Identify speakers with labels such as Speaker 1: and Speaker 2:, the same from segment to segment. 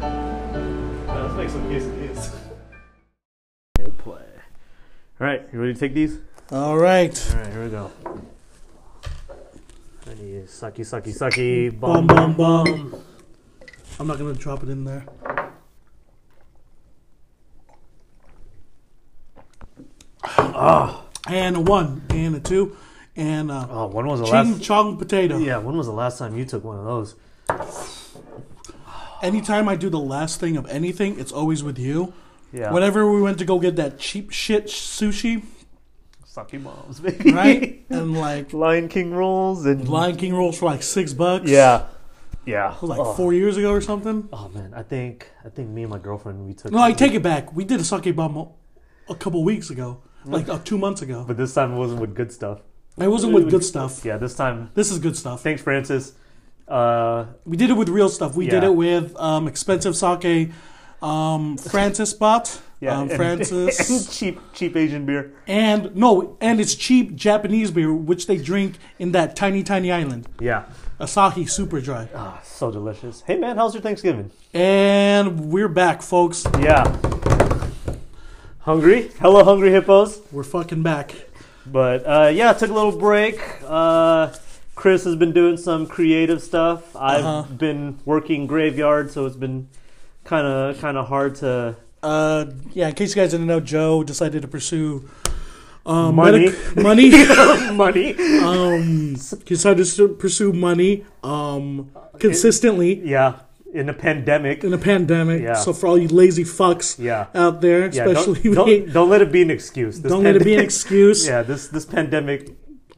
Speaker 1: Now, let's make some quesadillas.
Speaker 2: Good play. All right, you ready to take these?
Speaker 3: All right.
Speaker 2: All right, here we go. I need sucky, sucky, sucky,
Speaker 3: Bum
Speaker 2: bomb,
Speaker 3: bum bum. I'm not gonna drop it in there. Ah. And a one, and a two, and a
Speaker 2: Oh, when was the
Speaker 3: ching
Speaker 2: last?
Speaker 3: chong potato.
Speaker 2: Yeah, when was the last time you took one of those?
Speaker 3: Anytime I do the last thing of anything, it's always with you.
Speaker 2: Yeah,
Speaker 3: Whenever we went to go get that cheap shit sushi,
Speaker 2: sucky bombs, baby.
Speaker 3: right? and like
Speaker 2: Lion King rolls and
Speaker 3: Lion King rolls for like six bucks.
Speaker 2: yeah, yeah.
Speaker 3: It was
Speaker 2: oh.
Speaker 3: like four years ago or something.
Speaker 2: Oh, man, I think I think me and my girlfriend we took.
Speaker 3: No, I take it back. We did a sake bomb a- a couple weeks ago, like uh, two months ago.
Speaker 2: Mm. but this time it wasn't with good stuff.
Speaker 3: It wasn't with good stuff.
Speaker 2: Yeah, this time.
Speaker 3: This is good stuff.
Speaker 2: Thanks, Francis. Uh,
Speaker 3: We did it with real stuff. We did
Speaker 2: Yeah.
Speaker 3: it with um, expensive sake, um, Francis bot,
Speaker 2: yeah,
Speaker 3: um,
Speaker 2: and- and
Speaker 3: Francis,
Speaker 2: cheap, cheap Asian beer.
Speaker 3: and no, and it's cheap Japanese beer which they drink in that tiny tiny island,
Speaker 2: Yeah,
Speaker 3: Asahi Super Dry.
Speaker 2: Ah, so delicious. Hey, man, how's your Thanksgiving?
Speaker 3: And we're back, folks.
Speaker 2: Yeah. Hungry? Hello, hungry hippos.
Speaker 3: We're fucking back.
Speaker 2: But uh, yeah, took a little break. Uh, Chris has been doing some creative stuff. I've
Speaker 3: Uh-huh.
Speaker 2: been working graveyard, so it's been kind of kind of hard to.
Speaker 3: Uh, yeah, in case you guys didn't know, Joe decided to pursue um,
Speaker 2: Money.
Speaker 3: medic-
Speaker 2: Money.
Speaker 3: money. um, he decided to pursue money um, consistently
Speaker 2: Yeah, in a pandemic.
Speaker 3: in a pandemic.
Speaker 2: Yeah.
Speaker 3: So for all you lazy fucks
Speaker 2: Yeah.
Speaker 3: out there,
Speaker 2: Yeah,
Speaker 3: especially
Speaker 2: don't,
Speaker 3: me,
Speaker 2: don't, don't let it be an excuse. This
Speaker 3: don't let it be an
Speaker 2: pandemic-
Speaker 3: excuse.
Speaker 2: Yeah, this this pandemic.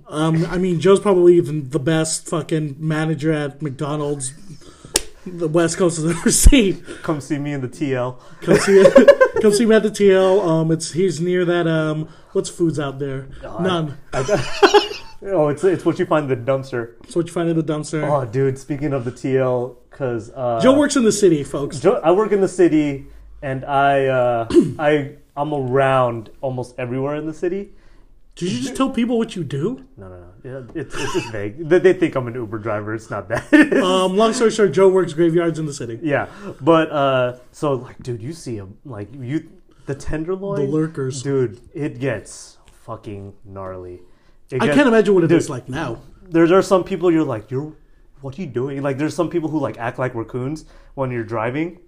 Speaker 3: Um, I mean, Joe's probably even the best fucking manager at McDonald's the West Coast has ever seen.
Speaker 2: Come see me in the TL.
Speaker 3: Come see, come see me at the TL. Um, it's he's near that. Um, what's foods out there?
Speaker 2: Uh-huh.
Speaker 3: None.
Speaker 2: Oh, it's it's what you find in the dumpster.
Speaker 3: That's what you find in the dumpster.
Speaker 2: Oh, dude. Speaking of the TL, because uh,
Speaker 3: Joe works in the city, folks.
Speaker 2: Jo- I work in the city, and I uh, I I'm around almost everywhere in the city.
Speaker 3: Did you just tell people what you do?
Speaker 2: No, no, no. Yeah, it's it's just vague. they, they think I'm an Uber driver. It's not that.
Speaker 3: Um, long story short, Joe works graveyards in the city.
Speaker 2: yeah, but uh, so like, dude, you see him like you the tenderloin,
Speaker 3: The lurkers.
Speaker 2: dude. It gets fucking gnarly. It
Speaker 3: I
Speaker 2: gets-
Speaker 3: can't imagine what it
Speaker 2: Dude.
Speaker 3: is like now.
Speaker 2: There's are some people you're like you're. What are you doing? Like, there's some people who like act like raccoons when you're driving,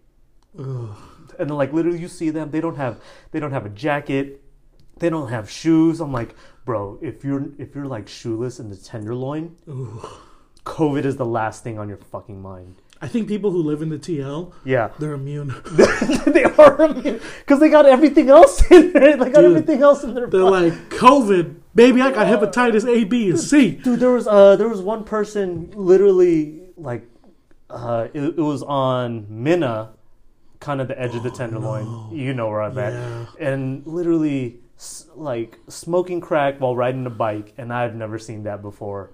Speaker 2: and then like literally you see them they don't have they don't have a jacket they don't have shoes i'm like bro if you're if you're like shoeless in the tenderloin covid is the last thing on your fucking mind
Speaker 3: I think people who live in the TL,
Speaker 2: yeah
Speaker 3: they're immune.
Speaker 2: they are because they got everything else in there they got
Speaker 3: Dude,
Speaker 2: everything else in their
Speaker 3: They're
Speaker 2: body.
Speaker 3: like, COVID, baby, I got hepatitis A, B, and C.
Speaker 2: dude there was uh there was one person literally like uh it, it was on minna kind of the edge of the tenderloin you know where i'm
Speaker 3: Yeah.
Speaker 2: at and literally s- like smoking crack while riding a bike and i've never seen that before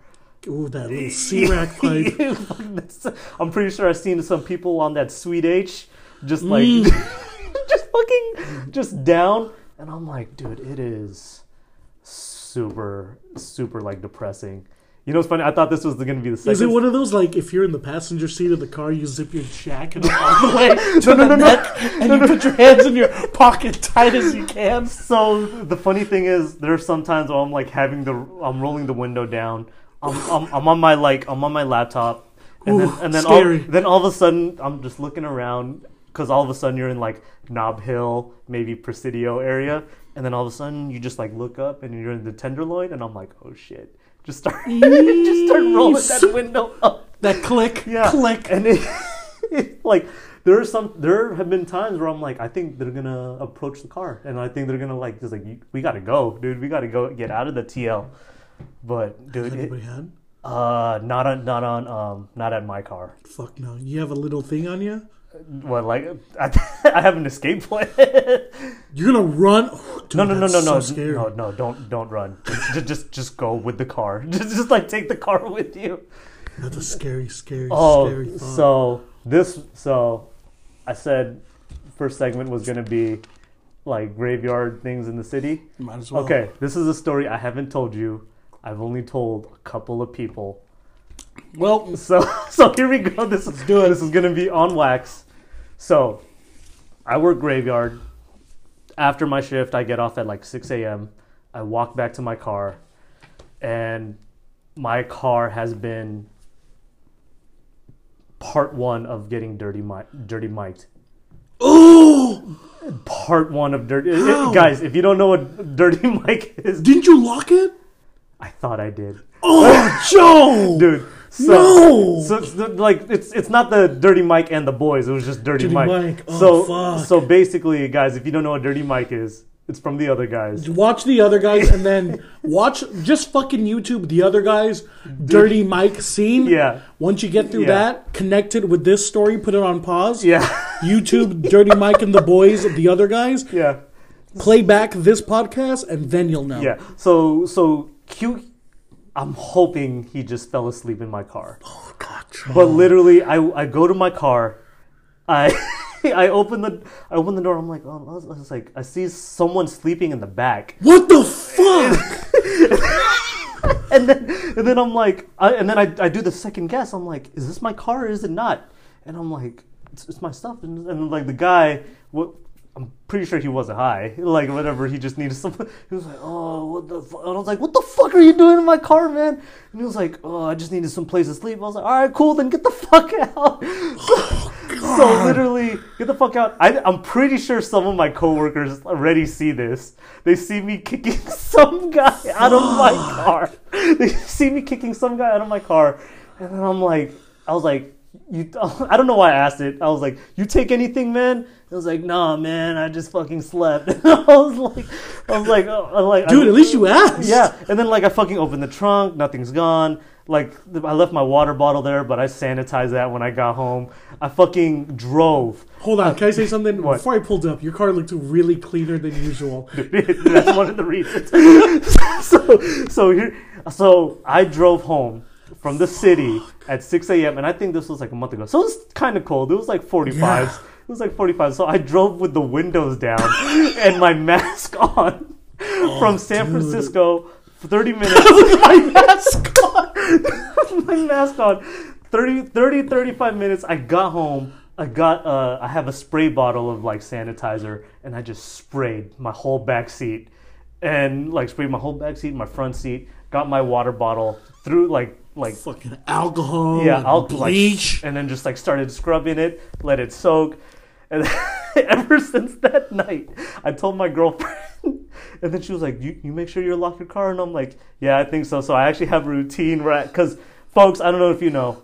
Speaker 3: Ooh, that little C-rack pipe.
Speaker 2: That's- i'm pretty sure i've seen some people on that sweet h just like
Speaker 3: Mm.
Speaker 2: just fucking just down and i'm like dude it is super super like depressing you know what's funny i thought this was gonna be the second
Speaker 3: Is it one of those like if you're in the passenger seat of the car, you zip your jacket all the way to the neck, and you put your hands in your pocket tight as you can?
Speaker 2: So the funny thing is, there are sometimes where I'm like having the, I'm rolling the window down. I'm, I'm, I'm on my like, I'm on my laptop, and
Speaker 3: Ooh,
Speaker 2: then and then all,
Speaker 3: scary.
Speaker 2: then all of a sudden I'm just looking around because all of a sudden you're in like Knob Hill, maybe Presidio area, and then all of a sudden you just like look up and you're in the Tenderloin, and I'm like, oh shit, just start just start rolling that window up
Speaker 3: That click,
Speaker 2: yeah.
Speaker 3: click.
Speaker 2: And it, it, like there are some there have been times where I'm like, I think they're gonna approach the car, and I think they're gonna like just like "You- we gotta go, dude. We gotta go get out of the TL. But dude,
Speaker 3: Anybody
Speaker 2: it,
Speaker 3: had?
Speaker 2: uh, not on not on um not at my car.
Speaker 3: Fuck no. You have a little thing on you.
Speaker 2: What like I, I have an escape plan.
Speaker 3: You're gonna run. Dude,
Speaker 2: no no no
Speaker 3: that's
Speaker 2: no
Speaker 3: so
Speaker 2: no
Speaker 3: scary.
Speaker 2: no no don't don't run. just just just go with the car. Just just like take the car with you.
Speaker 3: That's a scary, scary, scary
Speaker 2: Oh,
Speaker 3: thought.
Speaker 2: so this so I said first segment was gonna be like graveyard things in the city.
Speaker 3: Might as well.
Speaker 2: Okay, this is a story I haven't told you. I've only told a couple of people.
Speaker 3: Well,
Speaker 2: So so here we go. This is
Speaker 3: do it.
Speaker 2: This is gonna be on wax. So I work graveyard. After my shift, I get off at like six a.m. I walk back to my car, and my car has been part one of getting dirty, mi- dirty mic'd.
Speaker 3: oh,
Speaker 2: Part one of dirty
Speaker 3: How?
Speaker 2: guys. If you don't know what dirty mic is,
Speaker 3: didn't you lock it?
Speaker 2: I thought I did.
Speaker 3: Oh, Joe,
Speaker 2: dude. So,
Speaker 3: No!
Speaker 2: So it's the- like it's it's not the Dirty Mike and the boys. It was just Dirty,
Speaker 3: Dirty
Speaker 2: Mike.
Speaker 3: Mike. Oh,
Speaker 2: so
Speaker 3: fuck.
Speaker 2: so basically, guys, if you don't know what Dirty Mike is, it's from the other guys.
Speaker 3: Watch the other guys, and then watch just fucking YouTube the other guys. Dirty Mike scene.
Speaker 2: Yeah.
Speaker 3: Once you get through
Speaker 2: Yeah.
Speaker 3: that, connect it with this story. Put it on pause.
Speaker 2: Yeah,
Speaker 3: YouTube Dirty Mike and the boys, the other guys.
Speaker 2: yeah,
Speaker 3: Play back this podcast, and then you'll know.
Speaker 2: yeah. So so Q, I'm hoping he just fell asleep in my car.
Speaker 3: Oh, God,
Speaker 2: But literally, I I go to my car, I. I open the I open the door. I'm like, oh, I was, I was like, I see someone sleeping in the back.
Speaker 3: what the fuck?
Speaker 2: and then and then I'm like, I, and then I, I do the second guess. I'm like, is this my car or is it not? And I'm like, it's, it's my stuff. And, and like the guy, what, I'm pretty sure he wasn't high. Like whatever, he just needed some. He was like, oh, what the? Fu-? And I was like, what the fuck are you doing in my car, man? And he was like, oh, I just needed some place to sleep. I was like, all right, cool, then get the fuck out. So literally, get the fuck out. I, I'm pretty sure some of my coworkers already see this. They see me kicking some guy out of my car. They see me kicking some guy out of my car, and then I'm like, I was like, you. I don't know why I asked it. I was like, you take anything, man? I was like, nah, man. I just fucking slept. I was like, I was like, oh, I like,
Speaker 3: Dude,
Speaker 2: I-
Speaker 3: at least you asked.
Speaker 2: yeah, and then like I fucking opened the trunk, nothing's gone. Like th- I left my water bottle there, but I sanitized that when I got home. I fucking drove.
Speaker 3: Hold on, can I say something?
Speaker 2: Uh, What?
Speaker 3: Before I pulled up, your car looked really cleaner than usual.
Speaker 2: That's one of the reasons. so so here so I drove home from the city at 6 a.m. and I think this was like a month ago. So it was kind of cold. It was like 45s. It was like 45. So I drove with the windows down and my mask on from San Francisco. 30 minutes with my mask on. my mask on. 30, 30, 35 minutes. I got home. I got uh, I have a spray bottle of like sanitizer, and I just sprayed my whole back seat, and like sprayed my whole back seat, my front seat. Got my water bottle through like like
Speaker 3: Fucking alcohol.
Speaker 2: yeah,
Speaker 3: and
Speaker 2: I'll
Speaker 3: bleach.
Speaker 2: and then just like started scrubbing it, let it soak, and ever since that night, I told my girlfriend, and then she was like, "You you make sure you lock your car," and I'm like, "Yeah, I think so." So I actually have a routine where because folks, I don't know if you know,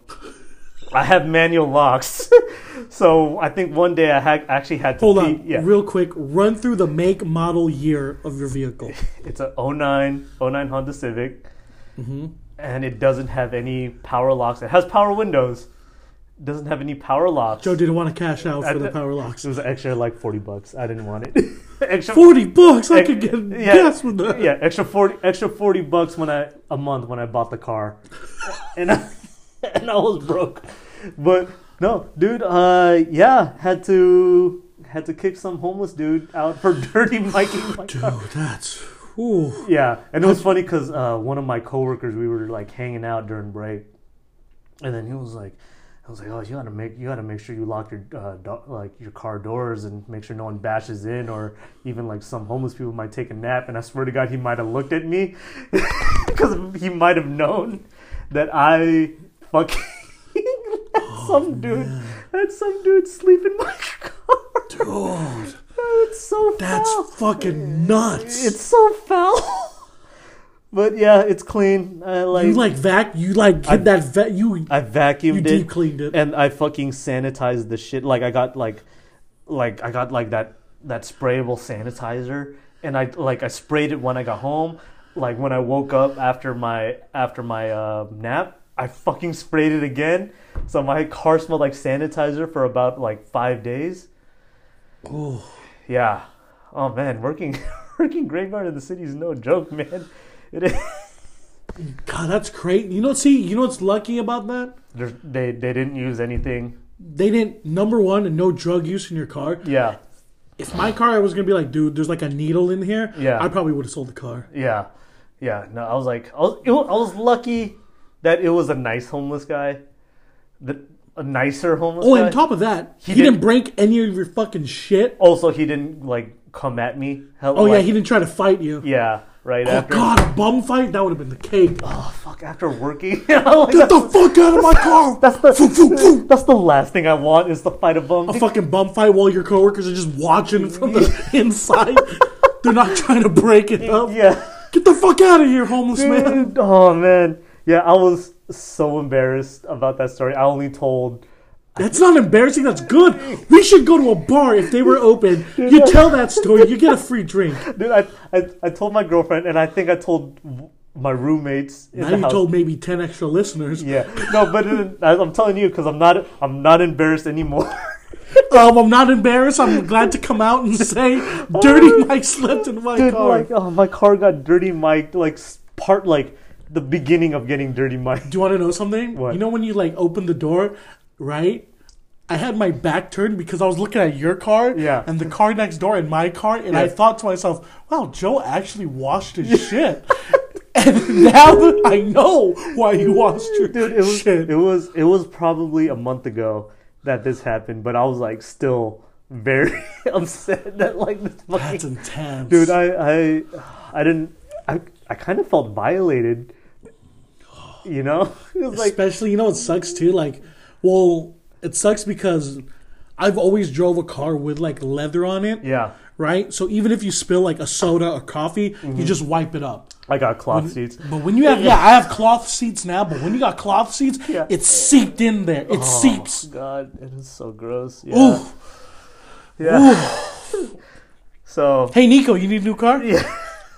Speaker 2: I have manual locks, so I think one day I had actually had to
Speaker 3: Hold
Speaker 2: pee-
Speaker 3: on,
Speaker 2: Yeah,
Speaker 3: real quick. Run through the make, model, year of your vehicle.
Speaker 2: it's a 09, 09 Honda Civic,
Speaker 3: Mm-hmm.
Speaker 2: and it doesn't have any power locks. It has power windows. Doesn't have any power locks.
Speaker 3: Joe didn't want to cash out for the
Speaker 2: th-
Speaker 3: power
Speaker 2: It
Speaker 3: locks.
Speaker 2: was extra like forty bucks. I didn't want it. extra
Speaker 3: Forty bucks, I
Speaker 2: ex-
Speaker 3: could get
Speaker 2: yeah,
Speaker 3: gas with that.
Speaker 2: Yeah, extra forty extra forty bucks when I a month when I bought the car, and I, and I was broke. But no, dude. Uh, yeah, had to had to kick some homeless dude out for dirty biking. My car.
Speaker 3: Dude, that's. Ooh.
Speaker 2: Yeah, and it was funny because uh, one of my coworkers, we were like hanging out during break, and then he was like, "I was like, oh, you gotta make you gotta make sure you lock your uh, do- like your car doors and make sure no one bashes in, or even like some homeless people might take a nap." And I swear to God, he might have looked at me because he might have known that I fucking had
Speaker 3: Oh,
Speaker 2: some dude had some dude sleep in my car.
Speaker 3: Dude,
Speaker 2: It's so
Speaker 3: that's
Speaker 2: foul.
Speaker 3: fucking nuts.
Speaker 2: Oh, It's so foul. but yeah, it's clean. I like,
Speaker 3: you like vac, you like hit that vac, you
Speaker 2: I vacuumed
Speaker 3: you
Speaker 2: it
Speaker 3: deep cleaned it.
Speaker 2: and I fucking sanitized the shit. Like I got like like I got like that that sprayable sanitizer and I like I sprayed it when I got home. Like when I woke up after my after my uh, nap, I fucking sprayed it again. So my car smelled like sanitizer for about like 5 days.
Speaker 3: Oh,
Speaker 2: Yeah. Oh man, working working graveyard in the city is no joke, man. It is.
Speaker 3: God, that's great. You know, see, you know what's lucky about that?
Speaker 2: There's- They they didn't use anything.
Speaker 3: They didn't, number one, and no drug use in your car.
Speaker 2: Yeah.
Speaker 3: If my car was gonna be like, dude, there's like a needle in here,
Speaker 2: Yeah.
Speaker 3: I probably would have sold the car.
Speaker 2: Yeah, yeah. No, I was like, I was, it, wa- I was lucky that it was a nice homeless guy, that a nicer homeless.
Speaker 3: Oh,
Speaker 2: guy.
Speaker 3: and on top of that, he,
Speaker 2: did-
Speaker 3: did. not break any of your fucking shit.
Speaker 2: also he didn't like come at me. Hell,
Speaker 3: Oh yeah,
Speaker 2: like-
Speaker 3: he didn't try to fight you.
Speaker 2: yeah. Right
Speaker 3: Oh
Speaker 2: after,
Speaker 3: god, a bum fight? That would have been the cake.
Speaker 2: oh fuck, after working, you know, like,
Speaker 3: Get
Speaker 2: that's,
Speaker 3: the fuck out of my car!
Speaker 2: that's the that's the last thing I want is to fight a bum.
Speaker 3: a fucking bum fight while your coworkers are just watching from the inside. They're not trying to break it up.
Speaker 2: Yeah.
Speaker 3: Get the fuck out of here, homeless man.
Speaker 2: Dude, oh man, yeah. I was so embarrassed about that story. I only told.
Speaker 3: That's not embarrassing. That's good. We should go to a bar if they were open. You tell that story. You get a free drink.
Speaker 2: Dude, I, I, I told my girlfriend, and I think I told w- my roommates. In
Speaker 3: Now
Speaker 2: the
Speaker 3: you
Speaker 2: house.
Speaker 3: told maybe ten extra listeners.
Speaker 2: Yeah, no, but it, I- I'm telling you because I'm not I'm not embarrassed anymore.
Speaker 3: Um, I'm not embarrassed. I'm glad to come out and say,
Speaker 2: Oh.
Speaker 3: "Dirty Mike slept in my
Speaker 2: Dude,
Speaker 3: car."
Speaker 2: like oh, my car got dirty, Mike. Like s- part like the beginning of getting dirty, Mike.
Speaker 3: Do you want to know something?
Speaker 2: What?
Speaker 3: You know when you like open the door, right? I had my back turned because I was looking at your car
Speaker 2: Yeah.
Speaker 3: and the car next door and my car, and I
Speaker 2: Yeah.
Speaker 3: thought to myself, "Wow, Joe actually washed his shit." and now that I know why you washed your
Speaker 2: Dude, it was
Speaker 3: shit.
Speaker 2: it was it was probably a month ago that this happened, but I was like still very upset that like this
Speaker 3: That's
Speaker 2: fucking
Speaker 3: intense,
Speaker 2: dude. I I I didn't I I kind of felt violated. You know, it was like
Speaker 3: Especially, you know, it sucks too. Like, well, it sucks because I've always drove a car with like leather on it.
Speaker 2: yeah,
Speaker 3: Right. So even if you spill like a soda or coffee,
Speaker 2: Mm-hmm.
Speaker 3: you just wipe it up.
Speaker 2: I got cloth seats.
Speaker 3: But when you have, yeah, I have cloth seats now. But when you got cloth seats,
Speaker 2: Yeah.
Speaker 3: it's seeped in there. It seeps.
Speaker 2: God, it is so gross. Yeah.
Speaker 3: Ooh.
Speaker 2: Yeah. so
Speaker 3: Hey, Nico, you need a new car?
Speaker 2: yeah,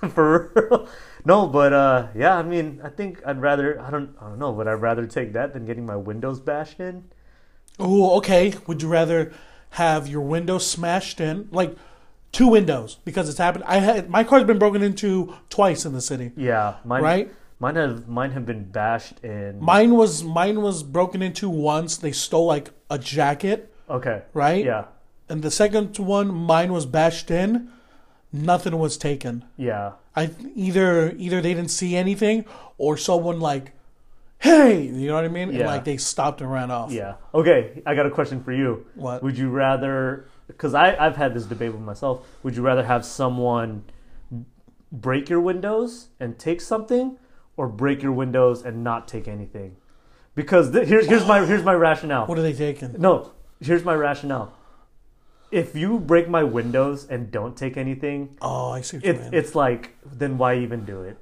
Speaker 2: for real. No, but uh, yeah. I mean, I think I'd rather. I don't. I don't know. Would I rather take that than getting my windows bashed in?
Speaker 3: Oh, okay. Would you rather have your window smashed in, like two windows, because it's happened? I had my car's been broken into twice in the city.
Speaker 2: Yeah, mine.
Speaker 3: Right.
Speaker 2: Mine have mine have been bashed in.
Speaker 3: Mine was mine was broken into once. They stole like a jacket,
Speaker 2: okay.
Speaker 3: right?
Speaker 2: Yeah.
Speaker 3: And the second one, mine was bashed in. Nothing was taken.
Speaker 2: Yeah.
Speaker 3: I either either they didn't see anything or someone like, hey, you know what I mean? And
Speaker 2: Yeah.
Speaker 3: like they stopped and ran off.
Speaker 2: Yeah. Okay. I got a question for you.
Speaker 3: What?
Speaker 2: Would you rather? Because I I've had this debate with myself. Would you rather have someone break your windows and take something, or break your windows and not take anything? Because th- here's here's my here's my rationale.
Speaker 3: What are they taking?
Speaker 2: No, here's my rationale. If you break my windows and don't take anything,
Speaker 3: Oh, I see. What you
Speaker 2: it's
Speaker 3: mean.
Speaker 2: it's like then why even do it?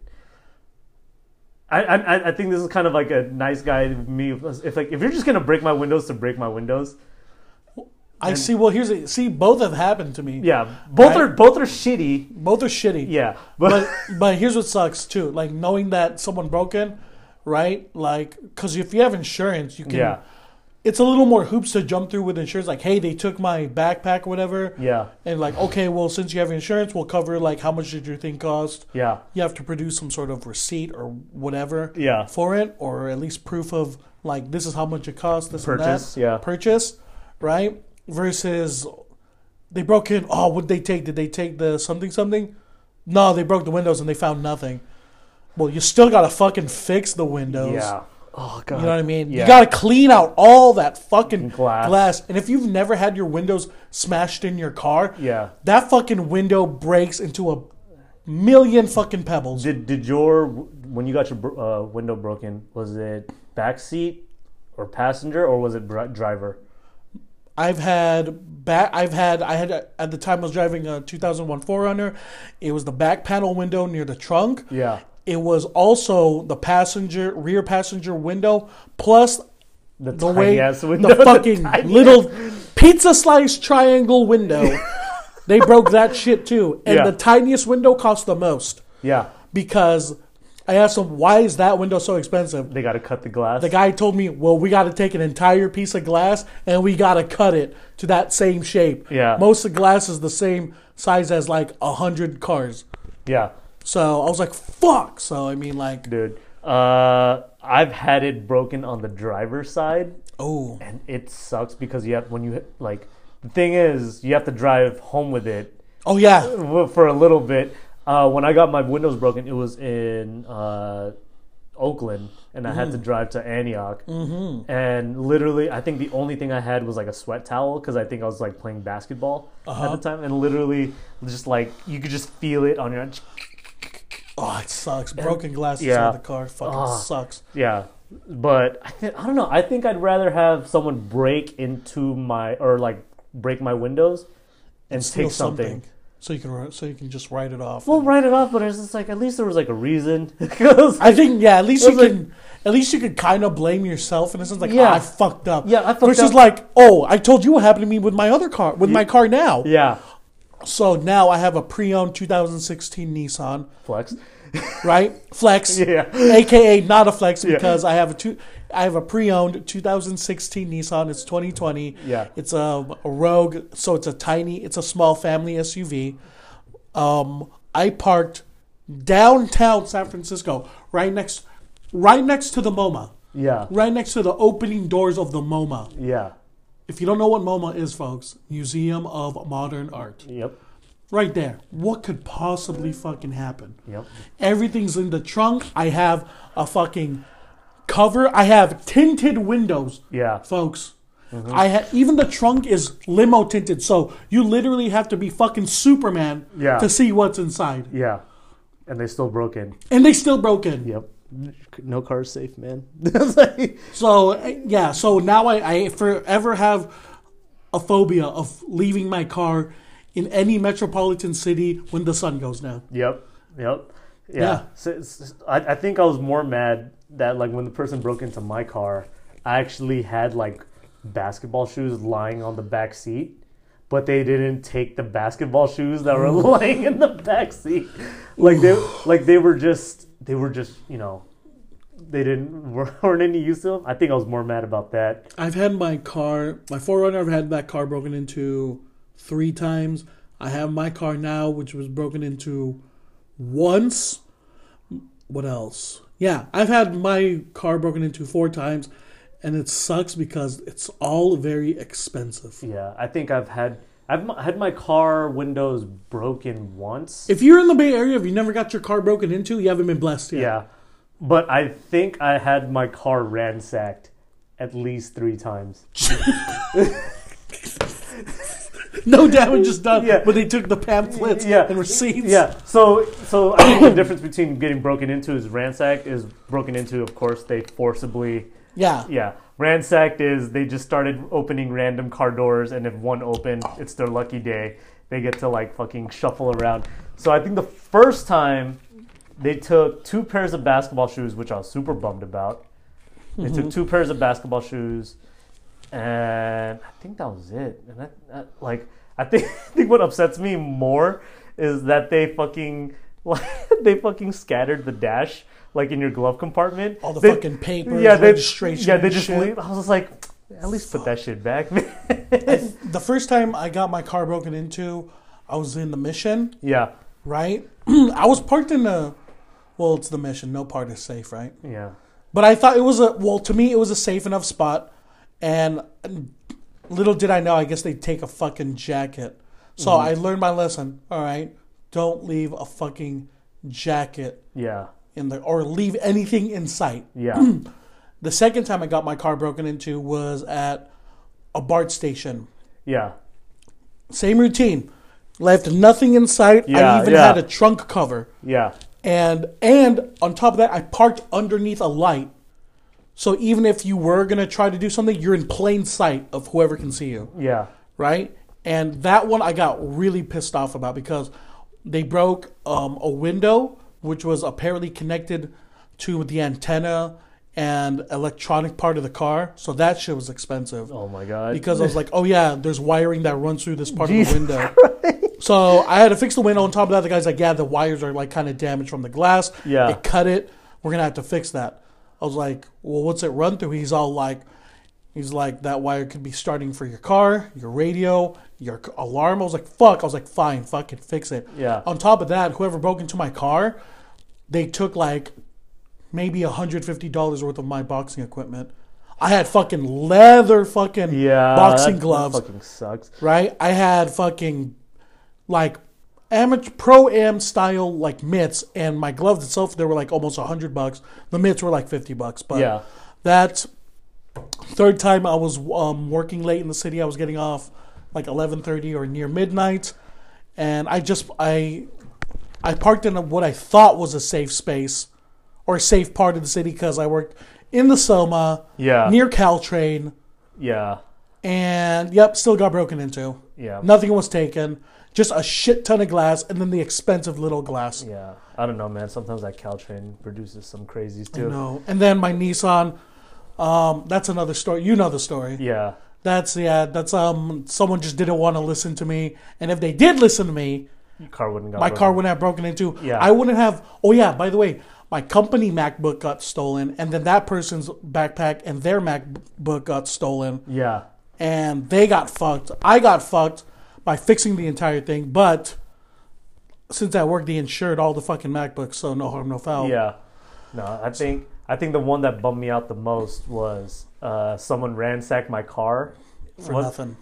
Speaker 2: I, I I- I think this is kind of like a nice guy to me. If like if you're just gonna break my windows to break my windows,
Speaker 3: I see. Well, here's a, see. Both have happened to me.
Speaker 2: yeah, both
Speaker 3: Right.
Speaker 2: are both are shitty.
Speaker 3: Both are shitty.
Speaker 2: Yeah, but
Speaker 3: but but here's what sucks too. Like knowing that someone broken, right? Like because if you have insurance, you can.
Speaker 2: Yeah.
Speaker 3: It's a little more hoops to jump through with insurance. Like, hey, they took my backpack, whatever.
Speaker 2: yeah,
Speaker 3: And like, okay, well, since you have insurance, we'll cover like how much did your thing cost?
Speaker 2: yeah,
Speaker 3: You have to produce some sort of receipt or whatever
Speaker 2: yeah,
Speaker 3: for it, or at least proof of like this is how much it costs. This
Speaker 2: Purchase,
Speaker 3: and that.
Speaker 2: yeah.
Speaker 3: Purchase, right? Versus they broke in. Oh, what they take? Did they take the something something? No, they broke the windows and they found nothing. Well, you still gotta fucking fix the windows.
Speaker 2: yeah. Oh god,
Speaker 3: You know what I mean?
Speaker 2: Yeah.
Speaker 3: You gotta clean out all that fucking
Speaker 2: Glass.
Speaker 3: glass. And if you've never had your windows smashed in your car,
Speaker 2: yeah.
Speaker 3: that fucking window breaks into a million fucking pebbles.
Speaker 2: Did did your when you got your bro- uh, window broken? Was it backseat or passenger or was it dri- driver?
Speaker 3: I've had back. I've had. I had at the time I was driving a 2001 Forerunner. It was the back panel window near the trunk.
Speaker 2: Yeah.
Speaker 3: It was also the passenger rear passenger window plus
Speaker 2: The,
Speaker 3: the
Speaker 2: tiny
Speaker 3: way
Speaker 2: ass window.
Speaker 3: the fucking
Speaker 2: tiny
Speaker 3: little pizza slice triangle window. they broke that shit too, and
Speaker 2: Yeah.
Speaker 3: the tiniest window cost the most
Speaker 2: Yeah.
Speaker 3: because I asked them why is that window so expensive.
Speaker 2: They got to cut the glass.
Speaker 3: The guy told me, "Well, we got to take an entire piece of glass and we got to cut it to that same shape.
Speaker 2: Yeah.
Speaker 3: most of the glass is the same size as like a hundred cars.
Speaker 2: yeah,
Speaker 3: So I was like, fuck. So I mean, like,
Speaker 2: dude. Uh, I've had it broken on the driver's side,
Speaker 3: oh,
Speaker 2: and it sucks because you have when you like The thing is, you have to drive home with it
Speaker 3: Oh yeah,
Speaker 2: for a little bit. Uh, when I got my windows broken, it was in uh, Oakland, and I had to drive to Antioch. Mm-hmm. And literally, I think the only thing I had was like a sweat towel because I think I was like playing basketball at the time. And literally, just like you could just feel it on your
Speaker 3: oh it sucks. Broken glass
Speaker 2: Yeah.
Speaker 3: inside the car fucking
Speaker 2: Ah.
Speaker 3: sucks.
Speaker 2: yeah. But I, th- I don't know. I think I'd rather have someone break into my or like break my windows and
Speaker 3: Steal
Speaker 2: take something.
Speaker 3: so you can ri- so you can just write it off.
Speaker 2: We'll write it off, but it's just like at least there was like a reason. 'Cause-
Speaker 3: I think yeah, at least you
Speaker 2: It's like-
Speaker 3: can at least you can kind of blame yourself in a sense like
Speaker 2: Yeah.
Speaker 3: "Ah, I fucked up.
Speaker 2: Yeah, I fucked
Speaker 3: Versus
Speaker 2: up.
Speaker 3: like oh I told you what happened to me with my other car with my car now.
Speaker 2: yeah,
Speaker 3: So now I have a pre-owned 2016 Nissan,
Speaker 2: flex.
Speaker 3: right? Flex,
Speaker 2: Yeah.
Speaker 3: aka not a flex
Speaker 2: Yeah.
Speaker 3: because I have a two I have a pre-owned 2016 Nissan. It's 2020.
Speaker 2: Yeah.
Speaker 3: it's a, a Rogue, so it's a tiny, it's a small family SUV. Um, I parked downtown San Francisco, right next, right next to the MoMA,
Speaker 2: Yeah,
Speaker 3: right next to the opening doors of the MoMA.
Speaker 2: yeah,
Speaker 3: If you don't know what MoMA is, folks, Museum of Modern Art.
Speaker 2: yep,
Speaker 3: Right there. What could possibly fucking happen?
Speaker 2: yep.
Speaker 3: Everything's in the trunk. I have a fucking cover. I have tinted windows.
Speaker 2: Yeah.
Speaker 3: Folks. I ha- even the trunk is limo tinted, so you literally have to be fucking Superman
Speaker 2: Yeah.
Speaker 3: to see what's inside.
Speaker 2: Yeah, and they still broke in.
Speaker 3: And they still broke in.
Speaker 2: Yep. No car's safe, man.
Speaker 3: So eh, yeah, so now I, I forever have a phobia of leaving my car in any metropolitan city when the sun goes down.
Speaker 2: yep. Yep. Yeah.
Speaker 3: Yeah.
Speaker 2: So, it's- I, I think I was more mad that like when the person broke into my car, I actually had like basketball shoes lying on the back seat. But they didn't take the basketball shoes that were lying in the back seat. Like they like they were just they were just, you know, they didn't weren't any use to them. I think I was more mad about that.
Speaker 3: I've had my car, my Forerunner. I've had that car broken into three times. I have my car now, which was broken into once. What else? Yeah, I've had my car broken into four times, and it sucks because it's all very expensive.
Speaker 2: Yeah, I think I've had I've m- had my car windows broken once.
Speaker 3: If you're in the Bay Area, if you never got your car broken into, you haven't been blessed yet.
Speaker 2: yeah, but I think I had my car ransacked at least three times.
Speaker 3: No damage is done,
Speaker 2: Yeah.
Speaker 3: but they took the pamphlets
Speaker 2: Yeah.
Speaker 3: and receipts.
Speaker 2: Yeah, so so I think the difference between getting broken into is ransacked is broken into. Of course, they forcibly.
Speaker 3: Yeah.
Speaker 2: Yeah, ransacked is they just started opening random car doors, and if one opened,
Speaker 3: Oh.
Speaker 2: it's their lucky day. They get to like fucking shuffle around. So I think the first time they took two pairs of basketball shoes, which I was super bummed about. They took two pairs of basketball shoes, and I think that was it. And I, I, like, I think, I think what upsets me more is that they fucking like they fucking scattered the dash like in your glove compartment.
Speaker 3: All the
Speaker 2: They-
Speaker 3: fucking papers,
Speaker 2: yeah, they,
Speaker 3: registration
Speaker 2: Yeah, they
Speaker 3: and
Speaker 2: just
Speaker 3: shit.
Speaker 2: leave. I was just like, at least put that shit back, man.
Speaker 3: The first time I got my car broken into, I was in the mission.
Speaker 2: yeah,
Speaker 3: right? I was parked in a, well, it's the mission. No part is safe, right?
Speaker 2: yeah,
Speaker 3: But I thought it was a, well, to me, it was a safe enough spot. And little did I know, I guess they take a fucking jacket. So I learned my lesson, all right? Don't leave a fucking jacket
Speaker 2: yeah,
Speaker 3: in the, or leave anything in sight.
Speaker 2: yeah.
Speaker 3: The second time I got my car broken into was at a BART station.
Speaker 2: yeah.
Speaker 3: Same routine. Left nothing in sight.
Speaker 2: Yeah,
Speaker 3: I even
Speaker 2: yeah.
Speaker 3: had a trunk cover.
Speaker 2: Yeah.
Speaker 3: and and on top of that, I parked underneath a light. So even if you were gonna try to do something, you're in plain sight of whoever can see you,
Speaker 2: Yeah.
Speaker 3: right? And that one I got really pissed off about because they broke um, a window which was apparently connected to the antenna and electronic part of the car. So that shit was expensive
Speaker 2: Oh my god.
Speaker 3: because I was like, oh yeah, there's wiring that runs through this part of the window. So I had to fix the window. On top of that, the guy's like, yeah, the wires are like kind of damaged from the glass.
Speaker 2: Yeah.
Speaker 3: It cut it. We're going to have to fix that. I was like, well, what's it run through? He's all like, he's like, that wire could be starting for your car, your radio, your c- alarm. I was like, fuck. I was like, fine, fucking fix it.
Speaker 2: Yeah.
Speaker 3: On top of that, whoever broke into my car, they took like maybe $150 worth of my boxing equipment. I had fucking leather fucking
Speaker 2: Yeah,
Speaker 3: boxing
Speaker 2: that-
Speaker 3: gloves,
Speaker 2: That fucking sucks.
Speaker 3: right? I had fucking like amateur pro am style like mitts and my gloves itself they were like almost 100 bucks. The mitts were like 50 bucks, but
Speaker 2: Yeah.
Speaker 3: that third time I was um, working late in the city. I was getting off like 11:30 or near midnight, and I just I I parked in what I thought was a safe space or a safe part of the city because I worked in the Soma,
Speaker 2: Yeah.
Speaker 3: near Caltrain,
Speaker 2: Yeah.
Speaker 3: and yep, still got broken into.
Speaker 2: Yeah.
Speaker 3: Nothing was taken, just a shit ton of glass, and then the expensive little glass.
Speaker 2: Yeah. I don't know, man. Sometimes that Caltrain produces some crazies
Speaker 3: You
Speaker 2: too.
Speaker 3: know, and then my Nissan. Um, that's another story. You know the story.
Speaker 2: Yeah.
Speaker 3: That's yeah. That's um. Someone just didn't want to listen to me, and if they did listen to me,
Speaker 2: Your car wouldn't got
Speaker 3: my
Speaker 2: broken.
Speaker 3: car wouldn't have broken into.
Speaker 2: Yeah.
Speaker 3: I wouldn't have. Oh yeah. By the way, my company MacBook got stolen, and then that person's backpack and their MacBook got stolen,
Speaker 2: Yeah.
Speaker 3: and they got fucked. I got fucked by fixing the entire thing, but since I worked, they insured all the fucking MacBooks, so no harm, no foul.
Speaker 2: Yeah. No, I think I think the one that bummed me out the most was uh, someone ransacked my car.
Speaker 3: For
Speaker 2: One-
Speaker 3: nothing.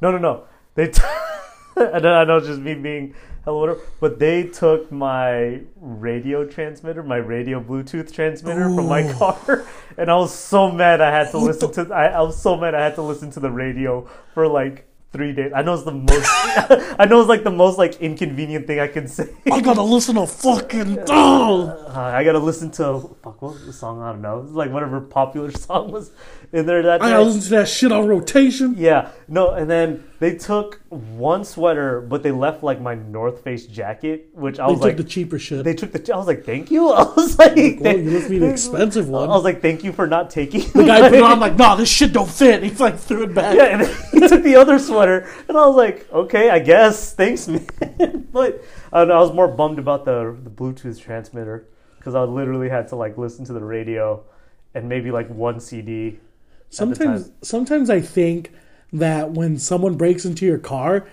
Speaker 2: No, no, no. They. T- I know, I know, it's just me being hello, whatever. But they took my radio transmitter, my radio Bluetooth transmitter from my
Speaker 3: Ooh.
Speaker 2: car, and I was so mad I had to
Speaker 3: Who
Speaker 2: listen to. I, I was so mad I had to listen to the radio for like three days. I know it's the most. I know it's like the most like inconvenient thing I can say.
Speaker 3: I gotta listen to fucking. Oh.
Speaker 2: Uh, I gotta listen to fuck what was the song? I don't know. It was like whatever popular song was in there that
Speaker 3: I
Speaker 2: night.
Speaker 3: gotta listen to that shit on rotation.
Speaker 2: Yeah, no, and then they took one sweater, but they left like my North Face jacket, which I
Speaker 3: They
Speaker 2: was
Speaker 3: took
Speaker 2: like,
Speaker 3: the cheaper shit.
Speaker 2: they took the. I was like, thank you. I was like,
Speaker 3: Well, you left me an expensive
Speaker 2: I
Speaker 3: one.
Speaker 2: was like, thank you for not taking.
Speaker 3: the guy put it on, I'm like, nah, this shit don't fit. He like threw it back.
Speaker 2: yeah, and then he took the other sweater, and I was like, okay, I guess, thanks, man. but I, don't know, I was more bummed about the the Bluetooth transmitter because I literally had to like listen to the radio and maybe like one CD.
Speaker 3: sometimes, sometimes I think that when someone breaks into your car,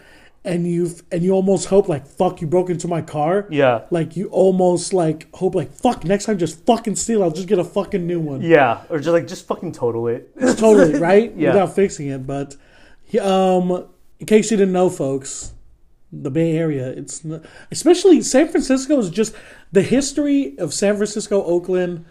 Speaker 3: and you and you almost hope like, fuck, you broke into my car.
Speaker 2: Yeah,
Speaker 3: Like you almost like hope like, fuck, next time just fucking steal. I'll just get a fucking new one.
Speaker 2: yeah, or just like just fucking total it.
Speaker 3: Totally right.
Speaker 2: Yeah.
Speaker 3: Without fixing it, but he- um, in case you didn't know, folks. The Bay Area, it's n especially San Francisco is just the history of San Francisco, Oakland,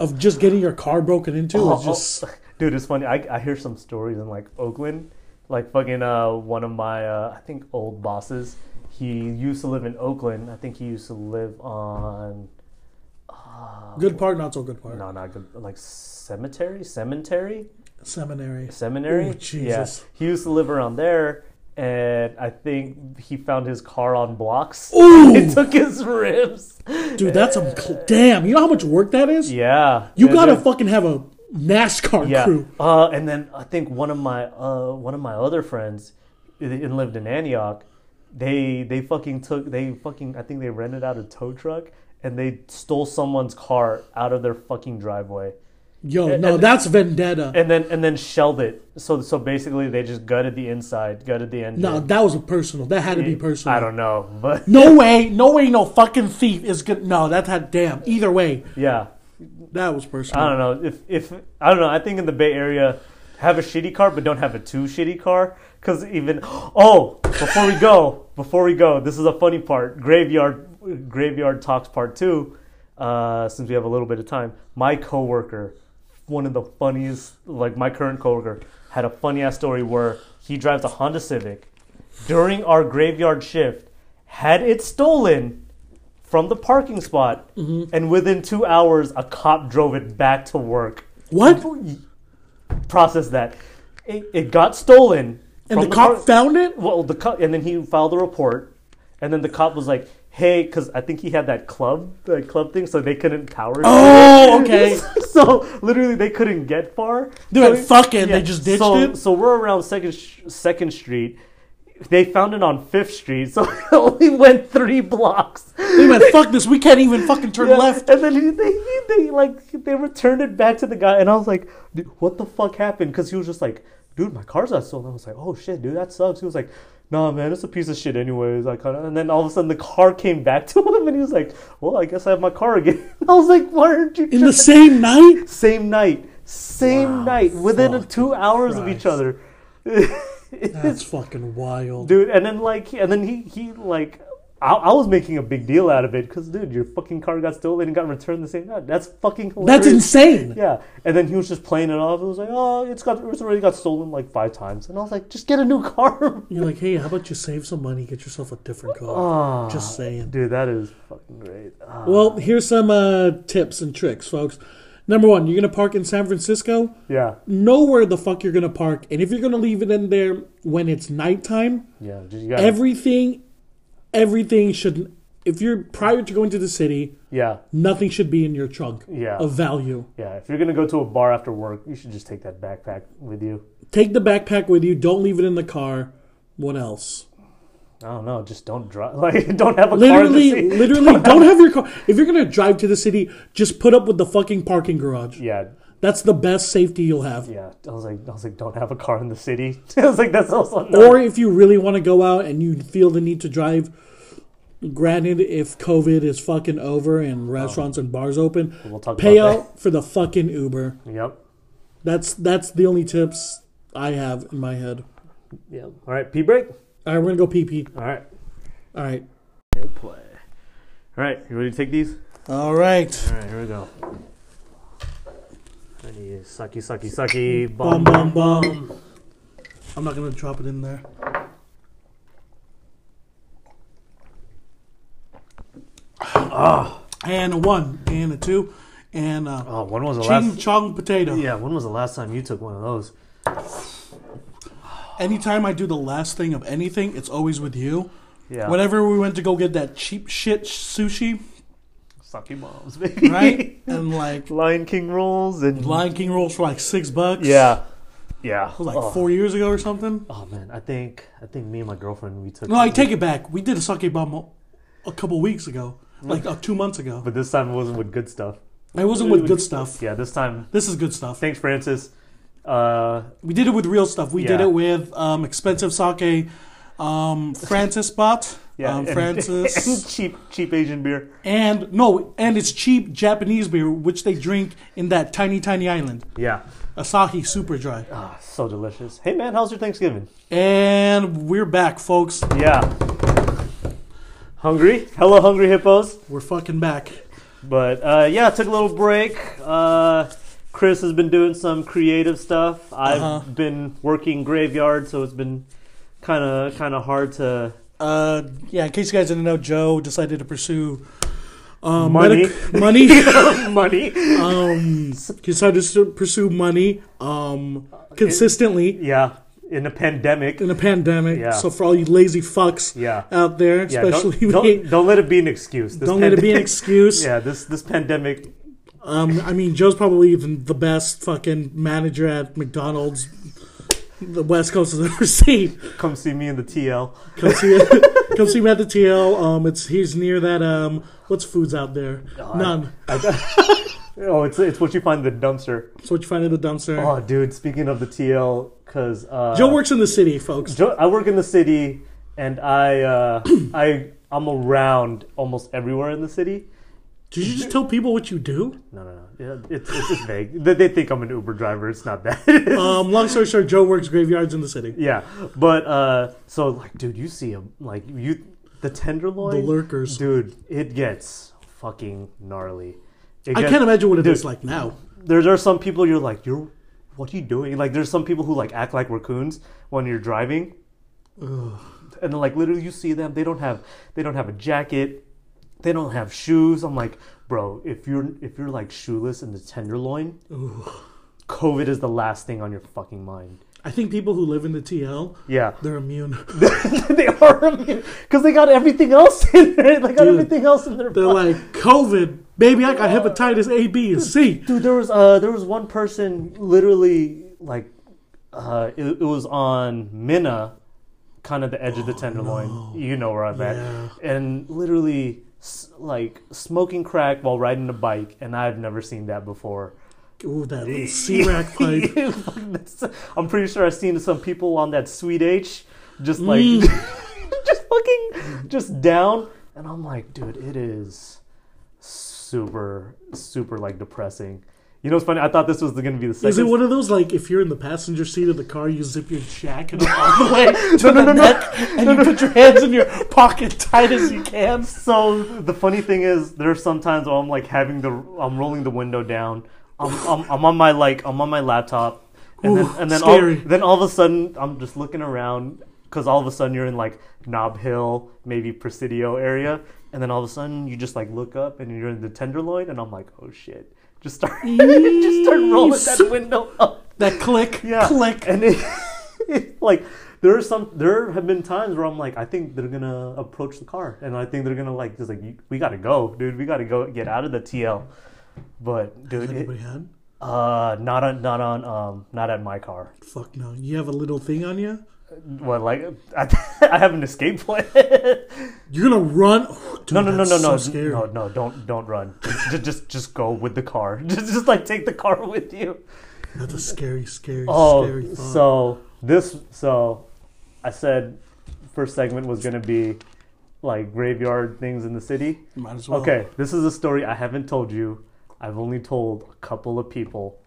Speaker 3: of just getting your car broken into is
Speaker 2: Oh,
Speaker 3: just
Speaker 2: oh. dude, it's funny. I, I hear some stories in like Oakland, like fucking uh, one of my uh, I think old bosses. He used to live in Oakland. I think he used to live on. Uh,
Speaker 3: Good part, not so good part.
Speaker 2: No, not good. Like cemetery, cemetery,
Speaker 3: Seminary.
Speaker 2: seminary.
Speaker 3: Ooh, Jesus.
Speaker 2: Yeah. He used to live around there, and I think he found his car on blocks.
Speaker 3: Ooh,
Speaker 2: It took his ribs.
Speaker 3: dude, that's a cl- damn. You know how much work that is.
Speaker 2: Yeah.
Speaker 3: You
Speaker 2: And
Speaker 3: gotta
Speaker 2: then-
Speaker 3: fucking have a NASCAR
Speaker 2: Yeah.
Speaker 3: crew.
Speaker 2: Uh, and then I think one of my uh, one of my other friends, i- and lived in Antioch. They they fucking took they fucking I think they rented out a tow truck and they stole someone's car out of their fucking driveway.
Speaker 3: Yo, no, that's vendetta.
Speaker 2: and then and then shelled it. So so basically, they just gutted the inside, gutted the engine.
Speaker 3: no, that was a personal. That had to be personal.
Speaker 2: I don't know, but
Speaker 3: No way, no way, no fucking thief is good. No, that had damn. Either way,
Speaker 2: yeah,
Speaker 3: that was
Speaker 2: I
Speaker 3: personal.
Speaker 2: don't know if if I don't know. I think in the Bay Area, have a shitty car, but don't have a too shitty car. Because even oh, before we go, before we go, this is a funny part. Graveyard graveyard talks part two. Uh, since we have a little bit of time, my coworker, one of the funniest, like my current coworker, had a funny ass story where he drives a Honda Civic during our graveyard shift, had it stolen from the parking spot,
Speaker 3: Mm-hmm.
Speaker 2: and within two hours, a cop drove it back to work.
Speaker 3: What?
Speaker 2: Process that. It, it got stolen.
Speaker 3: And
Speaker 2: from
Speaker 3: the cop
Speaker 2: par-
Speaker 3: found it.
Speaker 2: well, the cop, and then he filed a report, and then the cop was like, "Hey," because I think he had that club, that club thing, so they couldn't power.
Speaker 3: Oh, okay.
Speaker 2: so literally, they couldn't get far.
Speaker 3: They
Speaker 2: So-
Speaker 3: went, "Fuck it," they just ditched
Speaker 2: so,
Speaker 3: it?
Speaker 2: So we're around Second Sh- Second Street. They found it on Fifth Street, so it only went three blocks.
Speaker 3: They went, "Fuck this. We can't even fucking turn
Speaker 2: Yeah,
Speaker 3: left."
Speaker 2: And then he, they, he- they like they returned it back to the guy, and I was like, dude, "What the fuck happened?" Because he was just like, "Dude, my car's not stolen." I was like, "Oh shit, dude, that sucks." He was like, "Nah, man, it's a piece of shit, anyways." I kind of, and then all of a sudden the car came back to him, and he was like, "Well, I guess I have my car again." I was like, "Why aren't you?"
Speaker 3: In
Speaker 2: just-
Speaker 3: the same night.
Speaker 2: same night, Same
Speaker 3: Wow,
Speaker 2: night, within a- two hours of each
Speaker 3: Christ.
Speaker 2: other.
Speaker 3: That's fucking wild.
Speaker 2: dude and then like and then he he like I, I was making a big deal out of it because dude your fucking car got stolen and got returned the same night that's fucking hilarious
Speaker 3: That's insane.
Speaker 2: yeah and then he was just playing it off it was like oh it's got it's already got stolen like five times and I was like just get a new car
Speaker 3: You're like, hey, how about you save some money, get yourself a different car?
Speaker 2: Ah,
Speaker 3: Just saying.
Speaker 2: dude that is fucking great Ah,
Speaker 3: Well, here's some uh, tips and tricks, folks. Number one, you're gonna park in San Francisco.
Speaker 2: yeah
Speaker 3: Know where the fuck you're gonna park, and if you're gonna leave it in there when it's nighttime,
Speaker 2: yeah just, you gotta,
Speaker 3: everything, everything should. If you're prior to going to the city,
Speaker 2: yeah
Speaker 3: nothing should be in your trunk
Speaker 2: Yeah.
Speaker 3: of value.
Speaker 2: yeah if you're gonna go to a bar after work you should just take that backpack with you
Speaker 3: Take the backpack with you. Don't leave it in the car. What else?
Speaker 2: I don't know just don't drive like don't have a
Speaker 3: Literally,
Speaker 2: car in the city.
Speaker 3: literally, don't have your car. If you're gonna drive to the city, just put up with the fucking parking garage.
Speaker 2: yeah
Speaker 3: That's the best safety you'll have.
Speaker 2: Yeah, I was like, I was like, don't have a car in the city. I was like, that's also not.
Speaker 3: Or if you really want to go out and you feel the need to drive, granted, if COVID is fucking over
Speaker 2: Oh.
Speaker 3: and restaurants and bars open,
Speaker 2: We'll talk
Speaker 3: pay
Speaker 2: about
Speaker 3: out for the fucking Uber.
Speaker 2: Yep.
Speaker 3: That's that's the only tips I have in my head.
Speaker 2: Yep. All right, pee break.
Speaker 3: All right, we're gonna go pee pee.
Speaker 2: All right.
Speaker 3: All right.
Speaker 2: Good play. All right, you ready to take these?
Speaker 3: All right.
Speaker 2: All right, here we go. I need sucky, sucky, sucky.
Speaker 3: Bum
Speaker 2: Bomb.
Speaker 3: bum bum. I'm not gonna drop it in there. Ah. And a one, and a two, and a
Speaker 2: Oh, when was the
Speaker 3: ching
Speaker 2: last?
Speaker 3: chong potato.
Speaker 2: Yeah, when was the last time you took one of those?
Speaker 3: Anytime I do the last thing of anything, it's always with you.
Speaker 2: Yeah.
Speaker 3: Whenever we went to go get that cheap shit sushi,
Speaker 2: Sucky bombs, baby.
Speaker 3: right? and like
Speaker 2: Lion King rolls and.
Speaker 3: Lion King rolls for like six bucks.
Speaker 2: yeah. Yeah.
Speaker 3: It was like
Speaker 2: oh.
Speaker 3: four years ago or something.
Speaker 2: Oh, man, I think I think me and my girlfriend we took.
Speaker 3: No, I take it back. We did a sake bomb a couple weeks ago, like uh, two months ago.
Speaker 2: But this time it wasn't with good stuff.
Speaker 3: It wasn't with good stuff.
Speaker 2: Yeah, this time.
Speaker 3: This is good stuff.
Speaker 2: Thanks, Francis. Uh,
Speaker 3: We did it with real stuff. We did
Speaker 2: Yeah.
Speaker 3: it with um, expensive sake, um, Francis bot,
Speaker 2: Yeah,
Speaker 3: um,
Speaker 2: and-
Speaker 3: Francis,
Speaker 2: and cheap, cheap Asian beer.
Speaker 3: and no, and it's cheap Japanese beer which they drink in that tiny, tiny island.
Speaker 2: Yeah,
Speaker 3: Asahi Super Dry.
Speaker 2: Ah, so delicious. Hey man, how's your Thanksgiving?
Speaker 3: And we're back, folks.
Speaker 2: Yeah, hungry. Hello, hungry hippos.
Speaker 3: We're fucking back.
Speaker 2: But uh, yeah, took a little break. Uh, Chris has been doing some creative stuff. I've
Speaker 3: Uh-huh.
Speaker 2: been working graveyard, so it's been kind of kind of hard to
Speaker 3: Uh, yeah, in case you guys didn't know, Joe decided to pursue um,
Speaker 2: Money.
Speaker 3: medic- money.
Speaker 2: money.
Speaker 3: um, he decided to pursue money um, consistently
Speaker 2: Yeah, in a pandemic.
Speaker 3: in a pandemic.
Speaker 2: Yeah.
Speaker 3: So for all you lazy fucks
Speaker 2: Yeah.
Speaker 3: out there,
Speaker 2: Yeah, don't,
Speaker 3: especially
Speaker 2: don't,
Speaker 3: me,
Speaker 2: don't let it be an excuse. This
Speaker 3: don't let it be an
Speaker 2: pandemic-
Speaker 3: excuse.
Speaker 2: Yeah, this this pandemic
Speaker 3: Um, I mean, Joe's probably even the best fucking manager at McDonald's the West Coast has ever seen.
Speaker 2: Come see me in the TL.
Speaker 3: Come see, come see me at the TL. Um, it's he's near that. Um, what's foods out there? None.
Speaker 2: Oh, it's it's what you find in the dumpster.
Speaker 3: That's what you find in the dumpster.
Speaker 2: Oh, dude. Speaking of the TL, because uh,
Speaker 3: Joe works in the city, folks.
Speaker 2: Joe- I work in the city, and I uh, I I'm around almost everywhere in the city.
Speaker 3: Did you just tell people what you do?
Speaker 2: No, no, no. Yeah, it's it's just vague. they, they think I'm an Uber driver. It's not that.
Speaker 3: Um, long story short, Joe works graveyards in the city.
Speaker 2: yeah, but uh, so like, dude, you see him like you the tenderloin,
Speaker 3: The lurkers.
Speaker 2: dude. It gets fucking gnarly. It
Speaker 3: I
Speaker 2: gets-
Speaker 3: can't imagine what it
Speaker 2: Dude.
Speaker 3: is like now.
Speaker 2: there, there are some people you're like, you're, what are you doing? Like, there's some people who like act like raccoons when you're driving, and then like literally you see them, they don't have, they don't have a jacket, they don't have shoes. I'm like, bro, if you're if you're like shoeless in the tenderloin, COVID is the last thing on your fucking mind.
Speaker 3: I think people who live in the TL,
Speaker 2: Yeah,
Speaker 3: they're immune.
Speaker 2: they are because they got everything else in there. They got
Speaker 3: Dude,
Speaker 2: everything else in their.
Speaker 3: They're like COVID, baby. I got hepatitis A, B, and C.
Speaker 2: Dude, there was uh, there was one person literally like, uh, it, it was on Minna, kind of the edge of the tenderloin. You know where I'm
Speaker 3: Yeah.
Speaker 2: at, and literally s- like smoking crack while riding a bike, and I've never seen that before.
Speaker 3: Ooh, that little C rack pipe.
Speaker 2: That's- I'm pretty sure I've seen some people on that Sweet H, just like,
Speaker 3: Mm.
Speaker 2: just fucking, just down, and I'm like, dude, it is super, super like depressing. You know what's funny? I thought this was going to be the second.
Speaker 3: Is it one of those like if you're in the passenger seat of the car, you zip your jacket up all the way to
Speaker 2: no,
Speaker 3: the
Speaker 2: no, no.
Speaker 3: neck, and you put your hands in your pocket tight as you can?
Speaker 2: So the funny thing is, there are sometimes where I'm like having the I'm rolling the window down. I'm I'm, I'm on my like I'm on my laptop, and
Speaker 3: Ooh,
Speaker 2: then and then
Speaker 3: scary.
Speaker 2: all then all of a sudden I'm just looking around because all of a sudden you're in like Knob Hill, maybe Presidio area, and then all of a sudden you just like look up and you're in the Tenderloin, and I'm like, oh shit, just start just start rolling that window up.
Speaker 3: That click,
Speaker 2: Yeah.
Speaker 3: click.
Speaker 2: And it, it's like there are some there have been times where I'm like, I think they're gonna approach the car and I think they're gonna like just like we gotta go, dude. We gotta go get out of the TL. But dude, it,
Speaker 3: Anybody had?
Speaker 2: uh not on not on um not at my car.
Speaker 3: Fuck no. You have a little thing on you.
Speaker 2: What like I, I have an escape plan. no
Speaker 3: You're gonna run. Dude,
Speaker 2: no no
Speaker 3: that's
Speaker 2: no
Speaker 3: so
Speaker 2: no
Speaker 3: scary.
Speaker 2: no no don't don't run. just just just go with the car. Just just like take the car with you.
Speaker 3: That's a scary, scary, scary
Speaker 2: Oh,
Speaker 3: thought.
Speaker 2: so this, so I said first segment was going to be like graveyard things in the city.
Speaker 3: Might as well.
Speaker 2: Okay, this is a story I haven't told you. I've only told a couple of people.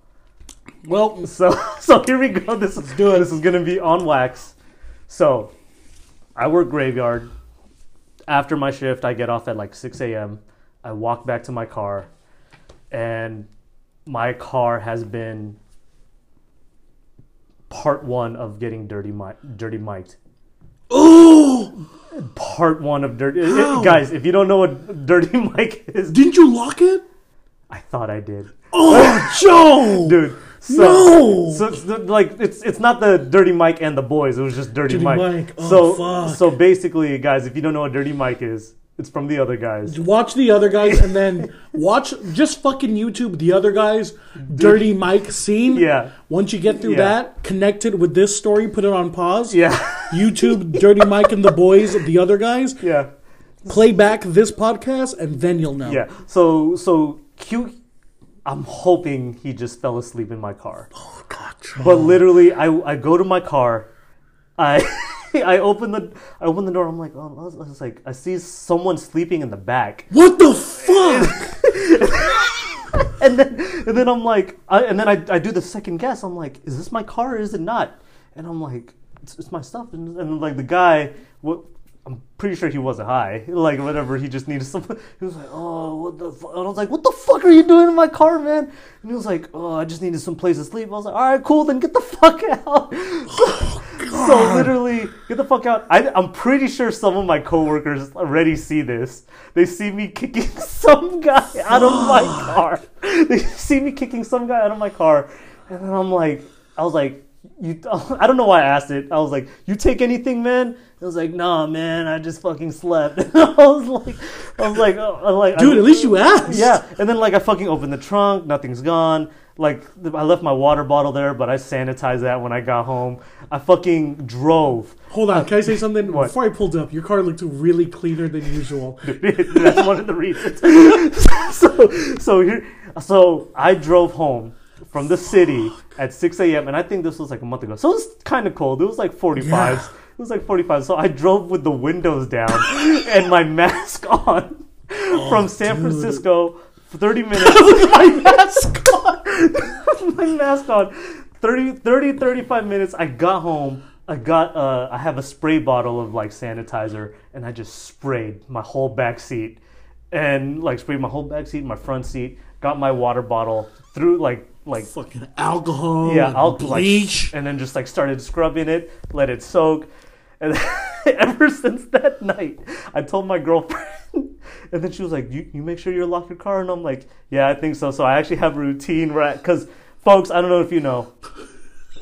Speaker 3: Well,
Speaker 2: So, so here we go. This is
Speaker 3: do it.
Speaker 2: This is going to be on wax. So, I work graveyard. After my shift, I get off at like 6 a.m. I walk back to my car, and my car has been part one of getting dirty, mi- dirty mic'd.
Speaker 3: oh,
Speaker 2: Part one of dirty.
Speaker 3: How?
Speaker 2: guys, if you don't know what dirty mic is,
Speaker 3: didn't you lock it?
Speaker 2: I thought I did.
Speaker 3: Oh, Joe,
Speaker 2: dude. So,
Speaker 3: No!
Speaker 2: so it's the- like it's it's not the Dirty Mike and the boys. It was just Dirty,
Speaker 3: Dirty
Speaker 2: Mike.
Speaker 3: Mike. Oh,
Speaker 2: so
Speaker 3: fuck.
Speaker 2: so basically, guys, if you don't know what Dirty Mike is, it's from the other guys.
Speaker 3: Watch the other guys, and then watch just fucking YouTube the other guys. Dirty Mike scene.
Speaker 2: Yeah.
Speaker 3: Once you get through
Speaker 2: Yeah.
Speaker 3: that, connect it with this story. Put it on pause.
Speaker 2: Yeah,
Speaker 3: YouTube Dirty Mike and the boys, the other guys.
Speaker 2: yeah,
Speaker 3: Play back this podcast, and then you'll know.
Speaker 2: yeah. So so Q, I'm hoping he just fell asleep in my car.
Speaker 3: Oh God,
Speaker 2: But literally, I I go to my car, I. I open the I open the door. I'm like, oh, I was- I was like, I see someone sleeping in the back.
Speaker 3: what the fuck?
Speaker 2: and then and then I'm like, I, and then I, I do the second guess. I'm like, is this my car or is it not? And I'm like, it's, it's my stuff. And, and like the guy, what, I'm pretty sure he wasn't high. Like whatever, he just needed some. He was like, oh, what the? Fu-? And I was like, what the fuck are you doing in my car, man? And he was like, oh, I just needed some place to sleep. I was like, all right, cool, then get the fuck out. So literally, get the fuck out. I, I'm pretty sure some of my coworkers already see this. They see me kicking some guy out of my car. They see me kicking some guy out of my car, and then I'm like, I was like, you. I don't know why I asked it. I was like, you take anything, man? I was like, nah, man. I just fucking slept. I was like, I was like, oh, I'm like,
Speaker 3: Dude, at least you asked.
Speaker 2: yeah, and then like I fucking opened the trunk, nothing's gone. Like th- I left my water bottle there, but I sanitized that when I got home. I fucking drove.
Speaker 3: Hold on, can I say something?
Speaker 2: What?
Speaker 3: Before I pulled up, your car looked really cleaner than usual.
Speaker 2: That's one of the reasons. so so here, so I drove home from the city at 6 a.m. and I think this was like a month ago. So it was kind of cold. It was like 45s. It was like 45. So I drove with the windows down and my mask on from San
Speaker 3: dude.
Speaker 2: Francisco. 30 minutes. my mask on. my mask on. 30, 30, 35 minutes. I got home. I got. Uh, I have a spray bottle of like sanitizer, and I just sprayed my whole back seat, and like sprayed my whole back seat, my front seat. Got my water bottle through like like
Speaker 3: Fucking alcohol.
Speaker 2: yeah,
Speaker 3: and
Speaker 2: I'll
Speaker 3: bleach.
Speaker 2: like, and then just like started scrubbing it, let it soak, and ever since that night, I told my girlfriend, and then she was like, "You you make sure you lock your car," and I'm like, "Yeah, I think so." So I actually have a routine right because, folks, I don't know if you know.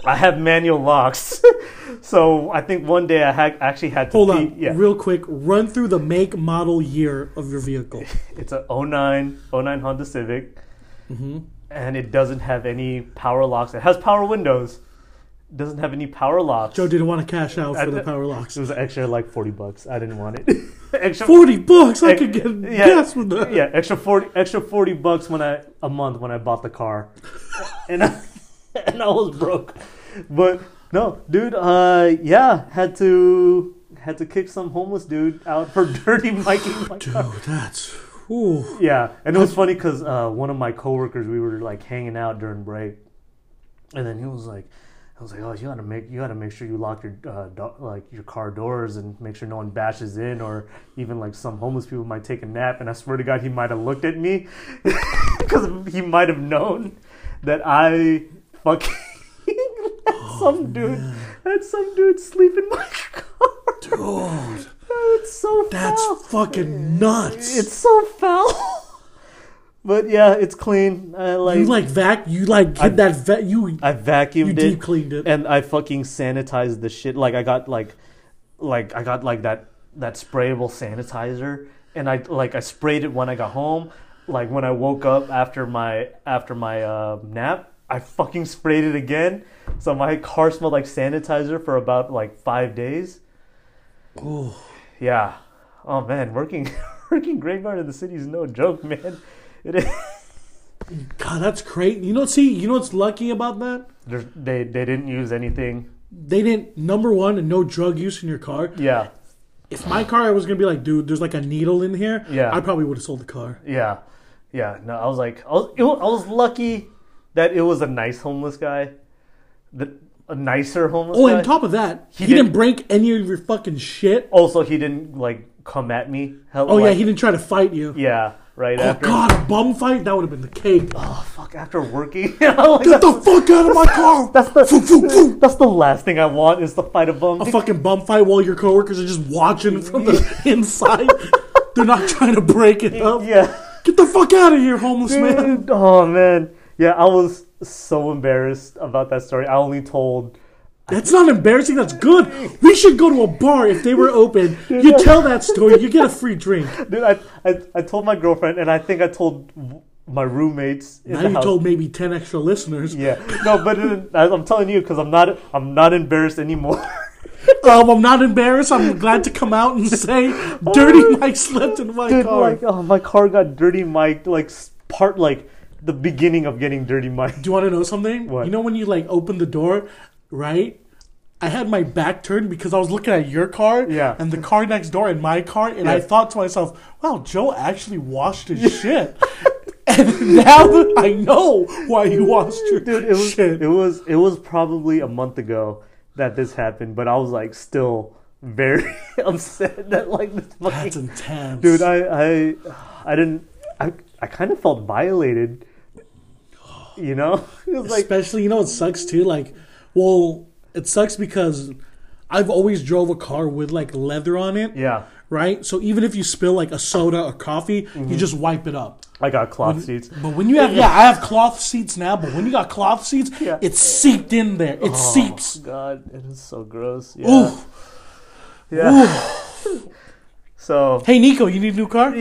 Speaker 2: I have manual locks, so I think one day I ha- actually had to.
Speaker 3: Hold
Speaker 2: pee-
Speaker 3: on,
Speaker 2: yeah,
Speaker 3: real quick. Run through the make, model, year of your vehicle.
Speaker 2: it's a 09, 09 Honda Civic,
Speaker 3: Mm-hmm.
Speaker 2: and it doesn't have any power locks. It has power windows, doesn't have any power locks.
Speaker 3: Joe didn't want to cash out for the
Speaker 2: th-
Speaker 3: power
Speaker 2: It
Speaker 3: locks.
Speaker 2: was extra like forty bucks. I didn't want it. extra
Speaker 3: Forty bucks, I
Speaker 2: ex-
Speaker 3: could get
Speaker 2: yeah,
Speaker 3: gas with that.
Speaker 2: Yeah, extra forty extra forty bucks when I a month when I bought the car, and I, and I was broke. But no, dude. Uh, yeah, had to had to kick some homeless dude out for dirty miking my car.
Speaker 3: Dude, that's Ooh.
Speaker 2: Yeah, and it was funny because uh, one of my coworkers, we were like hanging out during break, and then he was like, "I was like, oh, you gotta make you gotta make sure you lock your uh, do- like your car doors and make sure no one bashes in, or even like some homeless people might take a nap." And I swear to God, he might have looked at me because he might have known that I fucking had
Speaker 3: Oh,
Speaker 2: some dude had some dude sleep in my car.
Speaker 3: Dude,
Speaker 2: It's so
Speaker 3: that's
Speaker 2: foul.
Speaker 3: fucking nuts.
Speaker 2: Oh. It's so foul. but yeah, it's clean. I
Speaker 3: you
Speaker 2: like,
Speaker 3: like vac, you like hit that vac, you
Speaker 2: I vacuumed
Speaker 3: you
Speaker 2: it.
Speaker 3: deep cleaned it.
Speaker 2: and I fucking sanitized the shit. Like I got like, like I got like that that sprayable sanitizer, and I like I sprayed it when I got home. Like when I woke up after my after my uh, nap, I fucking sprayed it again. So my car smelled like sanitizer for about like five days.
Speaker 3: Ooh.
Speaker 2: Yeah. Oh man, working working graveyard in the city is no joke, man. It is.
Speaker 3: God, that's great. You know, see, you know what's lucky about that?
Speaker 2: There's- They they didn't use anything.
Speaker 3: They didn't number one and no drug use in your car.
Speaker 2: Yeah.
Speaker 3: If my car was gonna be like, dude, there's like a needle in here,
Speaker 2: Yeah.
Speaker 3: I probably would have sold the car.
Speaker 2: Yeah, yeah. No, I was like, I was, it wa- I was lucky that it was a nice homeless guy, the, a nicer homeless
Speaker 3: Oh,
Speaker 2: guy.
Speaker 3: and top of that, he,
Speaker 2: did-
Speaker 3: didn't break any of your fucking shit.
Speaker 2: also, he didn't like come at me. Hell,
Speaker 3: Oh yeah,
Speaker 2: like-
Speaker 3: he didn't try to fight you.
Speaker 2: yeah. Right
Speaker 3: Oh
Speaker 2: after,
Speaker 3: god, a bum fight? That would have been the cake.
Speaker 2: oh fuck, after working, you know, like,
Speaker 3: Get
Speaker 2: that's,
Speaker 3: the fuck out of my car!
Speaker 2: that's the that's the last thing I want is to fight a bum.
Speaker 3: a fucking bum fight while your coworkers are just watching from the inside. They're not trying to break it up.
Speaker 2: Yeah.
Speaker 3: Get the fuck out of here, homeless man.
Speaker 2: Dude, oh man, yeah. I was so embarrassed about that story. I only told.
Speaker 3: That's not embarrassing. That's good. We should go to a bar if they were open. You tell that story. You get a free drink.
Speaker 2: Dude, I, I, I told my girlfriend, and I think I told w- my roommates. In
Speaker 3: Now
Speaker 2: the
Speaker 3: you
Speaker 2: house.
Speaker 3: told maybe ten extra listeners.
Speaker 2: Yeah, no, but it, I- I'm telling you because I'm not I'm not embarrassed anymore.
Speaker 3: Um, I'm not embarrassed. I'm glad to come out and say, "Dirty Mike slept in my
Speaker 2: Dude,
Speaker 3: car."
Speaker 2: like oh, my car got dirty, Mike. Like s- part like the beginning of getting dirty, Mike.
Speaker 3: Do you want to know something?
Speaker 2: What?
Speaker 3: You know when you like open the door, right? I had my back turned because I was looking at your car
Speaker 2: Yeah.
Speaker 3: and the car next door and my car, and I
Speaker 2: Yeah.
Speaker 3: thought to myself, "Wow, Joe actually washed his shit." and now that I know why you washed your
Speaker 2: Dude, it was
Speaker 3: shit.
Speaker 2: it was it was probably a month ago that this happened, but I was like still very upset that like this
Speaker 3: That's
Speaker 2: fucking
Speaker 3: intense,
Speaker 2: dude. I I I didn't I I kind of felt violated. You know, it was like
Speaker 3: Especially, you know, it sucks too. Like, well, it sucks because I've always drove a car with like leather on it,
Speaker 2: yeah,
Speaker 3: right? So even if you spill like a soda or coffee,
Speaker 2: Mm-hmm.
Speaker 3: you just wipe it up.
Speaker 2: I got cloth seats.
Speaker 3: But when you have, yeah, I have cloth seats now. But when you got cloth seats,
Speaker 2: Yeah. Oh.
Speaker 3: it's seeped in there. It seeps.
Speaker 2: God, it is so gross. Yeah.
Speaker 3: Ooh.
Speaker 2: Yeah. so
Speaker 3: Hey, Nico, you need a new car?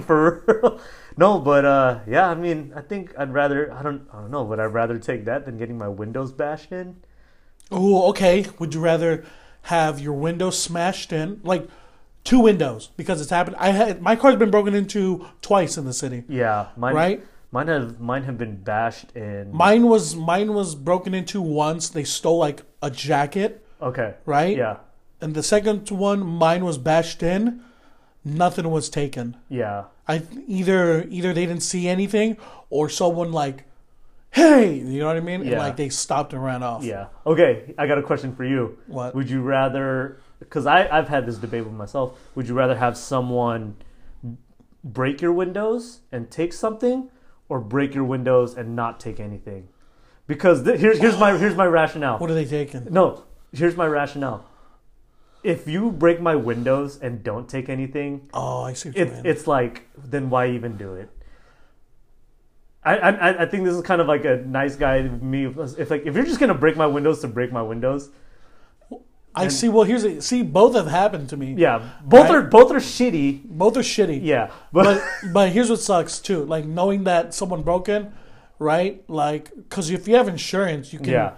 Speaker 2: for real. no, but uh, yeah. I mean, I think I'd rather. I don't. I don't know. Would I rather take that than getting my windows bashed in?
Speaker 3: Oh, okay. Would you rather have your window smashed in, like two windows, because it's happened? I had my car's been broken into twice in the city.
Speaker 2: Yeah, mine.
Speaker 3: Right.
Speaker 2: Mine have mine have been bashed in.
Speaker 3: Mine was mine was broken into once. They stole like a jacket,
Speaker 2: okay.
Speaker 3: right?
Speaker 2: Yeah.
Speaker 3: And the second one, mine was bashed in. Nothing was taken.
Speaker 2: Yeah.
Speaker 3: I either either they didn't see anything or someone like, hey, you know what I mean? And
Speaker 2: Yeah.
Speaker 3: like they stopped and ran off.
Speaker 2: Yeah. Okay. I got a question for you.
Speaker 3: What?
Speaker 2: Would you rather? Because I I've had this debate with myself. Would you rather have someone break your windows and take something, or break your windows and not take anything? Because th- here's here's my here's my rationale.
Speaker 3: What are they taking?
Speaker 2: No, here's my rationale. If you break my windows and don't take anything,
Speaker 3: Oh, I see what you
Speaker 2: it,
Speaker 3: mean.
Speaker 2: it's like then why even do it? I, I I- I think this is kind of like a nice guy to me. If like if you're just gonna break my windows to break my windows,
Speaker 3: I see. Well, here's a, see, both have happened to me.
Speaker 2: yeah, both
Speaker 3: Right.
Speaker 2: are both are shitty.
Speaker 3: Both are shitty.
Speaker 2: Yeah, but,
Speaker 3: But but here's what sucks too. Like knowing that someone broke in, right? Like because if you have insurance, you can.
Speaker 2: yeah,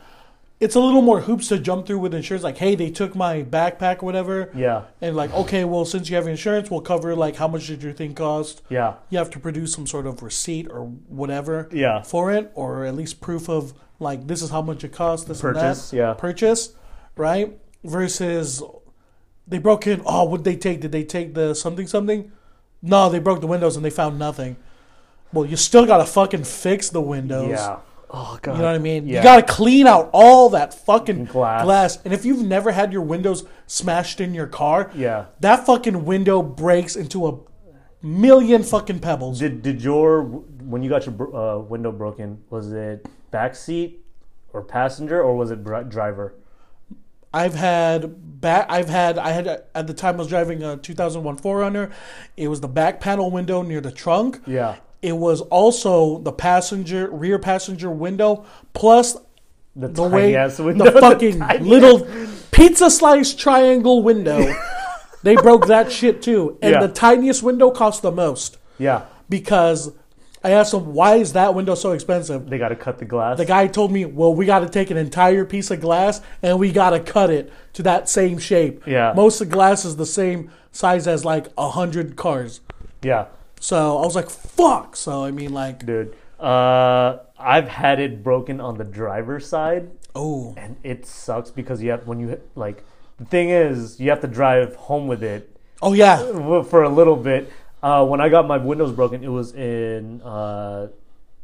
Speaker 3: It's a little more hoops to jump through with insurance. Like, hey, they took my backpack, or whatever.
Speaker 2: yeah,
Speaker 3: And like, okay, well, since you have insurance, we'll cover like how much did your thing cost?
Speaker 2: yeah,
Speaker 3: you have to produce some sort of receipt or whatever
Speaker 2: Yeah.
Speaker 3: for it, or at least proof of like this is how much it costs. This
Speaker 2: Purchase,
Speaker 3: and that.
Speaker 2: yeah.
Speaker 3: purchase, right? Versus they broke in. Oh, what they take? Did they take the something something? No, they broke the windows and they found nothing. Well, you still gotta fucking fix the windows.
Speaker 2: Yeah. Oh god.
Speaker 3: You know what I mean?
Speaker 2: Yeah.
Speaker 3: You gotta clean out all that fucking
Speaker 2: Glass.
Speaker 3: glass. And if you've never had your windows smashed in your car,
Speaker 2: Yeah.
Speaker 3: that fucking window breaks into a million fucking pebbles.
Speaker 2: Did did your when you got your br- uh, window broken was it back seat or passenger or was it br- driver?
Speaker 3: I've had back. I've had. I had at the time I was driving a 2001 4Runner. It was the back panel window near the trunk.
Speaker 2: Yeah.
Speaker 3: It was also the passenger rear passenger window plus
Speaker 2: The,
Speaker 3: the
Speaker 2: tiny
Speaker 3: way
Speaker 2: ass window.
Speaker 3: the fucking
Speaker 2: tiny
Speaker 3: little pizza slice triangle window. they broke that shit too, and
Speaker 2: Yeah.
Speaker 3: the tiniest window cost the most
Speaker 2: Yeah.
Speaker 3: because I asked them why is that window so expensive.
Speaker 2: They got to cut the glass.
Speaker 3: The guy told me, "Well, we got to take an entire piece of glass and we got to cut it to that same shape.
Speaker 2: Yeah.
Speaker 3: most of the glass is the same size as like a hundred cars."
Speaker 2: yeah,
Speaker 3: So I was like, "Fuck!" So I mean, like,
Speaker 2: dude. Uh, I've had it broken on the driver's side,
Speaker 3: oh,
Speaker 2: and it sucks because you have when you like. The thing is, you have to drive home with it
Speaker 3: oh yeah,
Speaker 2: for a little bit. Uh, when I got my windows broken, it was in uh,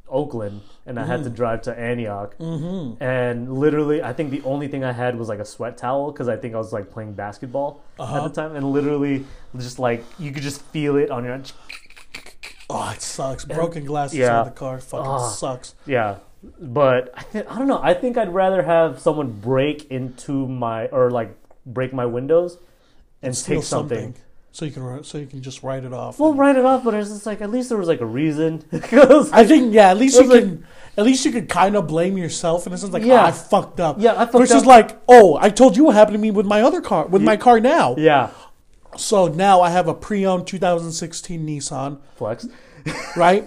Speaker 2: Oakland, and I had to drive to Antioch. Mm-hmm. And literally, I think the only thing I had was like a sweat towel because I think I was like playing basketball at the time. And literally, just like you could just feel it on your
Speaker 3: oh, it sucks. Broken glass
Speaker 2: Yeah.
Speaker 3: inside the car fucking
Speaker 2: Ah.
Speaker 3: sucks.
Speaker 2: yeah. But I, th- I don't know. I think I'd rather have someone break into my or like break my windows and
Speaker 3: Steal
Speaker 2: take something.
Speaker 3: so you can ri- so you can just write it off.
Speaker 2: We'll write it off, but it's just like at least there was like a reason. 'Cause-
Speaker 3: I think yeah, at least you
Speaker 2: It was
Speaker 3: can at least you could kind of blame yourself in a sense like
Speaker 2: Yeah.
Speaker 3: "Ah, I fucked up.
Speaker 2: Yeah, I fucked
Speaker 3: Versus
Speaker 2: up.
Speaker 3: like, oh, I told you what happened to me with my other car with my car now.
Speaker 2: yeah,
Speaker 3: So now I have a pre-owned 2016 Nissan,
Speaker 2: flex.
Speaker 3: right?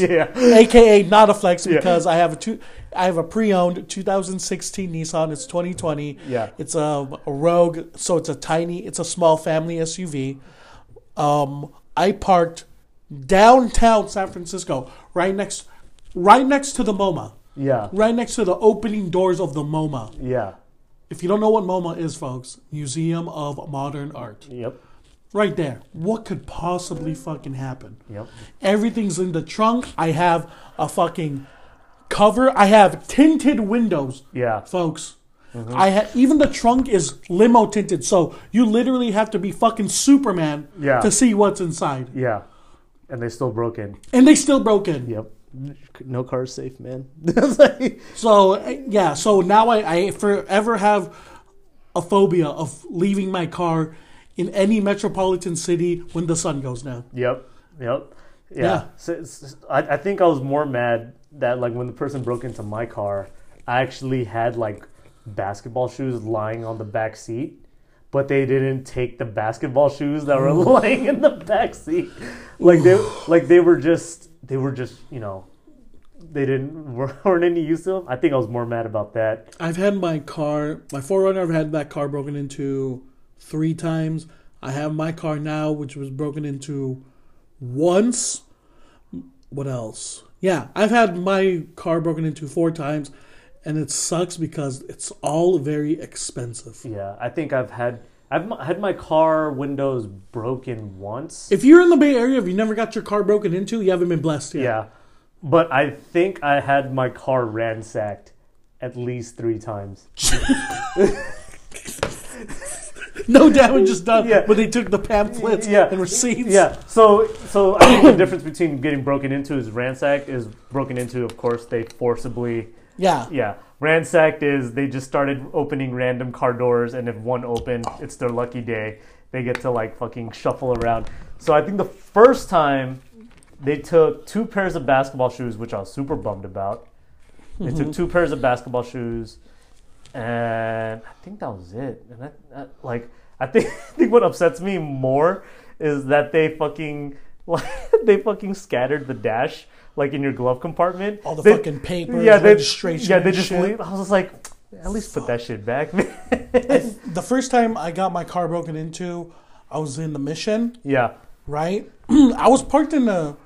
Speaker 2: Yeah.
Speaker 3: AKA not a flex because I have a two I have a pre-owned 2016 Nissan. It's 2020.
Speaker 2: Yeah.
Speaker 3: It's a, a Rogue, so it's a tiny, it's a small family SUV. Um, I parked downtown San Francisco, right next, right next to the MoMA,
Speaker 2: Yeah,
Speaker 3: right next to the opening doors of the MoMA.
Speaker 2: yeah,
Speaker 3: If you don't know what MoMA is, folks, Museum of Modern Art,
Speaker 2: yep,
Speaker 3: right there. What could possibly fucking happen?
Speaker 2: yep.
Speaker 3: Everything's in the trunk. I have a fucking cover. I have tinted windows,
Speaker 2: Yeah,
Speaker 3: folks. I ha- even the trunk is limo tinted, so you literally have to be fucking Superman
Speaker 2: Yeah.
Speaker 3: to see what's inside.
Speaker 2: yeah. And they still broke in.
Speaker 3: And they still broke in.
Speaker 2: Yep. No car safe, man.
Speaker 3: So uh, yeah, so now I, I forever have a phobia of leaving my car in any metropolitan city when the sun goes down.
Speaker 2: Yep. Yep. Yeah.
Speaker 3: Yeah.
Speaker 2: So, it's- I, I think I was more mad that like when the person broke into my car, I actually had like basketball shoes lying on the back seat, but they didn't take the basketball shoes that were lying in the back seat. Like they like they were just they were just you know they didn't weren't any use to them. I think I was more mad about that.
Speaker 3: I've had my car, my Forerunner. I've had that car broken into three times. I have my car now, which was broken into once. What else? Yeah, I've had my car broken into four times, and it sucks because it's all very expensive.
Speaker 2: Yeah. I think I've had I've m- had my car windows broken once.
Speaker 3: If you're in the Bay Area, if you never got your car broken into, you haven't been blessed yet.
Speaker 2: Yeah. But I think I had my car ransacked at least three times.
Speaker 3: No damage is done,
Speaker 2: Yeah.
Speaker 3: but they took the pamphlets
Speaker 2: Yeah.
Speaker 3: and receipts.
Speaker 2: Yeah. So so I think the difference between getting broken into is ransacked is broken into, of course, they forcibly
Speaker 3: yeah.
Speaker 2: yeah. Ransacked is they just started opening random car doors and if one opened, it's their lucky day. They get to like fucking shuffle around. So I think the first time they took two pairs of basketball shoes, which I was super bummed about. They
Speaker 3: Mm-hmm.
Speaker 2: took two pairs of basketball shoes, and I think that was it. And I, I, like, I think, I think what upsets me more is that they fucking like they fucking scattered the dash like in your glove compartment.
Speaker 3: All the
Speaker 2: They-
Speaker 3: fucking papers,
Speaker 2: yeah, they,
Speaker 3: registration.
Speaker 2: Yeah, they
Speaker 3: and
Speaker 2: just
Speaker 3: shit.
Speaker 2: leave. I was just like, at least put that shit back.
Speaker 3: the first time I got my car broken into, I was in the mission,
Speaker 2: yeah,
Speaker 3: right? I was parked in a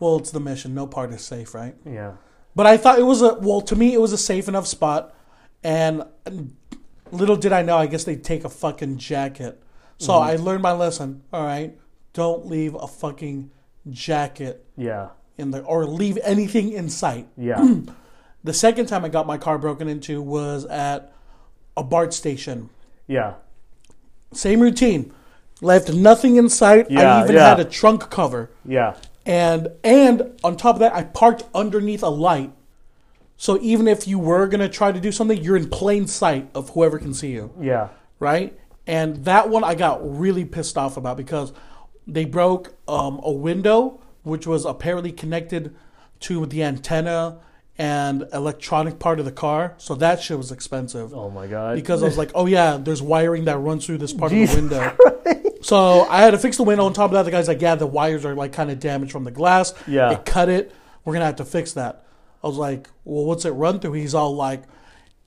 Speaker 3: well, it's the mission, no part is safe, right?
Speaker 2: yeah,
Speaker 3: But I thought it was a well, to me it was a safe enough spot and little did I know, I guess they take a fucking jacket. So I learned my lesson, all right? don't leave a fucking jacket
Speaker 2: Yeah.
Speaker 3: in the or leave anything in sight.
Speaker 2: Yeah.
Speaker 3: The second time I got my car broken into was at a BART station.
Speaker 2: yeah.
Speaker 3: Same routine. Left nothing in sight.
Speaker 2: Yeah,
Speaker 3: I even
Speaker 2: yeah.
Speaker 3: had a trunk cover.
Speaker 2: Yeah.
Speaker 3: And and on top of that, I parked underneath a light. So even if you were gonna try to do something, you're in plain sight of whoever can see you.
Speaker 2: Yeah.
Speaker 3: right? And that one I got really pissed off about because they broke um, a window which was apparently connected to the antenna and electronic part of the car. So that shit was expensive.
Speaker 2: Oh my god.
Speaker 3: Because I was like, oh yeah, there's wiring that runs through this part of the window. So I had to fix the window. On top of that, the guy's like, yeah, the wires are like kind of damaged from the glass.
Speaker 2: Yeah.
Speaker 3: It cut it. We're gonna have to fix that. I was like, well, what's it run through? He's all like,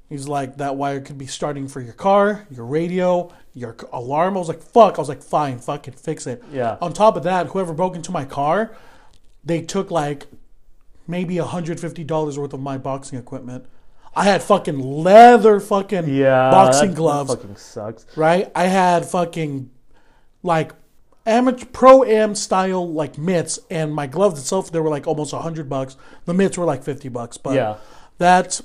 Speaker 3: he's like, that wire could be starting for your car, your radio, your c- alarm. I was like, fuck. I was like, fine, fuck it, fix it.
Speaker 2: Yeah.
Speaker 3: On top of that, whoever broke into my car, they took like maybe hundred fifty dollars worth of my boxing equipment. I had fucking leather fucking
Speaker 2: yeah.
Speaker 3: boxing
Speaker 2: that- that
Speaker 3: gloves
Speaker 2: fucking sucks.
Speaker 3: right? I had fucking like amateur pro am style like mitts and my gloves itself they were like almost 100 bucks. The mitts were like 50 bucks, but
Speaker 2: Yeah.
Speaker 3: that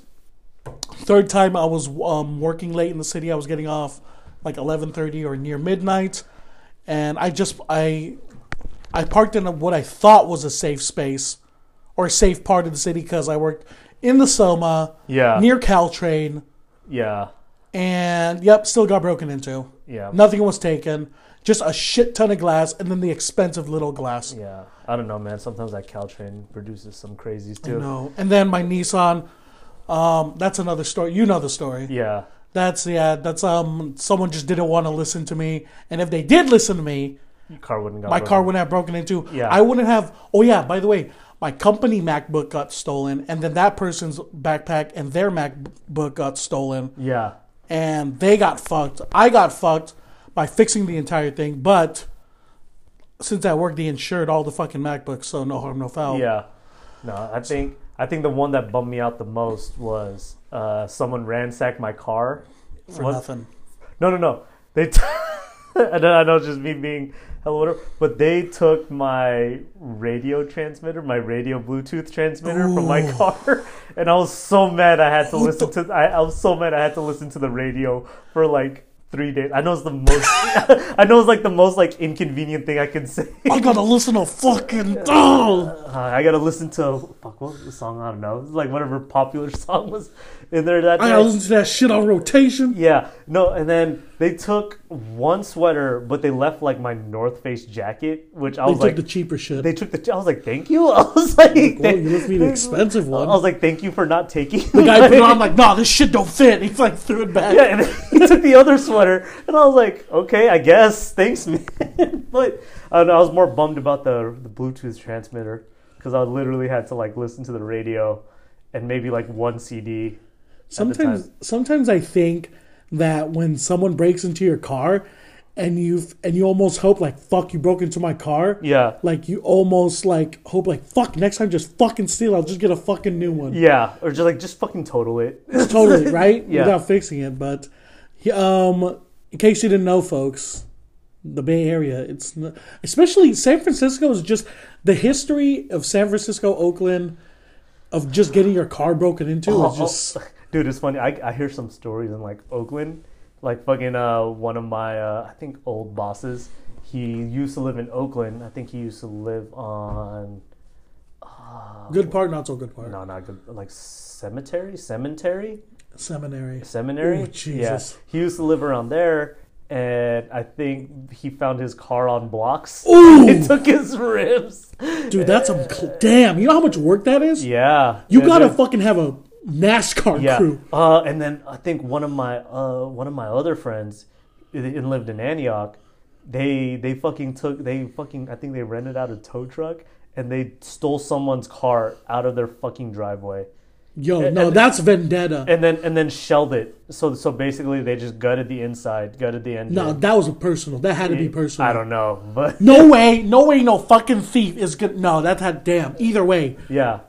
Speaker 3: third time I was um, working late in the city, I was getting off like 11:30 or near midnight and I just I I parked in a, what I thought was a safe space or a safe part of the city cuz I worked in the Soma
Speaker 2: Yeah.
Speaker 3: near Caltrain
Speaker 2: Yeah.
Speaker 3: and yep, still got broken into.
Speaker 2: Yeah.
Speaker 3: Nothing was taken. Just a shit ton of glass, and then the expensive little glass.
Speaker 2: Yeah. I don't know, man. Sometimes that Caltrain produces some crazies
Speaker 3: You
Speaker 2: too.
Speaker 3: know. And then my Nissan. Um, that's another story. You know the story.
Speaker 2: Yeah.
Speaker 3: That's yeah. That's um. Someone just didn't want to listen to me, and if they did listen to me,
Speaker 2: Car wouldn't got
Speaker 3: my
Speaker 2: broken.
Speaker 3: car wouldn't have broken into.
Speaker 2: Yeah.
Speaker 3: I wouldn't have. Oh yeah. By the way, my company MacBook got stolen, and then that person's backpack and their MacBook got stolen.
Speaker 2: Yeah.
Speaker 3: and they got fucked. I got fucked by fixing the entire thing, but since I worked, they insured all the fucking MacBooks, so no harm, no foul.
Speaker 2: Yeah. No, I think I think the one that bummed me out the most was uh, someone ransacked my car
Speaker 3: for
Speaker 2: What?
Speaker 3: nothing.
Speaker 2: No, no, no. They. T- and then I know it's just me being hello whatever, but they took my radio transmitter, my radio Bluetooth transmitter from my
Speaker 3: Ooh.
Speaker 2: car, and I was so mad I had to
Speaker 3: What
Speaker 2: listen to. I, I was so mad I had to listen to the radio for like three days. I know it's the most. I know it's like the most like inconvenient thing I can say.
Speaker 3: I gotta listen to fucking. Oh,
Speaker 2: Uh, I gotta listen to fuck what was the song? I don't know. It was like whatever popular song was in there that
Speaker 3: I
Speaker 2: night.
Speaker 3: gotta listen to that shit on rotation.
Speaker 2: Yeah, no, and then they took one sweater, but they left like my North Face jacket, which I
Speaker 3: They
Speaker 2: was
Speaker 3: took
Speaker 2: like,
Speaker 3: the cheaper shit.
Speaker 2: they took the. I was like, thank you. I was like,
Speaker 3: well, you left me the expensive
Speaker 2: I
Speaker 3: one.
Speaker 2: was like, thank you for not taking
Speaker 3: the guy put it on like, nah, this shit don't fit. He like threw it back.
Speaker 2: Yeah, and then he took the other sweater, and I was like, okay, I guess, thanks, man. but I, don't know, I was more bummed about the the Bluetooth transmitter because I literally had to like listen to the radio and maybe like one CD.
Speaker 3: sometimes sometimes I think that when someone breaks into your car and you and you almost hope like fuck you broke into my car.
Speaker 2: Yeah.
Speaker 3: Like you almost like hope like fuck next time just fucking steal I'll just get a fucking new one.
Speaker 2: Yeah, or just like just fucking total it.
Speaker 3: Totally, right?
Speaker 2: Yeah.
Speaker 3: Without fixing it, but he- um in case you didn't know folks, the Bay Area, it's n especially San Francisco is just the history of San Francisco, Oakland of just getting your car broken into
Speaker 2: Oh,
Speaker 3: is just
Speaker 2: dude, it's funny. I, I hear some stories in like Oakland, like fucking uh, one of my uh, I think old bosses. He used to live in Oakland. I think he used to live on
Speaker 3: good part not so good part.
Speaker 2: no, not good, like cemetery, cemetery,
Speaker 3: Seminary.
Speaker 2: seminary.
Speaker 3: Oh, Jesus.
Speaker 2: Yeah. he used to live around there, and I think he found his car on blocks.
Speaker 3: Ooh,
Speaker 2: It took his ribs.
Speaker 3: dude, that's a cl- damn. You know how much work that is.
Speaker 2: Yeah,
Speaker 3: You
Speaker 2: Yeah,
Speaker 3: gotta
Speaker 2: dude.
Speaker 3: fucking have a NASCAR
Speaker 2: Yeah.
Speaker 3: crew.
Speaker 2: Uh, and then I think one of my uh, one of my other friends i- i- lived in Antioch. They they fucking took they fucking I think they rented out a tow truck and they stole someone's car out of their fucking driveway
Speaker 3: Yo, no, that's vendetta.
Speaker 2: and then and then shelled it. So so basically they just gutted the inside, gutted the engine.
Speaker 3: no, that was a personal. That had to be personal.
Speaker 2: I don't know, but
Speaker 3: No way, no way, no fucking thief is good. No, that had damn. Either way,
Speaker 2: yeah,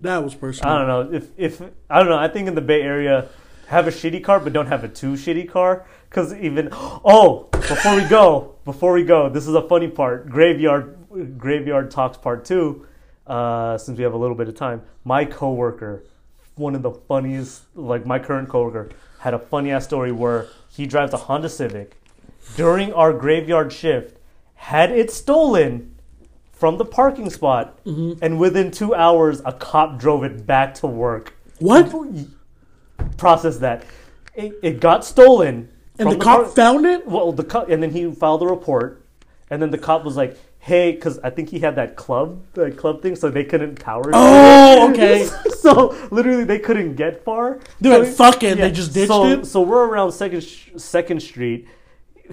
Speaker 3: that was
Speaker 2: I
Speaker 3: personal.
Speaker 2: don't know if if I don't know. I think in the Bay Area, have a shitty car, but don't have a too shitty car. Because even oh, before we go, before we go, this is a funny part. Graveyard Graveyard Talks Part Two. Uh, since we have a little bit of time, my coworker, one of the funniest, like my current coworker, had a funny ass story where he drives a Honda Civic during our graveyard shift, had it stolen from the parking spot,
Speaker 3: Mm-hmm.
Speaker 2: and within two hours, a cop drove it back to work.
Speaker 3: What?
Speaker 2: Process that. It, it got stolen.
Speaker 3: And
Speaker 2: from
Speaker 3: the cop
Speaker 2: par-
Speaker 3: found it?
Speaker 2: well, the cop, and then he filed a report, and then the cop was like, "Hey," because I think he had that club, that club thing, so they couldn't power. it.
Speaker 3: Oh, okay.
Speaker 2: so literally, they couldn't get far.
Speaker 3: They went,
Speaker 2: So-
Speaker 3: "Fuck it," they just ditched
Speaker 2: so,
Speaker 3: it?
Speaker 2: So we're around Second Sh- Second Street.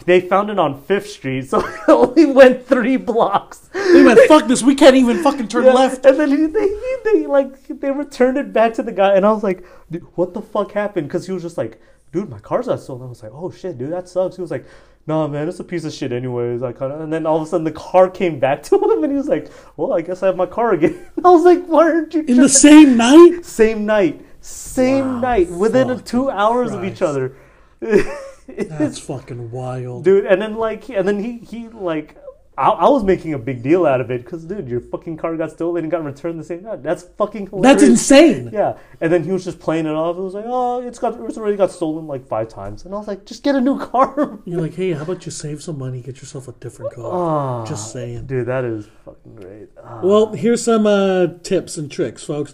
Speaker 2: They found it on Fifth Street, so it only went three blocks.
Speaker 3: They went, fuck this, we can't even fucking turn
Speaker 2: Yeah,
Speaker 3: left.
Speaker 2: And then he, they, he- they like they returned it back to the guy, and I was like, dude, "What the fuck happened?" Because he was just like, "Dude, my car's got stolen." I was like, "Oh shit, dude, that sucks." He was like, "Nah, man, it's a piece of shit, anyways." I kind of, and then all of a sudden the car came back to him, and he was like, "Well, I guess I have my car again." I was like, "Why aren't you?"
Speaker 3: In
Speaker 2: try-"
Speaker 3: the same night?
Speaker 2: same night, same night, within a two hours of each
Speaker 3: Christ.
Speaker 2: other,
Speaker 3: That's fucking wild.
Speaker 2: dude. And then like, and then he he like. I, I was making a big deal out of it because, dude, your fucking car got stolen and got returned the same night. That's fucking hilarious.
Speaker 3: That's insane.
Speaker 2: Yeah, and then he was just playing it off. It was like, oh, it's got it's already got stolen like five times, and I was like, just get a new car,
Speaker 3: You're like, hey, how about you save some money, get yourself a different car? Just saying.
Speaker 2: dude. That is fucking great. Ah.
Speaker 3: Well, here's some uh, tips and tricks, folks.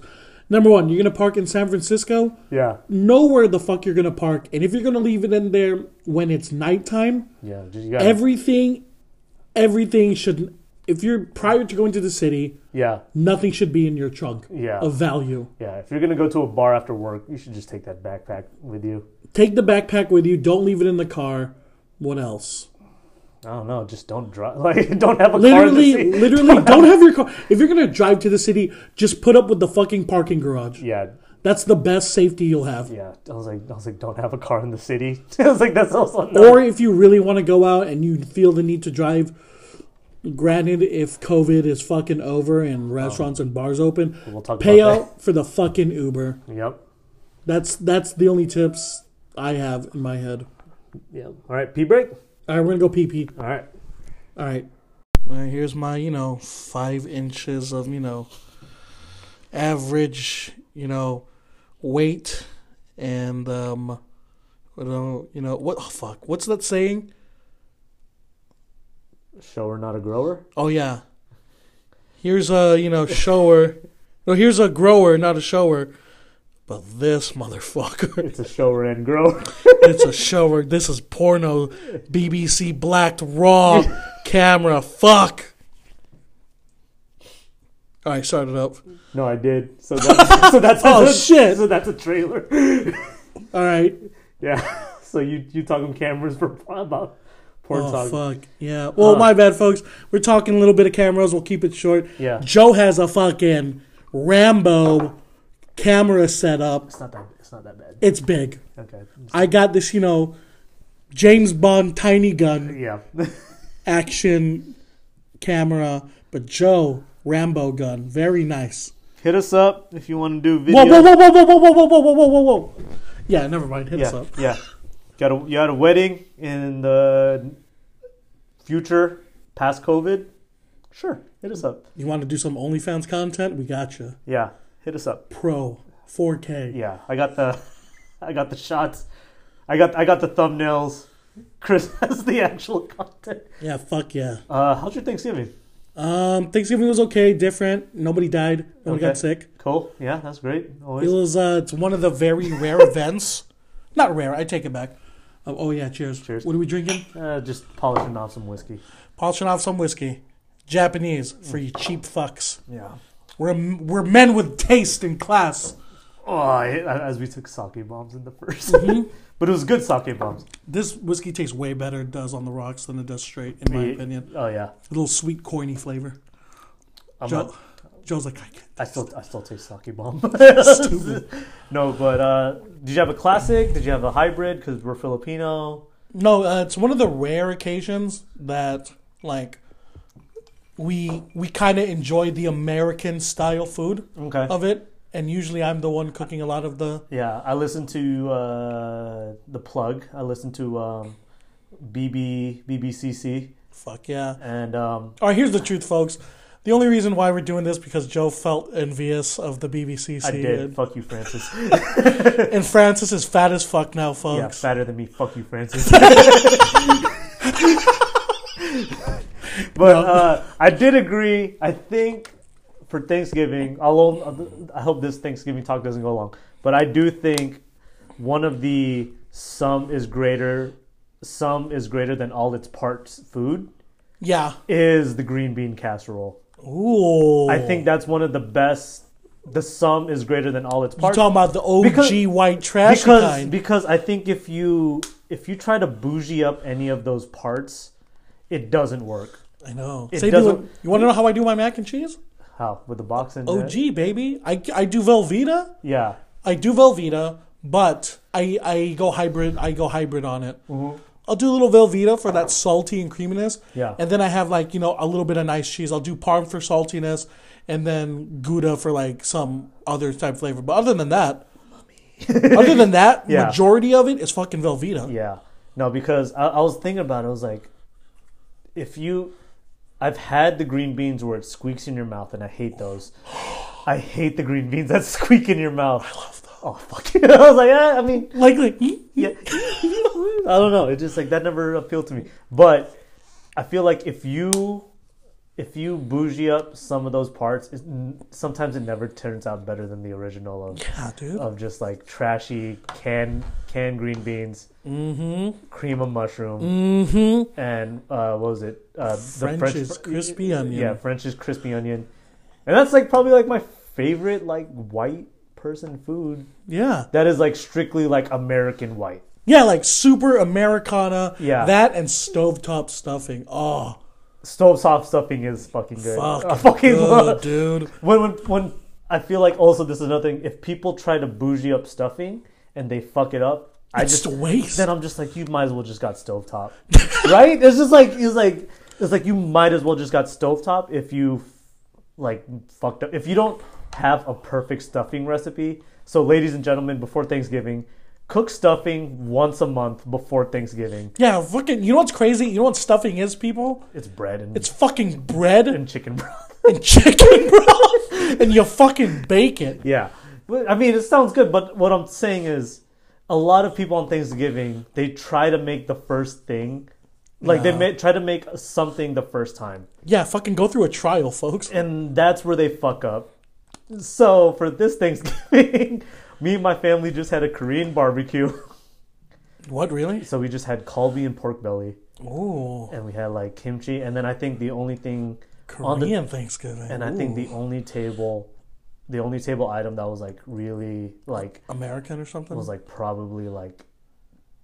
Speaker 3: Number one, you're gonna park in San Francisco.
Speaker 2: yeah,
Speaker 3: Know where the fuck you're gonna park, and if you're gonna leave it in there when it's nighttime,
Speaker 2: yeah. Just, you gotta,
Speaker 3: everything, everything should. If you're prior to going to the city,
Speaker 2: yeah,
Speaker 3: nothing should be in your trunk
Speaker 2: Yeah.
Speaker 3: of value.
Speaker 2: yeah. If you're gonna go to a bar after work, you should just take that backpack with you.
Speaker 3: Take the backpack with you. Don't leave it in the car. What else?
Speaker 2: I don't know. Just don't drive. Like, don't have a
Speaker 3: Literally,
Speaker 2: car. in the city.
Speaker 3: literally, don't have your car. If you're gonna drive to the city, just put up with the fucking parking garage.
Speaker 2: Yeah,
Speaker 3: That's the best safety you'll have.
Speaker 2: yeah. I was like, I was like, don't have a car in the city. I was like, that's also not-
Speaker 3: Or if you really want to go out and you feel the need to drive, granted, if COVID is fucking over
Speaker 2: Oh.
Speaker 3: and restaurants and bars open,
Speaker 2: We'll talk
Speaker 3: pay
Speaker 2: about
Speaker 3: out for the fucking Uber.
Speaker 2: Yep.
Speaker 3: That's that's the only tips I have in my head.
Speaker 2: Yeah. All right. Pee break.
Speaker 3: All right, we're gonna go pee pee.
Speaker 2: All right.
Speaker 3: All right. here's my, you know, five inches of, you know, average, you know, weight and, um, you know, you know what, oh, fuck, what's that saying?
Speaker 2: Shower, not a grower.
Speaker 3: Oh, yeah. Here's a, you know, shower. No, here's a grower, not a shower. But this motherfucker,
Speaker 2: It's a shower and grower.
Speaker 3: it's a shower. This is porno, BBC blacked raw camera. Fuck. All right, start it up.
Speaker 2: No, I did. So that's so that's
Speaker 3: Oh,
Speaker 2: a,
Speaker 3: shit.
Speaker 2: So that's a trailer.
Speaker 3: All right.
Speaker 2: Yeah. So you you talking cameras for about porn
Speaker 3: Oh
Speaker 2: talk?
Speaker 3: fuck yeah! Well, my bad, folks. We're talking a little bit of cameras. We'll keep it short.
Speaker 2: Yeah.
Speaker 3: Joe has a fucking Rambo camera set up.
Speaker 2: It's not that. It's not that bad.
Speaker 3: It's big.
Speaker 2: Okay.
Speaker 3: I got this, you know, James Bond tiny gun
Speaker 2: Yeah.
Speaker 3: action camera, but Joe Rambo gun, very nice.
Speaker 2: Hit us up if you want to do video.
Speaker 3: Whoa, whoa, whoa, whoa, whoa, whoa, whoa, whoa, whoa, whoa, whoa, whoa! Yeah, never mind. Hit us
Speaker 2: Yeah.
Speaker 3: up.
Speaker 2: Yeah. Got a you had a wedding in the future, past COVID. Sure. Hit us up.
Speaker 3: You want to do some OnlyFans content? We got you.
Speaker 2: Yeah. Hit us up.
Speaker 3: Pro 4K.
Speaker 2: Yeah. I got the, I got the shots. I got I got the thumbnails. Chris has the actual content.
Speaker 3: Yeah, fuck yeah.
Speaker 2: Uh, how's your Thanksgiving?
Speaker 3: Um, Thanksgiving was okay, different. Nobody died. Nobody got
Speaker 2: Okay.
Speaker 3: sick.
Speaker 2: Cool. Yeah, that's great.
Speaker 3: It
Speaker 2: Always.
Speaker 3: was uh, it's one of the very rare events. Not rare. I take it back. Um, oh yeah, cheers.
Speaker 2: Cheers.
Speaker 3: What are we drinking?
Speaker 2: Uh, just polishing off some whiskey.
Speaker 3: Polishing off some whiskey, Japanese for you cheap fucks.
Speaker 2: Yeah.
Speaker 3: We're we're men with taste and class.
Speaker 2: Oh, I, I- as we took sake bombs in the 1st but it was good sake bombs.
Speaker 3: This whiskey tastes way better does on the rocks than it does straight, in my
Speaker 2: Yeah.
Speaker 3: opinion.
Speaker 2: Oh yeah.
Speaker 3: A little sweet, corny flavor.
Speaker 2: I'm
Speaker 3: Joe,
Speaker 2: not-
Speaker 3: Joe's like, I can't.
Speaker 2: I still I still taste sake bomb.
Speaker 3: Stupid.
Speaker 2: no, but uh, did you have a classic? Did you have a hybrid? Because we're Filipino.
Speaker 3: No, uh, it's one of the rare occasions that like we we kind of enjoy the American style food
Speaker 2: Okay.
Speaker 3: of it, and usually I'm the one cooking a lot of the.
Speaker 2: Yeah, I listened to uh, the plug. I listened to um, BB BBCC.
Speaker 4: Fuck yeah.
Speaker 2: And um,
Speaker 4: All right, here's the truth, folks. The only reason why we're doing this because Joe felt envious of the BBC.
Speaker 2: I did. Fuck you, Francis.
Speaker 4: And Francis is fat as fuck now,
Speaker 2: yeah,
Speaker 4: folks.
Speaker 2: fatter than me. Fuck you, Francis. but uh, I did agree. I think for Thanksgiving, although I hope this Thanksgiving talk doesn't go long, but I do think one of the sum is greater, sum is greater than all its parts food
Speaker 4: yeah.
Speaker 2: is the green bean casserole.
Speaker 4: Ooh.
Speaker 2: I think that's one of the best. The sum is greater than all its
Speaker 4: You're
Speaker 2: parts.
Speaker 4: talking about the OG
Speaker 2: Because-
Speaker 4: white trash
Speaker 2: because
Speaker 4: kind.
Speaker 2: because I think if you if you try to bougie up any of those parts, it doesn't work.
Speaker 4: I know.
Speaker 2: it
Speaker 4: Say do
Speaker 2: doesn't-
Speaker 4: it- you want to know how I do my mac and cheese?
Speaker 2: How with the box in there?
Speaker 4: OG, baby. I, I do Velveeta.
Speaker 2: Yeah.
Speaker 4: I do Velveeta, but I, I go hybrid. I go hybrid on it. I'll do a little Velveeta for that salty and creaminess.
Speaker 2: Yeah.
Speaker 4: And then I have like, you know, a little bit of nice cheese. I'll do Parm for saltiness and then Gouda for like some other type flavor. But other than that, other than that,
Speaker 2: Yeah.
Speaker 4: majority of it is fucking Velveeta.
Speaker 2: Yeah. No, because I, I was thinking about it. I was like, if you, I've had the green beans where it squeaks in your mouth, and I hate those. I hate the green beans that squeak in your mouth. I love them. Oh fuck! I was like, yeah, I mean,
Speaker 4: Like, like, mm,
Speaker 2: yeah. I don't know. It just like that never appealed to me. But I feel like if you if you bougie up some of those parts, it, sometimes it never turns out better than the original of
Speaker 4: yeah, dude.
Speaker 2: of just like trashy canned canned green beans,
Speaker 4: Mm
Speaker 2: cream of mushroom,
Speaker 4: hmm. Mm hmm.
Speaker 2: and uh, what was it? Uh,
Speaker 4: French's crispy onion.
Speaker 2: Yeah, French's crispy onion, and that's like probably like my favorite like white person food.
Speaker 4: Yeah.
Speaker 2: That is like strictly like American white.
Speaker 4: Yeah, like super Americana.
Speaker 2: Yeah.
Speaker 4: That and stovetop stuffing. Oh,
Speaker 2: Stove soft stuffing is fucking good.
Speaker 4: fucking,
Speaker 2: I fucking
Speaker 4: good,
Speaker 2: love
Speaker 4: dude.
Speaker 2: when when when I feel like also this is another thing. If people try to bougie up stuffing and they fuck it up, I
Speaker 4: It's
Speaker 2: just
Speaker 4: a waste.
Speaker 2: then I'm just like you might as well just got stovetop, right? It's just like it's like it's like you might as well just got stovetop if you like fucked up if you don't have a perfect stuffing recipe. So, ladies and gentlemen, before Thanksgiving, cook stuffing once a month before Thanksgiving.
Speaker 4: Yeah, fucking. You know what's crazy? You know what stuffing is, people?
Speaker 2: It's bread and
Speaker 4: It's fucking bread
Speaker 2: and chicken broth.
Speaker 4: and chicken broth, and you fucking bake it.
Speaker 2: Yeah. Well, I mean, it sounds good, but what I'm saying is a lot of people on Thanksgiving, they try to make the first thing. Like they
Speaker 4: Yeah.
Speaker 2: may, try to make something the first time,
Speaker 4: Yeah, fucking go through a trial, folks.
Speaker 2: and that's where they fuck up. So for this Thanksgiving, me and my family just had a Korean barbecue.
Speaker 4: What really?
Speaker 2: So we just had kalbi and pork belly,
Speaker 4: Ooh,
Speaker 2: and we had like kimchi, and then I think the only thing on the-
Speaker 4: Korean Thanksgiving.
Speaker 2: and I think
Speaker 4: Ooh.
Speaker 2: the only table, the only table item that was like really like
Speaker 4: American or something.
Speaker 2: was like probably like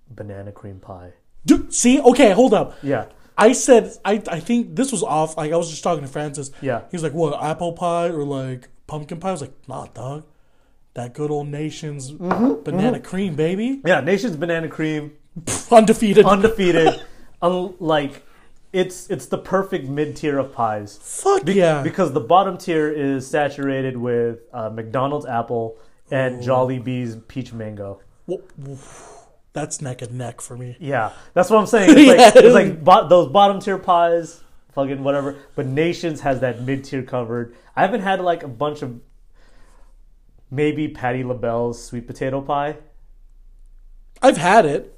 Speaker 2: banana cream pie.
Speaker 4: Dude, see, okay, hold up.
Speaker 2: Yeah,
Speaker 4: I said I I think this was off. Like I was just talking to Francis.
Speaker 2: Yeah.
Speaker 4: He was like, "What apple pie or like pumpkin pie?" I was like, "Nah, dog. That good old nation's banana cream, baby.
Speaker 2: yeah. Nation's banana cream
Speaker 4: Undefeated.
Speaker 2: undefeated. un- like it's it's the perfect mid tier of pies
Speaker 4: Fuck yeah.
Speaker 2: because the bottom tier is saturated with uh, McDonald's apple and Jolly Bee's peach mango.
Speaker 4: Wo- wo- That's neck and neck for me.
Speaker 2: Yeah, that's what I'm saying. It's like,
Speaker 4: Yeah.
Speaker 2: it's like bo- those bottom tier pies, fucking whatever. But Nations has that mid tier covered. I haven't had like a bunch of maybe Patty LaBelle's sweet potato pie.
Speaker 4: I've had it.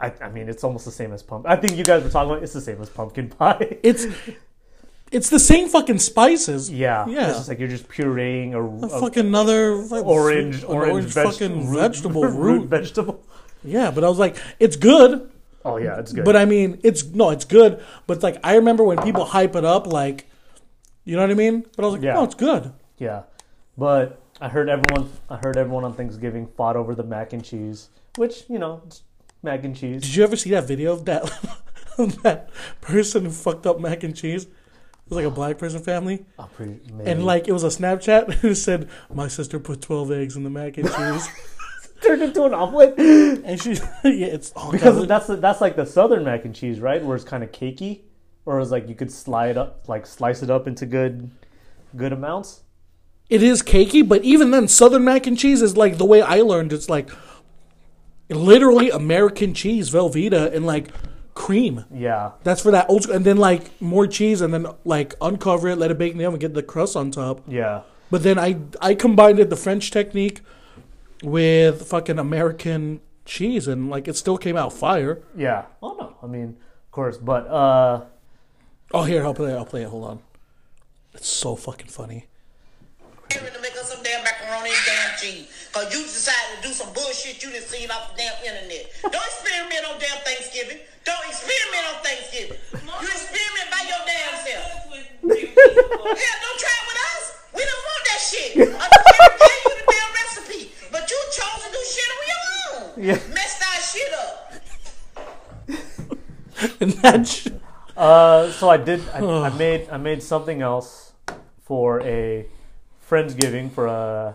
Speaker 2: I, I mean, it's almost the same as pumpkin. I think you guys were talking about it's the same as pumpkin pie.
Speaker 4: It's it's the same fucking spices.
Speaker 2: yeah,
Speaker 4: Yeah.
Speaker 2: It's just like you're just pureeing a,
Speaker 4: A
Speaker 2: a
Speaker 4: fucking another like,
Speaker 2: orange,
Speaker 4: an
Speaker 2: orange, veg-
Speaker 4: fucking
Speaker 2: root-
Speaker 4: vegetable
Speaker 2: root,
Speaker 4: root.
Speaker 2: vegetable.
Speaker 4: Yeah, but I was like, it's good.
Speaker 2: Oh yeah, it's good.
Speaker 4: But I mean, it's no, it's good. But like, I remember when people hype it up, like, you know what I mean? But I was like,
Speaker 2: Yeah.
Speaker 4: no, oh, it's good.
Speaker 2: Yeah, but I heard everyone. I heard everyone on Thanksgiving fought over the mac and cheese, which you know, it's mac and cheese.
Speaker 4: Did you ever see that video of that of that person who fucked up mac and cheese? It was like a black person family,
Speaker 2: I'm pretty, maybe.
Speaker 4: and like it was a Snapchat who said, "My sister put twelve eggs in the mac and cheese,"
Speaker 2: turned into an omelet because
Speaker 4: and she, yeah, it's oh, God.
Speaker 2: that's that's like the southern mac and cheese, right? Where it's kind of cakey, or it's like you could slide up, like slice it up into good, good amounts.
Speaker 4: it is cakey. But even then, southern mac and cheese is like the way I learned. It's like literally American cheese, Velveeta, and like cream.
Speaker 2: Yeah.
Speaker 4: That's for that old school. And then like more cheese, and then like uncover it, let it bake in the oven, get the crust on top.
Speaker 2: Yeah.
Speaker 4: But then I I combined it the French technique with fucking American cheese, and like it still came out fire.
Speaker 2: Yeah. Oh no. I mean, of course, but uh
Speaker 4: Oh here, I'll play it. I'll play it. Hold on. It's so fucking funny.
Speaker 5: Here to make us some damn macaroni and damn cheese. Cause you decided to do some bullshit you didn't see off the damn internet. Don't experiment on damn Thanksgiving. Don't experiment on Thanksgiving. You experiment by your damn self. Hell, don't try it with us. We don't want that shit. I'm trying to give you the damn recipe. But you chose to do shit on your own.
Speaker 2: Yeah.
Speaker 5: Messed our shit up.
Speaker 4: And that sh-
Speaker 2: uh so I did I, I made I made something else for a friendsgiving for a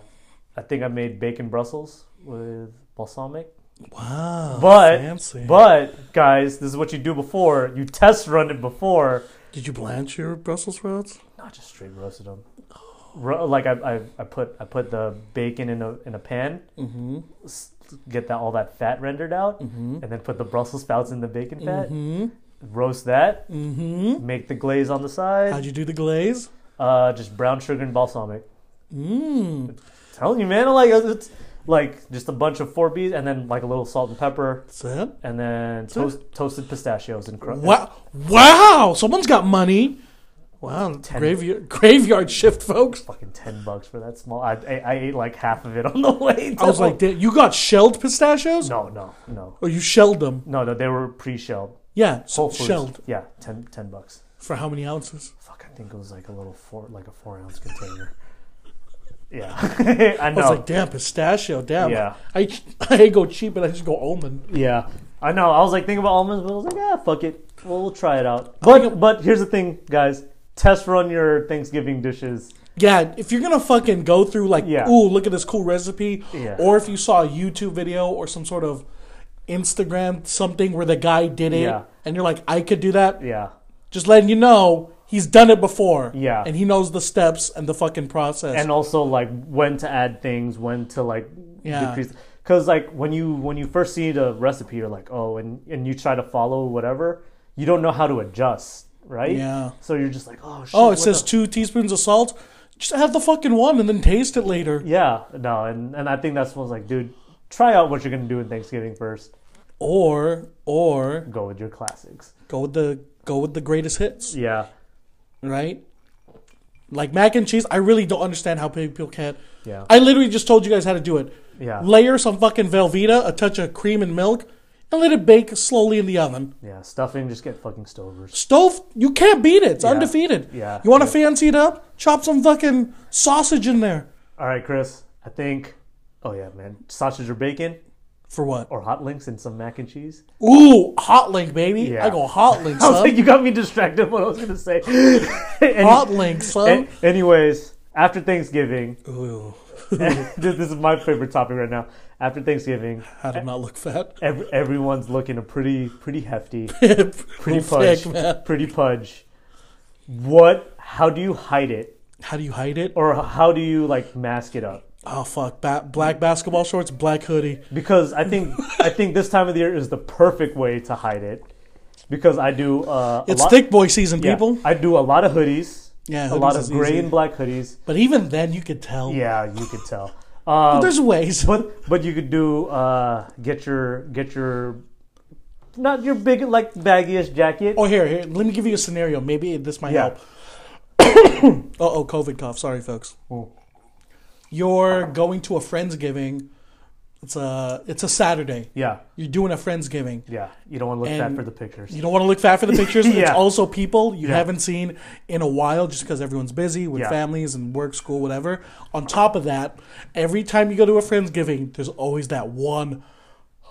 Speaker 2: I think I made bacon Brussels with balsamic.
Speaker 4: wow,
Speaker 2: But
Speaker 4: fancy.
Speaker 2: but guys, this is what you do before you test run it before
Speaker 4: Did you blanch your Brussels sprouts?
Speaker 2: not just straight roasted them. Ro- like I, I, I put I put the bacon in a in a pan,
Speaker 4: Mm-hmm.
Speaker 2: s- get that all that fat rendered out, and then put the Brussels sprouts in the bacon fat. Roast that,
Speaker 4: Mm-hmm.
Speaker 2: make the glaze on the side.
Speaker 4: How'd you do the glaze?
Speaker 2: uh, just brown sugar and balsamic.
Speaker 4: Mmm.
Speaker 2: telling you, man, like it's like just a bunch of four B's, and then like a little salt and pepper,
Speaker 4: That's it.
Speaker 2: and then toast, toasted pistachios and crunch.
Speaker 4: Wow! Wow! Someone's got money. Wow! Graveyard graveyard shift, folks.
Speaker 2: Fucking ten bucks for that small. I, I, I ate like half of it on the way.
Speaker 4: I was
Speaker 2: down.
Speaker 4: like, "Damn, you got shelled pistachios?
Speaker 2: no, no, no.
Speaker 4: Or you shelled them?
Speaker 2: No, no, they were pre-shelled.
Speaker 4: Yeah,
Speaker 2: Whole
Speaker 4: so
Speaker 2: Foods.
Speaker 4: shelled
Speaker 2: Yeah, 10, 10 bucks.
Speaker 4: for how many ounces?
Speaker 2: Fuck, I think it was like a little four, like a four ounce container. Yeah, I
Speaker 4: I
Speaker 2: know.
Speaker 4: was like, damn, pistachio, damn.
Speaker 2: Yeah.
Speaker 4: I, I go cheap, but I just go almond.
Speaker 2: yeah, I know. I was like thinking about almonds, but I was like, ah, fuck it, we'll, we'll try it out. But but here's the thing, guys. Test run your Thanksgiving dishes.
Speaker 4: Yeah, if you're gonna fucking go through like,
Speaker 2: Yeah.
Speaker 4: ooh, look at this cool recipe,
Speaker 2: Yeah.
Speaker 4: or if you saw a YouTube video or some sort of Instagram something where the guy did it,
Speaker 2: Yeah.
Speaker 4: and you're like, I could do that.
Speaker 2: Yeah,
Speaker 4: Just letting you know, he's done it before.
Speaker 2: Yeah.
Speaker 4: and he knows the steps and the fucking process.
Speaker 2: and also like when to add things, when to like
Speaker 4: Yeah.
Speaker 2: decrease. Because like when you when you first see the recipe, you're like, oh, and and you try to follow whatever, you don't know how to adjust, right?
Speaker 4: Yeah.
Speaker 2: So you're just like, oh, shit,
Speaker 4: oh,
Speaker 2: what
Speaker 4: it says
Speaker 2: the-
Speaker 4: two teaspoons of salt. Just add the fucking one and then taste it later.
Speaker 2: Yeah, no, and and I think that's what's like, dude, try out what you're gonna do in Thanksgiving first.
Speaker 4: Or or
Speaker 2: Go with your classics.
Speaker 4: go with the Uh, go with the greatest hits.
Speaker 2: Yeah,
Speaker 4: right? Like mac and cheese, I really don't understand how people can.
Speaker 2: yeah,
Speaker 4: I literally just told you guys how to do it.
Speaker 2: yeah,
Speaker 4: Layer some fucking Velveeta, a touch of cream and milk, and let it bake slowly in the oven.
Speaker 2: yeah. Stuffing, just get fucking stovers.
Speaker 4: Stove, you can't beat it. It's
Speaker 2: Yeah.
Speaker 4: undefeated.
Speaker 2: Yeah.
Speaker 4: You want to
Speaker 2: Yeah.
Speaker 4: fancy it up? Chop some fucking sausage in there.
Speaker 2: All right, Chris, I think. Oh yeah, man, sausage or bacon
Speaker 4: For what?
Speaker 2: or hot links and some mac and cheese.
Speaker 4: Ooh, hot link, baby.
Speaker 2: Yeah.
Speaker 4: I go hot link,
Speaker 2: I was
Speaker 4: son.
Speaker 2: like, you got me distracted. What I was gonna say. Any-
Speaker 4: hot link, son.
Speaker 2: an- anyways, after Thanksgiving,
Speaker 4: Ooh,
Speaker 2: this, this is my favorite topic right now. After Thanksgiving,
Speaker 4: how to not look fat.
Speaker 2: ev everyone's looking a pretty, pretty hefty.
Speaker 4: Pretty
Speaker 2: pretty pudge,
Speaker 4: man.
Speaker 2: pretty pudge. What? How do you hide it,
Speaker 4: How do you hide it?
Speaker 2: or how do you like mask it up?
Speaker 4: Oh, fuck. Ba- black basketball shorts, black hoodie.
Speaker 2: Because I think I think this time of the year is the perfect way to hide it. Because I do uh,
Speaker 4: It's
Speaker 2: a lot,
Speaker 4: thick boy season,
Speaker 2: yeah,
Speaker 4: people.
Speaker 2: I do a lot of hoodies. a
Speaker 4: Yeah,
Speaker 2: lot
Speaker 4: hoodies
Speaker 2: of
Speaker 4: is
Speaker 2: gray
Speaker 4: easy.
Speaker 2: and black hoodies.
Speaker 4: But even then, you could tell.
Speaker 2: Yeah, you could tell. Um,
Speaker 4: There's ways.
Speaker 2: but but you could do uh, get your get your not your big like baggiest jacket.
Speaker 4: Oh, here, here. Let me give you a scenario. Maybe this might
Speaker 2: Yeah.
Speaker 4: help. uh oh, COVID cough. Sorry, folks.
Speaker 2: Oh.
Speaker 4: You're going to a friendsgiving. It's a it's a Saturday.
Speaker 2: Yeah,
Speaker 4: You're doing a friendsgiving.
Speaker 2: yeah. You don't want to look fat
Speaker 4: And
Speaker 2: for the pictures.
Speaker 4: You don't want to look fat for the pictures. It's
Speaker 2: Yeah.
Speaker 4: also people you
Speaker 2: Yeah.
Speaker 4: haven't seen in a while just because everyone's busy with
Speaker 2: Yeah.
Speaker 4: families and work, school, whatever. On top of that, every time you go to a Friendsgiving, there's always that one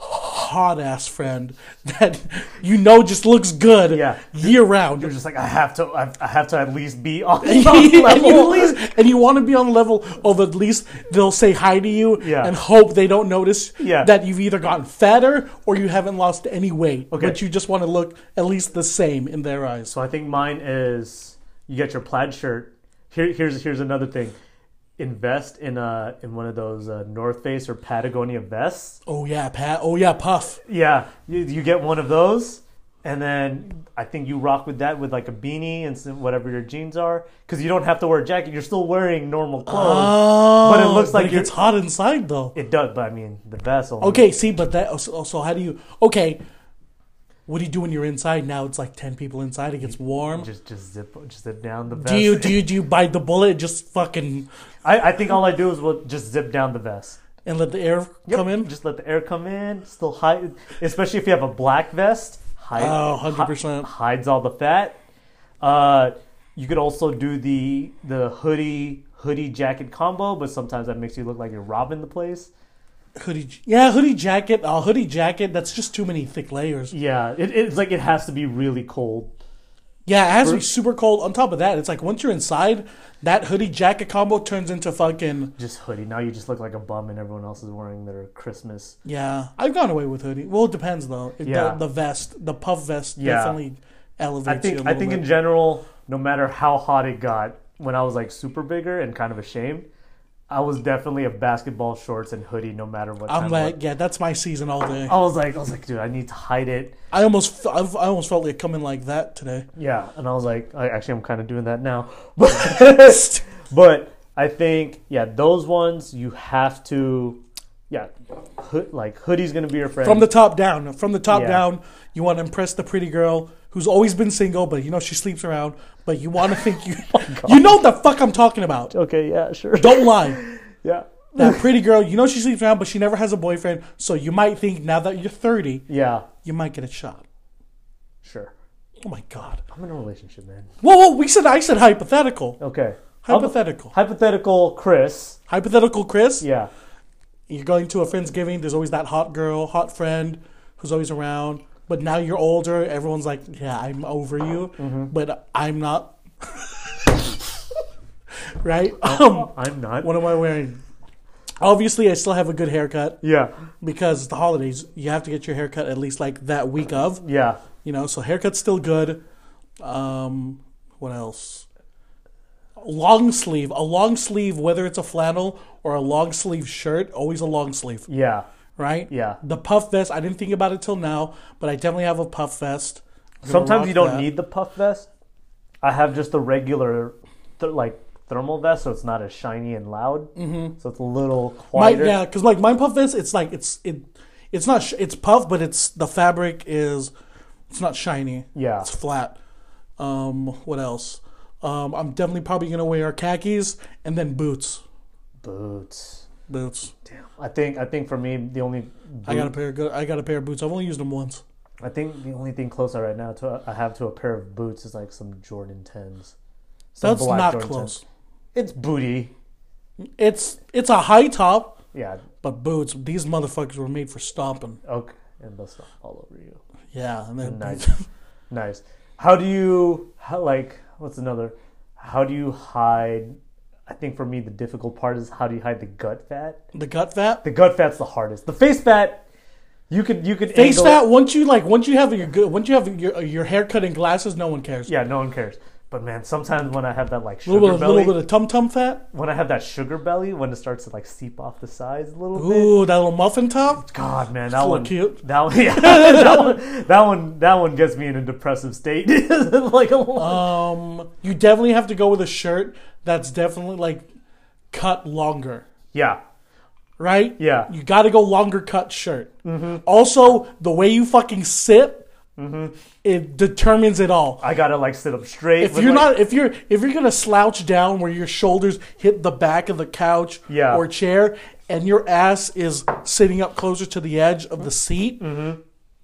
Speaker 4: hot ass friend that you know just looks good
Speaker 2: Yeah.
Speaker 4: year round.
Speaker 2: You're just like I have to I I have to at least be on
Speaker 4: and,
Speaker 2: some
Speaker 4: you
Speaker 2: level.
Speaker 4: at least- and you want to be on the level of at least they'll say hi to you
Speaker 2: Yeah.
Speaker 4: and hope they don't notice
Speaker 2: Yeah.
Speaker 4: that you've either gotten fatter or you haven't lost any weight.
Speaker 2: Okay.
Speaker 4: But you just want to look at least the same in their eyes.
Speaker 2: So I think mine is you get your plaid shirt. Here here's here's another thing. Invest in a in one of those uh, North Face or Patagonia vests.
Speaker 4: Oh yeah, Pat. Oh yeah, Puff.
Speaker 2: Yeah, you, you get one of those, And then I think you rock with that with like a beanie and some, whatever your jeans are, because you don't have to wear a jacket. You're still wearing normal clothes.
Speaker 4: Oh,
Speaker 2: But it looks like
Speaker 4: it
Speaker 2: you're-
Speaker 4: gets hot inside though.
Speaker 2: it does, but I mean the vessel.
Speaker 4: Okay, see, but that also, also how do you? Okay, what do you do when you're inside? Now it's like ten people inside. It gets warm.
Speaker 2: Just just zip just zip down the vest.
Speaker 4: Do you do you do you bite the bullet? Just fucking
Speaker 2: I, I think all I do is well, just zip down the vest.
Speaker 4: and let the air
Speaker 2: Yep,
Speaker 4: come in.
Speaker 2: Just let the air come in. Still hide, especially if you have a black vest. Hide,
Speaker 4: Oh, 100%.
Speaker 2: hi- hides all the fat. Uh, you could also do the the hoodie hoodie jacket combo, but sometimes that makes you look like you're robbing the place.
Speaker 4: Hoodie, j- yeah, hoodie jacket. Oh, hoodie jacket. That's just too many thick layers.
Speaker 2: Yeah, it, it's like it has to be really cold.
Speaker 4: Yeah, it has to be super cold. On top of that, it's like once you're inside, that hoodie jacket combo turns into fucking.
Speaker 2: Just hoodie. Now you just look like a bum, and everyone else is wearing their Christmas.
Speaker 4: Yeah, I've gone away with hoodie. Well, it depends though. It-
Speaker 2: Yeah.
Speaker 4: The, the vest, the puff vest,
Speaker 2: Yeah.
Speaker 4: definitely elevates
Speaker 2: I think
Speaker 4: you. A
Speaker 2: I think in general, no matter how hot it got, when I was like super bigger and kind of ashamed, I was definitely a basketball shorts and hoodie no matter what.
Speaker 4: I'm
Speaker 2: time
Speaker 4: like,
Speaker 2: it was.
Speaker 4: yeah, that's my season all day.
Speaker 2: I was like, I was like, dude, I need to hide it.
Speaker 4: I almost, f- I've, I almost felt like coming like that today.
Speaker 2: Yeah, and I was like, I, actually, I'm kind of doing that now. But, but I think yeah, those ones you have to, yeah, hood, like hoodie's gonna be your friend.
Speaker 4: From the top down, from the top
Speaker 2: Yeah.
Speaker 4: down, you want to impress the pretty girl who's always been single, but you know she sleeps around. But you want to think you, you know what the fuck I'm talking about.
Speaker 2: okay, yeah, sure,
Speaker 4: Don't lie.
Speaker 2: yeah,
Speaker 4: That pretty girl, you know she sleeps around, but she never has a boyfriend. So you might think now that you're 30,
Speaker 2: yeah,
Speaker 4: you might get a shot.
Speaker 2: sure.
Speaker 4: Oh my god.
Speaker 2: I'm in a relationship, man.
Speaker 4: Whoa, whoa. We said I said hypothetical.
Speaker 2: Okay,
Speaker 4: Hypothetical.
Speaker 2: hypothetical, Chris.
Speaker 4: Hypothetical, Chris.
Speaker 2: Yeah.
Speaker 4: You're going to a friendsgiving. There's always that hot girl, hot friend who's always around. But now you're older. Everyone's like, "Yeah, I'm over you," but I'm not. right? Um,
Speaker 2: I'm not.
Speaker 4: what am I wearing? Obviously, I still have a good haircut
Speaker 2: Yeah,
Speaker 4: because it's the holidays. You have to get your haircut at least like that week of.
Speaker 2: yeah.
Speaker 4: You know, so haircut's still good. Um, what else? Long sleeve, a long sleeve, whether it's a flannel or a long sleeve shirt, always a long sleeve,
Speaker 2: Yeah.
Speaker 4: right?
Speaker 2: Yeah.
Speaker 4: The puff vest, I didn't think about it till now, but I definitely have a puff vest. Gonna
Speaker 2: Sometimes
Speaker 4: rock
Speaker 2: you don't
Speaker 4: that.
Speaker 2: need the puff vest. I have just the regular, th- like thermal vest, so it's not as shiny and loud. Mm-hmm. So it's a little
Speaker 4: My,
Speaker 2: quieter.
Speaker 4: yeah, because like my puff vest, it's like it's it, it's not sh- it's puff, but it's the fabric is, it's not shiny.
Speaker 2: Yeah.
Speaker 4: it's flat. Um, what else? Um, I'm definitely probably gonna wear khakis and then boots.
Speaker 2: Boots.
Speaker 4: Boots.
Speaker 2: I think. I think for me, the only.
Speaker 4: I got a
Speaker 2: boot-
Speaker 4: pair of good. I got a pair of boots. I've only used them once.
Speaker 2: I think the only thing closer right now to I have to a pair of boots is like some Jordan tens. Some
Speaker 4: That's
Speaker 2: black
Speaker 4: not
Speaker 2: Jordan
Speaker 4: close.
Speaker 2: 10s. It's booty.
Speaker 4: It's it's a high top,
Speaker 2: Yeah.
Speaker 4: but boots. These motherfuckers were made for stomping.
Speaker 2: Okay. And they'll stop all over you.
Speaker 4: Yeah, and then
Speaker 2: Nice, nice. How do you how, like? What's another? How do you hide? I think for me the difficult part is how do you hide the gut fat?
Speaker 4: the gut fat.
Speaker 2: The gut fat's the hardest. The face fat, you could you could
Speaker 4: Face
Speaker 2: angle
Speaker 4: fat.
Speaker 2: It.
Speaker 4: Once you like, once you have your good, once you have your your haircut and glasses, no one cares.
Speaker 2: Yeah, no one cares. But man, sometimes when I have that like
Speaker 4: A
Speaker 2: sugar
Speaker 4: little bit, of,
Speaker 2: belly,
Speaker 4: little bit of tum tum fat.
Speaker 2: when I have that sugar belly, when it starts to like seep off the sides a little bit.
Speaker 4: Ooh, that little muffin top.
Speaker 2: God, man,
Speaker 4: a
Speaker 2: that
Speaker 4: little
Speaker 2: one,
Speaker 4: cute.
Speaker 2: that one, yeah, that one, that one, that one gets me in a depressive state. like a lot.
Speaker 4: Um, you definitely have to go with a shirt that's definitely like cut longer,
Speaker 2: yeah,
Speaker 4: right?
Speaker 2: yeah, Mm-hmm.
Speaker 4: You got to go longer cut shirt. Also, the way you fucking sit, it determines it all.
Speaker 2: I gotta like sit up straight.
Speaker 4: If
Speaker 2: with,
Speaker 4: you're
Speaker 2: like-
Speaker 4: not, if you're, if you're gonna slouch down where your shoulders hit the back of the couch
Speaker 2: Yeah.
Speaker 4: or chair, and your ass is sitting up closer to the edge of the seat,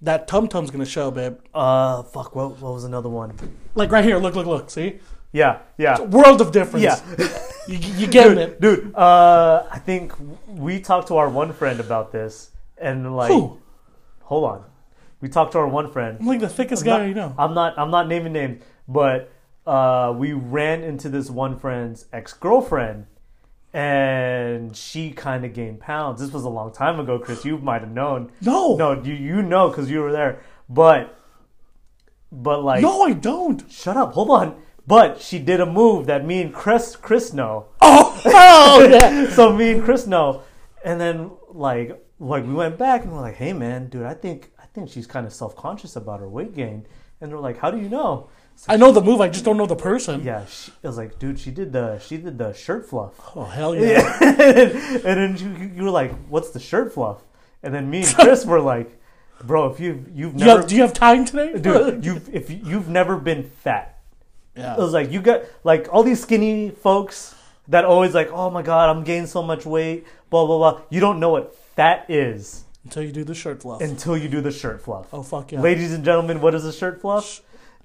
Speaker 4: that tum tum's gonna show, babe.
Speaker 2: Uh, fuck. What, what was another one?
Speaker 4: Like right here, look, look, look. See,
Speaker 2: Yeah, yeah,
Speaker 4: world of difference.
Speaker 2: yeah,
Speaker 4: you, you getting it?
Speaker 2: dude. Uh, I think we talked to our one friend about this, and like,
Speaker 4: Who?
Speaker 2: hold on, we talked to our one friend.
Speaker 4: I'm like the thickest
Speaker 2: I'm
Speaker 4: guy
Speaker 2: not-
Speaker 4: you know.
Speaker 2: I'm not. I'm not naming names, but uh, we ran into this one friend's ex girlfriend, and she kind of gained pounds. This was a long time ago, Chris. You might have known.
Speaker 4: No.
Speaker 2: no, you you know because you were there, but but like
Speaker 4: No, I don't.
Speaker 2: Shut up, hold on. But she did a move that me and Chris Chris know.
Speaker 4: Oh, hell yeah.
Speaker 2: so me and Chris know. And then like like we went back and we're like, hey man, dude, I think I think she's kind of self conscious about her weight gain, and they're like, how do you know? It's
Speaker 4: I
Speaker 2: like,
Speaker 4: know the move. I just don't know the person.
Speaker 2: yeah, she, I was like, dude, she did the she did the shirt fluff,
Speaker 4: Oh hell yeah!
Speaker 2: and then you, you- you were like, what's the shirt fluff? And then me and Chris were like, bro, if you you've
Speaker 4: Do you,
Speaker 2: never
Speaker 4: have, do you have time today,
Speaker 2: dude, you've if you- you've never been fat,
Speaker 4: yeah.
Speaker 2: it was like you got like all these skinny folks that always like, oh my god, I'm gaining so much weight, blah blah blah. You don't know what fat is
Speaker 4: Until you do the shirt fluff.
Speaker 2: until you do the shirt fluff.
Speaker 4: oh fuck yeah!
Speaker 2: Ladies and gentlemen, what is a shirt fluff?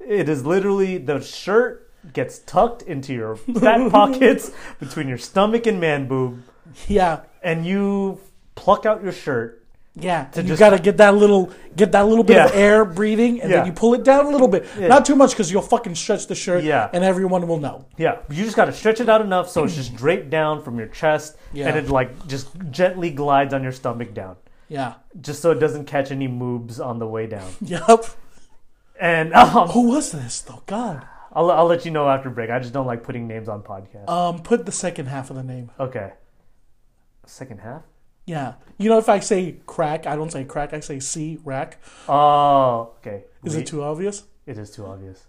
Speaker 2: It is literally the shirt gets tucked into your fat pockets between your stomach and man boob,
Speaker 4: Yeah,
Speaker 2: and you pluck out your shirt.
Speaker 4: yeah. And you
Speaker 2: just-
Speaker 4: gotta get that little, get that little bit of
Speaker 2: Yeah.
Speaker 4: air breathing, and
Speaker 2: Yeah.
Speaker 4: then you pull it down a little bit, not too much, because you'll fucking stretch the shirt,
Speaker 2: Yeah.
Speaker 4: and everyone will know.
Speaker 2: Yeah, you just gotta stretch it out enough so it's just draped down from your chest,
Speaker 4: Yeah.
Speaker 2: and it like just gently glides on your stomach down.
Speaker 4: Yeah.
Speaker 2: just so it doesn't catch any moobs on the way down.
Speaker 4: Yep.
Speaker 2: And um,
Speaker 4: Who was this though? God.
Speaker 2: I'll, I'll let you know after break. I just don't like putting names on podcasts.
Speaker 4: Um, put the second half of the name.
Speaker 2: okay. Second half?
Speaker 4: Yeah. You know, if I say crack, I don't say crack. I say C rack.
Speaker 2: Oh, okay.
Speaker 4: Is
Speaker 2: Re-
Speaker 4: it too obvious?
Speaker 2: It is too obvious.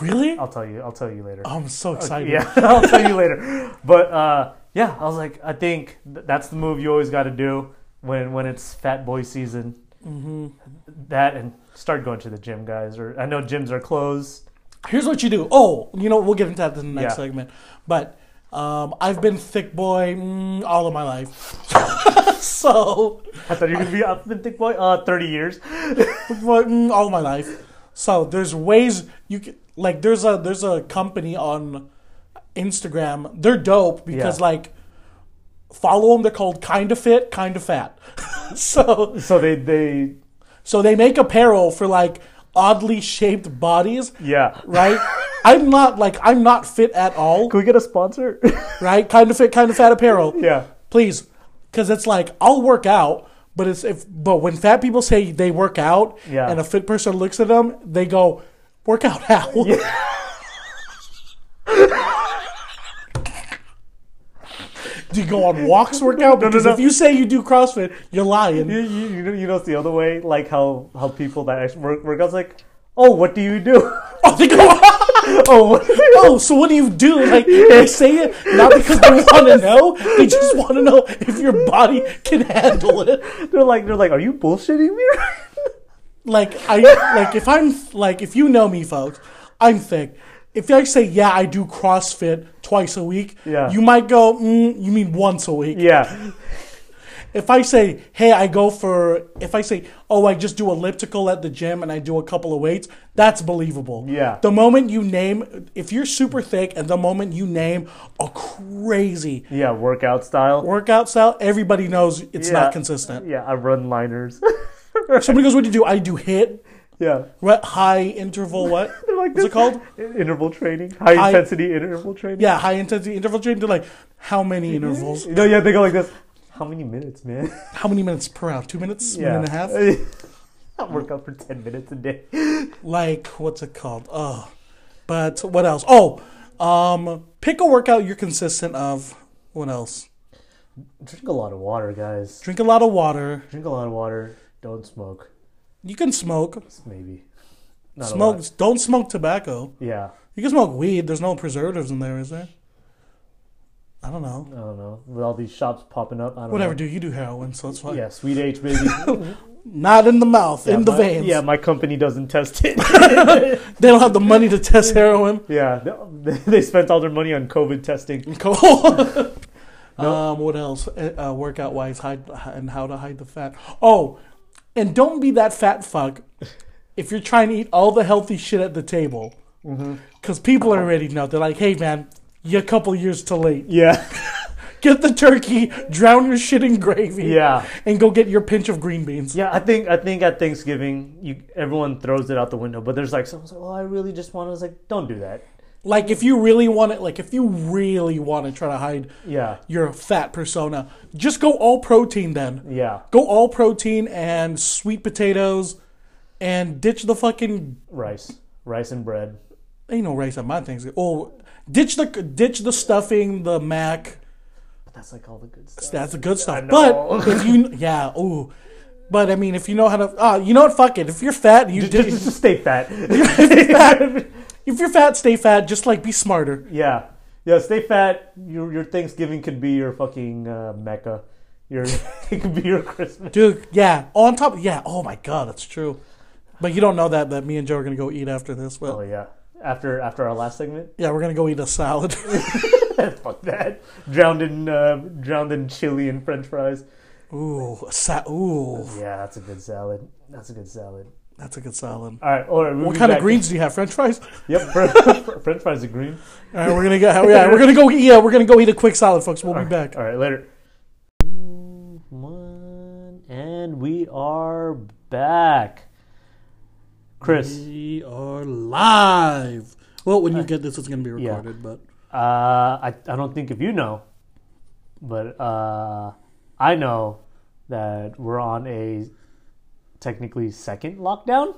Speaker 4: Really? Oh,
Speaker 2: I'll tell you. I'll tell you later.
Speaker 4: I'm so excited.
Speaker 2: Oh. yeah, I'll tell you later. But uh, yeah, I was like, I think th- that's the move you always got to do when when it's fat boy season. Mm-hmm. That and start going to the gym, guys. Or I know gyms are closed.
Speaker 4: Here's what you do. Oh, you know, we'll get into that in the next
Speaker 2: Yeah.
Speaker 4: segment. But um, I've been thick boy mm, all of my life. so,
Speaker 2: I thought you were gonna be up and thick boy. Uh, thirty years.
Speaker 4: thick boy, mm, all of my life. So there's ways you can like. There's a there's a company uh, on Instagram. They're dope because
Speaker 2: Yeah.
Speaker 4: like follow them. They're called Kinda Fit, Kinda Fat. so
Speaker 2: So they they
Speaker 4: so they make apparel for like oddly shaped bodies,
Speaker 2: yeah.
Speaker 4: right? I'm not like I'm not fit at all.
Speaker 2: Can we get a sponsor?
Speaker 4: right? Kind of fit, kind of fat apparel.
Speaker 2: yeah.
Speaker 4: Please, because it's like I'll work out, but it's if but when fat people say they work out,
Speaker 2: Yeah.
Speaker 4: and a fit person looks at them, they go, "Work out how?" do you go on walks workout? Because
Speaker 2: no.
Speaker 4: if you say you do CrossFit, you're lying.
Speaker 2: You, you, you, know, you know it's the other way, like how, how people that actually work, work out's like, oh, what do you do?
Speaker 4: Oh, they go.
Speaker 2: oh, what do you
Speaker 4: Oh, so what do you do? Like they say it not because they want to know; they just want to know if your body can handle it.
Speaker 2: do?" They're like, they're like, are you bullshitting me?
Speaker 4: like I like if I'm like if you know me, folks, I'm thick. If I say yeah, I do CrossFit twice a week,
Speaker 2: Yeah.
Speaker 4: you might go, mm, you mean once a week.
Speaker 2: yeah.
Speaker 4: If I say hey, I go for if I say oh, I just do elliptical at the gym and I do a couple of weights, that's believable.
Speaker 2: Yeah.
Speaker 4: The moment you name, if you're super thick, and the moment you name a crazy
Speaker 2: Yeah, workout style.
Speaker 4: workout style, everybody knows it's
Speaker 2: Yeah.
Speaker 4: not consistent.
Speaker 2: Yeah, I run liners.
Speaker 4: Somebody goes, what do you do? I do hit.
Speaker 2: yeah.
Speaker 4: What high interval? What?
Speaker 2: They're like,
Speaker 4: What's it
Speaker 2: "This-
Speaker 4: called?
Speaker 2: Interval training. High intensity interval training.
Speaker 4: Yeah, high intensity interval training. They're like, how many intervals?
Speaker 2: No, yeah, they go like this. How many minutes, man?
Speaker 4: How many minutes per hour? Two minutes?
Speaker 2: Yeah.
Speaker 4: Minute and a half?
Speaker 2: I work out for 10 minutes a day.
Speaker 4: Like, what's it called? Oh, but what else? Oh, um, pick a workout you're consistent of. What else?
Speaker 2: Drink a lot of water, guys.
Speaker 4: Drink a lot of water.
Speaker 2: Drink a lot of water. Don't smoke.
Speaker 4: You can smoke.
Speaker 2: Maybe. Not a lot.
Speaker 4: Smoke. Don't smoke tobacco.
Speaker 2: Yeah,
Speaker 4: You can smoke weed. There's no preservatives in there, is there? I don't know.
Speaker 2: I don't know. With all these shops popping up, I don't
Speaker 4: Whatever,
Speaker 2: know.
Speaker 4: dude. You do heroin, so it's fine.
Speaker 2: Yeah, sweet H baby.
Speaker 4: Not in the mouth, in the
Speaker 2: my,
Speaker 4: veins.
Speaker 2: Yeah, my company doesn't test it.
Speaker 4: They don't have the money to test heroin.
Speaker 2: yeah, they, they spent all their money on COVID testing.
Speaker 4: Cool. Um, what else? Uh, uh, workout wise, hide and how to hide the fat. Oh, and don't be that fat fuck if you're trying to eat all the healthy shit at the table,
Speaker 2: Mm-hmm.
Speaker 4: because people already know. They're like, "Hey, man, you're a couple years too late.
Speaker 2: Yeah,
Speaker 4: Get the turkey, drown your shit in gravy,
Speaker 2: yeah,
Speaker 4: and go get your pinch of green beans."
Speaker 2: yeah. I think I think at Thanksgiving, you everyone throws it out the window. But there's like someone's like, oh, I really just want. to. I was like, don't do that.
Speaker 4: Like if you really want it, like if you really want to try to hide
Speaker 2: Yeah,
Speaker 4: your fat persona, just go all protein then.
Speaker 2: yeah,
Speaker 4: go all protein and sweet potatoes and ditch the fucking
Speaker 2: rice, rice and bread.
Speaker 4: ain't no rice on my Thanksgiving. Oh, ditch the ditch the stuffing, the mac,
Speaker 2: But that's like all the good stuff.
Speaker 4: That's the good stuff.
Speaker 2: know.
Speaker 4: But if you, yeah, ooh. But I mean, if you know how to, ah, you know what? Fuck it. If you're fat, and you
Speaker 2: Just,
Speaker 4: did.
Speaker 2: just, just stay fat.
Speaker 4: If you're fat, stay fat. Just like be smarter.
Speaker 2: yeah, yeah. Stay fat. Your your Thanksgiving could be your fucking uh, mecca. Your it could be your Christmas.
Speaker 4: Dude, yeah. On top, yeah. Oh my god, that's true. But you don't know that that me and Joe are gonna go eat after this. Well,
Speaker 2: Oh yeah. After after our last segment,
Speaker 4: yeah, we're gonna go eat a salad.
Speaker 2: fuck that. Drowned in uh, drowned in chili and French fries.
Speaker 4: ooh, a sa- ooh,
Speaker 2: Yeah, that's a good salad. That's a good salad.
Speaker 4: that's a good salad.
Speaker 2: All right, all right. we'll
Speaker 4: What
Speaker 2: be
Speaker 4: kind of
Speaker 2: back.
Speaker 4: greens do you have? French fries.
Speaker 2: Yep, fr- French fries are green.
Speaker 4: All right, we're gonna go. Yeah, we're gonna go. Yeah, we're gonna go eat a quick salad, folks. We'll be back.
Speaker 2: All right, later. One and we are back. Chris,
Speaker 4: We are live. Well, when you get this, it's gonna be
Speaker 2: yeah.
Speaker 4: recorded. But
Speaker 2: uh, I I don't think if you know, but uh, I know that we're on a technically second lockdown.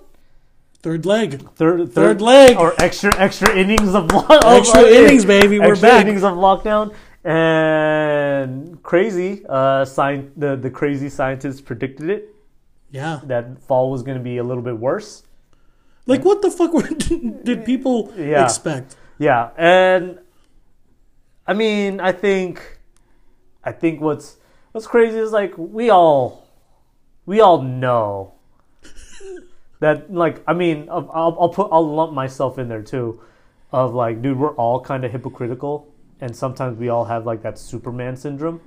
Speaker 4: third leg,
Speaker 2: Third, third,
Speaker 4: Third leg.
Speaker 2: or extra extra innings of lo- of-
Speaker 4: Extra
Speaker 2: of-
Speaker 4: innings, baby. We're
Speaker 2: extra
Speaker 4: back.
Speaker 2: innings of lockdown and crazy. Uh, sci- the the crazy scientists predicted it
Speaker 4: yeah.
Speaker 2: that fall was going to be a little bit worse.
Speaker 4: Like, what the fuck were, did people
Speaker 2: Yeah.
Speaker 4: expect?
Speaker 2: Yeah, and I mean, I think, I think what's what's crazy is like we all, we all know that like I mean, I'll, I'll I'll put I'll lump myself in there too, of like, dude, we're all kind of hypocritical, and sometimes we all have like that Superman syndrome.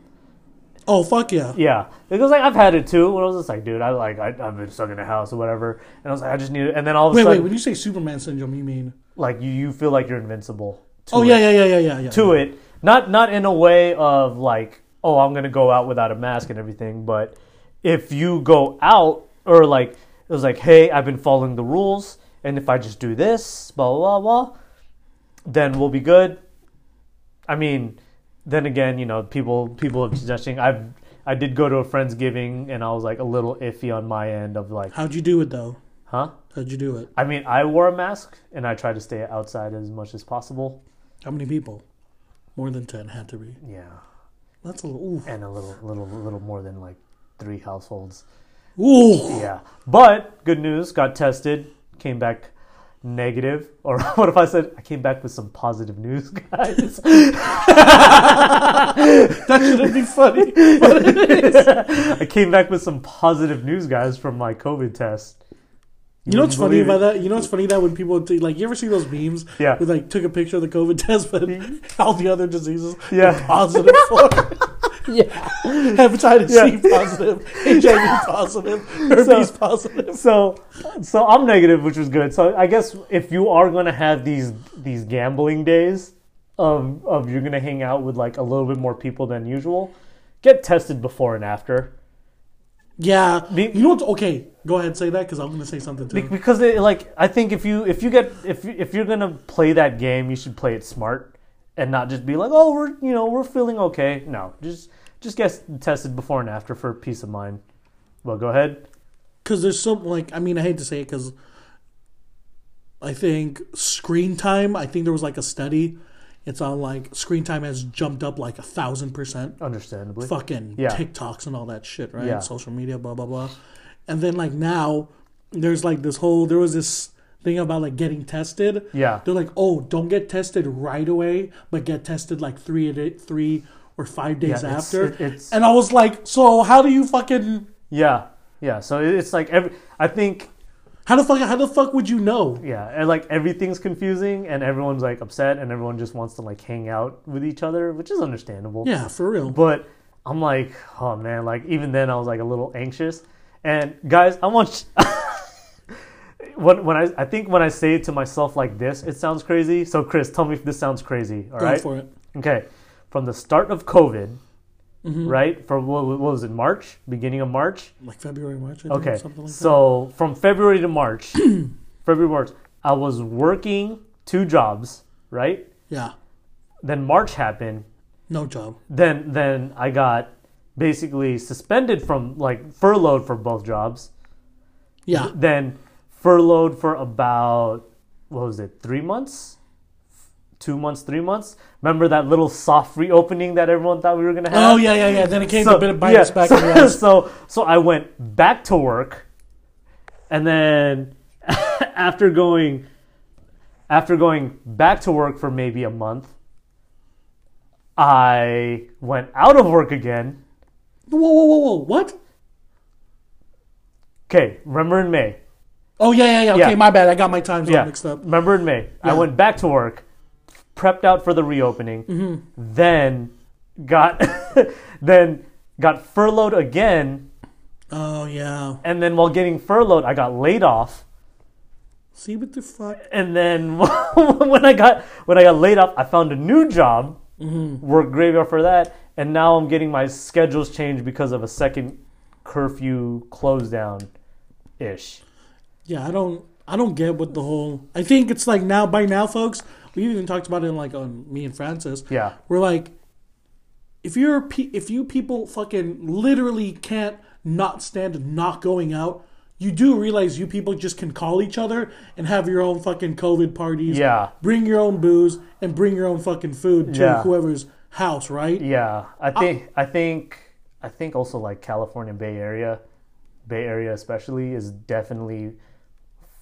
Speaker 4: Oh fuck yeah!
Speaker 2: Yeah, because like I've had it too. When I was just like, dude, I like I, I've been stuck in a house or whatever, and I was like, I just need, it. and then all of a
Speaker 4: Wait, wait.
Speaker 2: sudden,
Speaker 4: When you say Superman syndrome, you mean?
Speaker 2: like you, you feel like you're invincible. to
Speaker 4: Oh
Speaker 2: it.
Speaker 4: yeah, yeah, yeah, yeah, yeah, yeah.
Speaker 2: to it. Not not in a way of like, oh, I'm gonna go out without a mask and everything, but if you go out or like it was like, hey, I've been following the rules, and if I just do this, blah blah blah, blah then we'll be good. I mean, then again, you know, people people have suggesting I've I did go to a friend's giving and I was like a little iffy on my end of like,
Speaker 4: How'd you do it though?
Speaker 2: huh?
Speaker 4: How'd you do it?
Speaker 2: I mean, I wore a mask and I tried to stay outside as much as possible.
Speaker 4: How many people? More than ten had to be.
Speaker 2: Yeah.
Speaker 4: That's a little.
Speaker 2: and a little little little more than like three households.
Speaker 4: Ooh. Ooh.
Speaker 2: Yeah. But good news, got tested, came back negative. Or what if I said I came back with some positive news, guys?
Speaker 4: That shouldn't be funny.
Speaker 2: I came back with some positive news, guys, from my COVID test.
Speaker 4: You know what's funny
Speaker 2: wouldn't believe
Speaker 4: about
Speaker 2: it.
Speaker 4: that? You know what's funny that when people t- like you ever see those memes?
Speaker 2: Yeah.
Speaker 4: With like took a picture of the COVID test, but all the other diseases were
Speaker 2: Yeah.
Speaker 4: positive for. yeah. Hepatitis C
Speaker 2: Yeah.
Speaker 4: positive, HIV positive, herpes positive.
Speaker 2: So, so I'm negative, which was good. So I guess if you are gonna have these these gambling days of of you're gonna hang out with like a little bit more people than usual, get tested before and after.
Speaker 4: Yeah.
Speaker 2: Be-
Speaker 4: you know what's okay? Go ahead say that because I'm gonna say something too.
Speaker 2: because it, like I think if you if you get if you, if you're gonna play that game, you should play it smart and not just be like, oh, we're you know we're feeling okay. No, just just get tested before and after for peace of mind. Well, go ahead.
Speaker 4: Because there's some like I mean I hate to say it because I think screen time. I think there was like a study. It's on like screen time has jumped up like a thousand percent.
Speaker 2: Understandably,
Speaker 4: fucking
Speaker 2: Yeah.
Speaker 4: TikToks and all that shit, right?
Speaker 2: Yeah.
Speaker 4: Social media, blah blah blah. And then like now, there's like this whole there was this thing about like getting tested.
Speaker 2: Yeah.
Speaker 4: They're like, oh, don't get tested right away, but get tested like three a day, three or five days
Speaker 2: Yeah, it's-
Speaker 4: after.
Speaker 2: it- it's-
Speaker 4: and I was like, so how do you fucking
Speaker 2: yeah, yeah. So it- it's like every I think
Speaker 4: how the fuck how the fuck would you know?
Speaker 2: yeah, and like everything's confusing and everyone's like upset and everyone just wants to like hang out with each other, which is understandable.
Speaker 4: Yeah, for real.
Speaker 2: But I'm like, oh man, like even then I was like a little anxious. And guys, I want you- when when I I think when I say it to myself like this, it sounds crazy. So Chris, tell me if this sounds crazy. All
Speaker 4: Go
Speaker 2: right.
Speaker 4: for it.
Speaker 2: Okay. From the start of COVID,
Speaker 4: Mm-hmm.
Speaker 2: right? From what, what was it? March, beginning of March.
Speaker 4: Like February, March, I think,
Speaker 2: Okay.
Speaker 4: something like that.
Speaker 2: so from February to March, February March, I was working two jobs, right?
Speaker 4: Yeah.
Speaker 2: Then March happened,
Speaker 4: No job.
Speaker 2: then then I got basically suspended from like furloughed for both jobs.
Speaker 4: Yeah.
Speaker 2: Then furloughed for about what was it, three months? two months, three months. Remember that little soft reopening that everyone thought we were gonna have?
Speaker 4: Oh yeah, yeah, yeah. Then it came a bit of
Speaker 2: yeah,
Speaker 4: bias back
Speaker 2: so,
Speaker 4: in the ass.
Speaker 2: so so I went back to work, and then after going after going back to work for maybe a month, I went out of work again.
Speaker 4: Whoa, whoa, whoa, whoa! What?
Speaker 2: Okay, remember in May?
Speaker 4: Oh yeah, yeah, yeah. Okay,
Speaker 2: Yeah.
Speaker 4: my bad. I got my times all
Speaker 2: Yeah,
Speaker 4: mixed up.
Speaker 2: remember in May? I
Speaker 4: Yeah.
Speaker 2: went back to work, prepped out for the reopening,
Speaker 4: Mm-hmm.
Speaker 2: then got then got furloughed again,
Speaker 4: Oh yeah.
Speaker 2: and then while getting furloughed, I got laid off.
Speaker 4: See what the fuck?
Speaker 2: and then when I got when I got laid off, I found a new job, worked graveyard for that, and now I'm getting my schedules changed because of a second curfew close down, ish.
Speaker 4: Yeah, I don't. I don't get what the whole. I think it's like now. By now, folks, we even talked about it in like on me and Francis.
Speaker 2: Yeah.
Speaker 4: we're like, if you're pe- if you people fucking literally can't not stand not going out, you do realize you people just can call each other and have your own fucking COVID parties.
Speaker 2: Yeah.
Speaker 4: bring your own booze and bring your own fucking food to
Speaker 2: Yeah.
Speaker 4: whoever's house, right?
Speaker 2: Yeah, I think I think I think also like California Bay Area, Bay Area especially is definitely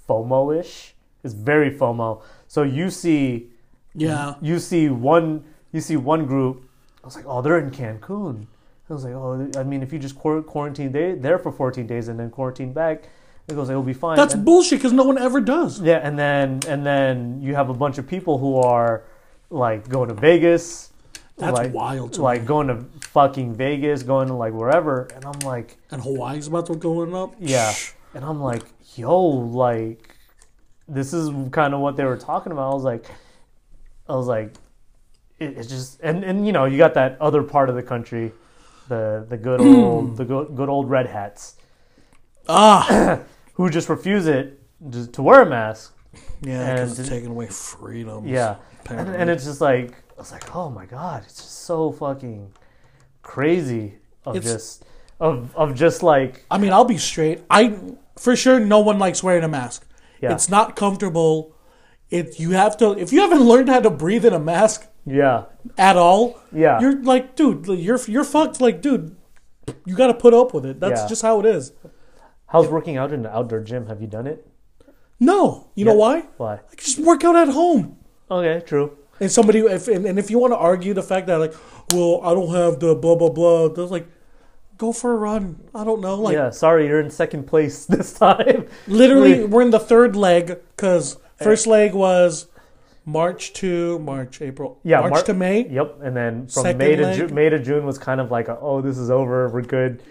Speaker 2: FOMO ish. It's very FOMO. So you see
Speaker 4: Yeah,
Speaker 2: you see one you see one group i was like oh they're in cancun i was like oh i mean if you just quar- quarantine they there for 14 days and then quarantine back it goes it'll be fine
Speaker 4: that's
Speaker 2: And-
Speaker 4: bullshit because no one ever does.
Speaker 2: yeah and then and then you have a bunch of people who are like going to vegas
Speaker 4: That's
Speaker 2: like,
Speaker 4: wild to
Speaker 2: like going to fucking vegas going to like wherever and i'm like
Speaker 4: And Hawaii's about to going up.
Speaker 2: yeah and i'm like yo like this is kind of what they were talking about i was like i was like it, it's just and and you know you got that other part of the country the the good
Speaker 4: Hmm.
Speaker 2: old the good, good old red hats
Speaker 4: Ah,
Speaker 2: who just refuse it just to wear a mask
Speaker 4: yeah, because
Speaker 2: And-
Speaker 4: it's taking away freedom.
Speaker 2: yeah and, and it's just like i was like oh my god it's just so fucking crazy of
Speaker 4: It's-
Speaker 2: just of of just like
Speaker 4: I mean, I'll be straight. I for sure no one likes wearing a mask.
Speaker 2: Yeah.
Speaker 4: It's not comfortable. It you have to if you haven't learned how to breathe in a mask
Speaker 2: yeah
Speaker 4: at all.
Speaker 2: Yeah.
Speaker 4: You're like, dude, you're you're fucked. Like, dude, you got to put up with it. That's
Speaker 2: Yeah.
Speaker 4: just how it is.
Speaker 2: how's working out in an outdoor gym have you done it
Speaker 4: No, you know why?
Speaker 2: why
Speaker 4: I can just work out at home.
Speaker 2: okay true
Speaker 4: And somebody, if and, and if you want to argue the fact that like, well, I don't have the blah blah blah, that's like, go for a run. I don't know, like
Speaker 2: Yeah, sorry, you're in second place this time.
Speaker 4: Literally, we're in the third leg because first leg was March to March, April,
Speaker 2: Yeah,
Speaker 4: March
Speaker 2: Mar-
Speaker 4: to May.
Speaker 2: Yep, and then from
Speaker 4: Second
Speaker 2: May to
Speaker 4: leg.
Speaker 2: Ju- May to June was kind of like, a, oh, this is over, we're good,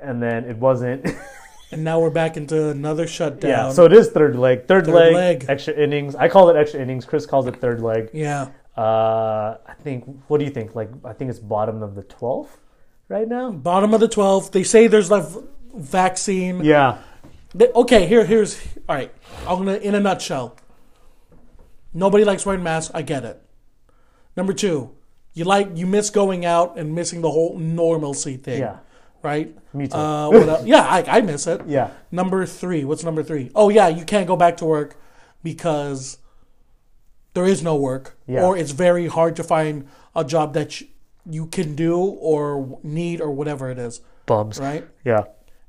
Speaker 2: and then it wasn't.
Speaker 4: and now we're back into another shutdown.
Speaker 2: yeah, so it is third leg, third,
Speaker 4: Third
Speaker 2: leg,
Speaker 4: leg.
Speaker 2: extra innings. I call it extra innings. Chris calls it third leg.
Speaker 4: yeah,
Speaker 2: Uh, I think. What do you think? Like, I think it's bottom of the twelfth right now.
Speaker 4: bottom of the twelfth. They say there's like vaccine.
Speaker 2: Yeah,
Speaker 4: They- okay, here, here's all right. I'm gonna in a nutshell. Nobody likes wearing masks. I get it. Number two, you like you miss going out and missing the whole normalcy thing.
Speaker 2: Yeah.
Speaker 4: Right.
Speaker 2: Me too.
Speaker 4: Uh, what else? Yeah, I, I miss it.
Speaker 2: yeah,
Speaker 4: Number three. What's number three? Oh yeah, you can't go back to work because there is no work,
Speaker 2: Yeah.
Speaker 4: or it's very hard to find a job that you, you can do or need or whatever it is,
Speaker 2: bums.
Speaker 4: right?
Speaker 2: Yeah,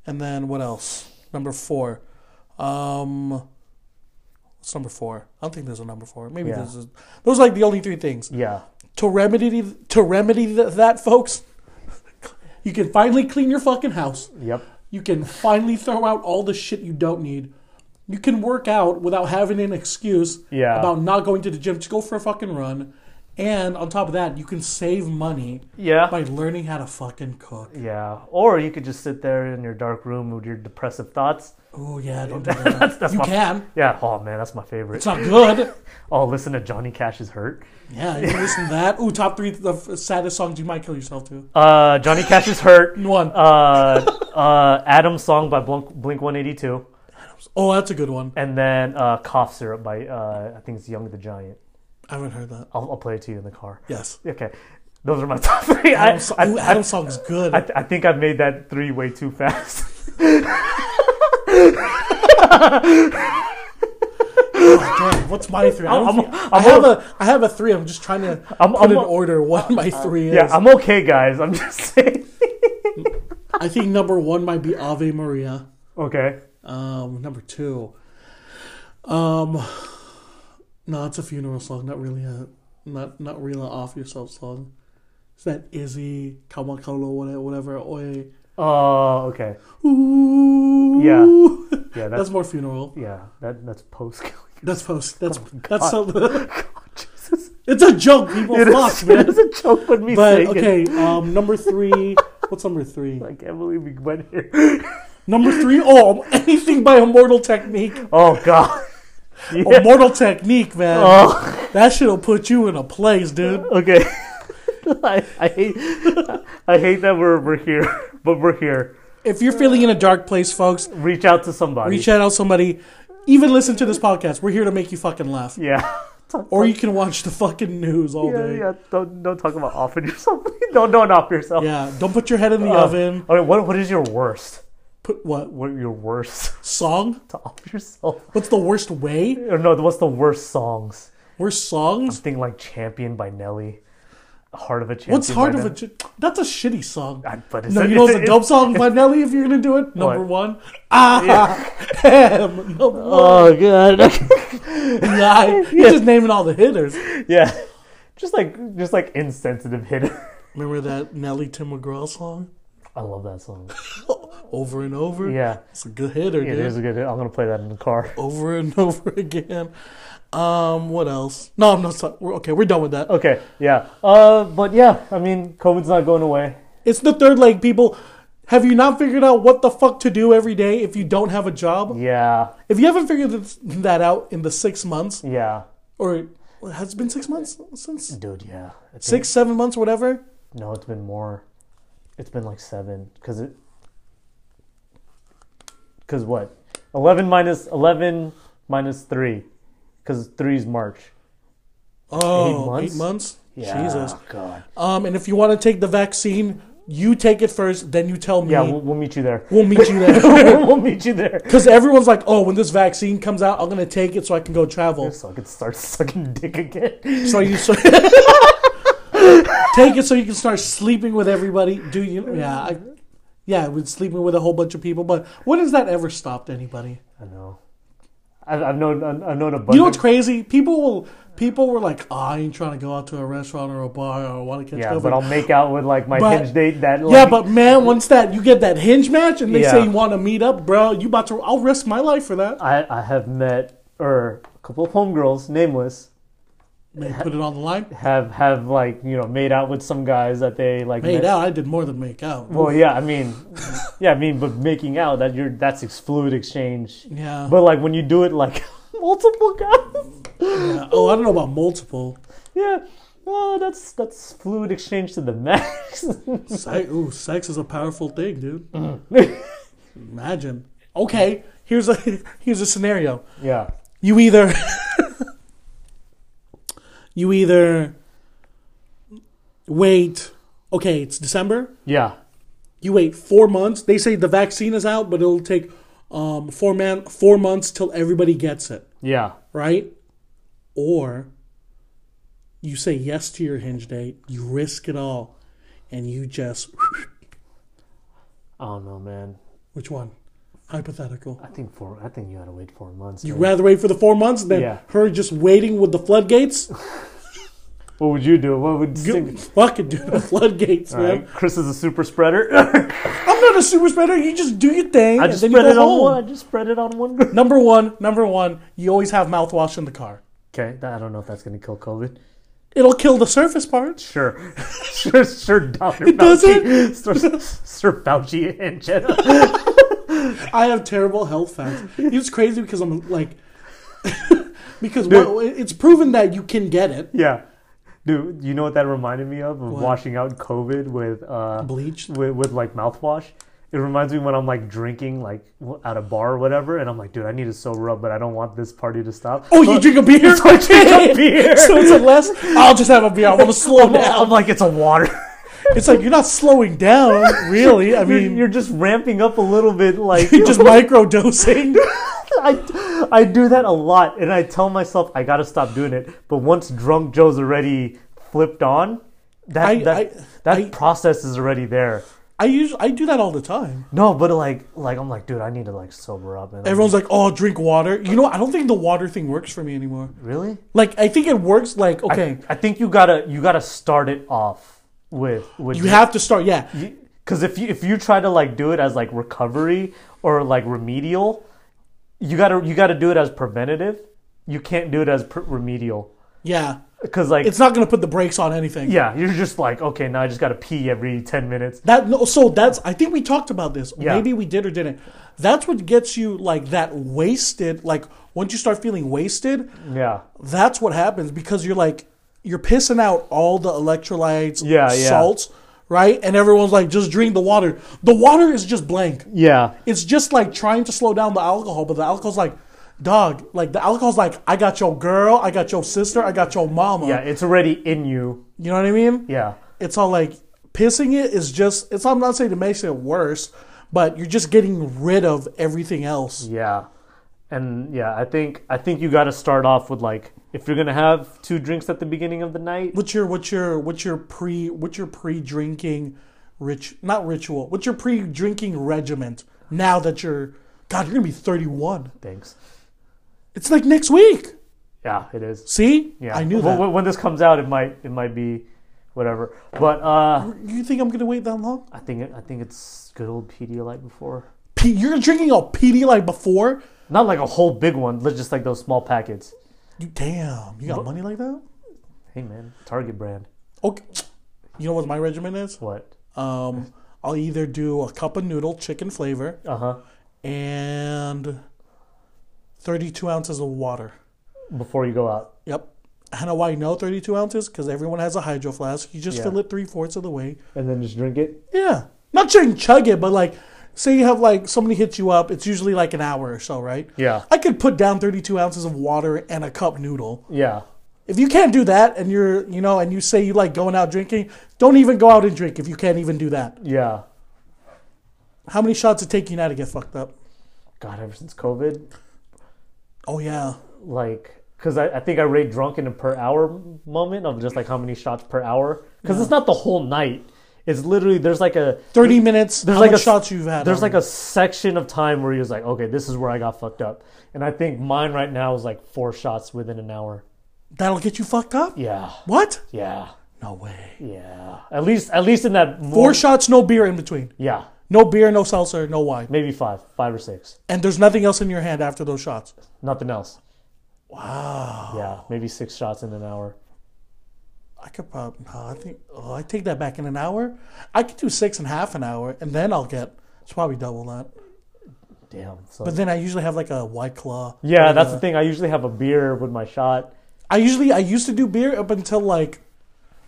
Speaker 4: And then what else? Number four. Um, what's number four? I don't think there's a number four. Maybe
Speaker 2: Yeah.
Speaker 4: there's. A, those are like the only three things
Speaker 2: yeah,
Speaker 4: to remedy to remedy th- that, folks. You can finally clean your fucking house.
Speaker 2: yep,
Speaker 4: You can finally throw out all the shit you don't need. You can work out without having an excuse
Speaker 2: Yeah.
Speaker 4: about not going to the gym. Just go for a fucking run. And on top of that, you can save money
Speaker 2: yeah.
Speaker 4: by learning how to fucking cook.
Speaker 2: yeah, or you could just sit there in your dark room with your depressive thoughts.
Speaker 4: Oh yeah, don't do that. you can.
Speaker 2: Yeah, oh man, that's my favorite.
Speaker 4: It's not good.
Speaker 2: Oh, listen to Johnny Cash's "Hurt."
Speaker 4: Yeah, you can listen to that. Ooh, top three of saddest songs you might kill yourself to.
Speaker 2: Uh, Johnny Cash's "Hurt."
Speaker 4: One.
Speaker 2: Uh, uh, Adam's song by Blink Blink One Eighty Two,
Speaker 4: Oh, that's a good one.
Speaker 2: and then uh, "Cough Syrup" by uh, I think it's Young the Giant.
Speaker 4: I haven't heard that.
Speaker 2: I'll, I'll play it to you in the car.
Speaker 4: Yes.
Speaker 2: Okay, those are my top three. I,
Speaker 4: Adam's,
Speaker 2: I,
Speaker 4: ooh,
Speaker 2: I,
Speaker 4: Adam's song's good.
Speaker 2: I, I think I've made that three way too fast.
Speaker 4: God, what's my three? I, don't
Speaker 2: I'm-
Speaker 4: think-
Speaker 2: I'm
Speaker 4: I have
Speaker 2: all-
Speaker 4: a I have a three. I'm just trying to
Speaker 2: I'm-
Speaker 4: put
Speaker 2: I'm
Speaker 4: in
Speaker 2: all-
Speaker 4: order what my three is.
Speaker 2: Yeah, I'm okay, guys. I'm just saying.
Speaker 4: I think number one might be Ave Maria.
Speaker 2: okay.
Speaker 4: Um, number two. Um, no, it's a funeral song. Not really a not not really an off yourself song. It's that Izzy Kamakolo whatever whatever. Oye.
Speaker 2: Oh, okay.
Speaker 4: Ooh.
Speaker 2: Yeah. Yeah,
Speaker 4: That's
Speaker 2: that's
Speaker 4: more funeral.
Speaker 2: yeah. That that's post.
Speaker 4: That's post. That's that's something.
Speaker 2: Oh, Jesus.
Speaker 4: It's a joke. People
Speaker 2: It
Speaker 4: fuck,
Speaker 2: is, it
Speaker 4: man.
Speaker 2: is a joke with me
Speaker 4: But
Speaker 2: saying it.
Speaker 4: okay, um, number three. What's number three?
Speaker 2: I can't believe we went here.
Speaker 4: Number three. Oh, anything by Immortal Technique.
Speaker 2: Oh God.
Speaker 4: Oh,
Speaker 2: Yeah.
Speaker 4: Immortal Technique, man.
Speaker 2: Oh.
Speaker 4: That shit'll put you in a place, dude.
Speaker 2: Okay. I, I hate I hate that we're we're here, but we're here.
Speaker 4: If you're feeling in a dark place, folks,
Speaker 2: Reach out to somebody.
Speaker 4: reach out to somebody. Even listen to this podcast. We're here to make you fucking laugh.
Speaker 2: Yeah.
Speaker 4: Or you can watch the fucking news all
Speaker 2: Yeah,
Speaker 4: day.
Speaker 2: yeah. Don't don't talk about offing yourself. don't don't off yourself.
Speaker 4: Yeah, Don't put your head in the
Speaker 2: Uh,
Speaker 4: oven.
Speaker 2: All right. What what is your worst?
Speaker 4: Put what?
Speaker 2: What your worst
Speaker 4: Song?
Speaker 2: to off yourself?
Speaker 4: What's the worst way?
Speaker 2: Or no, what's the worst songs?
Speaker 4: Worst songs?
Speaker 2: Thing like Champion by Nelly, Heart of a Champion.
Speaker 4: What's hard
Speaker 2: by
Speaker 4: of a.
Speaker 2: Nelly.
Speaker 4: j- That's a shitty song.
Speaker 2: I- But
Speaker 4: No, you know what's a dope song by Nelly if you're gonna do it? Number
Speaker 2: What?
Speaker 4: one. Ah! Damn, number one.
Speaker 2: Oh god.
Speaker 4: Nah, You're just naming all the hitters.
Speaker 2: yeah. Just like just like insensitive hitter.
Speaker 4: Remember that Nelly Tim McGraw song?
Speaker 2: I love that song.
Speaker 4: Over and over?
Speaker 2: Yeah.
Speaker 4: It's a good hitter,
Speaker 2: It
Speaker 4: dude.
Speaker 2: is a good. I'm gonna play that in the car.
Speaker 4: Over and over again. Um, what else? No, I'm not sorry. We're, okay, we're done with that.
Speaker 2: Okay, yeah. Uh, but yeah, I mean, COVID's not going away.
Speaker 4: It's the third leg, people. Have you not figured out what the fuck to do every day if you don't have a job?
Speaker 2: Yeah,
Speaker 4: If you haven't figured this- that out in the six months,
Speaker 2: yeah,
Speaker 4: or has it been six months since?
Speaker 2: dude. Yeah, I think-
Speaker 4: Six, seven months, whatever?
Speaker 2: No, it's been more. It's been like seven. Cause it. Cause what? Eleven minus eleven minus three, cause three's March.
Speaker 4: Oh, eight months.
Speaker 2: months? Yeah,
Speaker 4: Jesus.
Speaker 2: God.
Speaker 4: Um, and if you want to take the vaccine, you take it first, then you tell me.
Speaker 2: Yeah, we'll, we'll meet you there.
Speaker 4: we'll meet you there.
Speaker 2: we'll meet you there.
Speaker 4: Because everyone's like, oh, when this vaccine comes out, I'm gonna take it so I can go travel.
Speaker 2: So I can start sucking dick again.
Speaker 4: So you so take it so you can start sleeping with everybody. Do you? Yeah, I, yeah, with sleeping with a whole bunch of people. But when has that ever stopped anybody?
Speaker 2: I know. I've, I've known I've known a bunch.
Speaker 4: You know what's
Speaker 2: of,
Speaker 4: crazy? People will. People were like, oh, I ain't trying to go out to a restaurant or a bar or want to catch
Speaker 2: yeah,
Speaker 4: COVID.
Speaker 2: but I'll make out with like my
Speaker 4: But-
Speaker 2: hinge date that. Like,
Speaker 4: yeah, but man, once that you get that hinge match and they say
Speaker 2: Yeah.
Speaker 4: you want to meet up, bro, you about to? I'll risk my life for that.
Speaker 2: I, I have met or a couple of homegirls, nameless,
Speaker 4: Man, put it on the line.
Speaker 2: have have like you know made out with some guys that they like
Speaker 4: Made
Speaker 2: met-
Speaker 4: out. I did more than make out.
Speaker 2: Well, yeah, I mean, yeah, I mean, but making out that you're that's ex- fluid exchange.
Speaker 4: Yeah.
Speaker 2: But like when you do it like multiple guys,
Speaker 4: yeah. Oh, I don't know about multiple.
Speaker 2: yeah, oh, that's that's fluid exchange to the max.
Speaker 4: Sex, ooh, sex is a powerful thing, dude.
Speaker 2: Mm-hmm.
Speaker 4: Imagine. Okay, here's a here's a scenario.
Speaker 2: yeah,
Speaker 4: You either you either wait. Okay, it's December.
Speaker 2: yeah,
Speaker 4: You wait four months. They say the vaccine is out, but it'll take um, four man four months till everybody gets it,
Speaker 2: yeah.
Speaker 4: right? Or you say yes to your hinge date. You risk it all, and you just
Speaker 2: I don't know, man.
Speaker 4: Which one? Hypothetical.
Speaker 2: I think four. I think you had to wait four months.
Speaker 4: You'd
Speaker 2: man.
Speaker 4: rather wait for the four months than
Speaker 2: Yeah.
Speaker 4: her just waiting with the floodgates?
Speaker 2: what would you do? What would?
Speaker 4: Good- Fuck it, dude. The floodgates,
Speaker 2: All
Speaker 4: man.
Speaker 2: right, Chris is a super spreader.
Speaker 4: I'm not a super spreader. You just do your thing.
Speaker 2: I
Speaker 4: and
Speaker 2: just
Speaker 4: then you
Speaker 2: spread it
Speaker 4: go
Speaker 2: on
Speaker 4: home.
Speaker 2: one. I just spread it on one.
Speaker 4: Number one, number one, you always have mouthwash in the car.
Speaker 2: Okay, I don't know if that's gonna kill COVID.
Speaker 4: It'll kill the surface part.
Speaker 2: Sure, sure, sure. Dr. Fauci,
Speaker 4: does
Speaker 2: Sir, Sir Fauci and Jenna.
Speaker 4: I have terrible health facts. It's crazy because I'm like, because well, it's proven that you can get it.
Speaker 2: Yeah, dude. You know what that reminded me of? Of washing out COVID with uh,
Speaker 4: Bleach?
Speaker 2: with, with like mouthwash. It reminds me when I'm like drinking like w- at a bar or whatever, and I'm like, dude, I need a sober up, but I don't want this party to stop.
Speaker 4: Oh, you drink a beer?
Speaker 2: So I drink a beer.
Speaker 4: so it's a less. I'll just have a beer. I want to slow
Speaker 2: I'm,
Speaker 4: down.
Speaker 2: I'm like, it's a water.
Speaker 4: It's like you're not slowing down, really. I
Speaker 2: You're,
Speaker 4: mean,
Speaker 2: you're just ramping up a little bit, like
Speaker 4: you're just micro dosing.
Speaker 2: I I, I do that a lot, and I tell myself I gotta stop doing it. But once drunk Joe's already flipped on, that
Speaker 4: I-
Speaker 2: that,
Speaker 4: I-
Speaker 2: that
Speaker 4: I-
Speaker 2: process is already there.
Speaker 4: I usually I do that all the time.
Speaker 2: No, but like like I'm like, dude, I need to like sober up. And
Speaker 4: Everyone's like, "Oh, drink water." You know, I don't think the water thing works for me anymore.
Speaker 2: really?
Speaker 4: Like, I think it works. Like, okay,
Speaker 2: I think you gotta you gotta start it off with with
Speaker 4: you have to start. Yeah,
Speaker 2: because if you if you try to like do it as like recovery or like remedial, you gotta you gotta do it as preventative. You can't do it as pr- remedial
Speaker 4: yeah.
Speaker 2: because like
Speaker 4: It's not gonna put the brakes on anything.
Speaker 2: yeah, you're just like okay, now I just gotta pee every ten minutes.
Speaker 4: That no, so that's I think we talked about this.
Speaker 2: Yeah.
Speaker 4: Maybe we did or didn't. That's what gets you like that wasted. Like once you start feeling wasted,
Speaker 2: Yeah,
Speaker 4: that's what happens because you're like you're pissing out all the electrolytes,
Speaker 2: Yeah, yeah.
Speaker 4: salts, right? And everyone's like, just drink the water. The water is just blank.
Speaker 2: yeah,
Speaker 4: It's just like trying to slow down the alcohol, but the alcohol's like, dog, like the alcohol's like, I got your girl, I got your sister, I got your mama.
Speaker 2: yeah. It's already in you.
Speaker 4: You know what I mean?
Speaker 2: Yeah,
Speaker 4: It's all like pissing it is just it's I'm not saying it makes it worse, but you're just getting rid of everything else.
Speaker 2: yeah, and yeah. I think I think you gotta start off with like if you're gonna have two drinks at the beginning of the night.
Speaker 4: What's your what's your what's your pre what's your pre drinking rich not ritual. What's your pre drinking regiment now that you're God, you're gonna be thirty one.
Speaker 2: Thanks.
Speaker 4: It's like next week.
Speaker 2: Yeah, it is.
Speaker 4: See?
Speaker 2: Yeah,
Speaker 4: I knew
Speaker 2: When-
Speaker 4: that.
Speaker 2: When, when this comes out, it might it might be whatever. But uh,
Speaker 4: you think I'm gonna wait that long?
Speaker 2: I think it, I think it's good old Pedialyte before.
Speaker 4: P- you're drinking a Pedialyte before?
Speaker 2: Not like a whole big one, but just like those small packets.
Speaker 4: You damn, you got money like that?
Speaker 2: Hey man, Target brand.
Speaker 4: Okay. You know what my regimen is?
Speaker 2: What?
Speaker 4: Um, I'll either do a cup of noodle, chicken flavor,
Speaker 2: Uh huh.
Speaker 4: and 32 ounces of water.
Speaker 2: Before you go out.
Speaker 4: Yep. I know why you know 32 ounces because everyone has a hydro flask. You just
Speaker 2: Yeah.
Speaker 4: fill it three fourths of the way.
Speaker 2: And then just drink it.
Speaker 4: Yeah. Not saying chug it, but like, say you have like somebody hits you up, it's usually like an hour or so, right?
Speaker 2: Yeah.
Speaker 4: I could put down 32 ounces of water and a cup noodle.
Speaker 2: Yeah.
Speaker 4: If you can't do that and you're, you know, and you say you like going out drinking, don't even go out and drink if you can't even do that.
Speaker 2: Yeah.
Speaker 4: How many shots it take you now to get fucked up?
Speaker 2: God, ever since COVID,
Speaker 4: Oh yeah.
Speaker 2: like, because I, I think I rate drunk in a per hour moment of just like how many shots per hour. Because it's not the whole night. It's literally there's like a
Speaker 4: 30 minutes.
Speaker 2: there's
Speaker 4: how
Speaker 2: like
Speaker 4: much
Speaker 2: a
Speaker 4: shots you've had.
Speaker 2: There's like a section of time where he was like, okay, this is where I got fucked up, and I think mine right now is like four shots within an hour.
Speaker 4: that'll get you fucked up.
Speaker 2: Yeah,
Speaker 4: What?
Speaker 2: yeah,
Speaker 4: No way.
Speaker 2: yeah. At least, at least in that
Speaker 4: Four
Speaker 2: more,
Speaker 4: shots, no beer in between.
Speaker 2: Yeah,
Speaker 4: No beer, no seltzer, no wine,
Speaker 2: maybe five, five or six.
Speaker 4: and there's nothing else in your hand after those shots.
Speaker 2: Nothing else. Wow. Yeah, maybe six shots in an hour.
Speaker 4: I could probably. No, I think. Oh, I take that back. In an hour, I could do six and half an hour, and then I'll get. It's probably double that.
Speaker 2: Damn. uh, So.
Speaker 4: But then I usually have like a white claw.
Speaker 2: yeah, that's
Speaker 4: the
Speaker 2: the
Speaker 4: thing.
Speaker 2: thing. I usually have a beer with my shot.
Speaker 4: I usually I used to do beer up until like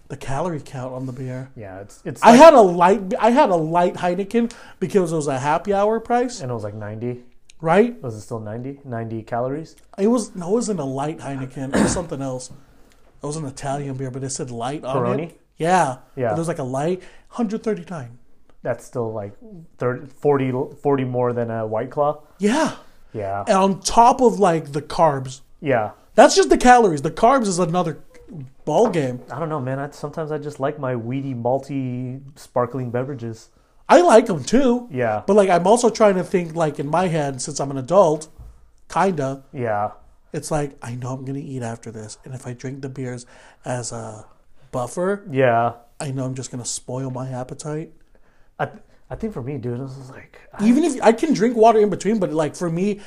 Speaker 4: the calorie count on the beer.
Speaker 2: Yeah, it's it's.
Speaker 4: I
Speaker 2: like-
Speaker 4: had a light I had a light Heineken because it was a happy hour price,
Speaker 2: and it was like ninety.
Speaker 4: right?
Speaker 2: Was it still 90? 90 calories?
Speaker 4: It was no, it wasn't a light Heineken. It was something else. It was an Italian beer, but it said light on
Speaker 2: Peroni?
Speaker 4: it. Yeah,
Speaker 2: Yeah.
Speaker 4: But it was like a light, 139.
Speaker 2: That's still like 30, 40, 40 more than a White Claw.
Speaker 4: Yeah,
Speaker 2: Yeah.
Speaker 4: and on top of like the carbs.
Speaker 2: Yeah.
Speaker 4: That's just the calories. The carbs is another ball game.
Speaker 2: I don't know, man. I, sometimes I just like my weedy, malty, sparkling beverages.
Speaker 4: I like them too.
Speaker 2: Yeah.
Speaker 4: But like, I'm also trying to think like in my head since I'm an adult, kinda.
Speaker 2: Yeah.
Speaker 4: It's like I know I'm gonna eat after this, and if I drink the beers as a buffer,
Speaker 2: Yeah.
Speaker 4: I know I'm just gonna spoil my appetite.
Speaker 2: I, th- I think for me, dude, this is like,
Speaker 4: Even if I can drink water in between, but like for me,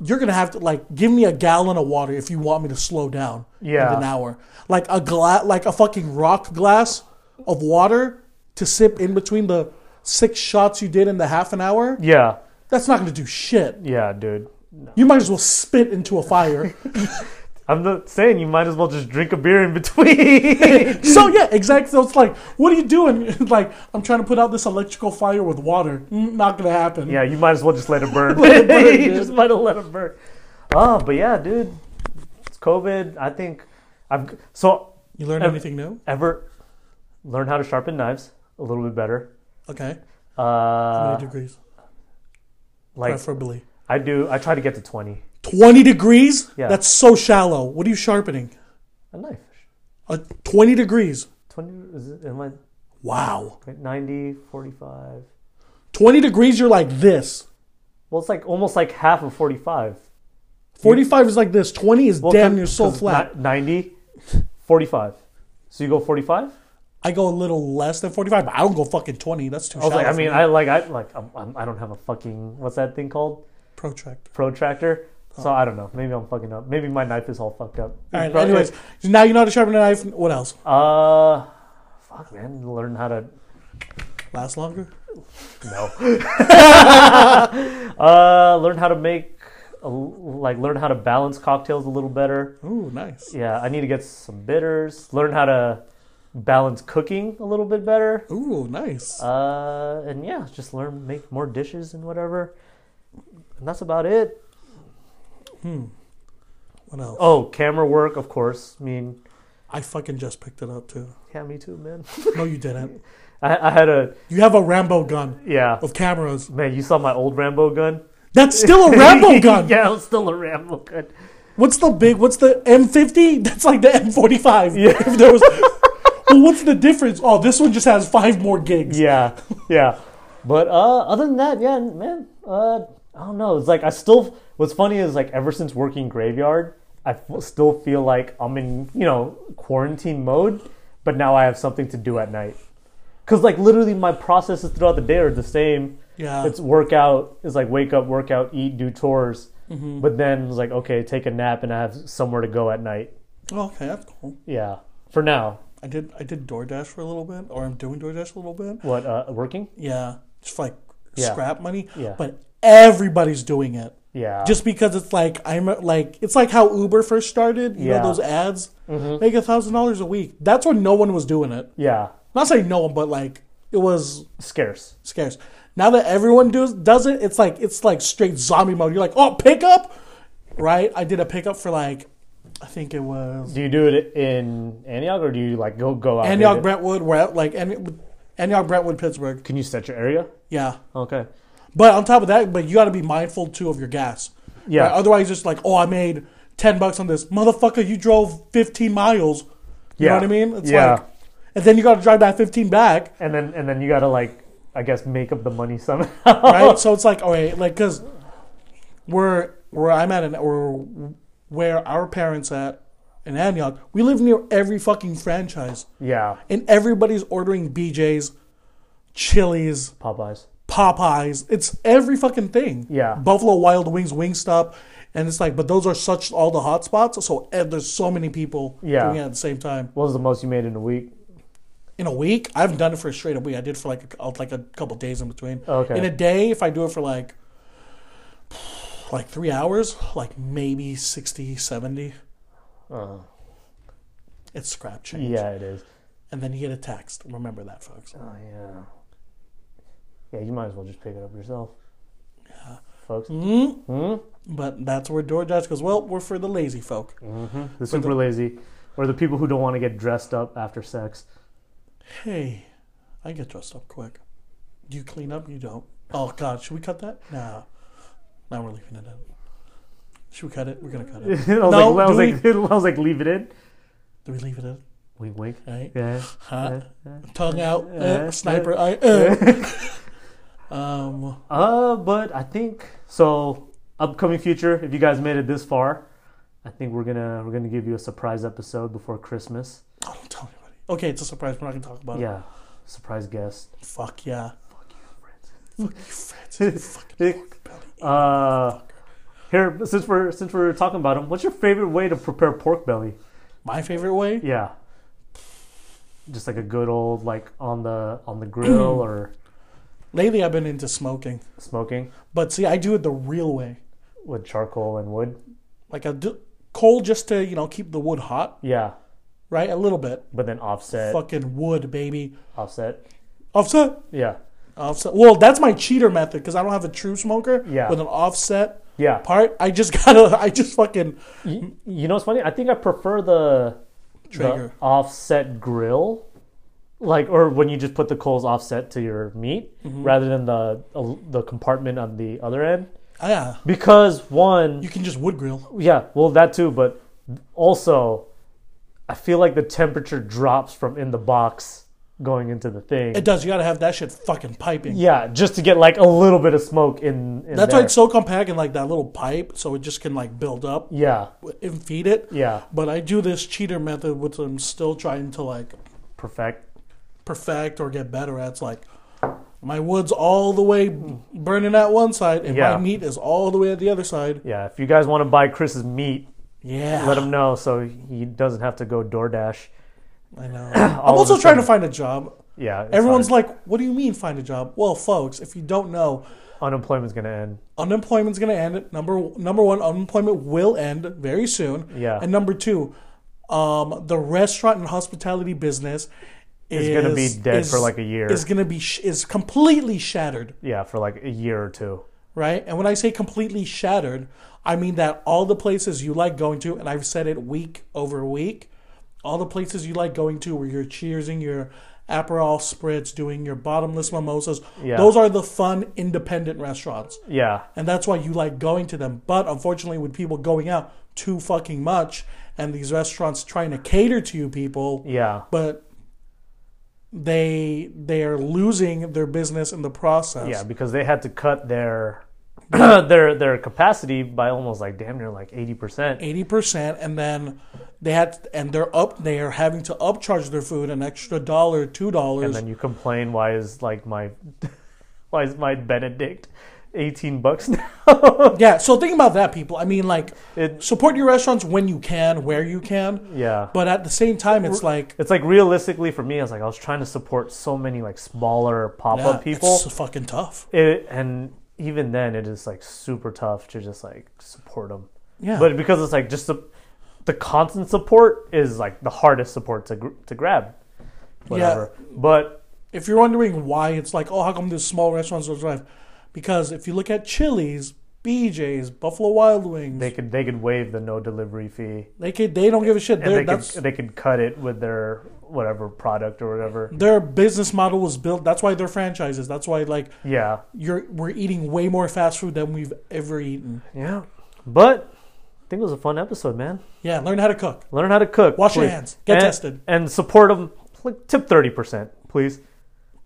Speaker 4: you're gonna have to like give me a gallon of water if you want me to slow down.
Speaker 2: Yeah.
Speaker 4: in an hour, like a glass, like a fucking rock glass of water to sip in between the six shots you did in the half an hour.
Speaker 2: yeah.
Speaker 4: That's not gonna do shit.
Speaker 2: Yeah, dude.
Speaker 4: You might as well spit into a fire.
Speaker 2: I'm not saying you might as well just drink a beer in between.
Speaker 4: So yeah, exactly. So it's like, what are you doing? like, I'm trying to put out this electrical fire with water. Mm, Not gonna happen.
Speaker 2: yeah, you might as well just let it burn.
Speaker 4: it burn,
Speaker 2: you
Speaker 4: dude.
Speaker 2: just might have let it burn. Oh, but yeah, dude. It's COVID. I think I've, so
Speaker 4: You learn
Speaker 2: Ev-
Speaker 4: anything new?
Speaker 2: ever learn how to sharpen knives a little bit better.
Speaker 4: Okay. How
Speaker 2: Uh,
Speaker 4: many degrees?
Speaker 2: like
Speaker 4: Preferably.
Speaker 2: I do, I try to get to 20.
Speaker 4: 20 degrees?
Speaker 2: Yeah.
Speaker 4: That's so shallow. What are you sharpening?
Speaker 2: A knife.
Speaker 4: Uh, 20 degrees.
Speaker 2: 20, is it, am I
Speaker 4: Wow.
Speaker 2: right, 90, 45?
Speaker 4: 20 degrees, you're like this.
Speaker 2: Well, it's like almost like half of 45.
Speaker 4: 45 is like this. 20 is
Speaker 2: Well,
Speaker 4: damn
Speaker 2: c-
Speaker 4: near so
Speaker 2: 'cause it's
Speaker 4: flat.
Speaker 2: not 90, 45. So you go 45?
Speaker 4: I go a little less than 45, but I don't go fucking 20. That's too
Speaker 2: I was
Speaker 4: shallow.
Speaker 2: like, I
Speaker 4: for
Speaker 2: mean,
Speaker 4: me.
Speaker 2: I like, I like, I'm, I'm, I don't have a fucking what's that thing called?
Speaker 4: protractor.
Speaker 2: Protractor. So I don't know. Maybe I'm fucking up. Maybe my knife is all fucked up.
Speaker 4: Oh. All right,
Speaker 2: Pro-
Speaker 4: anyways, now you know how to sharpen a knife. What else?
Speaker 2: Uh, fuck, man. Learn how to.
Speaker 4: Last longer?
Speaker 2: No. uh, learn how to make, a, like, learn how to balance cocktails a little better.
Speaker 4: Ooh, nice.
Speaker 2: Yeah, I need to get some bitters. Learn how to balance cooking a little bit better.
Speaker 4: Ooh, nice.
Speaker 2: Uh, and yeah, just learn make more dishes and whatever. And that's about it.
Speaker 4: What else?
Speaker 2: Oh, camera work, of course. I mean,
Speaker 4: I fucking just picked it up too.
Speaker 2: yeah, me too, man.
Speaker 4: No, you didn't.
Speaker 2: I, I had a
Speaker 4: You have a Rambo gun
Speaker 2: yeah.
Speaker 4: of cameras.
Speaker 2: Man, you saw my old Rambo gun.
Speaker 4: That's still a Rambo gun.
Speaker 2: yeah, it's still a Rambo gun.
Speaker 4: What's the big? What's the M50? That's like the M45.
Speaker 2: Yeah.
Speaker 4: If there was, well, what's the difference? Oh, this one just has five more gigs.
Speaker 2: Yeah, yeah. But uh, other than that, yeah, man. Uh, I don't know. It's like I still. What's funny is like ever since working graveyard, I f- still feel like I'm in you know quarantine mode. But now I have something to do at night. Cause like literally my processes throughout the day are the same.
Speaker 4: Yeah.
Speaker 2: It's workout. It's like wake up, workout, eat, do chores. But then it's like okay, take a nap, and I have somewhere to go at night.
Speaker 4: Oh, okay, that's cool.
Speaker 2: Yeah. For now,
Speaker 4: I did. I did DoorDash for a little bit, or I'm doing DoorDash a little bit.
Speaker 2: what uh, working?
Speaker 4: Yeah, just like
Speaker 2: Yeah.
Speaker 4: scrap money.
Speaker 2: Yeah.
Speaker 4: But everybody's doing it.
Speaker 2: Yeah.
Speaker 4: Just because it's like I'm like it's like how Uber first started. You
Speaker 2: Yeah.
Speaker 4: know those ads make a thousand dollars a week. That's when no one was doing it.
Speaker 2: yeah.
Speaker 4: Not saying no one, but like it was
Speaker 2: Scarce.
Speaker 4: scarce. Now that everyone does does it, it's like it's like straight zombie mode. You're like, oh, pickup, right? I did a pickup for like, I think it was
Speaker 2: Do you do it in Antioch or do you like go go out?
Speaker 4: Antioch,
Speaker 2: Brand-
Speaker 4: Brentwood. We're at like Antioch, Antioch, Brentwood, Pittsburgh.
Speaker 2: Can you set your area?
Speaker 4: Yeah,
Speaker 2: Okay.
Speaker 4: but on top of that, but you got to be mindful too of your gas.
Speaker 2: Yeah.
Speaker 4: Right? Otherwise, it's like, oh, I made ten bucks on this motherfucker. You drove fifteen miles. You
Speaker 2: Yeah.
Speaker 4: know what I mean? It's
Speaker 2: Yeah.
Speaker 4: like, and then you got to drive that fifteen back.
Speaker 2: And then and then you gotta like I guess make up the money somehow.
Speaker 4: right? So it's like, all right, like because where where I'm at and or where our parents at in Antioch, we live near every fucking franchise,
Speaker 2: yeah.
Speaker 4: and everybody's ordering BJ's, Chili's,
Speaker 2: Popeyes.
Speaker 4: Popeyes. It's every fucking thing.
Speaker 2: Yeah.
Speaker 4: Buffalo Wild Wings, Wingstop, and it's like, but those are such all the hot spots. So eh, there's so many people
Speaker 2: Yeah.
Speaker 4: doing it at the same time.
Speaker 2: What was the most you made in a week?
Speaker 4: In a week, I haven't done it for a straight up week. I did for like a, like a couple days in between.
Speaker 2: Okay.
Speaker 4: In a day, if I do it for like like three hours, like maybe 60, 70.
Speaker 2: Uh,
Speaker 4: It's scrap change.
Speaker 2: yeah, it is.
Speaker 4: And then you get a text. Remember that, folks.
Speaker 2: Oh yeah. Yeah, you might as well just pick it up yourself. Yeah. Folks.
Speaker 4: Mm. But that's where DoorDash goes. Well, we're for the lazy folk.
Speaker 2: The super lazy. Or the people who don't want to get dressed up after sex.
Speaker 4: Hey, I get dressed up quick. You clean up, you don't. Oh God, should we cut that? Nah, now we're leaving it in. Should we cut it? We're gonna cut it.
Speaker 2: I was
Speaker 4: No,
Speaker 2: like, I was
Speaker 4: do
Speaker 2: like, I was like, leave it in.
Speaker 4: Do we leave it in?
Speaker 2: Wink, wink.
Speaker 4: Right?
Speaker 2: Yeah.
Speaker 4: Huh? Tongue out, uh,
Speaker 2: Uh,
Speaker 4: sniper. I, uh. um,
Speaker 2: Uh, but I think so. Upcoming future, if you guys made it this far, I think we're gonna we're gonna give you a surprise episode before Christmas.
Speaker 4: I don't tell anybody. Okay, it's a surprise. We're not gonna talk about
Speaker 2: Yeah, surprise guest.
Speaker 4: it. Fuck yeah.
Speaker 2: uh, here since we're since we're talking about him, what's your favorite way to prepare pork belly?
Speaker 4: My favorite way.
Speaker 2: Yeah, just like a good old like on the on the grill or
Speaker 4: Lately, I've been into smoking,
Speaker 2: smoking
Speaker 4: but see, I do it the real way.
Speaker 2: with charcoal and wood.
Speaker 4: Like I do coal just to you know keep the wood hot,
Speaker 2: Yeah,
Speaker 4: right? A little bit.
Speaker 2: but then offset,
Speaker 4: Fucking wood, baby.
Speaker 2: offset.
Speaker 4: Offset.
Speaker 2: Yeah,
Speaker 4: Offset. Well, that's my cheater method because I don't have a true smoker
Speaker 2: Yeah.
Speaker 4: with an offset
Speaker 2: yeah.
Speaker 4: part. I just gotta. I just fucking.
Speaker 2: You, you know what's funny? I think I prefer the, the
Speaker 4: Traeger.
Speaker 2: offset grill, like or when you
Speaker 4: Mm-hmm.
Speaker 6: uh,
Speaker 2: just put the coals offset to your meat, rather than the the compartment on the other end.
Speaker 4: yeah,
Speaker 6: because one,
Speaker 4: you can just wood grill.
Speaker 6: yeah, well that too, but also, I feel like the temperature drops from in the box going into the thing.
Speaker 4: It does. You gotta have that shit fucking piping.
Speaker 6: yeah, just to get like a little bit of smoke in. in
Speaker 4: That's
Speaker 6: there.
Speaker 4: why it's so compact and like that little pipe, so it just can like build up
Speaker 6: yeah,
Speaker 4: and feed it.
Speaker 6: yeah,
Speaker 4: But I do this cheater method, which I'm still trying to like
Speaker 6: perfect.
Speaker 4: perfect or get better at. It's like my wood's all the way burning at one side, and
Speaker 6: Yeah.
Speaker 4: my meat is all the way at the other side.
Speaker 6: Yeah, if you guys want to buy Chris's meat,
Speaker 4: Yeah,
Speaker 6: let him know so he doesn't have to go DoorDash.
Speaker 4: I know. I'm
Speaker 6: of
Speaker 4: also
Speaker 6: a
Speaker 4: trying to
Speaker 6: sudden.
Speaker 4: find a job.
Speaker 6: Yeah, it's
Speaker 4: Everyone's
Speaker 6: hard.
Speaker 4: like, "What do you mean find a job?" Well, folks, if you don't know,
Speaker 6: unemployment's gonna end.
Speaker 4: unemployment's going to end. Number number one, unemployment will end very soon.
Speaker 6: Yeah.
Speaker 4: And number two, um, the restaurant and hospitality business is,
Speaker 6: gonna be dead for like a year.
Speaker 4: Is going to be sh- is completely shattered,
Speaker 6: Yeah, for like a year or two.
Speaker 4: right? And when I say completely shattered, I mean that all the places you like going to, and I've said it week over week, all the places you like going to where you're cheersing your Aperol spritz, doing your bottomless mimosas.
Speaker 6: Yeah.
Speaker 4: Those are the fun independent restaurants
Speaker 6: Yeah,
Speaker 4: and that's why you like going to them. But unfortunately, with people going out too fucking much, and these restaurants trying to cater to you people,
Speaker 6: yeah,
Speaker 4: but they they are losing their business in the process.
Speaker 6: yeah, because they had to cut their their their capacity by almost like damn near like eighty percent.
Speaker 4: eighty percent, and then they had and they're up. They are having to upcharge their food an extra dollar, two
Speaker 6: And
Speaker 4: dollars.
Speaker 6: then you complain, why is like my why is my Benedict eighteen bucks now?
Speaker 4: Yeah, so think about that, people. I mean, like,
Speaker 6: It-
Speaker 4: support your restaurants when you can, where you can.
Speaker 6: yeah,
Speaker 4: But at the same time, it's like
Speaker 6: it's like realistically for me, I was like I was trying to support so many like smaller pop
Speaker 4: yeah,
Speaker 6: up people.
Speaker 4: It's fucking tough.
Speaker 6: it and even then it is like super tough to just like support them
Speaker 4: Yeah.
Speaker 6: but because it's like just the, the constant support is like the hardest support to, gr- to grab whatever but
Speaker 4: if you're wondering why it's like, oh, how come these small restaurants don't drive? Because if you look at Chili's, BJ's, Buffalo Wild Wings,
Speaker 6: they
Speaker 4: they,
Speaker 6: could they could waive the no delivery fee
Speaker 4: could, they don't give a shit.
Speaker 6: and
Speaker 4: Their,
Speaker 6: they could
Speaker 4: that's,
Speaker 6: they could cut it with their whatever product or whatever
Speaker 4: their business model was built. That's why they're franchises. That's why like
Speaker 6: yeah
Speaker 4: you're we're eating way more fast food than we've ever eaten.
Speaker 6: yeah but i think it was a fun episode man
Speaker 4: Yeah, learn how to cook.
Speaker 6: learn how to cook
Speaker 4: Wash your hands. Get
Speaker 6: And-
Speaker 4: tested.
Speaker 6: and support them like tip 30% please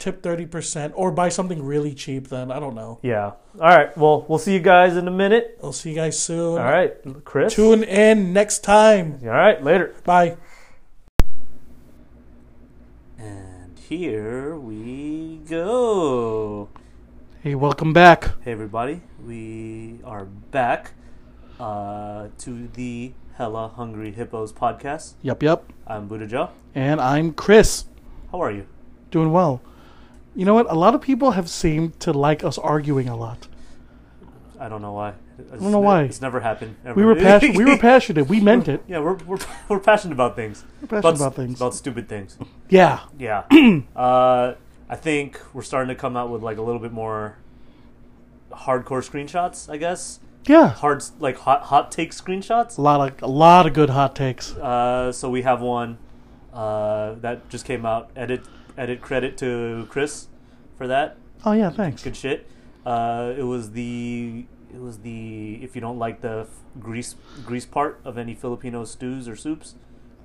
Speaker 4: Tip thirty percent or buy something really cheap. Then I don't know.
Speaker 6: yeah all right well we'll see you guys in a minute
Speaker 4: I'll see you guys soon.
Speaker 6: All right, Chris.
Speaker 4: Tune in next time.
Speaker 6: All right, later.
Speaker 4: Bye.
Speaker 2: And here we go.
Speaker 4: Hey, welcome back.
Speaker 2: Hey everybody, we are back uh, to the Hella Hungry Hippos podcast.
Speaker 4: Yup, yup.
Speaker 2: I'm Buddha Joe.
Speaker 4: And I'm Chris.
Speaker 2: How are you?
Speaker 4: doing well. You know what? A lot of people have seemed to like us arguing a lot.
Speaker 2: I don't know why. I
Speaker 4: don't know why.
Speaker 2: It's never happened. Ever.
Speaker 4: We were passionate. we were passionate. We meant it.
Speaker 2: yeah, we're, we're, we're passionate about things.
Speaker 4: passionate about things.
Speaker 2: About stupid things.
Speaker 4: Yeah.
Speaker 2: Yeah. uh, I think we're starting to come out with like a little bit more hardcore screenshots, I guess.
Speaker 4: Yeah.
Speaker 2: Hard, like hot, hot take screenshots.
Speaker 4: A lot of a lot of good hot takes.
Speaker 2: Uh, so we have one uh, that just came out. Edit, edit credit to Chris for that.
Speaker 4: Oh yeah, thanks.
Speaker 2: Good shit. Uh, it was the it was the if you don't like the f- grease grease part of any Filipino stews or soups,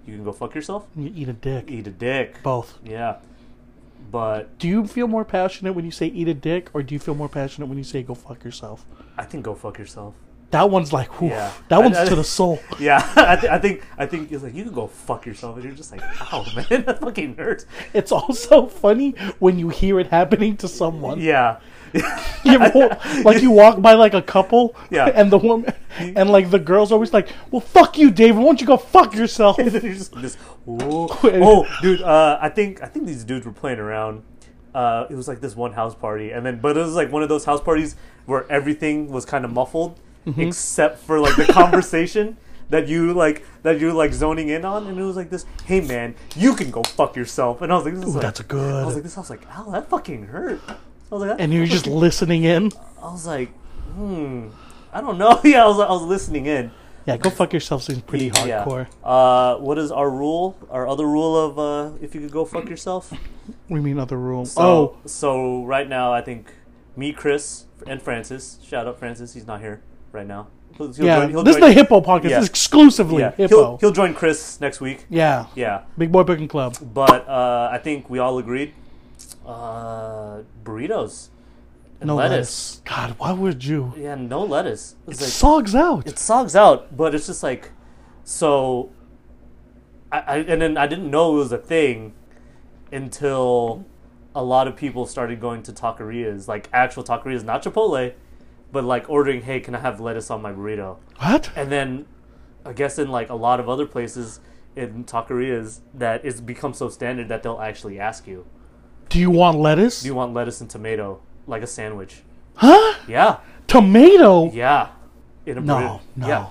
Speaker 2: you can go fuck yourself.
Speaker 4: You eat a dick.
Speaker 2: Eat a dick.
Speaker 4: Both.
Speaker 2: Yeah, but
Speaker 4: Do you feel more passionate when you say eat a dick, or do you feel more passionate when you say go fuck yourself?
Speaker 2: I think go fuck yourself.
Speaker 4: That one's like, whew,
Speaker 2: Yeah.
Speaker 4: that one's
Speaker 2: I- I-
Speaker 4: to the soul.
Speaker 2: Yeah, I, th- I think I think it's like you can go fuck yourself, and you're just like, oh man, that fucking hurts.
Speaker 4: It's also funny when you hear it happening to someone.
Speaker 2: Yeah,
Speaker 4: You ever- like you walk by like a couple,
Speaker 2: Yeah.
Speaker 4: and the woman, and like the girl's always like, "Well, fuck you, David. Why don't you go fuck yourself?"
Speaker 2: And then you're just like this. "Whoa." Oh, dude. Uh, I think I think these dudes were playing around. Uh, it was like this one house party, and then but it was like one of those house parties where everything was kind of muffled,
Speaker 4: Mm-hmm.
Speaker 2: except for like the conversation that you like that you're like zoning in on, and it was like this. Hey man, you can go fuck yourself. And I was like, this is
Speaker 4: Ooh,
Speaker 2: like-
Speaker 4: that's a
Speaker 2: I was like,
Speaker 4: good.
Speaker 2: this sounds like ow, that fucking hurt. I was like, that-
Speaker 4: And you're just listening in.
Speaker 2: I was like, hmm, I don't know. yeah, I was I was listening in.
Speaker 4: Yeah, go fuck yourself seems pretty
Speaker 2: Yeah.
Speaker 4: hardcore.
Speaker 2: Uh, what is our rule? Our other rule of uh, if you could go fuck yourself.
Speaker 4: We mean other rules.
Speaker 2: So,
Speaker 4: oh,
Speaker 2: so right now I think me, Chris, and Francis. Shout out Francis. He's not here right now. He'll, he'll
Speaker 4: Yeah,
Speaker 2: join- he'll
Speaker 4: this
Speaker 2: join-
Speaker 4: is the Hippo podcast.
Speaker 2: Yeah.
Speaker 4: This is exclusively
Speaker 2: yeah.
Speaker 4: Hippo.
Speaker 2: He'll, he'll join Chris next week.
Speaker 4: yeah.
Speaker 2: Yeah,
Speaker 4: Big Boy Picking Club.
Speaker 2: but uh, I think we all agreed uh, burritos and
Speaker 4: No
Speaker 2: lettuce.
Speaker 4: lettuce. God, why would you?
Speaker 2: Yeah, no lettuce. It's
Speaker 4: It
Speaker 2: like
Speaker 4: Sogs out.
Speaker 2: it sogs out, but it's just like so. I, I and then I didn't know it was a thing until a lot of people started going to taquerias, like actual taquerias, not Chipotle, but like ordering, "Hey, can I have lettuce on my burrito?"
Speaker 4: what?
Speaker 2: And then I guess in like a lot of other places in taquerias, that it's become so standard that they'll actually ask you,
Speaker 4: Do you want lettuce?
Speaker 2: "Do you want lettuce and tomato like a sandwich?"
Speaker 4: huh?
Speaker 2: Yeah,
Speaker 4: Tomato?
Speaker 2: yeah. In a
Speaker 4: No,
Speaker 2: burrito.
Speaker 4: no.
Speaker 2: Yeah.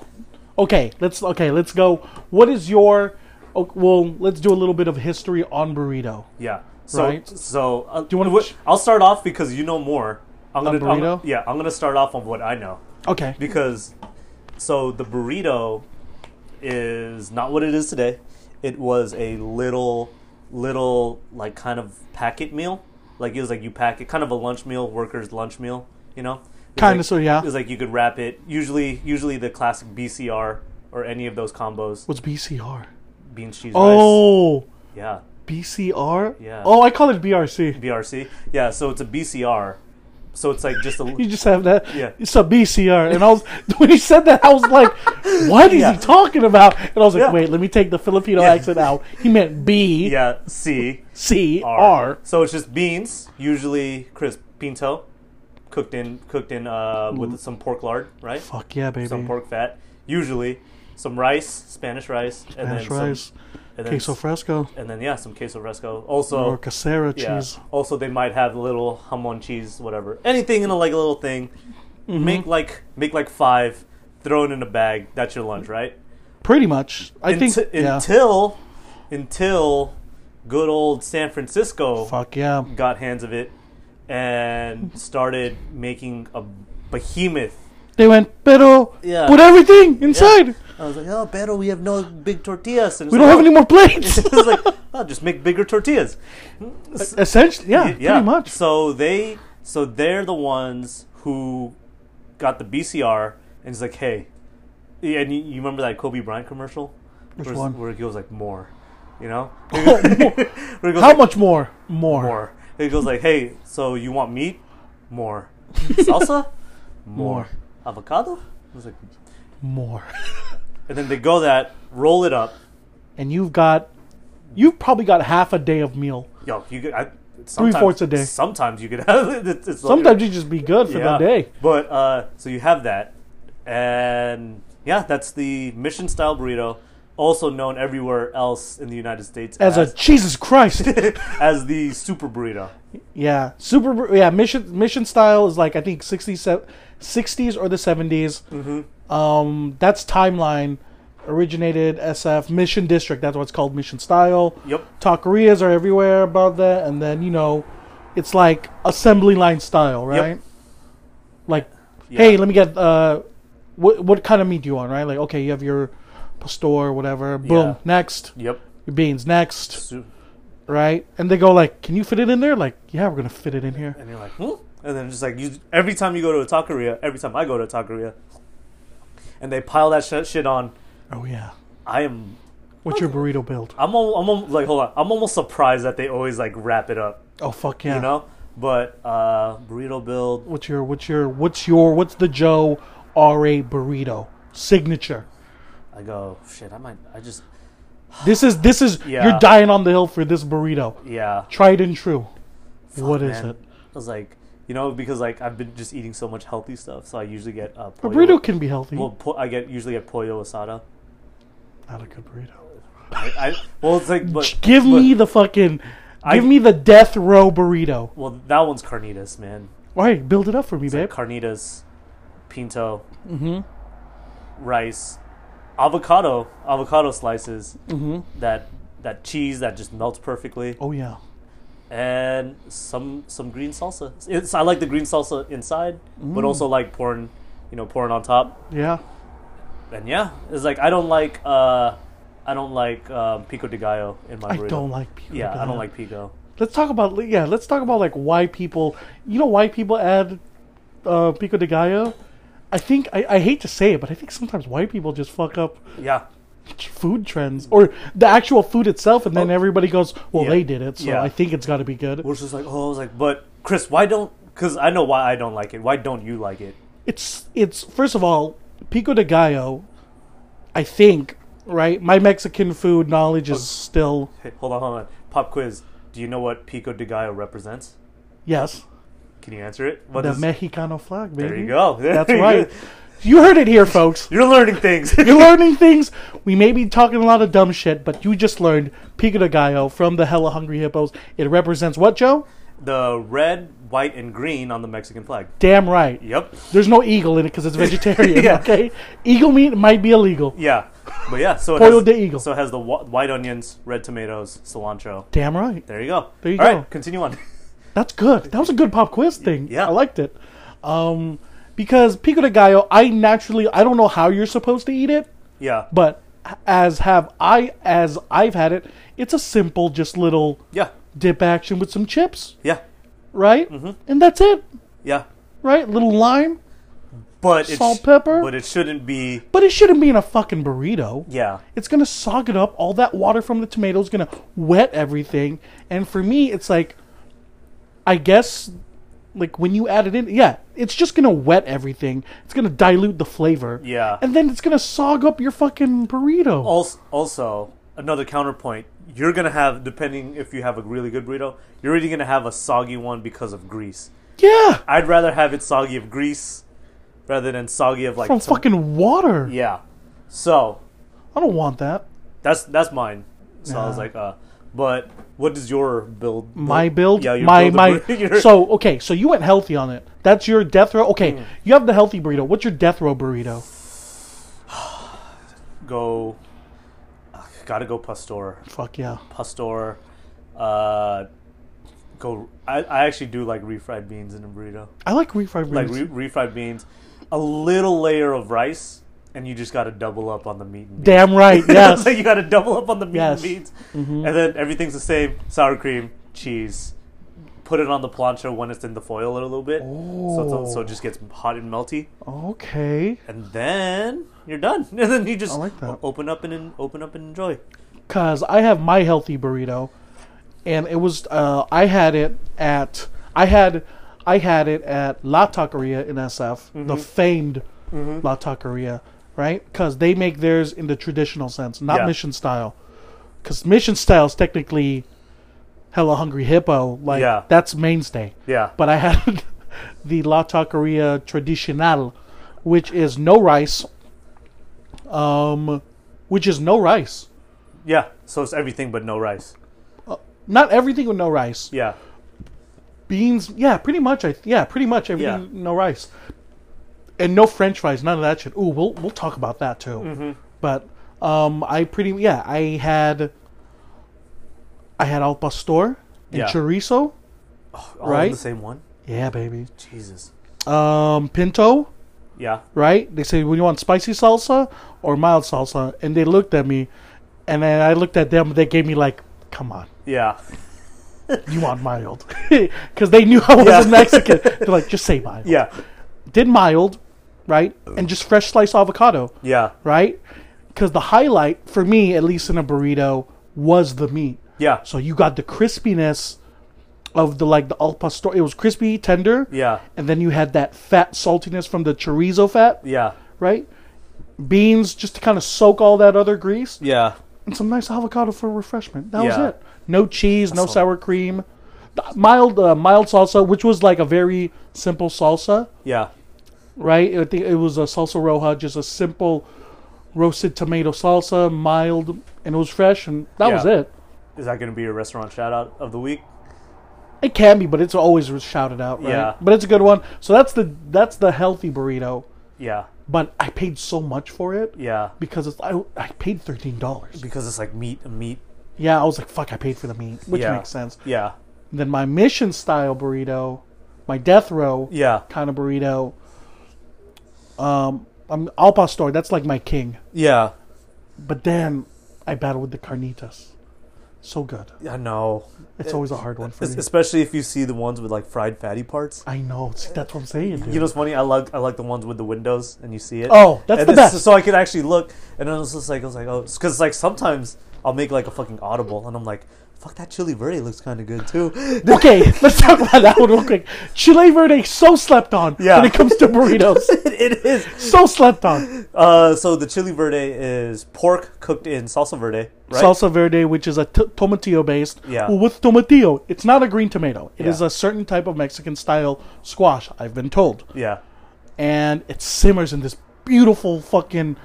Speaker 4: Okay, let's okay, let's go. What is your oh, well, let's do a little bit of history on burrito.
Speaker 2: Yeah. So,
Speaker 4: Right.
Speaker 2: so uh, do
Speaker 4: you wanna-
Speaker 2: I'll start off because you know more. I'm
Speaker 4: On
Speaker 2: gonna I'm-
Speaker 4: burrito?
Speaker 2: yeah, I'm gonna start off on what I know
Speaker 4: Okay.
Speaker 2: because so the burrito is not what it is today. It was a little, little like kind of packet meal. Like it was like you pack it, kind of a lunch meal, workers' lunch meal. You know, It was
Speaker 4: Kinda
Speaker 2: like-
Speaker 4: so, yeah.
Speaker 2: It was like you could wrap it. Usually, usually the classic BCR or any of those combos,
Speaker 4: What's BCR?
Speaker 2: beans, cheese, rice.
Speaker 4: Oh,
Speaker 2: Yeah,
Speaker 4: BCR?
Speaker 2: Yeah.
Speaker 4: Oh, I call it BRC.
Speaker 2: BRC. Yeah, so it's a BCR. So it's like just a
Speaker 4: You just have that.
Speaker 2: Yeah.
Speaker 4: It's a BCR. And I was, when he said that, I was like, what is
Speaker 2: Yeah.
Speaker 4: he talking about? And I was like,
Speaker 2: Yeah.
Speaker 4: wait, let me take the Filipino
Speaker 2: Yeah.
Speaker 4: accent out. He meant B C R.
Speaker 2: yeah C R. So it's just beans, usually crisp pinto, cooked in cooked in uh, with some pork lard, right?
Speaker 4: Fuck yeah, baby.
Speaker 2: Some pork fat, usually some rice, Spanish rice, and
Speaker 4: Spanish
Speaker 2: then
Speaker 4: rice,
Speaker 2: some, and then,
Speaker 4: queso fresco,
Speaker 2: and then yeah, some queso fresco. Also,
Speaker 4: or casera
Speaker 2: Oh. Yeah.
Speaker 4: cheese.
Speaker 2: Also, they might have little hamon cheese, whatever. Anything in a like a little thing.
Speaker 4: Mm-hmm.
Speaker 2: Make like make like five, throw it in a bag. That's your lunch, right?
Speaker 4: Pretty much. I think.
Speaker 2: Unti-
Speaker 4: yeah.
Speaker 2: until until good old San Francisco
Speaker 4: Fuck yeah.
Speaker 2: got hands of it and started making a behemoth.
Speaker 4: They went, pero,
Speaker 2: Yeah.
Speaker 4: put everything inside.
Speaker 2: I was like, oh, pero we have no big tortillas. And
Speaker 4: We don't have any more plates.
Speaker 2: it's like, oh, just make bigger tortillas.
Speaker 4: Essentially, yeah, pretty much.
Speaker 2: So they, so they're the ones who got the BCR and it's like, hey, yeah, and you, you remember that Kobe Bryant commercial? Which where,
Speaker 4: one?
Speaker 2: Where he goes like more, you know? Where he goes
Speaker 4: How
Speaker 2: like,
Speaker 4: much more? More.
Speaker 2: More. He goes like, hey, so you want meat? More. Salsa? More.
Speaker 4: More.
Speaker 2: Avocado? I was like,
Speaker 4: More.
Speaker 2: and then they go that, roll it up.
Speaker 4: And you've got, you've probably got half a day of meal.
Speaker 2: Yo, you could. I,
Speaker 4: Three-fourths a day.
Speaker 2: Sometimes you could have it. It's, it's like-
Speaker 4: Sometimes you just be good for the day.
Speaker 2: But uh, so you have that, and yeah, that's the mission style burrito, also known everywhere else in the United States
Speaker 4: As a Jesus Christ,
Speaker 2: as the super burrito.
Speaker 4: yeah, super, yeah, mission mission style is like I think 60, 60s or the 70s.
Speaker 2: Mm-hmm.
Speaker 4: Um, that's timeline originated SF Mission District. That's what's called Mission Style.
Speaker 2: Yep.
Speaker 4: Taquerias are everywhere about that, and then you know, it's like assembly line style, right? Like, hey, let me get uh, what what kind of meat do you want, right? Like, okay, you have your pastor, whatever. Boom,
Speaker 2: Yeah.
Speaker 4: next
Speaker 2: Yep.
Speaker 4: your beans, next,
Speaker 2: Su-
Speaker 4: right? And they go like, can you fit it in there? Like, yeah, we're gonna fit it in here.
Speaker 2: And you're like, hmm? And then just like you, every time you go to a taqueria, every time I go to a taqueria, and they pile that sh- shit on.
Speaker 4: Oh yeah,
Speaker 2: I am,
Speaker 4: what's your burrito build?
Speaker 2: I'm, al- I'm al- like, hold on, I'm almost surprised that they always like wrap it up,
Speaker 4: Oh fuck yeah.
Speaker 2: you know. But uh, burrito build,
Speaker 4: What's your what's your what's your what's the Joe R A burrito signature?
Speaker 2: I go shit. I might, I just,
Speaker 4: This is this is
Speaker 2: Yeah.
Speaker 4: you're dying on the hill for this burrito.
Speaker 2: yeah.
Speaker 4: Tried and true. What is
Speaker 2: man.
Speaker 4: it?
Speaker 2: I was like, you know, because like I've been just eating so much healthy stuff, so I usually get uh,
Speaker 4: A
Speaker 2: pollo.
Speaker 4: burrito can be healthy.
Speaker 2: Well, po- I get usually get pollo asada.
Speaker 4: Not a good burrito.
Speaker 2: I, I well, it's like, but
Speaker 4: Give
Speaker 2: but-
Speaker 4: me the fucking.
Speaker 2: I-
Speaker 4: Give me the death row burrito.
Speaker 2: Well, that one's carnitas, man.
Speaker 4: All right, build it up for me,
Speaker 2: It's like
Speaker 4: babe.
Speaker 2: carnitas, pinto,
Speaker 4: Mm-hmm.
Speaker 2: rice, avocado, avocado slices.
Speaker 4: Mm-hmm.
Speaker 2: That that cheese that just melts perfectly,
Speaker 4: oh yeah,
Speaker 2: and some some green salsa. It's, I like the green salsa inside,
Speaker 4: Mm.
Speaker 2: but also like pouring, you know, pouring on top.
Speaker 4: yeah.
Speaker 2: And yeah, it's like I don't like uh I don't like um, pico de gallo in my
Speaker 4: I
Speaker 2: burrito.
Speaker 4: don't like pico. de
Speaker 2: Yeah, I
Speaker 4: gallo.
Speaker 2: don't like pico.
Speaker 4: Let's talk about yeah. Let's talk about like why people. You know why people add uh, pico de gallo. I think I, I hate to say it, but I think sometimes white people just fuck up
Speaker 2: Yeah.
Speaker 4: food trends or the actual food itself, and then everybody goes, "Well,
Speaker 2: Yeah.
Speaker 4: they did it, so
Speaker 2: Yeah.
Speaker 4: I think it's got to be good."
Speaker 2: We're just like, oh, I was like, but Chris, why don't? Because I know why I don't like it. Why don't you like it?
Speaker 4: it's it's first of all pico de gallo i think right my mexican food knowledge is still
Speaker 2: Hey, hold on, hold on. Pop quiz. Do you know what Pico de Gallo represents?
Speaker 4: yes
Speaker 2: Can you answer it? What
Speaker 4: the
Speaker 2: is-
Speaker 4: mexicano flag baby
Speaker 2: There you go.
Speaker 4: that's right you heard it here folks
Speaker 2: You're learning things.
Speaker 4: you're learning things we may be talking a lot of dumb shit but you just learned pico de gallo from the hella hungry hippos it represents what joe
Speaker 2: the red, white, and green on the Mexican flag.
Speaker 4: damn right
Speaker 2: Yep.
Speaker 4: there's no eagle in it because it's vegetarian
Speaker 2: Yeah.
Speaker 4: okay eagle meat might be illegal
Speaker 2: Yeah. But yeah, so it
Speaker 4: Pollo
Speaker 2: has,
Speaker 4: de eagle.
Speaker 2: So it has the wh- white onions, red tomatoes, cilantro.
Speaker 4: damn right
Speaker 2: There you go.
Speaker 4: There you
Speaker 2: All right,
Speaker 4: go.
Speaker 2: continue on.
Speaker 4: That's good. That was a good pop quiz thing.
Speaker 2: Yeah.
Speaker 4: I liked it. Um, because pico de gallo, I naturally I don't know how you're supposed to eat it,
Speaker 2: yeah.
Speaker 4: but as have I as I've had it, it's a simple just little
Speaker 2: yeah.
Speaker 4: dip action with some chips,
Speaker 2: Yeah.
Speaker 4: right? And that's it,
Speaker 2: Yeah.
Speaker 4: right? Little lime,
Speaker 2: But it's
Speaker 4: Salt, pepper?
Speaker 2: But it shouldn't be.
Speaker 4: but it shouldn't be in a fucking burrito.
Speaker 2: Yeah.
Speaker 4: It's gonna sog it up. All that water from the tomatoes gonna wet everything. And for me, it's like, I guess, like when you add it in, yeah, it's just gonna wet everything. It's gonna dilute the flavor.
Speaker 2: Yeah.
Speaker 4: And then it's gonna sog up your fucking burrito.
Speaker 2: Also, also another counterpoint. You're gonna have, depending if you have a really good burrito, you're really gonna have a soggy one because of grease.
Speaker 4: yeah.
Speaker 2: I'd rather have it soggy of grease rather than soggy of like
Speaker 4: From
Speaker 2: tom-
Speaker 4: fucking water.
Speaker 2: Yeah. So
Speaker 4: I don't want that.
Speaker 2: that's that's mine. So I was like, uh, but what is your build?
Speaker 4: My build,
Speaker 2: Yeah, your
Speaker 4: my
Speaker 2: build
Speaker 4: my.
Speaker 2: of bur- your-
Speaker 4: So okay, so you went healthy on it. That's your death row. Okay,
Speaker 2: Mm.
Speaker 4: you have the healthy burrito. What's your death row burrito?
Speaker 2: go. Ugh, Gotta go pastor.
Speaker 4: Fuck yeah.
Speaker 2: Pastor. Uh, go. I, I actually do like refried beans in a burrito.
Speaker 4: I like refried
Speaker 2: Like
Speaker 4: burritos.
Speaker 2: re- refried beans, a little layer of rice, and you just gotta double up on the meat. And beans.
Speaker 4: Damn right. Yes.
Speaker 2: so you got to double up on the meat
Speaker 4: Yes. Mm-hmm.
Speaker 2: and beans, and then everything's the same: sour cream, cheese. Put it on the plancha when it's in the foil a little bit, so, it's- so it just gets hot and melty,
Speaker 4: okay.
Speaker 2: and then you're done. And then you just
Speaker 4: like that.
Speaker 2: open up and en- open up and enjoy.
Speaker 4: because I have my healthy burrito, and it was uh, I had it at I had I had it at La Taqueria in SF,
Speaker 2: Mm-hmm.
Speaker 4: the famed La Taqueria, right? Because they make theirs in the traditional sense, not
Speaker 2: Yeah.
Speaker 4: mission style. Because mission style is technically hella hungry hippo, like
Speaker 2: Yeah.
Speaker 4: that's mainstay.
Speaker 2: Yeah,
Speaker 4: But I had the La Taqueria Tradicional, which is no rice. Um, which is no rice.
Speaker 2: yeah. So it's everything but no rice.
Speaker 4: not everything with no rice.
Speaker 2: Yeah,
Speaker 4: Beans, yeah, pretty much. I yeah, pretty much everything
Speaker 2: Yeah.
Speaker 4: with no rice, and no French fries, none of that shit. Ooh, we'll we'll talk about that too.
Speaker 2: Mm-hmm.
Speaker 4: But um, I pretty yeah, I had I had al pastor and
Speaker 2: Yeah.
Speaker 4: chorizo.
Speaker 2: all in
Speaker 4: Right?
Speaker 2: the same one.
Speaker 4: Yeah, baby.
Speaker 2: Jesus.
Speaker 4: Um, pinto.
Speaker 2: Yeah,
Speaker 4: right? They said, "Well, you want spicy salsa or mild salsa?" And they looked at me, and then I looked at them. They gave me like, "Come on,
Speaker 2: yeah,
Speaker 4: you want mild?" Because they knew I wasn't
Speaker 2: Yeah.
Speaker 4: Mexican. They're like, "Just say mild."
Speaker 2: yeah,
Speaker 4: Did mild, right? And just fresh sliced avocado,
Speaker 2: yeah,
Speaker 4: right? Because the highlight for me, at least in a burrito, was the meat.
Speaker 2: yeah,
Speaker 4: So you got the crispiness of the like the al pastor. It was crispy, tender.
Speaker 2: yeah,
Speaker 4: And then you had that fat saltiness from the chorizo fat
Speaker 2: yeah,
Speaker 4: right? Beans just to kind of soak all that other grease,
Speaker 2: yeah.
Speaker 4: and some nice avocado for refreshment. That
Speaker 2: Yeah.
Speaker 4: was it. No cheese, no
Speaker 2: all.
Speaker 4: sour cream, Th- mild uh, mild salsa, which was like a very simple salsa,
Speaker 2: Yeah,
Speaker 4: right? I think it was a salsa roja, just a simple roasted tomato salsa, mild, and it was fresh, and that
Speaker 2: Yeah.
Speaker 4: was it.
Speaker 2: is that going to be your restaurant shout out of the week?
Speaker 4: It can be, but it's always shouted out, right?
Speaker 2: Yeah.
Speaker 4: But it's a good one. So that's the that's the healthy burrito.
Speaker 2: Yeah,
Speaker 4: But I paid so much for it
Speaker 2: yeah,
Speaker 4: because it's I, I paid thirteen dollars.
Speaker 2: because it's like meat, meat.
Speaker 4: Yeah, I was like, fuck, I paid for the meat, which
Speaker 2: yeah.
Speaker 4: makes sense.
Speaker 2: Yeah,
Speaker 4: Then my mission style burrito, my death row
Speaker 2: yeah,
Speaker 4: kind of burrito. Um, I'm al pastor. That's like my king.
Speaker 2: yeah.
Speaker 4: But then I battled with the carnitas. So good.
Speaker 2: I know.
Speaker 4: It's always a hard one for
Speaker 2: Es-
Speaker 4: me.
Speaker 2: Especially if you see the ones with like fried fatty parts.
Speaker 4: I know. See, that's what I'm saying, dude.
Speaker 2: You know what's funny? I like I like the ones with the windows and you see it.
Speaker 4: Oh, that's
Speaker 2: and
Speaker 4: the
Speaker 2: then-
Speaker 4: best.
Speaker 2: So I could actually look, and then I was just like, I was like, oh, because like sometimes I'll make like a fucking audible, and I'm like, fuck that chili verde looks kind of good too.
Speaker 4: okay, let's talk about that one real quick. Chile Verde so slept on
Speaker 2: Yeah.
Speaker 4: when it comes to burritos.
Speaker 2: it is.
Speaker 4: so slept on.
Speaker 2: Uh, so the chili verde is pork cooked in salsa verde, right?
Speaker 4: Salsa Verde, which is a t- tomatillo based.
Speaker 2: Yeah.
Speaker 4: Well, with tomatillo, it's not a green tomato. It is
Speaker 2: Yeah.
Speaker 4: a certain type of Mexican style squash, I've been told.
Speaker 2: Yeah,
Speaker 4: And it simmers in this beautiful fucking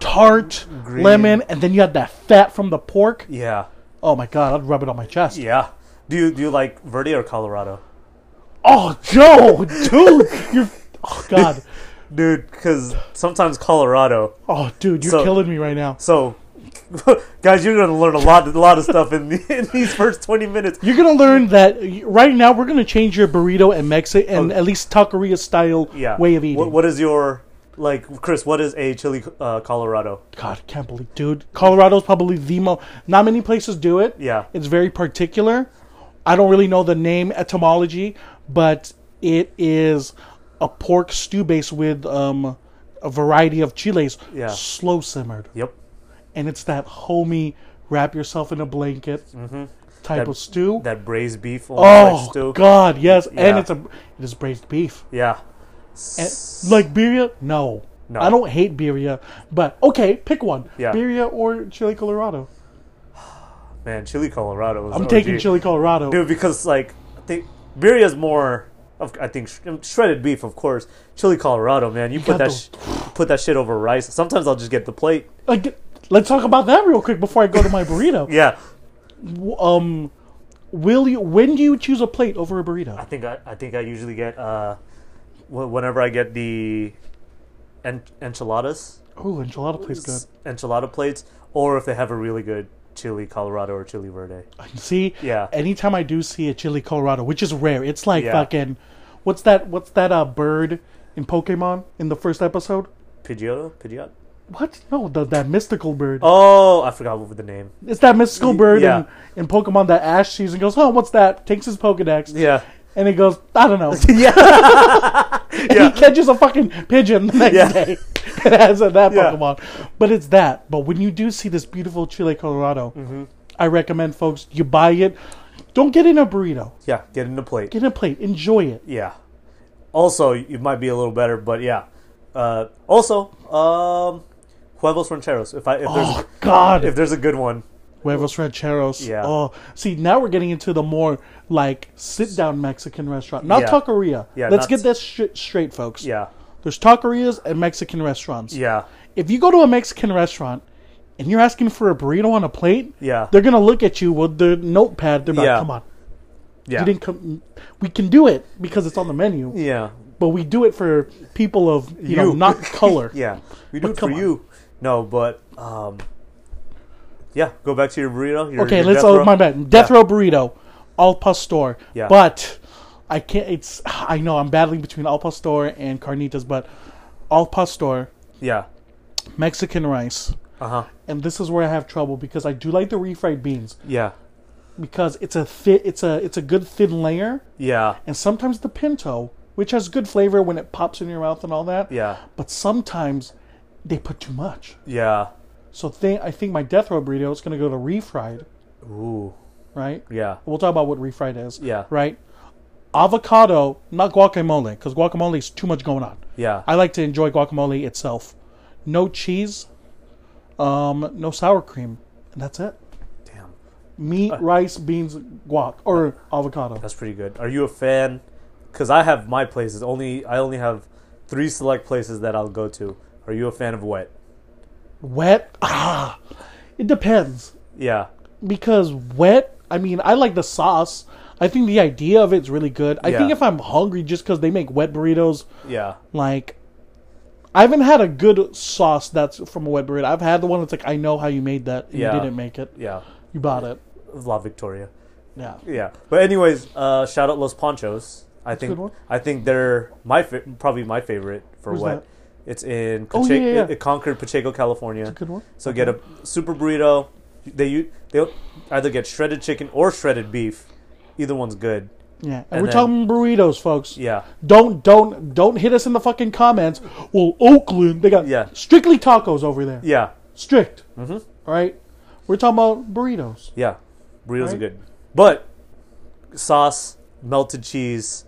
Speaker 4: tart lemon, and then you have that fat from the pork.
Speaker 2: yeah,
Speaker 4: Oh my god, I'd rub it on my chest.
Speaker 2: yeah. Do you do you like verde or Colorado,
Speaker 4: Oh, Joe, dude, you're. Oh god.
Speaker 2: dude? Because sometimes Colorado.
Speaker 4: Oh, dude, you're
Speaker 2: So-
Speaker 4: killing me right now.
Speaker 2: So, guys, you're gonna learn a lot, a lot of stuff in, the, in these first twenty minutes.
Speaker 4: You're gonna learn that y- right now. We're gonna change your burrito and Mexican and at least taqueria style
Speaker 2: Oh. yeah.
Speaker 4: way of eating.
Speaker 2: What, what is your like, Chris? What is a chili uh, Colorado?
Speaker 4: God, I can't believe, dude. Colorado's probably the most. Not many places do it.
Speaker 2: Yeah.
Speaker 4: it's very particular. I don't really know the name etymology, but it is a pork stew base with um, a variety of chiles,
Speaker 2: Yeah.
Speaker 4: slow simmered,
Speaker 2: Yep.
Speaker 4: and it's that homey wrap yourself in a blanket type
Speaker 2: Mm-hmm. That-
Speaker 4: of stew.
Speaker 2: That braised beef. on
Speaker 4: oh
Speaker 2: the stew.
Speaker 4: God, yes, and
Speaker 2: Yeah.
Speaker 4: it's a it is braised beef.
Speaker 2: Yeah.
Speaker 4: And- like birria? No.
Speaker 2: No.
Speaker 4: I don't hate birria, but okay, pick one.
Speaker 2: Yeah.
Speaker 4: Birria or chili Colorado.
Speaker 2: Man, chili Colorado. Is
Speaker 4: I'm
Speaker 2: OG.
Speaker 4: taking chili Colorado.
Speaker 2: dude, because like I think birria is more. Of, I think sh- shredded beef, of course. Chili Colorado, man. You,
Speaker 4: got
Speaker 2: put that,
Speaker 4: those-
Speaker 2: sh- put that shit over rice. Sometimes I'll just get the plate.
Speaker 4: Like, let's talk about that real quick before I go to my burrito.
Speaker 2: Yeah.
Speaker 4: Um, will you? When do you choose a plate over a
Speaker 2: I
Speaker 4: burrito?
Speaker 2: think I, I think I usually get uh, wh- whenever I get the en- enchiladas.
Speaker 4: Ooh, enchilada plays good.
Speaker 2: enchilada plates, or if they have a really good chili Colorado or chili verde.
Speaker 4: I can see.
Speaker 2: Yeah.
Speaker 4: Anytime I do see a chili Colorado, which is rare, it's like
Speaker 2: Yeah.
Speaker 4: fucking. What's that? What's that? Uh, bird in Pokemon in the first episode.
Speaker 2: Pidgeotto, Pidgeot.
Speaker 4: What? No, the, that mystical bird.
Speaker 2: Oh, I forgot what the name.
Speaker 4: It's that mystical bird
Speaker 2: yeah.
Speaker 4: in, in Pokemon that Ash sees and goes, oh, what's that? Takes his Pokedex.
Speaker 2: Yeah,
Speaker 4: And he goes, I don't know.
Speaker 2: yeah,
Speaker 4: He catches a fucking pigeon the next
Speaker 2: Yeah.
Speaker 4: day. and has that
Speaker 2: Yeah.
Speaker 4: Pokemon. But it's that. But when you do see this beautiful Chile Colorado,
Speaker 2: Mm-hmm.
Speaker 4: I recommend, folks, you buy it. Don't get in a burrito.
Speaker 2: yeah. Get in the plate.
Speaker 4: Get in a plate. Enjoy it.
Speaker 2: Yeah. Also, it might be a little better, but yeah. Uh, also, um, huevos rancheros. If I if
Speaker 4: Oh,
Speaker 2: there's
Speaker 4: God.
Speaker 2: if there's a good one,
Speaker 4: Huevos Rancheros.
Speaker 2: Yeah.
Speaker 4: Oh, see, now we're getting into the more like sit down Mexican restaurant, not
Speaker 2: Yeah.
Speaker 4: taqueria.
Speaker 2: Yeah,
Speaker 4: Let's
Speaker 2: not-
Speaker 4: get this shit straight, folks.
Speaker 2: yeah,
Speaker 4: There's taquerias and Mexican restaurants.
Speaker 2: yeah,
Speaker 4: If you go to a Mexican restaurant and you're asking for a burrito on a plate,
Speaker 2: Yeah.
Speaker 4: they're gonna look at you with their notepad. They're like,
Speaker 2: Yeah.
Speaker 4: "Come on,
Speaker 2: yeah,
Speaker 4: you didn't come. We can do it because it's on the menu,
Speaker 2: yeah,
Speaker 4: but we do it for people of you, know
Speaker 2: You.
Speaker 4: not color.
Speaker 2: yeah. We
Speaker 4: But
Speaker 2: do it for
Speaker 4: come on.
Speaker 2: you. No, but um, yeah. Go back to your burrito. Your,
Speaker 4: Okay,
Speaker 2: your
Speaker 4: let's.
Speaker 2: death
Speaker 4: Oh,
Speaker 2: row.
Speaker 4: my bad. Death
Speaker 2: Yeah.
Speaker 4: row burrito, al pastor.
Speaker 2: Yeah.
Speaker 4: But I can't. It's. I know I'm battling between al pastor and carnitas, but al pastor,
Speaker 2: Yeah.
Speaker 4: Mexican rice.
Speaker 2: Uh huh.
Speaker 4: And this is where I have trouble because I do like the refried beans.
Speaker 2: Yeah.
Speaker 4: because it's a thi it's a it's a good thin layer
Speaker 2: Yeah.
Speaker 4: and sometimes the pinto which has good flavor when it pops in your mouth and all that
Speaker 2: Yeah.
Speaker 4: but sometimes they put too much
Speaker 2: Yeah.
Speaker 4: so th- i think my death row burrito is going to go to refried
Speaker 2: Ooh.
Speaker 4: right
Speaker 2: Yeah.
Speaker 4: we'll talk about what refried is
Speaker 2: Yeah.
Speaker 4: right avocado not guacamole because guacamole is too much going on
Speaker 2: Yeah.
Speaker 4: i like to enjoy guacamole itself no cheese um no sour cream and that's it
Speaker 2: Damn.
Speaker 4: meat rice beans guac or avocado
Speaker 2: Uh. That's pretty good. Are you a fan? Because I have my places. Only I only have three select places that I'll go to. Are you a fan of wet?
Speaker 4: Wet? Ah, it depends.
Speaker 2: Yeah.
Speaker 4: Because wet, I mean, I like the sauce. I think the idea of it's really good. I think
Speaker 2: Yeah.
Speaker 4: if I'm hungry just because they make wet burritos,
Speaker 2: Yeah.
Speaker 4: like, I haven't had a good sauce that's from a wet burrito. I've had the one that's like, I know how you made that. And
Speaker 2: Yeah.
Speaker 4: You didn't make it.
Speaker 2: Yeah.
Speaker 4: You bought it.
Speaker 2: La Victoria.
Speaker 4: Yeah.
Speaker 2: Yeah. But anyways, uh, shout out Los Ponchos. I
Speaker 4: a good one.
Speaker 2: think I think they're my fa- probably my favorite for
Speaker 4: Where's
Speaker 2: wet.
Speaker 4: that?
Speaker 2: It's in
Speaker 4: Oh,
Speaker 2: Pache-
Speaker 4: yeah, yeah, yeah.
Speaker 2: It, it Concord, Pacheco, California.
Speaker 4: Good one.
Speaker 2: So get a super burrito, They u- they'll either get shredded chicken or shredded beef. Either one's good.
Speaker 4: Yeah, and,
Speaker 2: And
Speaker 4: we're
Speaker 2: then-
Speaker 4: talking burritos, folks.
Speaker 2: Yeah.
Speaker 4: Don't don't don't hit us in the fucking comments. Well, Oakland, they got
Speaker 2: Yeah.
Speaker 4: strictly tacos over there.
Speaker 2: Yeah.
Speaker 4: Strict. Mm-hmm. right, we're talking about burritos.
Speaker 2: Yeah. Burritos are
Speaker 4: Right?
Speaker 2: good. But sauce, melted cheese.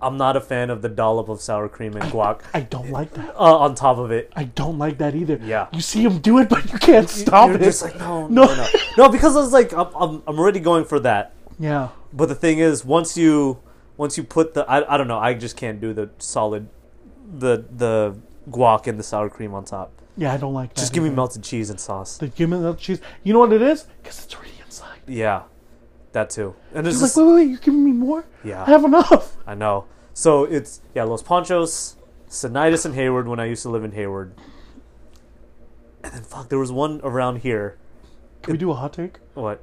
Speaker 2: I'm not a fan of the dollop of sour cream and guac
Speaker 4: I don't like that.
Speaker 2: uh, on top of it.
Speaker 4: I don't like that either.
Speaker 2: Yeah.
Speaker 4: you see them do it, but you can't stop
Speaker 2: You're
Speaker 4: it.
Speaker 2: just like, no,
Speaker 4: No.
Speaker 2: no, no. No, because I was like, I'm, I'm, I'm already going for that.
Speaker 4: yeah,
Speaker 2: But the thing is, once you once you put the I, I don't know, I just can't do the solid the the guac and the sour cream on top.
Speaker 4: yeah, I don't like that.
Speaker 2: Just give me
Speaker 4: either.
Speaker 2: melted cheese and sauce.
Speaker 4: the human milk cheese. You know what it is? Because it's already inside.
Speaker 2: Yeah. That too. And it's
Speaker 4: It's
Speaker 2: just
Speaker 4: like, wait, wait, wait, you're giving me more?
Speaker 2: Yeah.
Speaker 4: I have enough.
Speaker 2: I know. So it's yeah, Los Ponchos, Sinitis and Hayward when I used to live in Hayward. And then fuck, there was one around here.
Speaker 4: Can we do a hot take
Speaker 2: What?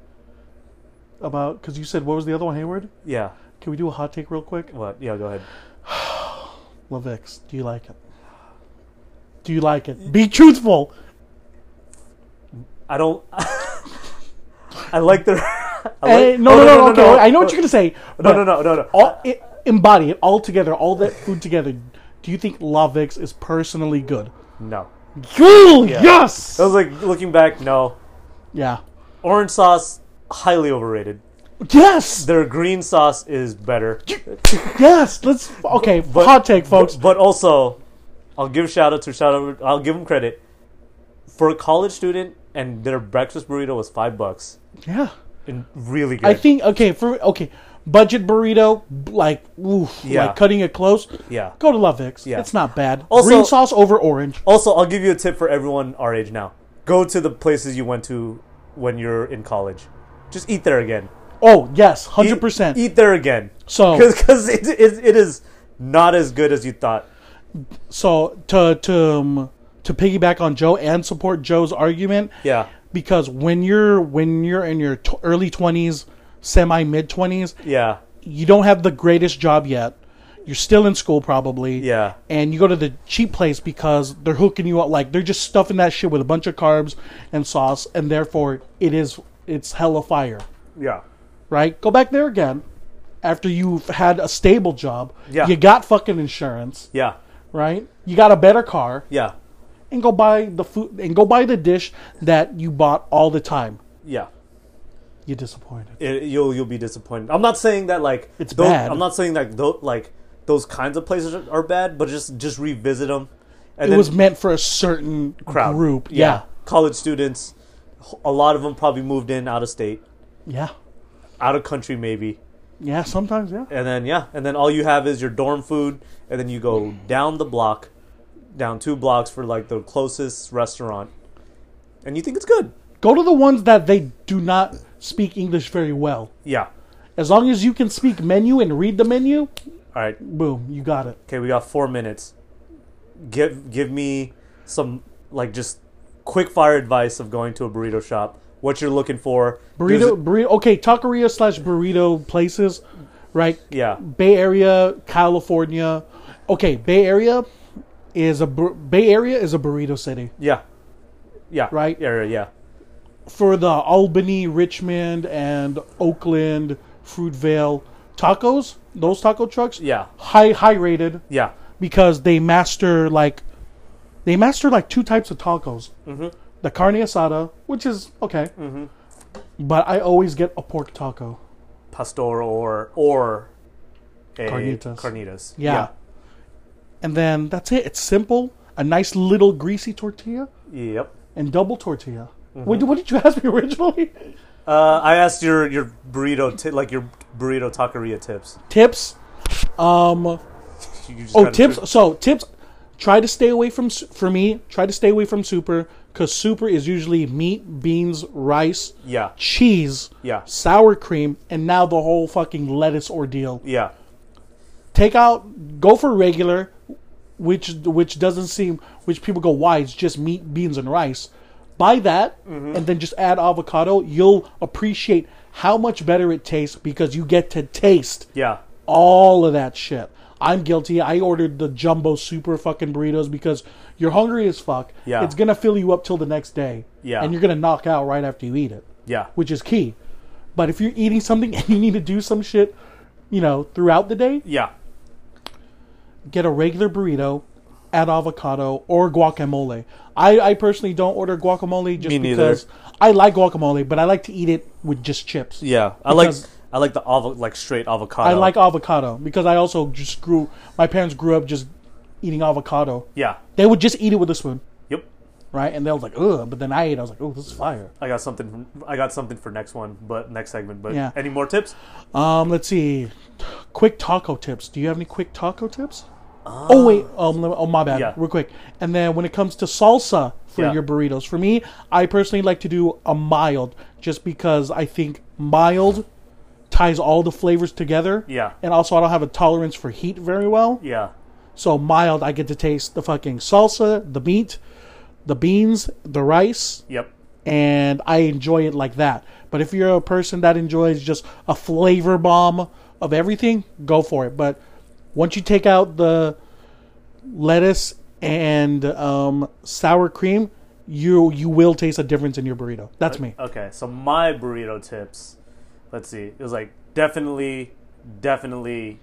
Speaker 4: about, because you said, what was the other one, Hayward?
Speaker 2: Yeah.
Speaker 4: Can we do a hot take real quick?
Speaker 2: What? Yeah, go ahead.
Speaker 4: Lavix, do you like it? Do you like it? Be truthful.
Speaker 2: I don't I like the I like,
Speaker 4: Hey, Eh, no,
Speaker 2: oh,
Speaker 4: no, no, okay. I know what you're going to say.
Speaker 2: No, no, no, no, no.
Speaker 4: All, i embody it all together, all that food together. Do you think Lavix is personally good?
Speaker 2: No.
Speaker 4: Cool, yes!
Speaker 2: I was like looking back, no.
Speaker 4: yeah.
Speaker 2: Orange sauce highly overrated.
Speaker 4: Yes!
Speaker 2: Their green sauce is better.
Speaker 4: Yes! Let's, okay, hot take, folks.
Speaker 2: But, but also, I'll give shout out to shout out. I'll give them credit for a college student, and their breakfast burrito was five bucks
Speaker 4: yeah.
Speaker 2: and really good.
Speaker 4: I think okay for okay budget burrito b- like oof,
Speaker 2: Yeah.
Speaker 4: like cutting it close.
Speaker 2: yeah.
Speaker 4: Go to Lovix.
Speaker 2: Yeah.
Speaker 4: It's not bad.
Speaker 2: Also-
Speaker 4: Green sauce over orange.
Speaker 2: Also, I'll give you a tip for everyone our age now. Go to the places you went to when you're in college. Just eat there again.
Speaker 4: Oh yes,
Speaker 2: Eat-
Speaker 4: hundred percent.
Speaker 2: Eat there again.
Speaker 4: So-
Speaker 2: because it, it, it is not as good as you thought.
Speaker 4: So to to um, to piggyback on Joe and support Joe's argument.
Speaker 2: Yeah.
Speaker 4: Because when you're when you're in your t- early twenties, semi mid twenties,
Speaker 2: Yeah.
Speaker 4: you don't have the greatest job yet. You're still in school probably.
Speaker 2: Yeah.
Speaker 4: And you go to the cheap place because they're hooking you up like they're just stuffing that shit with a bunch of carbs and sauce and therefore it is it's hella fire.
Speaker 2: Yeah.
Speaker 4: Right? Go back there again after you've had a stable job.
Speaker 2: Yeah.
Speaker 4: You got fucking insurance,
Speaker 2: Yeah.
Speaker 4: right? You got a better car
Speaker 2: Yeah.
Speaker 4: and go buy the food and go buy the dish that you bought all the time.
Speaker 2: Yeah.
Speaker 4: You're disappointed.
Speaker 2: it, you'll you'll be disappointed. I'm not saying that like
Speaker 4: It's
Speaker 2: those,
Speaker 4: bad.
Speaker 2: I'm not saying that those, like those kinds of places are, are bad, but just just revisit them. And
Speaker 4: It was meant for a certain group. Yeah.
Speaker 2: college students. A lot of them probably moved in out of state,
Speaker 4: Yeah.
Speaker 2: out of country maybe,
Speaker 4: Yeah, sometimes yeah.
Speaker 2: and then yeah, and then all you have is your dorm food, and then you go down the block, down two blocks for like the closest restaurant, and you think it's good.
Speaker 4: Go to the ones that they do not speak English very well.
Speaker 2: Yeah.
Speaker 4: As long as you can speak menu and read the menu,
Speaker 2: All right.
Speaker 4: boom, you got it.
Speaker 2: okay, we got four minutes. Give give me some like just quick fire advice of going to a burrito shop. What you're looking for? Does
Speaker 4: Burrito,
Speaker 2: it-
Speaker 4: burrito. Okay, taqueria slash burrito places, right?
Speaker 2: yeah,
Speaker 4: Bay Area, California. Okay, Bay Area is a bur- Bay Area is a burrito city
Speaker 2: yeah, yeah.
Speaker 4: Right?
Speaker 2: Yeah, yeah, yeah.
Speaker 4: for the Albany, Richmond, and Oakland, Fruitvale tacos. Those taco trucks,
Speaker 2: Yeah.
Speaker 4: high high rated.
Speaker 2: yeah.
Speaker 4: because they master like they master like two types of tacos. The carne asada, which is okay, but I always get a pork taco.
Speaker 2: Pastor or or a
Speaker 4: Carnitas.
Speaker 2: Carnitas.
Speaker 4: Yeah. and then that's it. It's simple. A nice little greasy tortilla
Speaker 2: Yeah. Yep.
Speaker 4: and double tortilla. Wait, what did you ask me originally?
Speaker 2: Uh, I asked your your burrito ti like your burrito taqueria tips.
Speaker 4: tips. Um,
Speaker 2: You just
Speaker 4: oh,
Speaker 2: kinda
Speaker 4: tips.
Speaker 2: threw-
Speaker 4: So tips. Try to stay away from su- for me. Try to stay away from super because super is usually meat, beans, rice,
Speaker 2: Yeah,
Speaker 4: cheese,
Speaker 2: Yeah.
Speaker 4: sour cream, and now the whole fucking lettuce ordeal.
Speaker 2: yeah,
Speaker 4: Take out, go for regular, which which doesn't seem which people go why it's just meat, beans, and rice. Buy that,
Speaker 2: Mm-hmm.
Speaker 4: and then just add avocado. You'll appreciate how much better it tastes because you get to taste
Speaker 2: yeah.
Speaker 4: all of that shit. I'm guilty. I ordered the jumbo super fucking burritos because you're hungry as fuck.
Speaker 2: Yeah.
Speaker 4: It's gonna fill you up till the next day.
Speaker 2: Yeah.
Speaker 4: And you're gonna knock out right after you eat it.
Speaker 2: Yeah.
Speaker 4: Which is key. But if you're eating something and you need to do some shit, you know, throughout the day,
Speaker 2: Yeah.
Speaker 4: get a regular burrito, add avocado or guacamole. I, I personally don't order guacamole just
Speaker 2: Me neither.
Speaker 4: because I like guacamole, but I like to eat it with just chips.
Speaker 2: Yeah. I like
Speaker 4: Because-
Speaker 2: I like the avo- like straight avocado.
Speaker 4: I like avocado because I also just grew. My parents grew up just eating avocado.
Speaker 2: Yeah.
Speaker 4: They would just eat it with a spoon,
Speaker 2: Yep.
Speaker 4: right? And they was like, ugh. But then I ate. I was like, oh, this is fire.
Speaker 2: I got something from, I got something for next one, but next segment, but
Speaker 4: Yeah.
Speaker 2: any more tips?
Speaker 4: Um, let's see. Quick taco tips. Do you have any quick taco tips? oh wait. Um, lem- oh my bad.
Speaker 2: Uh, Yeah.
Speaker 4: Real quick. And then when it comes to salsa for
Speaker 2: Yeah.
Speaker 4: your burritos, for me, I personally like to do a mild, just because I think mild ties all the flavors together.
Speaker 2: Yeah.
Speaker 4: And also, I don't have a tolerance for heat very well.
Speaker 2: Yeah.
Speaker 4: So mild, I get to taste the fucking salsa, the meat, the beans, the rice,
Speaker 2: Yep.
Speaker 4: and I enjoy it like that. But if you're a person that enjoys just a flavor bomb of everything, go for it. But once you take out the lettuce and um, sour cream, you you will taste a difference in your burrito. That's me.
Speaker 2: Okay, so my burrito tips. Let's see. It was like definitely, definitely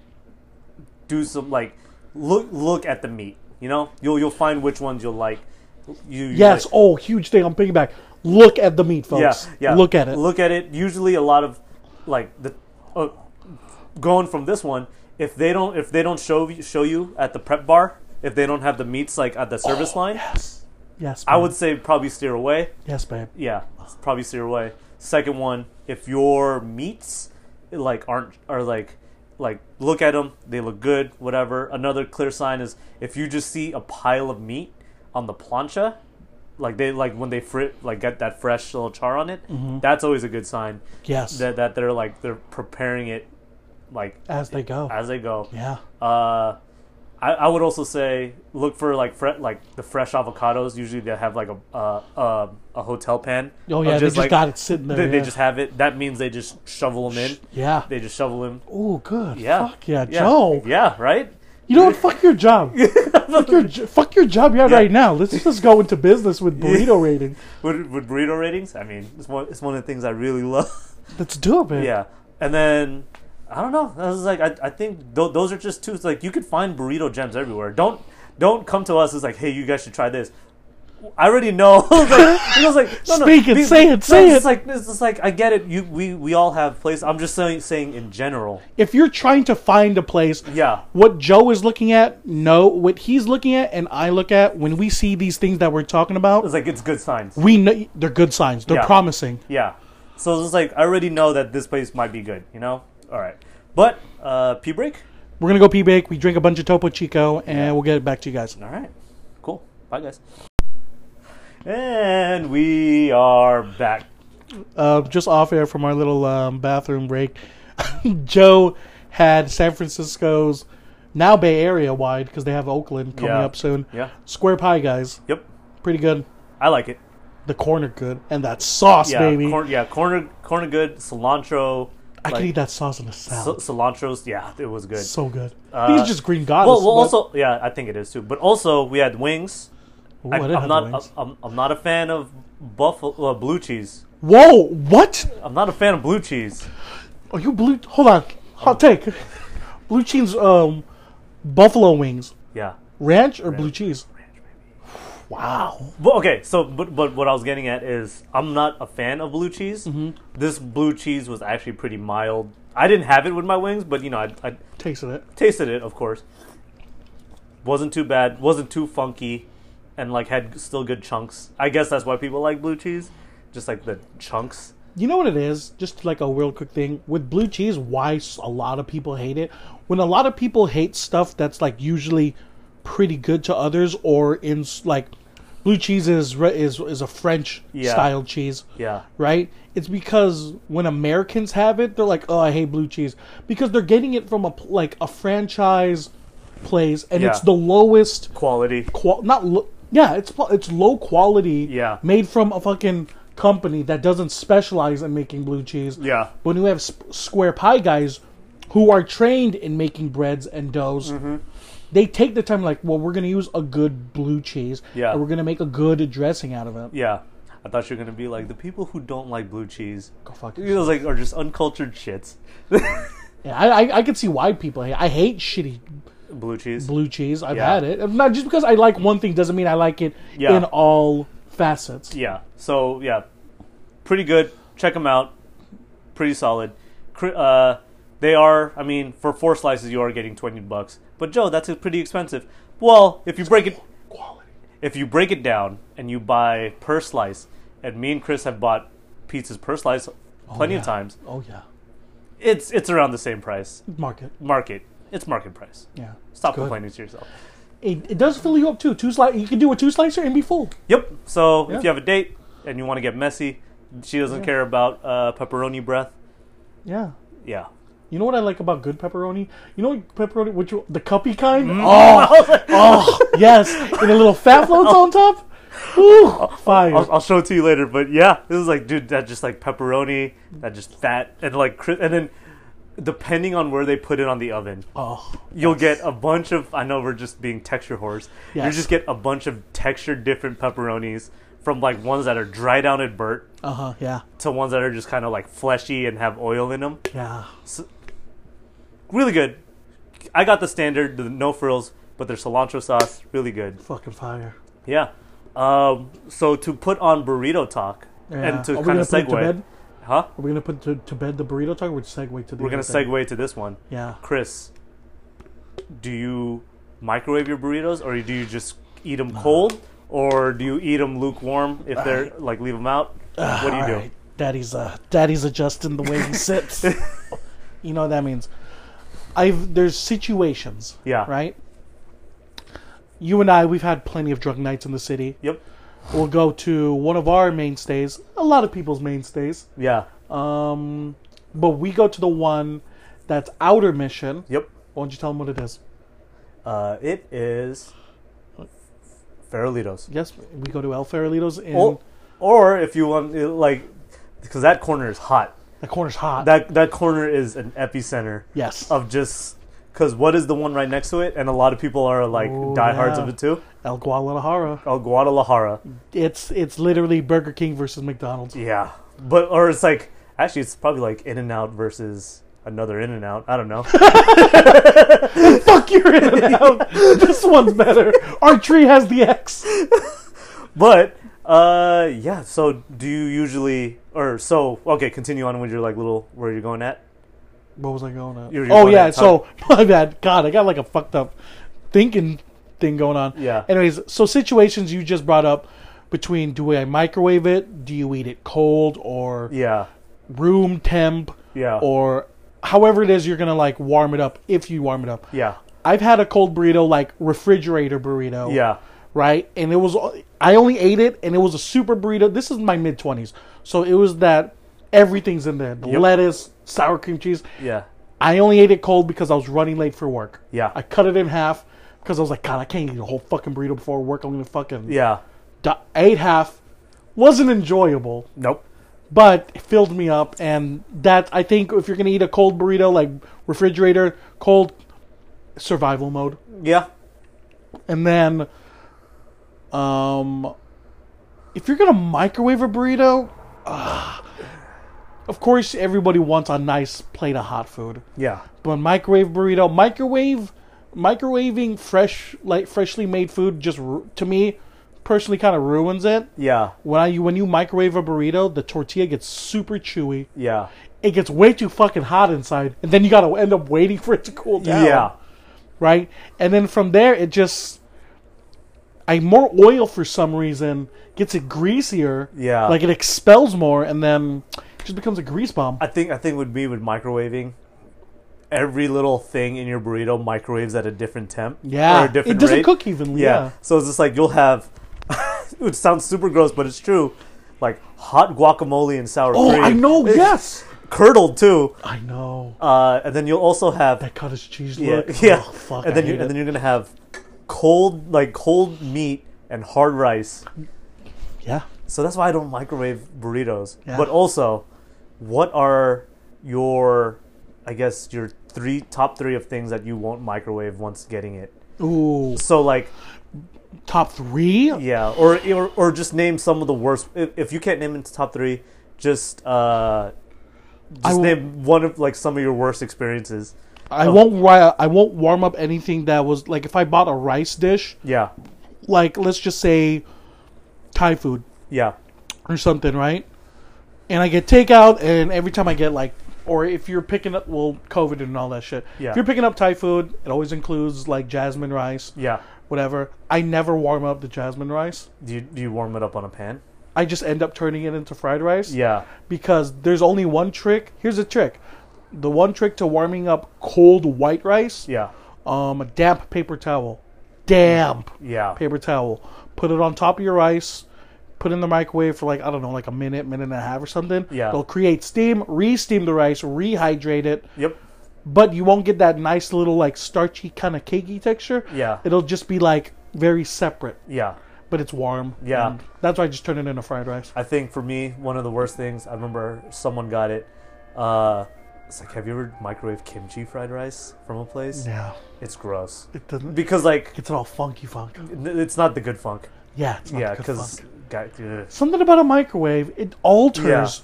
Speaker 2: do some like look look at the meat. You know, you'll you'll find which ones you'll like. You you
Speaker 4: Yes.
Speaker 2: like-
Speaker 4: Oh, huge thing. I'm picking back. Look at the meat, folks. Look at it.
Speaker 2: Look at it. Usually, a lot of like the uh, going from this one. If they don't, if they don't show you- show you at the prep bar, if they don't have the meats like at the service line,
Speaker 4: Oh, yes. Yes.
Speaker 2: I
Speaker 4: babe.
Speaker 2: would say probably steer away.
Speaker 4: Yes, babe.
Speaker 2: yeah, probably steer away. Second one, if your meats like aren't are like like look at them, they look good, whatever. Another clear sign is if you just see a pile of meat on the plancha, like they like when they frit like get that fresh little char on it, that's always a good sign
Speaker 4: Yes.
Speaker 2: that that they're like they're preparing it like
Speaker 4: as they go.
Speaker 2: as they go.
Speaker 4: yeah.
Speaker 2: Uh, I, I would also say look for like fre- like the fresh avocados. Usually they have like a uh, uh, a hotel pan.
Speaker 4: Oh
Speaker 2: of
Speaker 4: yeah, they just
Speaker 2: like-
Speaker 4: got it sitting there.
Speaker 2: They, they
Speaker 4: yeah.
Speaker 2: just have it. That means they just shovel them in.
Speaker 4: yeah.
Speaker 2: They just shovel them.
Speaker 4: oh, good.
Speaker 2: Yeah.
Speaker 4: Fuck yeah, Joe.
Speaker 2: Yeah. Right.
Speaker 4: You know what? Fuck your job. fuck your jo- fuck your job you have right now. Let's just go into business with burrito rating.
Speaker 2: With, with burrito ratings, I mean, it's one it's one of the things I really love.
Speaker 4: Let's do it, man.
Speaker 2: yeah. And then I don't know. I was like, I, I think th- those are just two. Like you could find burrito gems everywhere. Don't don't come to us as like, hey, you guys should try this. I already know. I was like, I was like, no, no,
Speaker 4: Speak it,
Speaker 2: be-
Speaker 4: say it,
Speaker 2: no,
Speaker 4: say
Speaker 2: it's
Speaker 4: it.
Speaker 2: Like it's just like I get it. You we we all have places. I'm just saying saying in general.
Speaker 4: If you're trying to find a place,
Speaker 2: Yeah.
Speaker 4: what Joe is looking at, no, what he's looking at, and I look at when we see these things that we're talking about,
Speaker 2: It's like it's good signs.
Speaker 4: we know they're good signs. They're
Speaker 2: Yeah.
Speaker 4: promising.
Speaker 2: Yeah. So it's just like I already know that this place might be good. You know. All right. But uh, pee break.
Speaker 4: We're gonna go pee bake. We drink a bunch of Topo Chico, and we'll get it back to you guys.
Speaker 2: All right. Cool. Bye, guys. And we are back.
Speaker 4: uh, just off air from our little um, bathroom break, Joe had San Francisco's now Bay Area wide because they have Oakland coming
Speaker 2: Yeah.
Speaker 4: up soon.
Speaker 2: Yeah.
Speaker 4: Square pie, guys,
Speaker 2: Yep.
Speaker 4: pretty good.
Speaker 2: I like it.
Speaker 4: The corner good and that sauce,
Speaker 2: Yeah.
Speaker 4: baby.
Speaker 2: Corn, yeah. Corner. Corner good. Cilantro.
Speaker 4: I
Speaker 2: like,
Speaker 4: could eat that sauce in a
Speaker 2: c-
Speaker 4: salad. So,
Speaker 2: cilantro's. Yeah, it was good.
Speaker 4: good. I think it's just green goddess.
Speaker 2: Uh, well, well,
Speaker 4: but-
Speaker 2: also, yeah, I think it is too. But also, we had wings.
Speaker 4: Ooh,
Speaker 2: I,
Speaker 4: I didn't
Speaker 2: am
Speaker 4: have
Speaker 2: not.
Speaker 4: the wings.
Speaker 2: I'm, I'm not a fan of buffalo uh, blue cheese.
Speaker 4: Whoa, what?
Speaker 2: I'm not a fan of blue cheese.
Speaker 4: Are Oh, you blue? Hold on,
Speaker 2: Oh.
Speaker 4: hot take. blue cheese, um, buffalo wings,
Speaker 2: Yeah.
Speaker 4: ranch or blue cheese? Wow.
Speaker 2: But okay, so but but what I was getting at is I'm not a fan of blue cheese. This blue cheese was actually pretty mild. I didn't have it with my wings, but you know I, I
Speaker 4: Tasted it.
Speaker 2: tasted it, of course. Wasn't too bad. Wasn't too funky, and like had still good chunks. I guess that's why people like blue cheese, just like the chunks.
Speaker 4: You know what it is? Just like a real quick thing with blue cheese, why s- a lot of people hate it. When a lot of people hate stuff that's like usually pretty good to others, or in s- like blue cheese is re- is is a French
Speaker 2: Yeah.
Speaker 4: style cheese,
Speaker 2: Yeah,
Speaker 4: right? It's because when Americans have it, they're like, "Oh, I hate blue cheese," because they're getting it from a pl- like a franchise place, and
Speaker 2: Yeah.
Speaker 4: it's the lowest
Speaker 2: quality.
Speaker 4: qual not lo- yeah it's pl- it's low quality
Speaker 2: Yeah.
Speaker 4: made from a fucking company that doesn't specialize in making blue cheese
Speaker 2: Yeah.
Speaker 4: when you have sp- square pie guys who are trained in making breads and doughs,
Speaker 2: Mm-hmm.
Speaker 4: they take the time like, well, we're gonna use a good blue cheese,
Speaker 2: Yeah.
Speaker 4: and we're gonna make a good dressing out of it.
Speaker 2: Yeah. I thought you were gonna be like the people who don't like blue cheese.
Speaker 4: Go fuck
Speaker 2: You know, like are just uncultured shits.
Speaker 4: Yeah, I, I I can see why people hate. I hate shitty
Speaker 2: Blue cheese.
Speaker 4: blue cheese. I've
Speaker 2: Yeah.
Speaker 4: had it. Not just because I like one thing doesn't mean I like it
Speaker 2: Yeah.
Speaker 4: in all facets.
Speaker 2: yeah. So yeah, pretty good. Check them out. Pretty solid. Cri- Uh, they are. I mean, for four slices, you are getting twenty bucks. But Joe, that's uh, pretty expensive. Well, if you break it,
Speaker 4: Quality.
Speaker 2: if you break it down and you buy per slice, and me and Chris have bought pizzas per slice plenty
Speaker 4: yeah.
Speaker 2: of times,
Speaker 4: Oh yeah,
Speaker 2: it's it's around the same price.
Speaker 4: market.
Speaker 2: Market. It's market price.
Speaker 4: Yeah,
Speaker 2: Stop
Speaker 4: Good.
Speaker 2: complaining to yourself.
Speaker 4: It, it does fill you up too. Two slice. You can do a two slicer and be full.
Speaker 2: Yep. So
Speaker 4: Yeah.
Speaker 2: if you have a date and you want to get messy, she doesn't care about uh, pepperoni breath.
Speaker 4: Yeah.
Speaker 2: Yeah.
Speaker 4: You know what I like about good pepperoni? You know what pepperoni, which you- the cuppy kind?
Speaker 2: Mm.
Speaker 4: Oh, oh, yes, and the little fat floats on top. Ooh, fire!
Speaker 2: I'll, I'll show it to you later, but yeah, this is like, dude, that just like pepperoni, that just fat, and like, cri- and then depending on where they put it on the oven,
Speaker 4: Oh,
Speaker 2: you'll get a bunch of. I know we're just being texture whores. You
Speaker 4: Yes.
Speaker 2: just get a bunch of texture different pepperonis from like ones that are dry down and burnt
Speaker 4: uh huh, yeah,
Speaker 2: to ones that are just kind of like fleshy and have oil in them.
Speaker 4: yeah.
Speaker 2: Really good. I got the standard, the no frills, but their cilantro sauce, really good.
Speaker 4: Fucking fire!
Speaker 2: Yeah. Um, so to put on burrito talk
Speaker 4: Yeah.
Speaker 2: and to
Speaker 4: Are
Speaker 2: kind
Speaker 4: we gonna
Speaker 2: of
Speaker 4: put it to
Speaker 2: segue,
Speaker 4: bed?
Speaker 2: huh?
Speaker 4: Are we gonna put to, to bed the burrito talk? We're segue to the.
Speaker 2: We're gonna
Speaker 4: other thing?
Speaker 2: segue to this one.
Speaker 4: Yeah.
Speaker 2: Chris, do you microwave your burritos, or do you just eat them
Speaker 4: Uh,
Speaker 2: cold, or do you eat them lukewarm if they're like leave them out? what do you do?
Speaker 4: All uh, right. Daddy's uh, Daddy's adjusting the way he sits. you know what that means. I've there's situations.
Speaker 2: Yeah.
Speaker 4: Right. You and I, we've had plenty of drug nights in the city.
Speaker 2: Yep.
Speaker 4: We'll go to one of our mainstays, a lot of people's mainstays.
Speaker 2: Yeah.
Speaker 4: Um, but we go to the one that's outer mission.
Speaker 2: Yep.
Speaker 4: Why don't you tell them what it is?
Speaker 2: Uh, it is Farolitos.
Speaker 4: Yes, we go to El Farolito's in
Speaker 2: Or, or if you want, it, like, because that corner is hot.
Speaker 4: the corner's hot.
Speaker 2: That that corner is an epicenter.
Speaker 4: yes,
Speaker 2: of just because what is the one right next to it? And a lot of people are like
Speaker 4: Ooh,
Speaker 2: diehards
Speaker 4: yeah.
Speaker 2: of it too.
Speaker 4: El Guadalajara.
Speaker 2: Oh, Guadalajara.
Speaker 4: It's it's literally Burger King versus McDonald's.
Speaker 2: Yeah, but or it's like actually it's probably like In and Out versus another In and Out. I don't know.
Speaker 4: Fuck you're in and out. this one's better. Our tree has the X.
Speaker 2: but uh, yeah. So do you usually or so? Okay, continue on with your like little where you're going at.
Speaker 4: What was I going at?
Speaker 2: You were
Speaker 4: oh
Speaker 2: going
Speaker 4: yeah,
Speaker 2: at
Speaker 4: so my bad. God, I got like a fucked up thinking thing going on.
Speaker 2: Yeah.
Speaker 4: Anyways, so situations you just brought up between do I microwave it? Do you eat it cold or
Speaker 2: Yeah,
Speaker 4: room temp?
Speaker 2: Yeah.
Speaker 4: Or however it is you're gonna like warm it up if you warm it up.
Speaker 2: yeah,
Speaker 4: I've had a cold burrito like refrigerator burrito.
Speaker 2: yeah.
Speaker 4: right? And it was I only ate it, and it was a super burrito. This is my mid twenties, so it was that everything's in there: the
Speaker 2: Yep.
Speaker 4: lettuce, sour cream cheese.
Speaker 2: Yeah.
Speaker 4: I only ate it cold because I was running late for work.
Speaker 2: Yeah.
Speaker 4: I cut it in half because I was like, God, I can't eat a whole fucking burrito before work. I'm gonna fucking
Speaker 2: Yeah.
Speaker 4: die. I ate half. Wasn't enjoyable,
Speaker 2: Nope.
Speaker 4: but it filled me up, and that I think if you're gonna eat a cold burrito, like refrigerator cold, survival mode.
Speaker 2: Yeah.
Speaker 4: And then, um, if you're gonna microwave a burrito, ah, of course everybody wants a nice plate of hot food.
Speaker 2: Yeah.
Speaker 4: But microwave burrito, microwave, microwaving fresh, like freshly made food, just ru- to me, personally, kind of ruins it.
Speaker 2: Yeah.
Speaker 4: When I when you microwave a burrito, the tortilla gets super chewy.
Speaker 2: Yeah.
Speaker 4: It gets way too fucking hot inside, and then you gotta end up waiting for it to cool down
Speaker 2: Yeah.
Speaker 4: right? And then from there, it just I more oil for some reason gets it greasier.
Speaker 2: Yeah.
Speaker 4: like it expels more, and then it just becomes a grease bomb.
Speaker 2: I think I think would be with microwaving. Every little thing in your burrito microwaves at a different temp.
Speaker 4: yeah,
Speaker 2: or a different
Speaker 4: it doesn't
Speaker 2: rate.
Speaker 4: cook evenly.
Speaker 2: Yeah.
Speaker 4: Yeah.
Speaker 2: So it's just like you'll have. it sounds super gross, but it's true. Like hot guacamole and sour
Speaker 4: Oh,
Speaker 2: cream.
Speaker 4: I know. Yes,
Speaker 2: Curdled too,
Speaker 4: I know.
Speaker 2: uh, and then you'll also have
Speaker 4: That cottage cheese
Speaker 2: yeah,
Speaker 4: look.
Speaker 2: yeah.
Speaker 4: Oh, fuck.
Speaker 2: and then you, and then you're gonna have cold like cold meat and hard rice.
Speaker 4: yeah.
Speaker 2: So that's why I don't microwave burritos.
Speaker 4: Yeah.
Speaker 2: But also, what are your, I guess your three top three of things that you won't microwave once getting it.
Speaker 4: Ooh,
Speaker 2: So like
Speaker 4: top three.
Speaker 2: yeah, or or, or just name some of the worst. If, if you can't name into top three, just uh, just
Speaker 4: will-
Speaker 2: name one of like some of your worst experiences.
Speaker 4: I
Speaker 2: Oh.
Speaker 4: won't. Ri- I won't warm up anything that was like if I bought a rice dish,
Speaker 2: Yeah,
Speaker 4: like let's just say Thai food
Speaker 2: yeah,
Speaker 4: or something, right? And I get takeout, and every time I get like, or if you're picking up, well, COVID and all that shit.
Speaker 2: Yeah.
Speaker 4: If you're picking up Thai food, it always includes like jasmine rice,
Speaker 2: yeah.
Speaker 4: whatever. I never warm up the jasmine rice.
Speaker 2: Do you, do you warm it up on a pan?
Speaker 4: I just end up turning it into fried rice.
Speaker 2: Yeah,
Speaker 4: because there's only one trick. Here's a trick. The one trick to warming up cold white rice,
Speaker 2: yeah,
Speaker 4: um, a damp paper towel. Damp
Speaker 2: yeah,
Speaker 4: paper towel. Put it on top of your rice. Put it in the microwave for like, I don't know, like a minute, minute and a half or something.
Speaker 2: Yeah.
Speaker 4: It'll create steam, re steam the rice, rehydrate it,
Speaker 2: yep,
Speaker 4: but you won't get that nice little like starchy kind of cakey texture.
Speaker 2: Yeah.
Speaker 4: It'll just be like very separate,
Speaker 2: yeah.
Speaker 4: but it's warm.
Speaker 2: Yeah.
Speaker 4: And that's why I just turn it into fried rice.
Speaker 2: I think for me, one of the worst things I remember someone got it. Uh, it's like, have you ever microwave kimchi fried rice from a place?
Speaker 4: Yeah.
Speaker 2: It's gross
Speaker 4: It doesn't.
Speaker 2: because like
Speaker 4: It's all funky funk.
Speaker 2: n- it's not the good funk.
Speaker 4: Yeah, it's not
Speaker 2: Yeah,
Speaker 4: the good funk.
Speaker 2: because
Speaker 4: something about a microwave it alters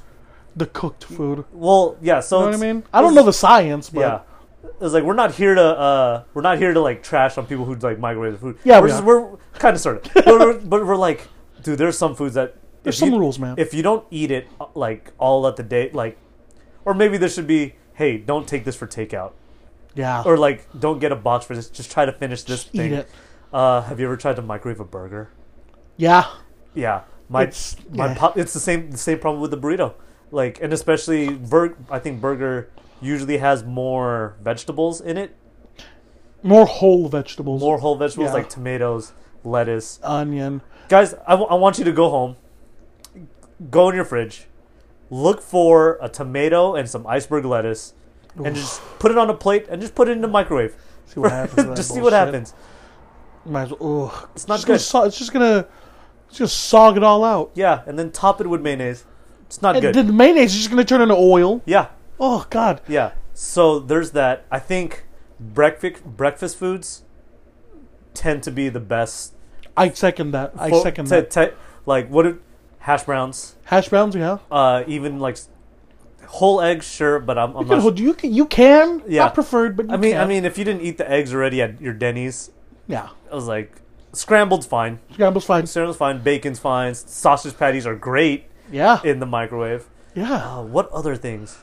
Speaker 4: the cooked food. You
Speaker 2: well, yeah. So
Speaker 4: know what I
Speaker 2: it's-
Speaker 4: mean? I don't know the science, but
Speaker 2: yeah. It's like we're not here to uh, we're not here to like trash on people who like microwave their food.
Speaker 4: Yeah,
Speaker 2: we're
Speaker 4: we
Speaker 2: just,
Speaker 4: are.
Speaker 2: we're kind of sort of, but, we're, but we're like, dude, there's some foods that
Speaker 4: there's
Speaker 2: if
Speaker 4: some
Speaker 2: you-
Speaker 4: rules, man.
Speaker 2: If you don't eat it uh, like all at the day, like, or maybe there should be, hey, don't take this for takeout,
Speaker 4: yeah,
Speaker 2: or like, don't get a box for this. Just try to finish this
Speaker 4: eat
Speaker 2: thing.
Speaker 4: it.
Speaker 2: Uh, have you ever tried to microwave a burger?
Speaker 4: yeah,
Speaker 2: Yeah, my
Speaker 4: It's-
Speaker 2: my
Speaker 4: yeah.
Speaker 2: pop, it's the same the same problem with the burrito. Like, and especially bur- I think burger usually has more vegetables in it,
Speaker 4: more whole vegetables,
Speaker 2: more whole vegetables
Speaker 4: Yeah.
Speaker 2: like tomatoes, lettuce.
Speaker 4: onion.
Speaker 2: Guys, I wa- I want you to go home, go in your fridge, look for a tomato and some iceberg lettuce, and just put it on a plate and just put it in the microwave.
Speaker 4: See what happens. to that
Speaker 2: just see what
Speaker 4: bullshit.
Speaker 2: happens.
Speaker 4: Might as well, ugh. It's
Speaker 2: not
Speaker 4: just gonna
Speaker 2: good.
Speaker 4: so- it's just gonna, it's gonna sog it all out.
Speaker 2: Yeah, and then top it with mayonnaise. It's not
Speaker 4: And
Speaker 2: good.
Speaker 4: then the mayonnaise is just gonna turn into oil.
Speaker 2: yeah,
Speaker 4: Oh God.
Speaker 2: Yeah. So there's that. I think breakfast breakfast foods tend to be the best.
Speaker 4: I second that. I
Speaker 2: fo-
Speaker 4: second
Speaker 2: te-
Speaker 4: that.
Speaker 2: te- like what do- hash browns,
Speaker 4: Hash browns, yeah.
Speaker 2: uh, even like s- whole eggs, sure, but I'm, I'm
Speaker 4: You
Speaker 2: not.
Speaker 4: can, you can, you can.
Speaker 2: Yeah.
Speaker 4: Not preferred, but you
Speaker 2: I mean,
Speaker 4: can.
Speaker 2: I mean, if you didn't eat the eggs already at your Denny's,
Speaker 4: yeah.
Speaker 2: I was like, scrambled's fine,
Speaker 4: Scramble's fine.
Speaker 2: scrambled's fine, bacon's fine, sausage patties are great
Speaker 4: Yeah.
Speaker 2: in the microwave.
Speaker 4: yeah.
Speaker 2: Uh, what other things?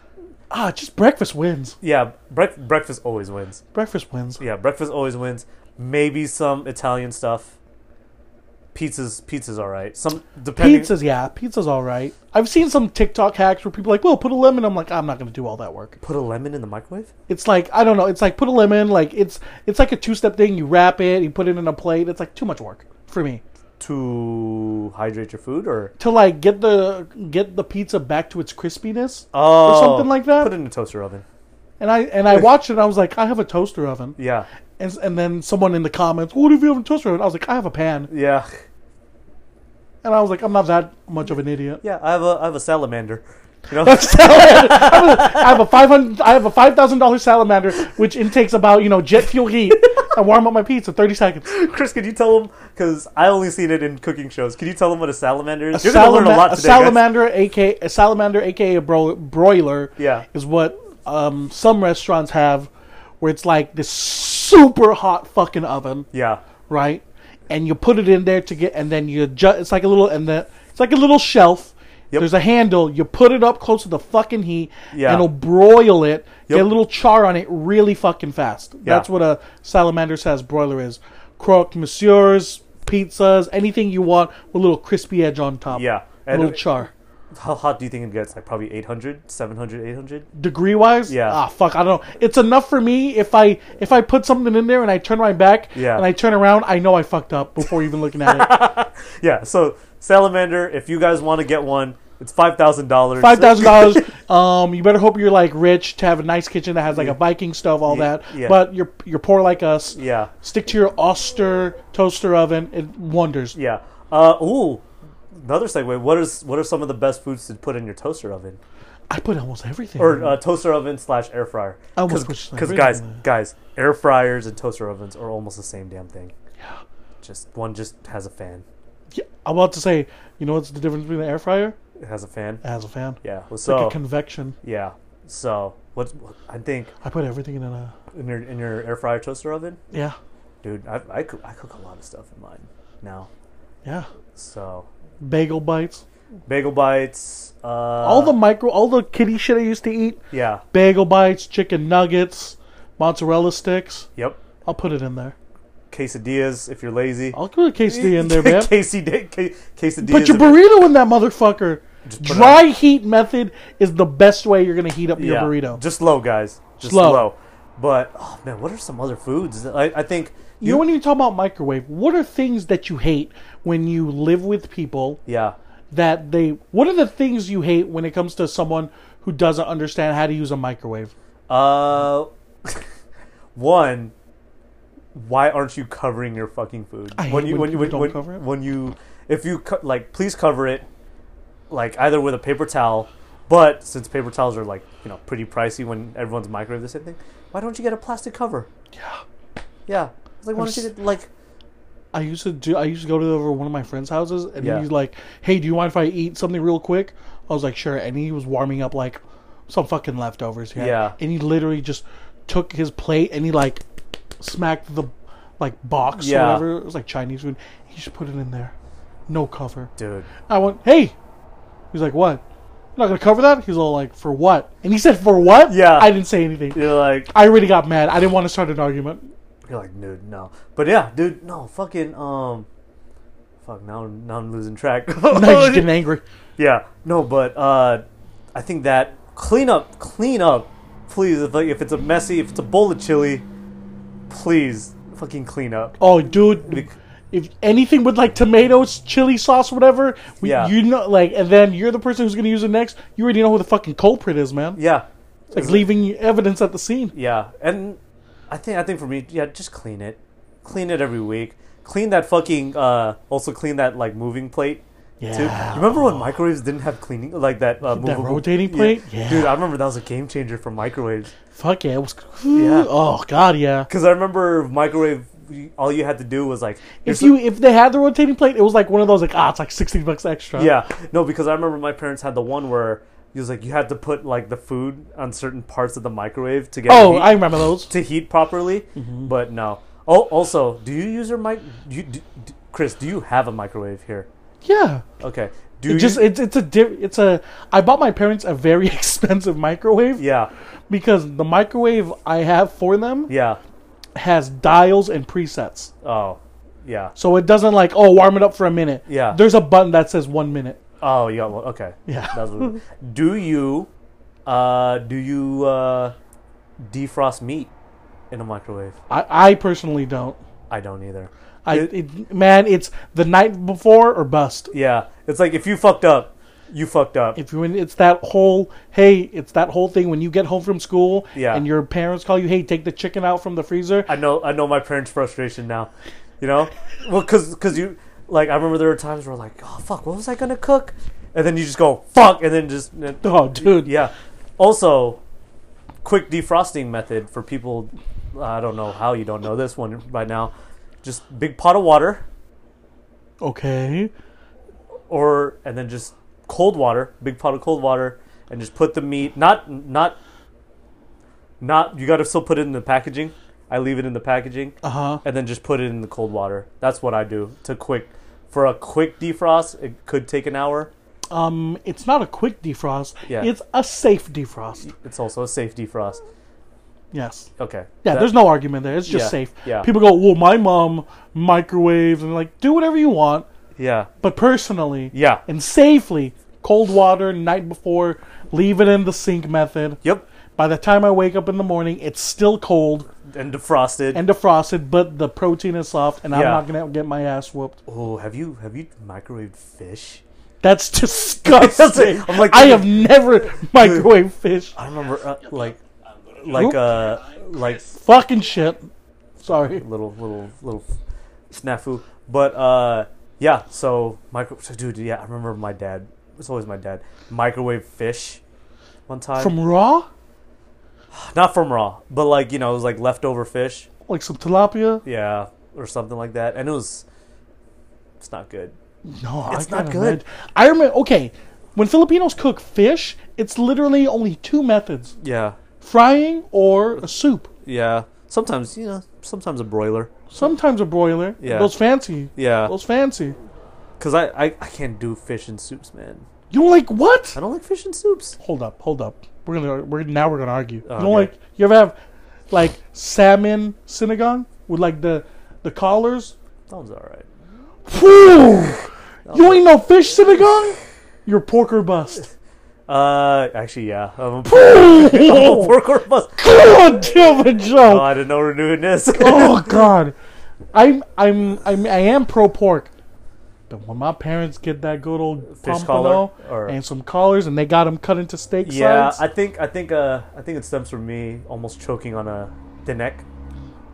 Speaker 4: Ah, just breakfast wins.
Speaker 2: Yeah, brec- breakfast always wins.
Speaker 4: Breakfast wins.
Speaker 2: Yeah, breakfast always wins. Maybe some Italian stuff. Pizzas, pizzas, all right. Some depending.
Speaker 4: Pizza's yeah, pizza's all right. I've seen some TikTok hacks where people are like, "Well, put a lemon." I'm like, I'm not gonna do all that work.
Speaker 2: Put a lemon in the microwave.
Speaker 4: It's like I don't know. It's like put a lemon. Like it's it's like a two step thing. You wrap it, you put it in a plate. It's like too much work for me
Speaker 2: To hydrate your food, or
Speaker 4: to like get the get the pizza back to its crispiness
Speaker 2: oh,
Speaker 4: or something like that.
Speaker 2: Put it in a toaster oven.
Speaker 4: and I and I watched it. and I was like, I have a toaster oven.
Speaker 2: Yeah,
Speaker 4: And and then someone in the comments, "What if you have a toaster oven?" I was like, I have a pan.
Speaker 2: yeah,
Speaker 4: And I was like, I'm not that much of an idiot.
Speaker 2: yeah. I have a, I have a salamander. You know,
Speaker 4: I have a five hundred. I have a five thousand dollar salamander, which intakes about you know jet fuel heat. I warm up my pizza thirty seconds.
Speaker 2: Chris, can you tell them? Because I only seen it in cooking shows. Can you tell them what a salamander is?
Speaker 4: A,
Speaker 2: You're gonna learn
Speaker 4: salama-
Speaker 2: a lot
Speaker 4: a
Speaker 2: today, guys.
Speaker 4: salamander, aka a salamander, aka a bro- broiler,
Speaker 2: Yeah.
Speaker 4: is what um, some restaurants have, where it's like this super hot fucking oven,
Speaker 2: Yeah,
Speaker 4: right? And you put it in there to get, and then you adjust. It's like a little, and then it's like a little shelf.
Speaker 2: Yep.
Speaker 4: There's a handle. You put it up close to the fucking heat,
Speaker 2: Yeah.
Speaker 4: and it'll broil it. Get a
Speaker 2: Yep.
Speaker 4: little char on it really fucking fast. That's what a salamander says broiler is. Croque monsieurs, pizzas, anything you want with a little crispy edge on top.
Speaker 2: yeah.
Speaker 4: a little
Speaker 2: And
Speaker 4: char.
Speaker 2: how hot do you think it gets? Like probably 800, 700, 800?
Speaker 4: Degree wise,
Speaker 2: Yeah.
Speaker 4: Ah, fuck, I don't know. It's enough for me if I if I put something in there and I turn my back
Speaker 2: Yeah.
Speaker 4: and I turn around, I know I fucked up before even looking at it.
Speaker 2: Yeah, so salamander, if you guys want to get one, it's five thousand dollars.
Speaker 4: Five thousand dollars. Um, you better hope you're like rich to have a nice kitchen that has like a Viking stove, all
Speaker 2: Yeah,
Speaker 4: that.
Speaker 2: yeah.
Speaker 4: But you're you're poor like us.
Speaker 2: Yeah,
Speaker 4: Stick to your Oster toaster oven. It wonders.
Speaker 2: yeah. Uh, ooh, another segue. What is what are some of the best foods to put in your toaster oven?
Speaker 4: I put almost everything.
Speaker 2: or uh, toaster oven slash air fryer.
Speaker 4: I almost pushed
Speaker 2: Because guys, guys, air fryers and toaster ovens are almost the same damn thing.
Speaker 4: Yeah.
Speaker 2: Just one just has a fan.
Speaker 4: yeah, I'm about to say, you know what's the difference between an air fryer?
Speaker 2: It has a fan.
Speaker 4: It has a fan.
Speaker 2: Yeah. Oh. Well,
Speaker 4: It's like
Speaker 2: so
Speaker 4: a convection.
Speaker 2: yeah. So what's what, I think
Speaker 4: I put everything in a
Speaker 2: in your in your air fryer toaster oven,
Speaker 4: yeah,
Speaker 2: dude. I I cook, I cook a lot of stuff in mine now.
Speaker 4: yeah,
Speaker 2: So
Speaker 4: bagel bites.
Speaker 2: bagel bites. Uh,
Speaker 4: all the micro, all the kitty shit I used to eat.
Speaker 2: yeah.
Speaker 4: Bagel bites, chicken nuggets, mozzarella sticks.
Speaker 2: Yep.
Speaker 4: I'll put it in there.
Speaker 2: Quesadillas if you're lazy.
Speaker 4: I'll put a quesadilla in there, man.
Speaker 2: Quesadi- que- quesadillas.
Speaker 4: Put your
Speaker 2: if you're-
Speaker 4: burrito in that motherfucker.
Speaker 2: put it
Speaker 4: Dry heat method is the best way you're gonna heat up your
Speaker 2: Yeah,
Speaker 4: burrito.
Speaker 2: Just low, guys. Just
Speaker 4: Slow.
Speaker 2: low. But oh man, what are some other foods? that- I, I think
Speaker 4: you know when you talk about microwave, what are things that you hate when you live with people
Speaker 2: yeah,
Speaker 4: that they? What are the things you hate when it comes to someone who doesn't understand how to use a microwave?
Speaker 2: Uh, one. Why aren't you covering your fucking food?
Speaker 4: hate
Speaker 2: when you
Speaker 4: when
Speaker 2: when you when,
Speaker 4: people don't
Speaker 2: when,
Speaker 4: cover it.
Speaker 2: when you if you co- like please cover it, like either with a paper towel. But since paper towels are like you know pretty pricey when everyone's microwave the same thing, why don't you get a plastic cover?
Speaker 4: Yeah.
Speaker 2: Yeah, it's like why don't you
Speaker 4: just-
Speaker 2: get like
Speaker 4: I used to do. I used to go to over one of my friends' houses, and
Speaker 2: Yeah.
Speaker 4: he's like, "Hey, do you mind if I eat something real quick?" I was like, "Sure." And he was warming up like some fucking leftovers. He had.
Speaker 2: Yeah.
Speaker 4: And he literally just took his plate and he like smacked the like box
Speaker 2: Yeah.
Speaker 4: or whatever. It was like Chinese food. He just put it in there, no cover.
Speaker 2: dude?
Speaker 4: I went, "Hey." He's like, "What? You're not gonna cover that?" He's all like, "For what?" And he said, "For what?"
Speaker 2: Yeah.
Speaker 4: I didn't say anything.
Speaker 2: You're like
Speaker 4: I already got mad. I didn't want to start an argument.
Speaker 2: You're like, dude, no. But yeah, dude, no, fucking, um, fuck, now, now I'm losing track.
Speaker 4: Now you're just getting angry.
Speaker 2: yeah, no, but uh, I think that clean up, clean up, please. If like, if it's a messy, if it's a bowl of chili, please, fucking clean up.
Speaker 4: Oh, dude. If anything with like tomatoes, chili sauce, whatever, we,
Speaker 2: Yeah.
Speaker 4: you know, like, and then you're the person who's gonna use it next. You already know who the fucking culprit is, man.
Speaker 2: Yeah,
Speaker 4: It's like leaving evidence at the scene.
Speaker 2: yeah, and I think I think for me, yeah, just clean it, clean it every week. Clean that fucking, uh, also clean that like moving plate. too.
Speaker 4: Yeah.
Speaker 2: Remember when microwaves didn't have cleaning like that? Uh,
Speaker 4: That
Speaker 2: movable
Speaker 4: rotating
Speaker 2: Yeah.
Speaker 4: plate? Yeah.
Speaker 2: dude, I remember that was a game changer for microwaves.
Speaker 4: Fuck yeah, it was.
Speaker 2: Yeah.
Speaker 4: Oh god, yeah.
Speaker 2: Because I remember microwave, you- all you had to do was like,
Speaker 4: If you if they had the rotating plate, it was like one of those like ah, it's like sixty bucks extra.
Speaker 2: yeah, no, because I remember my parents had the one where it was like you had to put like the food on certain parts of the microwave to get
Speaker 4: Oh,
Speaker 2: heat,
Speaker 4: I Mm-hmm. remember those.
Speaker 2: to heat properly. But no. Oh, also, do you use your mic? Do you, do, do- Chris, do you have a microwave here?
Speaker 4: Yeah.
Speaker 2: Okay. Do
Speaker 4: It
Speaker 2: you
Speaker 4: just it's it's a diff, it's a. I bought my parents a very expensive microwave
Speaker 2: yeah,
Speaker 4: because the microwave I have for them
Speaker 2: yeah.
Speaker 4: has dials and presets.
Speaker 2: Oh, yeah.
Speaker 4: So it doesn't like, oh, warm it up for a minute.
Speaker 2: Yeah.
Speaker 4: There's a button that says one minute.
Speaker 2: Oh, yeah. Well, okay.
Speaker 4: Yeah.
Speaker 2: That's what- do you, uh, do you uh, defrost meat in a microwave?
Speaker 4: I, I personally don't.
Speaker 2: I don't either.
Speaker 4: I it, man, it's the night before or bust.
Speaker 2: Yeah, it's like if you fucked up, you fucked up.
Speaker 4: If you are in it's that whole hey, it's that whole thing when you get home from school
Speaker 2: Yeah.
Speaker 4: and your parents call you, hey, take the chicken out from the freezer.
Speaker 2: I know, I know my parents' frustration now. You know, well, cause, 'cause you like, I remember there were times where like, oh fuck, what was I gonna cook? And then you just go fuck, and then just
Speaker 4: Oh, dude.
Speaker 2: yeah. Also, quick defrosting method for people. I don't know how you don't know this one by now. Just big pot of water,
Speaker 4: Okay.
Speaker 2: or and then just cold water, big pot of cold water, and just put the meat. Not not not. You got to still put it in the packaging. I leave it in the packaging,
Speaker 4: Uh huh.
Speaker 2: and then just put it in the cold water. That's what I do to quick for a quick defrost. It could take an hour.
Speaker 4: Um, it's not a quick defrost.
Speaker 2: Yeah.
Speaker 4: It's a safe defrost.
Speaker 2: It's also a safe defrost.
Speaker 4: Yes.
Speaker 2: Okay.
Speaker 4: Yeah,
Speaker 2: That-
Speaker 4: there's no argument there. It's just
Speaker 2: Yeah,
Speaker 4: safe.
Speaker 2: yeah.
Speaker 4: People go, well, my mom microwaves and like do whatever you want.
Speaker 2: yeah
Speaker 4: but personally
Speaker 2: yeah.
Speaker 4: and safely cold water night before leave it in the sink method
Speaker 2: Yep.
Speaker 4: by the time i wake up in the morning it's still cold
Speaker 2: And defrosted.
Speaker 4: and defrosted but the protein is soft and i'm
Speaker 2: Yeah.
Speaker 4: not gonna get my ass whooped
Speaker 2: oh, have you have you microwaved fish?
Speaker 4: that's disgusting
Speaker 2: I'm like-
Speaker 4: i have never microwave fish
Speaker 2: I remember uh, like like uh like
Speaker 4: fucking shit sorry
Speaker 2: little little little snafu. But uh, yeah, so micro, so dude, yeah, I remember my dad. It's always my dad. Microwave fish, one time.
Speaker 4: From Raw?
Speaker 2: Not from Raw, but like, you know, it was like leftover fish.
Speaker 4: Like some tilapia?
Speaker 2: Yeah, or something like that. And it was. It's not good.
Speaker 4: No,
Speaker 2: It's
Speaker 4: I
Speaker 2: not
Speaker 4: can't
Speaker 2: good.
Speaker 4: imagine. I remember, okay, when Filipinos cook fish, it's literally only two methods
Speaker 2: Yeah.
Speaker 4: frying or a soup.
Speaker 2: Yeah. Sometimes, you know, sometimes a broiler.
Speaker 4: Sometimes a broiler.
Speaker 2: Yeah.
Speaker 4: Those fancy.
Speaker 2: Yeah.
Speaker 4: Those fancy.
Speaker 2: Because I, I, I can't do fish and soups, man.
Speaker 4: You don't like what?
Speaker 2: I don't like fish and soups.
Speaker 4: Hold up, hold up. We're gonna we're now we're gonna argue. you don't
Speaker 2: okay.
Speaker 4: like you ever have like salmon sinigang with like the the collars?
Speaker 2: That one's all right.
Speaker 4: Phew! You ain't no fish sinigang? You're porker bust.
Speaker 2: Uh, actually, yeah. I'm a pork, I'm a pork or bust.
Speaker 4: God damn it, Joe.
Speaker 2: Oh, I didn't know we're doing this.
Speaker 4: oh god i'm i'm i'm i am pro pork but when my parents get that good old
Speaker 2: Fish
Speaker 4: pompano
Speaker 2: collar, or-
Speaker 4: and some collars and they got them cut into steak
Speaker 2: yeah, I
Speaker 4: sides
Speaker 2: think I think uh I think it stems from me almost choking on a the neck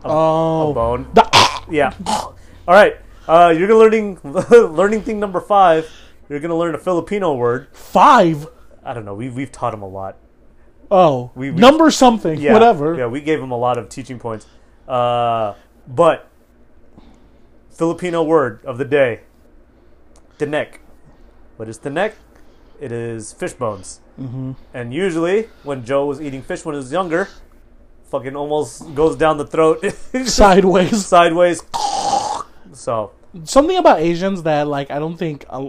Speaker 4: oh
Speaker 2: bone.
Speaker 4: the-
Speaker 2: Yeah. All right. Uh, you're gonna learning learning thing number five. You're gonna learn a Filipino word.
Speaker 4: five
Speaker 2: I don't know. We we've taught him a lot.
Speaker 4: oh
Speaker 2: We- we-
Speaker 4: number something
Speaker 2: Yeah,
Speaker 4: whatever
Speaker 2: Yeah, we gave him a lot of teaching points. Uh, but Filipino word of the day, tinek. What is tinek? It is fish bones. Mm-hmm. And usually, when Joe was eating fish when he was younger, fucking almost goes down the throat
Speaker 4: sideways
Speaker 2: sideways. So
Speaker 4: something about asians that like i don't think uh,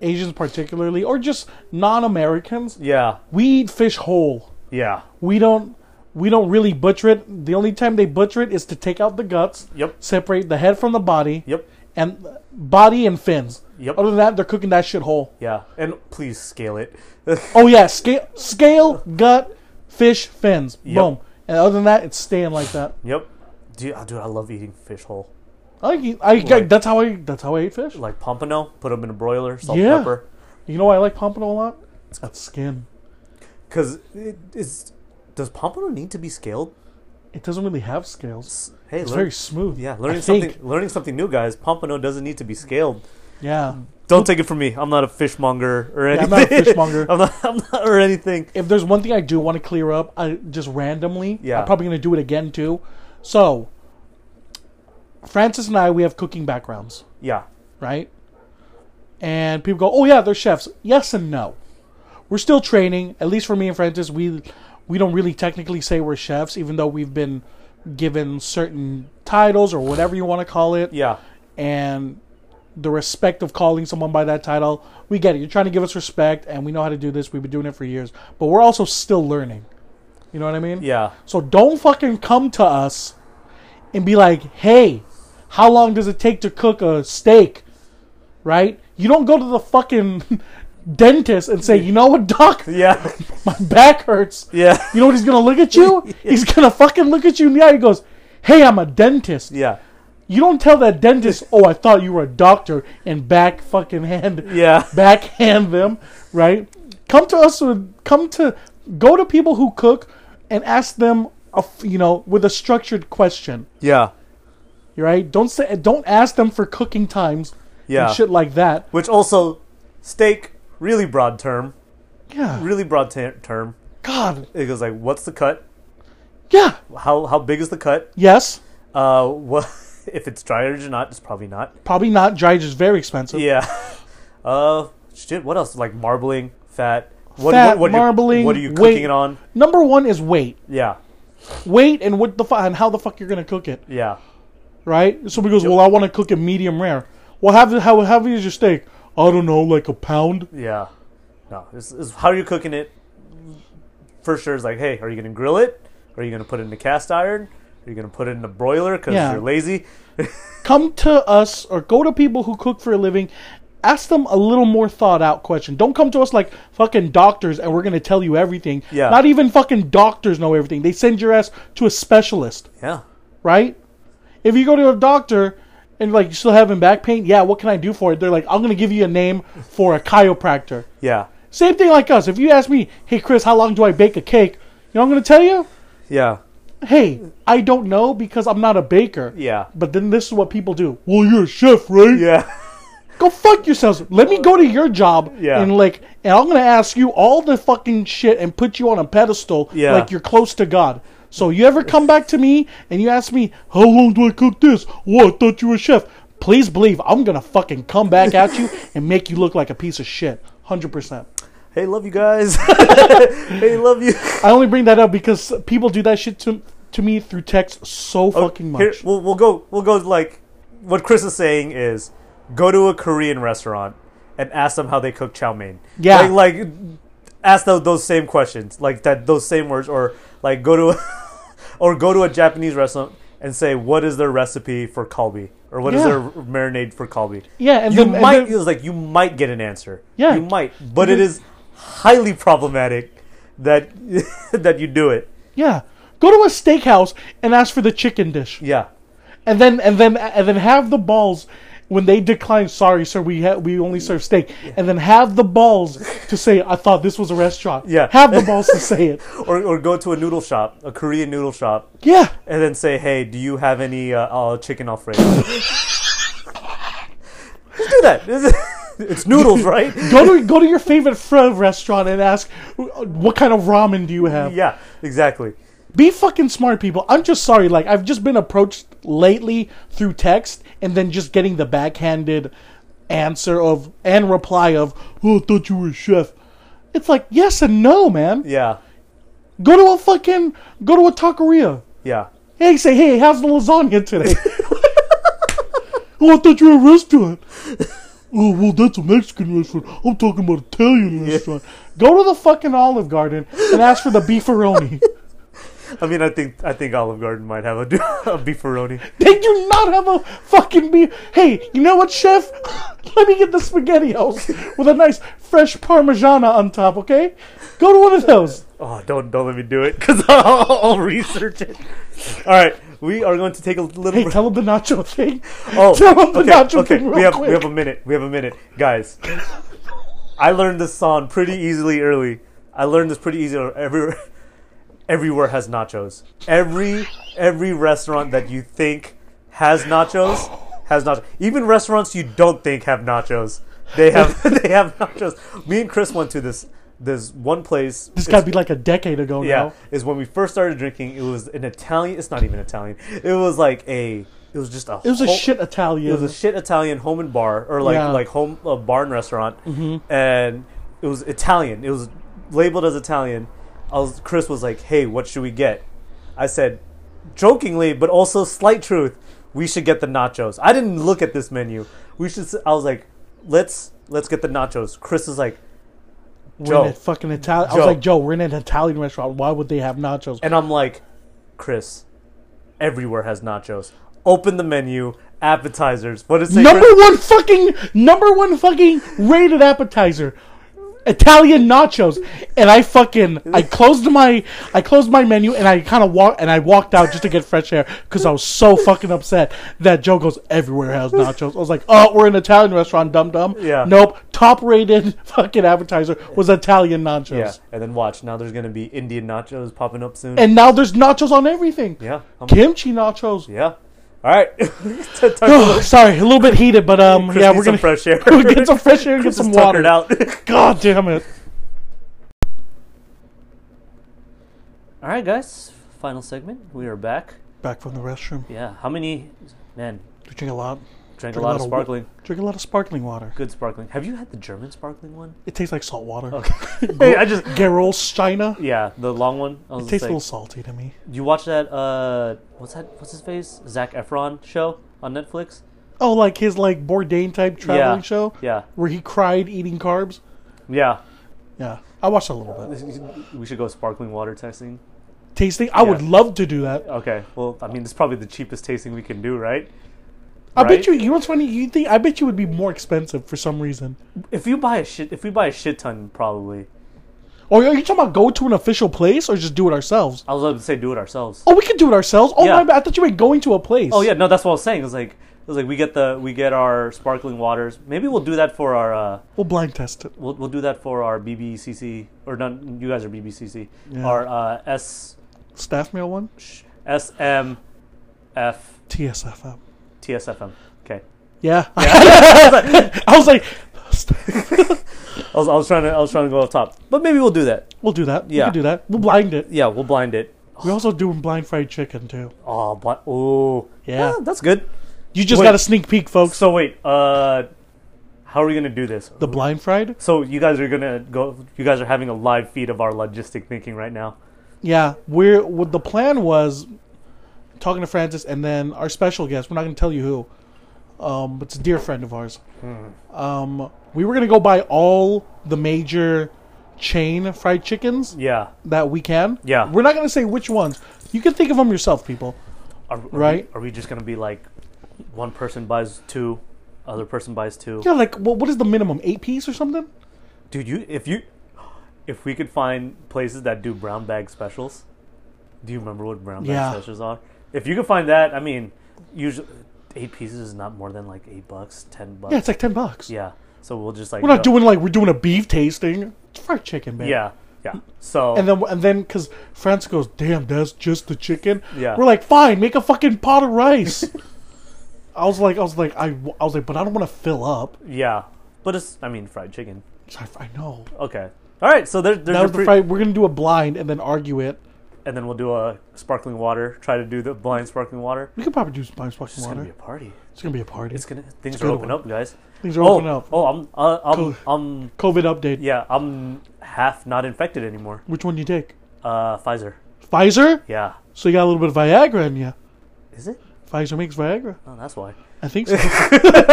Speaker 4: asians particularly or just non-americans
Speaker 2: yeah,
Speaker 4: we eat fish whole
Speaker 2: yeah,
Speaker 4: we don't we don't really butcher it the only time they butcher it is to take out the guts
Speaker 2: Yep.
Speaker 4: separate the head from the body
Speaker 2: yep,
Speaker 4: and body and fins.
Speaker 2: Yep.
Speaker 4: Other than that, they're cooking that shit whole.
Speaker 2: yeah. And please scale it.
Speaker 4: Oh yeah, scale, scale, gut, fish, fins. Boom. And other than that, it's staying like that.
Speaker 2: yep, dude, oh, dude, I love eating fish whole.
Speaker 4: I, like eat- I, I that's how I that's how I ate fish.
Speaker 2: Like pompano, put them in a broiler, salt,
Speaker 4: Yeah.
Speaker 2: pepper.
Speaker 4: You know why I like pompano a lot? It's got skin.
Speaker 2: Because it is. Does pompano need to be scaled?
Speaker 4: It doesn't really have scales.
Speaker 2: Hey,
Speaker 4: It's
Speaker 2: learn-
Speaker 4: very smooth.
Speaker 2: yeah,
Speaker 4: I
Speaker 2: learning
Speaker 4: think.
Speaker 2: something. Learning something new, guys. Pompano doesn't need to be scaled.
Speaker 4: Yeah.
Speaker 2: Don't take it from me. I'm not a fishmonger or
Speaker 4: Yeah, I'm
Speaker 2: anything.
Speaker 4: not a fishmonger.
Speaker 2: I'm not- I'm not- or anything.
Speaker 4: If there's one thing I do want to clear up, I just randomly.
Speaker 2: Yeah.
Speaker 4: I'm probably gonna do it again too. So, Francis and I, we have cooking backgrounds.
Speaker 2: Yeah,
Speaker 4: right? And people go, "Oh yeah, they're chefs." Yes and no. We're still training. At least for me and Francis, we we don't really technically say we're chefs, even though we've been given certain titles or whatever you want to call it.
Speaker 2: yeah,
Speaker 4: And the respect of calling someone by that title, we get it. You're trying to give us respect, and we know how to do this. We've been doing it for years, but we're also still learning. You know what I mean?
Speaker 2: yeah.
Speaker 4: So don't fucking come to us and be like, hey, how long does it take to cook a steak? Right? You don't go to the fucking dentist and say, you know what, doc?
Speaker 2: Yeah,
Speaker 4: My back hurts.
Speaker 2: yeah,
Speaker 4: You know what he's gonna look at you? He's gonna fucking look at you in the eye. He goes, hey, I'm a dentist.
Speaker 2: yeah,
Speaker 4: You don't tell that dentist, oh, I thought you were a doctor and back fucking hand
Speaker 2: yeah,
Speaker 4: backhand them, right? Come to us with come to go to people who cook and ask them a f you know with a structured question,
Speaker 2: yeah,
Speaker 4: right? Don't say don't ask them for cooking times
Speaker 2: yeah.
Speaker 4: and shit like that.
Speaker 2: Which also, steak, really broad term,
Speaker 4: Yeah.
Speaker 2: really broad ter- term.
Speaker 4: God.
Speaker 2: It goes like, what's the cut?
Speaker 4: Yeah.
Speaker 2: How how big is the cut?
Speaker 4: Yes.
Speaker 2: Uh, what if it's dry or not? It's probably not.
Speaker 4: Probably not dry is very expensive.
Speaker 2: Yeah. Uh, shit. What else? Like marbling, fat. What,
Speaker 4: Fat,
Speaker 2: what, what
Speaker 4: marbling,
Speaker 2: You, what are you cooking
Speaker 4: weight.
Speaker 2: it on?
Speaker 4: Number 1 is weight.
Speaker 2: Yeah.
Speaker 4: Weight and what the fu- and how the fuck you're going to cook it,
Speaker 2: Yeah.
Speaker 4: right? Somebody goes, "Well, I want to cook it medium rare." Well, have how heavy is your steak? I don't know, like a pound.
Speaker 2: Yeah. No. It's, it's how you cooking it. For sure, it's like, hey, are you gonna grill it? Are you gonna put it in a cast iron? Are you gonna put it in a broiler because
Speaker 4: Yeah.
Speaker 2: you're lazy?
Speaker 4: come to us or go to people who cook for a living ask them a little more thought out question don't come to us like fucking doctors and we're going to tell you everything
Speaker 2: Yeah.
Speaker 4: not even fucking doctors know everything they send your ass to a specialist
Speaker 2: Yeah.
Speaker 4: right if you go to a doctor and like you still having back pain yeah what can i do for it they're like i'm going to give you a name for a chiropractor
Speaker 2: Yeah.
Speaker 4: same thing like us if you ask me hey chris how long do i bake a cake you know what i'm going to tell you
Speaker 2: Yeah.
Speaker 4: hey i don't know because i'm not a baker
Speaker 2: Yeah.
Speaker 4: but then this is what people do well you're a chef right
Speaker 2: Yeah.
Speaker 4: Go fuck yourselves. Let me go to your job
Speaker 2: Yeah.
Speaker 4: and like, and I'm gonna ask you all the fucking shit and put you on a pedestal
Speaker 2: Yeah.
Speaker 4: like you're close to God. So you ever come back to me and you ask me how long do I cook this? What? I thought you were a chef. Please believe I'm gonna fucking come back at you and make you look like a piece of shit. Hundred percent.
Speaker 2: Hey, love you guys. hey, love you.
Speaker 4: I only bring that up because people do that shit to to me through text so fucking much.
Speaker 2: Here, we'll, we'll go. We'll go. Like what Chris is saying is, go to a Korean restaurant and ask them how they cook chow mein.
Speaker 4: Yeah.
Speaker 2: like, like ask those, those same questions, like that, those same words, or like go to, a, or go to a Japanese restaurant and say what is their recipe for kalbi or what is
Speaker 4: Yeah.
Speaker 2: their marinade for kalbi.
Speaker 4: Yeah, and
Speaker 2: you
Speaker 4: then- and
Speaker 2: might
Speaker 4: then-
Speaker 2: it was like you might get an answer.
Speaker 4: Yeah.
Speaker 2: you might, but it is highly problematic that that you do it.
Speaker 4: Yeah. Go to a steakhouse and ask for the chicken dish.
Speaker 2: Yeah,
Speaker 4: And then and then and then have the balls when they decline, sorry sir, we ha- we only serve steak. And then have the balls to say I thought this was a restaurant.
Speaker 2: Yeah.
Speaker 4: Have the balls to say it.
Speaker 2: or or go to a noodle shop, a Korean noodle shop,
Speaker 4: Yeah.
Speaker 2: and then say, "Hey, do you have any uh, uh, chicken alfredo?" Just do that. It's noodles, right?
Speaker 4: Go to go to your favorite pho restaurant and ask what kind of ramen do you have?
Speaker 2: Yeah, exactly.
Speaker 4: Be fucking smart people. I'm just sorry like I've just been approached lately through text and then just getting the backhanded answer of and reply of, "Oh, I thought you were a chef." It's like, "Yes and no, man."
Speaker 2: Yeah,
Speaker 4: Go to a fucking go to a taqueria.
Speaker 2: yeah,
Speaker 4: Hey, say, hey, how's the lasagna today? oh, I thought you were a restaurant. oh, well, that's a Mexican restaurant. I'm talking about Italian restaurant. Go to the fucking Olive Garden and ask for the beefaroni.
Speaker 2: I mean, I think I think Olive Garden might have a, a beefaroni.
Speaker 4: they do not have a fucking beef. Hey, you know what, chef? Let me get the spaghettios with a nice fresh parmigiana on top, okay? Go to one of those.
Speaker 2: Oh, don't don't let me do it because I'll, I'll research it. All right, we are going to take a little.
Speaker 4: Hey,
Speaker 2: break.
Speaker 4: tell them the nacho thing.
Speaker 2: Oh,
Speaker 4: tell them the
Speaker 2: okay,
Speaker 4: nacho
Speaker 2: okay.
Speaker 4: thing real
Speaker 2: we have
Speaker 4: quick.
Speaker 2: we have a minute. We have a minute, guys. I learned this song pretty easily early. I learned this pretty easily. Every everywhere has nachos. Every every restaurant that you think has nachos has nachos. Even restaurants you don't think have nachos, they have they have nachos. Me and Chris went to this this one place.
Speaker 4: This got to be like a decade ago
Speaker 2: Yeah,
Speaker 4: now.
Speaker 2: is when we first started drinking. It was an Italian. It's not even Italian. It was like a. It was just a.
Speaker 4: It was a
Speaker 2: whole-
Speaker 4: shit Italian.
Speaker 2: It was Oh, a shit Italian home and bar, or like
Speaker 4: Yeah.
Speaker 2: like home a bar and restaurant, and it was Italian. It was labeled as Italian. I was Chris was like, "Hey, what should we get?" I said, jokingly, but also slight truth, we should get the nachos. I didn't look at this menu. We should. s- I was like, "Let's let's get the nachos." Chris is like,
Speaker 4: We're in
Speaker 2: Joe.
Speaker 4: a fucking Italian. I
Speaker 2: Joe.
Speaker 4: was like, Joe, we're in an Italian restaurant. Why would they have nachos?
Speaker 2: And I'm like, Chris, everywhere has nachos. Open the menu, appetizers. What is it? say,
Speaker 4: number
Speaker 2: Chris?
Speaker 4: one fucking, number one fucking rated appetizer, Italian nachos. And I fucking, I closed my, I closed my menu and I kind of walked and I walked out just to get fresh air because I was so fucking upset that Joe goes everywhere has nachos. I was like, oh, we're in an Italian restaurant, dum dum.
Speaker 2: Yeah.
Speaker 4: Nope. Top rated fucking appetizer was Italian nachos.
Speaker 2: Yeah, and then watch. Now there's gonna be Indian nachos popping up soon.
Speaker 4: And now there's nachos on everything.
Speaker 2: yeah, I'm-
Speaker 4: Kimchi nachos.
Speaker 2: yeah. All right. Time to
Speaker 4: Oh, sorry, a little bit heated, but um,
Speaker 2: Chris
Speaker 4: yeah,
Speaker 2: needs
Speaker 4: we're
Speaker 2: some
Speaker 4: gonna
Speaker 2: fresh air.
Speaker 4: we'll get some fresh air, and get
Speaker 2: Chris is
Speaker 4: some
Speaker 2: tuckered
Speaker 4: water.
Speaker 2: out.
Speaker 4: God damn it!
Speaker 2: All right, guys. Final segment. We are back.
Speaker 4: Back from the restroom.
Speaker 2: Yeah. How many? Man,
Speaker 4: We drink a lot.
Speaker 2: drank a
Speaker 4: Drink
Speaker 2: lot of
Speaker 4: wa-
Speaker 2: sparkling.
Speaker 4: Drink a lot of sparkling water.
Speaker 2: Good sparkling. Have you had the German sparkling one?
Speaker 4: It tastes like salt water.
Speaker 2: Hey, I just.
Speaker 4: Gerolsteiner.
Speaker 2: Yeah, the long one. I was just
Speaker 4: It tastes a
Speaker 2: like-
Speaker 4: little salty to me.
Speaker 2: You watch that? Uh, what's that? What's his face? Zach Efron show on Netflix.
Speaker 4: Oh, like his like Bourdain type traveling
Speaker 2: yeah.
Speaker 4: show
Speaker 2: Yeah,
Speaker 4: where he cried eating carbs.
Speaker 2: yeah.
Speaker 4: Yeah, I watched a little bit.
Speaker 2: We should go sparkling water testing.
Speaker 4: Tasting. I would
Speaker 2: Yeah.
Speaker 4: love to do that.
Speaker 2: Okay. Well, I mean, it's probably the cheapest tasting we can do, right?
Speaker 4: I
Speaker 2: Right?
Speaker 4: bet you. You know what's funny? You think? I bet you would be more expensive for some reason.
Speaker 2: If you buy a shit, if we buy a shit ton, probably.
Speaker 4: Or Oh, are you talking about go to an official place or just do it ourselves?
Speaker 2: I was about to say do it ourselves.
Speaker 4: Oh, we could do it ourselves. Oh
Speaker 2: Yeah.
Speaker 4: my! bad. I thought you meant going to a place.
Speaker 2: Oh yeah, no, that's what I was saying. It's like it was like we get the we get our sparkling waters. Maybe we'll do that for our uh,
Speaker 4: We'll blind test it.
Speaker 2: we'll we'll do that for our BBCC or not. You guys are BBCC.
Speaker 4: Yeah.
Speaker 2: Our uh, S
Speaker 4: Staff mail one?
Speaker 2: S M F
Speaker 4: TSFM.
Speaker 2: TSFM. Okay.
Speaker 4: Yeah. I was like,
Speaker 2: I was, I was trying to I was trying to go up top, but maybe we'll do that.
Speaker 4: we'll do that.
Speaker 2: Yeah.
Speaker 4: We can do that. We'll blind it.
Speaker 2: Yeah, we'll blind it.
Speaker 4: We're also doing blind fried chicken, too.
Speaker 2: Oh, but oh,
Speaker 4: Yeah.
Speaker 2: that's good.
Speaker 4: You just
Speaker 2: Wait.
Speaker 4: got a sneak peek, folks.
Speaker 2: So wait, uh, how are we gonna do this?
Speaker 4: The blind fried?
Speaker 2: So you guys are gonna go. You guys are having a live feed of our logistic thinking right now.
Speaker 4: Yeah, we're what the plan was talking to Francis and then our special guest. We're not going to tell you who. Um, but it's a dear friend of ours.
Speaker 2: Hmm.
Speaker 4: Um, we were going to go buy all the major chain fried chickens
Speaker 2: Yeah.
Speaker 4: that we can.
Speaker 2: Yeah. Mm-hmm.
Speaker 4: we're not going to say which ones. You can think of them yourself, people.
Speaker 2: Are, are we-
Speaker 4: Right.
Speaker 2: are we just gonna be like, one person buys two, other person buys two?
Speaker 4: Yeah, like what, what is the minimum? Eight piece or something?
Speaker 2: Dude, you if you, if we could find places that do brown bag specials, do you remember what brown bag
Speaker 4: Yeah.
Speaker 2: specials are? If you could find that, I mean, usually eight pieces is not more than like eight bucks, ten bucks.
Speaker 4: Yeah, it's like ten bucks.
Speaker 2: Yeah. So we'll just like
Speaker 4: we're not
Speaker 2: go-
Speaker 4: doing like we're doing a beef tasting. It's fried chicken, man.
Speaker 2: Yeah. Yeah. So
Speaker 4: And then, and then, because France goes, "Damn, that's just the chicken."
Speaker 2: Yeah.
Speaker 4: We're like, "Fine, make a fucking pot of rice." I was like, I was like, I, I was like, but I don't want to fill up.
Speaker 2: yeah, but it's I mean fried chicken.
Speaker 4: It's like, I, know.
Speaker 2: Okay. All right. So there, there's
Speaker 4: That
Speaker 2: your
Speaker 4: was the
Speaker 2: pre-
Speaker 4: fried. We're gonna do a blind and then argue it.
Speaker 2: and then we'll do a sparkling water. Try to do the blind sparkling water.
Speaker 4: We could probably do some blind sparkling
Speaker 2: It's gonna
Speaker 4: water.
Speaker 2: be a party.
Speaker 4: it's gonna be a party.
Speaker 2: It's gonna things
Speaker 4: a
Speaker 2: are
Speaker 4: good
Speaker 2: open
Speaker 4: one.
Speaker 2: up, guys.
Speaker 4: Things are
Speaker 2: oh,
Speaker 4: opening up.
Speaker 2: Oh, I'm uh, I'm
Speaker 4: Cool.
Speaker 2: I'm
Speaker 4: COVID update.
Speaker 2: yeah I'm half not infected anymore.
Speaker 4: Which one do you take?
Speaker 2: Uh, Pfizer.
Speaker 4: Pfizer.
Speaker 2: Yeah.
Speaker 4: So you got a little bit of Viagra in you.
Speaker 2: Is it?
Speaker 4: Pfizer makes Viagra.
Speaker 2: Oh, that's why.
Speaker 4: I think so.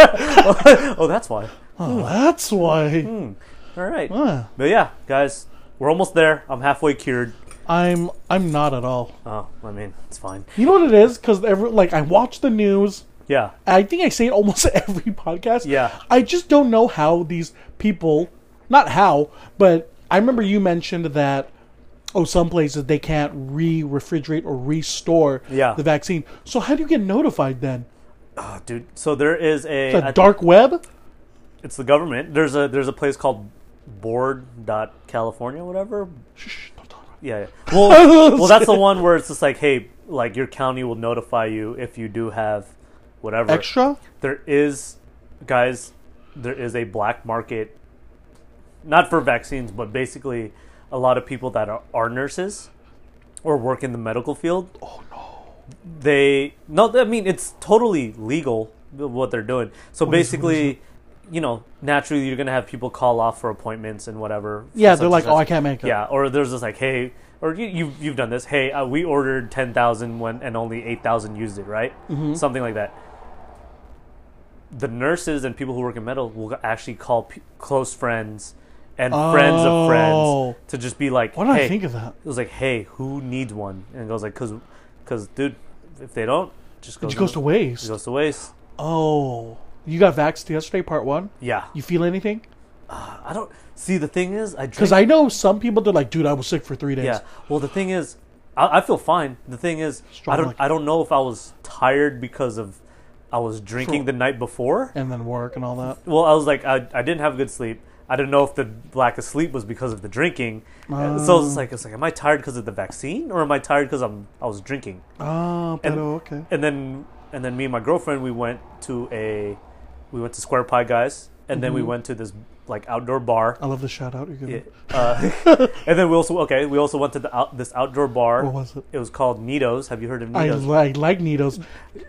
Speaker 2: Oh, that's why.
Speaker 4: oh, that's why.
Speaker 2: Hmm. All right.
Speaker 4: Huh.
Speaker 2: But yeah, guys, we're almost there. I'm halfway cured.
Speaker 4: I'm I'm not at all.
Speaker 2: Oh, I mean, it's fine.
Speaker 4: You know what it is? Because every like I watch the news.
Speaker 2: Yeah.
Speaker 4: I think I say it almost every podcast.
Speaker 2: Yeah.
Speaker 4: I just don't know how these people, not how, but I remember you mentioned that, oh, some places they can't re refrigerate or restore
Speaker 2: Yeah.
Speaker 4: the vaccine. So how do you get notified then?
Speaker 2: Oh, dude. So there is a
Speaker 4: The
Speaker 2: I think-
Speaker 4: dark web?
Speaker 2: it's the government. There's a there's a place called board.california whatever.
Speaker 4: Shh, don't talk about
Speaker 2: Yeah. yeah. Well, well that's the one where it's just like, hey, like your county will notify you if you do have whatever.
Speaker 4: it. Extra?
Speaker 2: There is guys, there is a black market not for vaccines, but basically a lot of people that are, are nurses or work in the medical field. Oh no. They no, I mean it's totally legal what they're doing. So basically, you know, naturally you're gonna have people call off for appointments and whatever. for
Speaker 4: Yeah,
Speaker 2: such
Speaker 4: they're
Speaker 2: and
Speaker 4: like,
Speaker 2: such.
Speaker 4: oh, I can't make it.
Speaker 2: Yeah, or there's just like, hey, or you, you've you've done this. Hey, uh, we ordered ten thousand when and only eight thousand used it, right?
Speaker 4: Mm-hmm.
Speaker 2: Something like that. The nurses and people who work in metal will actually call p- close friends and friends of
Speaker 4: Oh.
Speaker 2: friends to just be like,
Speaker 4: Why did
Speaker 2: hey,
Speaker 4: I think of that?
Speaker 2: it was like, hey, who needs one? And it goes like, cause, cause, dude, if they don't, it just goes
Speaker 4: It goes to waste.
Speaker 2: It goes to waste.
Speaker 4: oh. You got vaxxed yesterday, part one?
Speaker 2: Yeah,
Speaker 4: You feel anything?
Speaker 2: I don't see. The thing is, I drink
Speaker 4: Because I know some people, they're like, dude, I was sick for three days.
Speaker 2: Yeah. Well, the thing is, I, I feel fine. The thing is,
Speaker 4: Strong
Speaker 2: I don't.
Speaker 4: like-
Speaker 2: I don't know if I was tired because of I was drinking the night before.
Speaker 4: And then work and all that.
Speaker 2: Well, I was like, I, I didn't have good sleep. I didn't know if the lack of sleep was because of the drinking. Uh, so
Speaker 4: Ah.
Speaker 2: it's like, it's like, am I tired because of the vaccine, or am I tired because I'm I was drinking?
Speaker 4: Oh,
Speaker 2: And-
Speaker 4: pedo, okay.
Speaker 2: and then and then me and my girlfriend we went to a we went to Square Pie Guys, and then
Speaker 4: Mm-hmm.
Speaker 2: we went to this like outdoor bar.
Speaker 4: I love the shout out. You're good.
Speaker 2: Uh, and then we also okay, we also went to the out, this outdoor bar.
Speaker 4: What was it?
Speaker 2: It was called Nidos. Have you heard of
Speaker 4: I,
Speaker 2: Nidos?
Speaker 4: li- I like Nitos.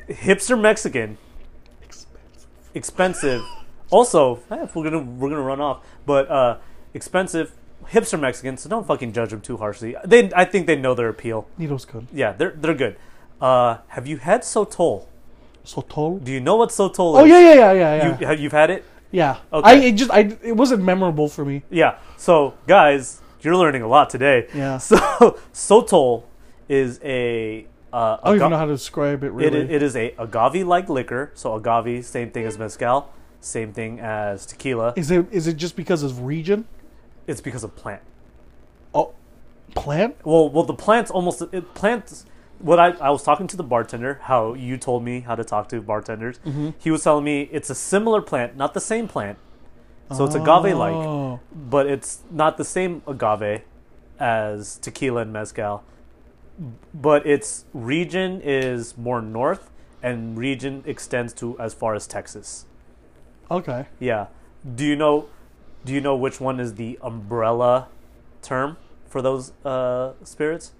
Speaker 2: Hipster Mexican. Expensive. also, eh, if we're gonna we're gonna run off, but uh, expensive. Hipster Mexican, so don't fucking judge them too harshly. They, I think they know their appeal.
Speaker 4: Nitos good.
Speaker 2: Yeah, they're they're good. Uh, have you had sotol?
Speaker 4: Sotol.
Speaker 2: Do you know what sotol is?
Speaker 4: Oh yeah, yeah, yeah, yeah, yeah.
Speaker 2: You, have, you've had it?
Speaker 4: yeah.
Speaker 2: Okay.
Speaker 4: I it just I it wasn't memorable for me.
Speaker 2: Yeah. So, guys, you're learning a lot today.
Speaker 4: Yeah.
Speaker 2: So, sotol is a. Uh,
Speaker 4: I don't even know how to describe it
Speaker 2: it,
Speaker 4: really.
Speaker 2: is- it is a agave-like liquor. So agave, same thing as mezcal, same thing as tequila.
Speaker 4: is it is it just because of region?
Speaker 2: It's because of plant.
Speaker 4: Oh, plant.
Speaker 2: Well, well, the plants almost it, plants. What I, I was talking to the bartender, how you told me how to talk to bartenders.
Speaker 4: Mm-hmm.
Speaker 2: He was telling me it's a similar plant, not the same plant. So it's agave-like.
Speaker 4: Oh,
Speaker 2: but it's not the same agave as tequila and mezcal. But its region is more north, and region extends to as far as Texas.
Speaker 4: Okay.
Speaker 2: Yeah. Do you know? Do you know which one is the umbrella term for those uh, spirits?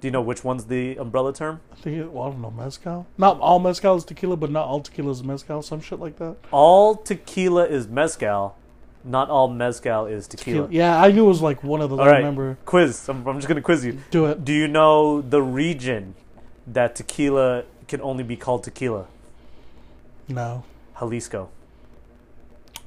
Speaker 2: Do you know which one's the umbrella term?
Speaker 4: I think it, well, I don't know mezcal. Not all mezcal is tequila, but not all tequila is mezcal. Some shit like that.
Speaker 2: All tequila is mezcal. Not all mezcal is tequila.
Speaker 4: Yeah, I knew it was like one of those.
Speaker 2: All
Speaker 4: I
Speaker 2: right.
Speaker 4: remember.
Speaker 2: Quiz. I'm, I'm just gonna quiz you.
Speaker 4: Do it.
Speaker 2: Do you know the region that tequila can only be called tequila?
Speaker 4: No.
Speaker 2: Jalisco.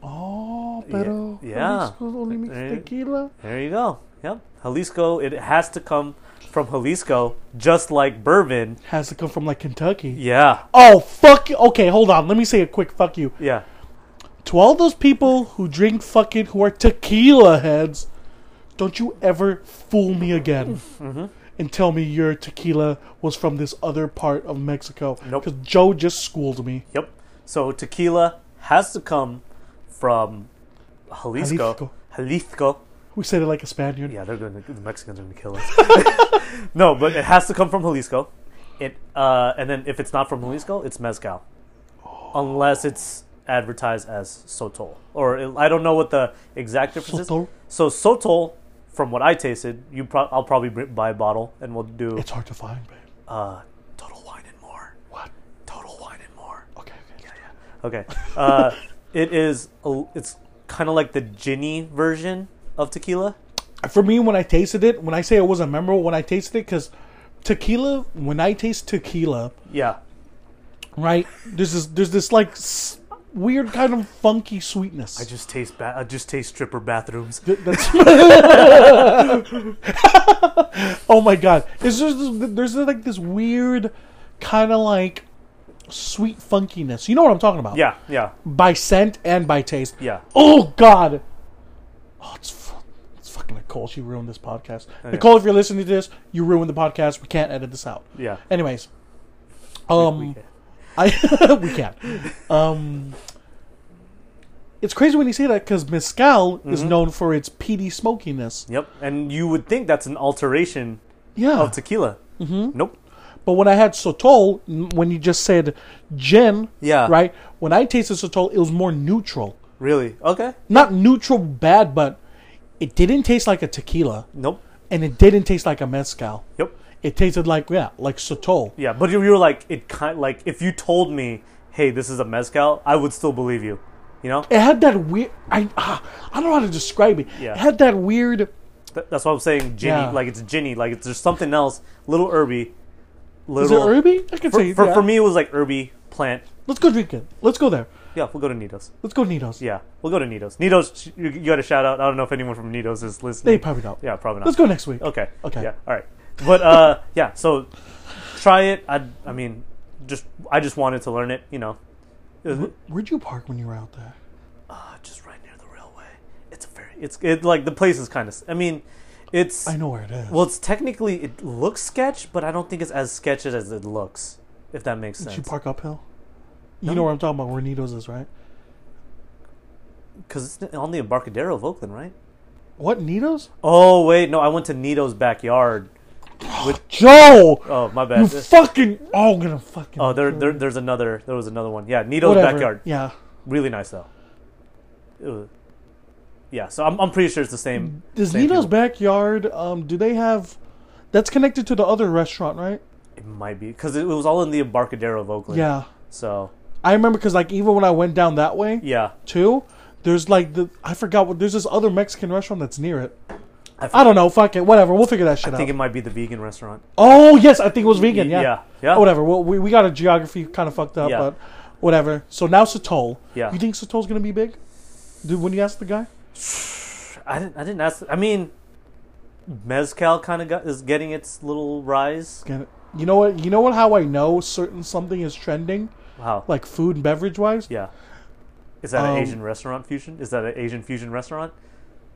Speaker 4: Oh, pero
Speaker 2: yeah.
Speaker 4: Jalisco's only mix
Speaker 2: Eh.
Speaker 4: tequila.
Speaker 2: There you go. Yep. Jalisco. It has to come from Jalisco, just like bourbon.
Speaker 4: Has to come from like Kentucky.
Speaker 2: Yeah.
Speaker 4: Oh fuck! you- Okay, hold on. Let me say a quick fuck you
Speaker 2: Yeah.
Speaker 4: to all those people who drink fucking who are tequila heads. Don't you ever fool me again
Speaker 2: Mm-hmm.
Speaker 4: and tell me your tequila was from this other part of Mexico.
Speaker 2: Nope.
Speaker 4: Because Joe just schooled me.
Speaker 2: Yep. So tequila has to come from Jalisco. Jalisco.
Speaker 4: We said it like a Spaniard.
Speaker 2: Yeah, they're going to, the Mexicans are going to kill us. no, but it has to come from Jalisco. It uh, and then if it's not from Jalisco, it's mezcal. Unless it's advertised as sotol or it, I don't know what the exact difference
Speaker 4: Sotol?
Speaker 2: is. So sotol from what I tasted, you pro- I'll probably br- buy a bottle and we'll do
Speaker 4: It's hard to find, babe.
Speaker 2: uh, total wine and more.
Speaker 4: What?
Speaker 2: Total wine and more.
Speaker 4: Okay, okay.
Speaker 2: Okay. Uh, it is. A, it's kind of like the ginny version of tequila.
Speaker 4: For me, when I tasted it, when I say it wasn't memorable, when I tasted it, because tequila, when I taste tequila,
Speaker 2: Yeah.
Speaker 4: right, there's this, there's this like s- weird kind of funky sweetness.
Speaker 2: I just taste. Ba- I just taste stripper bathrooms.
Speaker 4: Th- That's oh my god! It's just this- there's like this weird kind of like sweet funkiness. You know what I'm talking about?
Speaker 2: Yeah. Yeah.
Speaker 4: By scent and by taste.
Speaker 2: Yeah.
Speaker 4: Oh god. Oh, it's fu- it's fucking Nicole. She ruined this
Speaker 2: Oh,
Speaker 4: podcast. Nicole, if you're listening to this, you ruined the podcast. We can't edit this out.
Speaker 2: Yeah.
Speaker 4: Anyways, um, I we can't. Um, it's crazy when you say that because mezcal is
Speaker 2: Mm-hmm.
Speaker 4: known for its peaty smokiness.
Speaker 2: Yep. And you would think that's an alteration
Speaker 4: Yeah,
Speaker 2: of tequila. Mm-hmm. Nope.
Speaker 4: but when I had sotol, n- when you just said gin,
Speaker 2: Yeah.
Speaker 4: right. When I tasted sotol, it was more neutral.
Speaker 2: Really? Okay.
Speaker 4: Not neutral bad, but it didn't taste like a tequila,
Speaker 2: Nope.
Speaker 4: and it didn't taste like a mezcal.
Speaker 2: Yep.
Speaker 4: It tasted like yeah, like sotol.
Speaker 2: Yeah. But you, you were like it kind like if you told me, hey, this is a mezcal, I would still believe you. You know.
Speaker 4: It had that weird. I ah, I don't know how to describe it.
Speaker 2: Yeah.
Speaker 4: It had that weird.
Speaker 2: Th- that's what I'm saying. Ginny.
Speaker 4: Yeah.
Speaker 2: Like it's ginny. Like it's there's something else. Little herby. Little.
Speaker 4: Is it herby? I can
Speaker 2: For,
Speaker 4: say
Speaker 2: for,
Speaker 4: yeah.
Speaker 2: for me, it was like herby plant.
Speaker 4: Let's go drink it. Let's go there.
Speaker 2: Yeah, we'll go to Nidos.
Speaker 4: Let's go Nidos.
Speaker 2: Yeah, we'll go to Nidos. Nidos, sh- you, you got a shout out. I don't know if anyone from Nidos is listening.
Speaker 4: They probably don't.
Speaker 2: Yeah, probably not.
Speaker 4: Let's go next week.
Speaker 2: Okay.
Speaker 4: Okay.
Speaker 2: Yeah. All right. But uh, yeah. So try it. I. I mean, just I just wanted to learn it. You know, Uh, It
Speaker 4: Mm-hmm.
Speaker 2: was-
Speaker 4: Where'd you park when you were out there?
Speaker 2: uh, just right near the railway. It's a very. It's it like the place is kind of. I mean, it's.
Speaker 4: I know where it is.
Speaker 2: Well, it's technically it looks sketch, but I don't think it's as sketched as it looks. If that makes
Speaker 4: Did you
Speaker 2: sense.
Speaker 4: park uphill? You know where I'm talking about, where Nidos is, right?
Speaker 2: Because it's on the Embarcadero of Oakland, right?
Speaker 4: What Nidos?
Speaker 2: Oh wait, no, I went to Nito's backyard.
Speaker 4: Joe,
Speaker 2: Oh my
Speaker 4: you
Speaker 2: bad.
Speaker 4: fucking. Oh, I'm gonna fucking.
Speaker 2: Oh, there,
Speaker 4: kill
Speaker 2: there,
Speaker 4: you.
Speaker 2: there's another. There was another one. Yeah, Nito's
Speaker 4: Whatever.
Speaker 2: backyard.
Speaker 4: Yeah,
Speaker 2: Really nice though. It was- yeah, so I'm, I'm pretty sure it's the same.
Speaker 4: is
Speaker 2: same
Speaker 4: Nidos
Speaker 2: people.
Speaker 4: backyard? Um, do they have? That's connected to the other restaurant, right?
Speaker 2: It might be because it, was all in the Embarcadero of Oakland.
Speaker 4: Mm. Yeah,
Speaker 2: So
Speaker 4: I remember because like even when I went down that way
Speaker 2: yeah,
Speaker 4: too, there's like the I forgot what there's this other Mexican restaurant that's near it.
Speaker 2: I
Speaker 4: I don't know. Fuck it. Whatever. We'll figure that shit
Speaker 2: I
Speaker 4: out.
Speaker 2: think it might be the vegan restaurant.
Speaker 4: Oh yes, I think it was vegan. Yeah, Oh,
Speaker 2: yeah, yeah.
Speaker 4: Whatever. Well, we, we got a geography kind of fucked up,
Speaker 2: Yeah.
Speaker 4: but whatever. So now Satol.
Speaker 2: Yeah.
Speaker 4: You think Satol's gonna be big? Dude, when you ask the guy,
Speaker 2: I didn't. I didn't ask. I mean, mezcal kind of got is getting its little rise.
Speaker 4: Get it? you know what? You know what? How I know certain something is trending,
Speaker 2: Wow.
Speaker 4: like food and beverage wise.
Speaker 2: yeah. Is that
Speaker 4: Um,
Speaker 2: an Asian restaurant fusion? Is that an Asian fusion restaurant?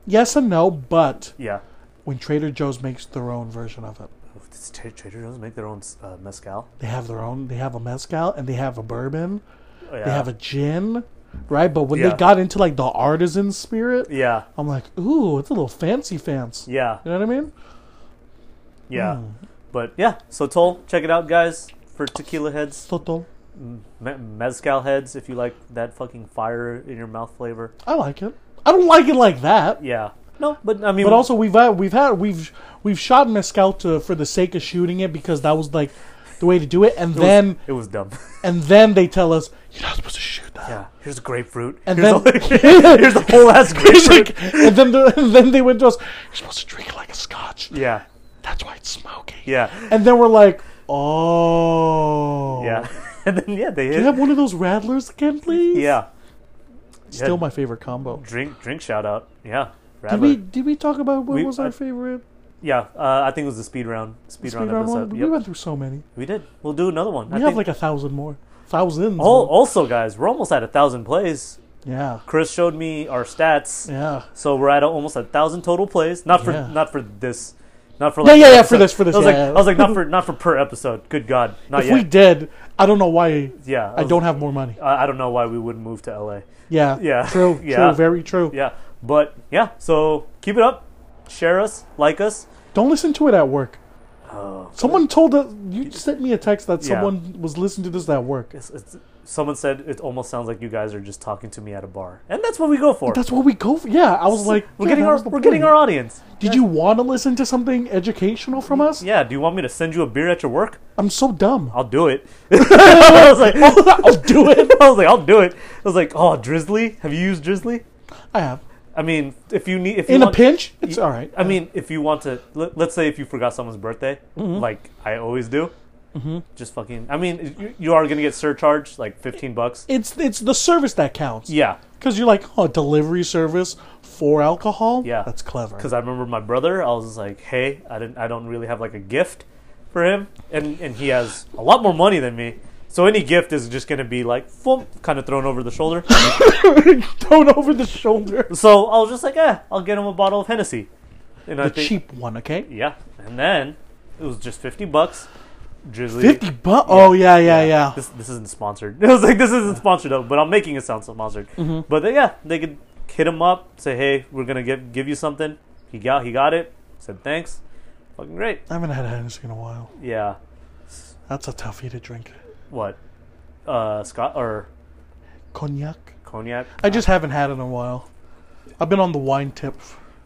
Speaker 4: Yes and no, but
Speaker 2: Yeah.
Speaker 4: when Trader Joe's makes their own version of it,
Speaker 2: Does Tra- Trader Joe's make their own uh, mezcal?
Speaker 4: they have their own. They have a mezcal and they have a bourbon.
Speaker 2: Oh, yeah.
Speaker 4: They have a gin, right? But when they
Speaker 2: Yeah.
Speaker 4: got into like the artisan spirit,
Speaker 2: Yeah,
Speaker 4: I'm like, ooh, it's a little fancy fancy.
Speaker 2: yeah,
Speaker 4: You know what I mean? Mm.
Speaker 2: yeah. But yeah, so Toll, check it out, guys, for tequila heads.
Speaker 4: Sotol.
Speaker 2: me- mezcal heads if you like that fucking fire in your mouth flavor.
Speaker 4: I like it. I don't like it like that.
Speaker 2: Yeah. No, but I mean,
Speaker 4: But also we've had, we've had we've we've shot mezcal to, for the sake of shooting it because that was like the way to do it. And then
Speaker 2: it was dumb.
Speaker 4: and then they tell us you're not supposed to shoot that.
Speaker 2: yeah. Here's grapefruit.
Speaker 4: And
Speaker 2: here's
Speaker 4: then-
Speaker 2: a, here's a whole ass
Speaker 4: It's
Speaker 2: grapefruit.
Speaker 4: like- and then the, and then they went to us. You're supposed to drink it like a scotch.
Speaker 2: yeah.
Speaker 4: That's why it's smoky.
Speaker 2: Yeah.
Speaker 4: And then we're like, oh.
Speaker 2: Yeah. And then yeah, they
Speaker 4: Can I
Speaker 2: hit.
Speaker 4: have one of those rattlers again, please?
Speaker 2: Yeah.
Speaker 4: Still my favorite combo.
Speaker 2: Drink drink shout out. Yeah.
Speaker 4: Did
Speaker 2: Rattler.
Speaker 4: we did we talk about what
Speaker 2: We-
Speaker 4: was our
Speaker 2: I-
Speaker 4: favorite
Speaker 2: Yeah. Uh, I think it was the speed round. Speed,
Speaker 4: speed
Speaker 2: round
Speaker 4: round
Speaker 2: episode.
Speaker 4: one?
Speaker 2: Yep.
Speaker 4: We went through so many.
Speaker 2: We did. We'll do another one.
Speaker 4: We have like a thousand more. Thousands.
Speaker 2: Oh,
Speaker 4: more.
Speaker 2: also, guys, we're almost at a thousand plays.
Speaker 4: Yeah.
Speaker 2: Chris showed me our stats,
Speaker 4: Yeah.
Speaker 2: so we're at almost a thousand total plays. Not for
Speaker 4: Yeah.
Speaker 2: not for this, not for
Speaker 4: Yeah,
Speaker 2: like
Speaker 4: yeah,
Speaker 2: per
Speaker 4: yeah, for
Speaker 2: episode.
Speaker 4: this, for this,
Speaker 2: I was
Speaker 4: yeah,
Speaker 2: like,
Speaker 4: yeah.
Speaker 2: I was like, not for not for per episode. Good God, not
Speaker 4: If
Speaker 2: yet.
Speaker 4: we did, I don't know why
Speaker 2: yeah,
Speaker 4: I
Speaker 2: was-
Speaker 4: don't have more money.
Speaker 2: I, I don't know why we wouldn't move to LA.
Speaker 4: Yeah.
Speaker 2: Yeah.
Speaker 4: True.
Speaker 2: Yeah.
Speaker 4: True. Very true.
Speaker 2: Yeah, but yeah. So keep it up. Share us, like us.
Speaker 4: Don't listen to it at work.
Speaker 2: Oh.
Speaker 4: someone told us you sent me a text that someone was listening to this at work.
Speaker 2: It's, it's, someone said it almost sounds like you guys are just talking to me at a bar, and that's what we go for.
Speaker 4: That's what we go for. Yeah, I was like,
Speaker 2: we're
Speaker 4: yeah,
Speaker 2: getting
Speaker 4: that
Speaker 2: our
Speaker 4: was
Speaker 2: we're
Speaker 4: the
Speaker 2: getting
Speaker 4: point.
Speaker 2: our audience.
Speaker 4: Did you want to listen to something educational from us?
Speaker 2: Yeah. Do you want me to send you a beer at your work?
Speaker 4: I'm so dumb.
Speaker 2: I'll do it. I was like,
Speaker 4: I'll do it.
Speaker 2: I was like, I'll do it. I was like, oh, Drizzly. Have you used Drizzly?
Speaker 4: I have.
Speaker 2: I mean, if you need, if you
Speaker 4: In a
Speaker 2: want-
Speaker 4: pinch, it's all right.
Speaker 2: I mean, if you want to, let, let's say if you forgot someone's birthday,
Speaker 4: Mm-hmm.
Speaker 2: like I always do, just fucking. I mean, you, you are gonna get surcharged like fifteen bucks.
Speaker 4: It's it's the service that counts.
Speaker 2: Yeah,
Speaker 4: Because you're like, oh, delivery service for alcohol.
Speaker 2: Yeah.
Speaker 4: that's clever.
Speaker 2: because I remember my brother. I was like, hey, I didn't, I don't really have like a gift for him, and and he has a lot more money than me. So any gift is just gonna be like, kind of thrown over the shoulder.
Speaker 4: thrown over the shoulder.
Speaker 2: so I was just like, eh, I'll get him a bottle of Hennessy. And I
Speaker 4: The cheap one, okay.
Speaker 2: Yeah, and then it was just fifty bucks. Drizzly.
Speaker 4: Fifty bucks. Oh yeah, yeah, yeah.
Speaker 2: This this isn't sponsored. It was like this isn't sponsored though, but I'm making it sound sponsored.
Speaker 4: Mm-hmm.
Speaker 2: But they, yeah, they could hit him up, say, hey, we're gonna give give you something. He got he got it. Said thanks. Fucking great.
Speaker 4: I haven't had a Hennessy in a while.
Speaker 2: Yeah.
Speaker 4: That's a toughie to drink.
Speaker 2: What? Uh, Scott or
Speaker 4: Cognac.
Speaker 2: cognac?
Speaker 4: I just haven't had it in a while. I've been on the wine tip.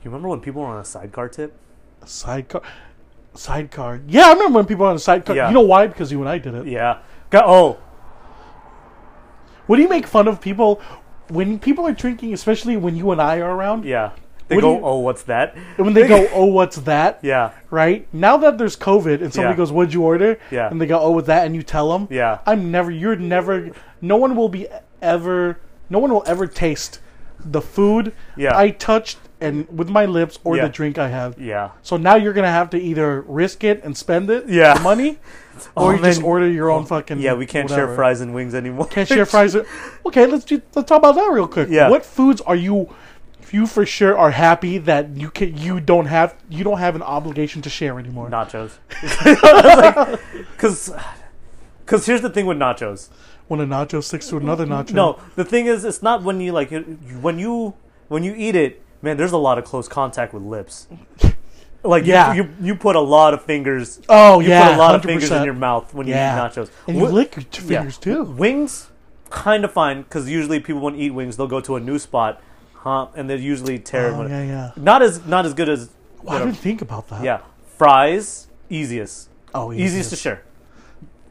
Speaker 2: You remember when people were on a sidecar tip?
Speaker 4: Sidecar. Sidecar. Yeah, I remember when people were on a sidecar.
Speaker 2: Yeah.
Speaker 4: You know why? Because you and I did it.
Speaker 2: Yeah. Got, oh,
Speaker 4: What do you make fun of people when people are drinking, especially when you and I are around?
Speaker 2: yeah. They
Speaker 4: What do
Speaker 2: go,
Speaker 4: you-
Speaker 2: oh, what's that?
Speaker 4: And when they go, oh, what's that?
Speaker 2: Yeah.
Speaker 4: Right? Now that there's COVID and somebody
Speaker 2: Yeah.
Speaker 4: goes, what'd you order?
Speaker 2: Yeah.
Speaker 4: And they go, oh, what's that? And you tell them.
Speaker 2: Yeah.
Speaker 4: I'm never, you're never, no one will be ever, no one will ever taste the food
Speaker 2: Yeah.
Speaker 4: I touched and with my lips or
Speaker 2: Yeah.
Speaker 4: the drink I had.
Speaker 2: Yeah.
Speaker 4: So now you're gonna have to either risk it and spend it,
Speaker 2: Yeah.
Speaker 4: the money, or
Speaker 2: Oh,
Speaker 4: you just
Speaker 2: man.
Speaker 4: order your own fucking.
Speaker 2: Yeah, we can't share
Speaker 4: whatever.
Speaker 2: fries and wings anymore.
Speaker 4: Can't share fries. Okay, let's do, let's talk about that real quick.
Speaker 2: Yeah.
Speaker 4: What foods are you? You for sure are happy that you can. You don't have. You don't have an obligation to share anymore.
Speaker 2: nachos. Because because here's the thing with nachos.
Speaker 4: When a nacho sticks to another nacho.
Speaker 2: No, the thing is, it's not when you like it- when you when you eat it. Man, there's a lot of close contact with lips. Like you-
Speaker 4: Yeah.
Speaker 2: you, you put a lot of fingers.
Speaker 4: Oh
Speaker 2: you
Speaker 4: yeah.
Speaker 2: put a lot of fingers in
Speaker 4: 100%.
Speaker 2: your mouth when
Speaker 4: Yeah.
Speaker 2: you eat nachos.
Speaker 4: And you
Speaker 2: Wi-
Speaker 4: lick your t-
Speaker 2: yeah.
Speaker 4: fingers too.
Speaker 2: Wings, kind of fine because usually people when eat wings they'll go to a new spot, huh? And they usually tear.
Speaker 4: Oh,
Speaker 2: it.
Speaker 4: yeah, yeah.
Speaker 2: Not as not as good as.
Speaker 4: Well, I didn't think about that.
Speaker 2: Yeah, fries easiest.
Speaker 4: Oh,
Speaker 2: easiest to share.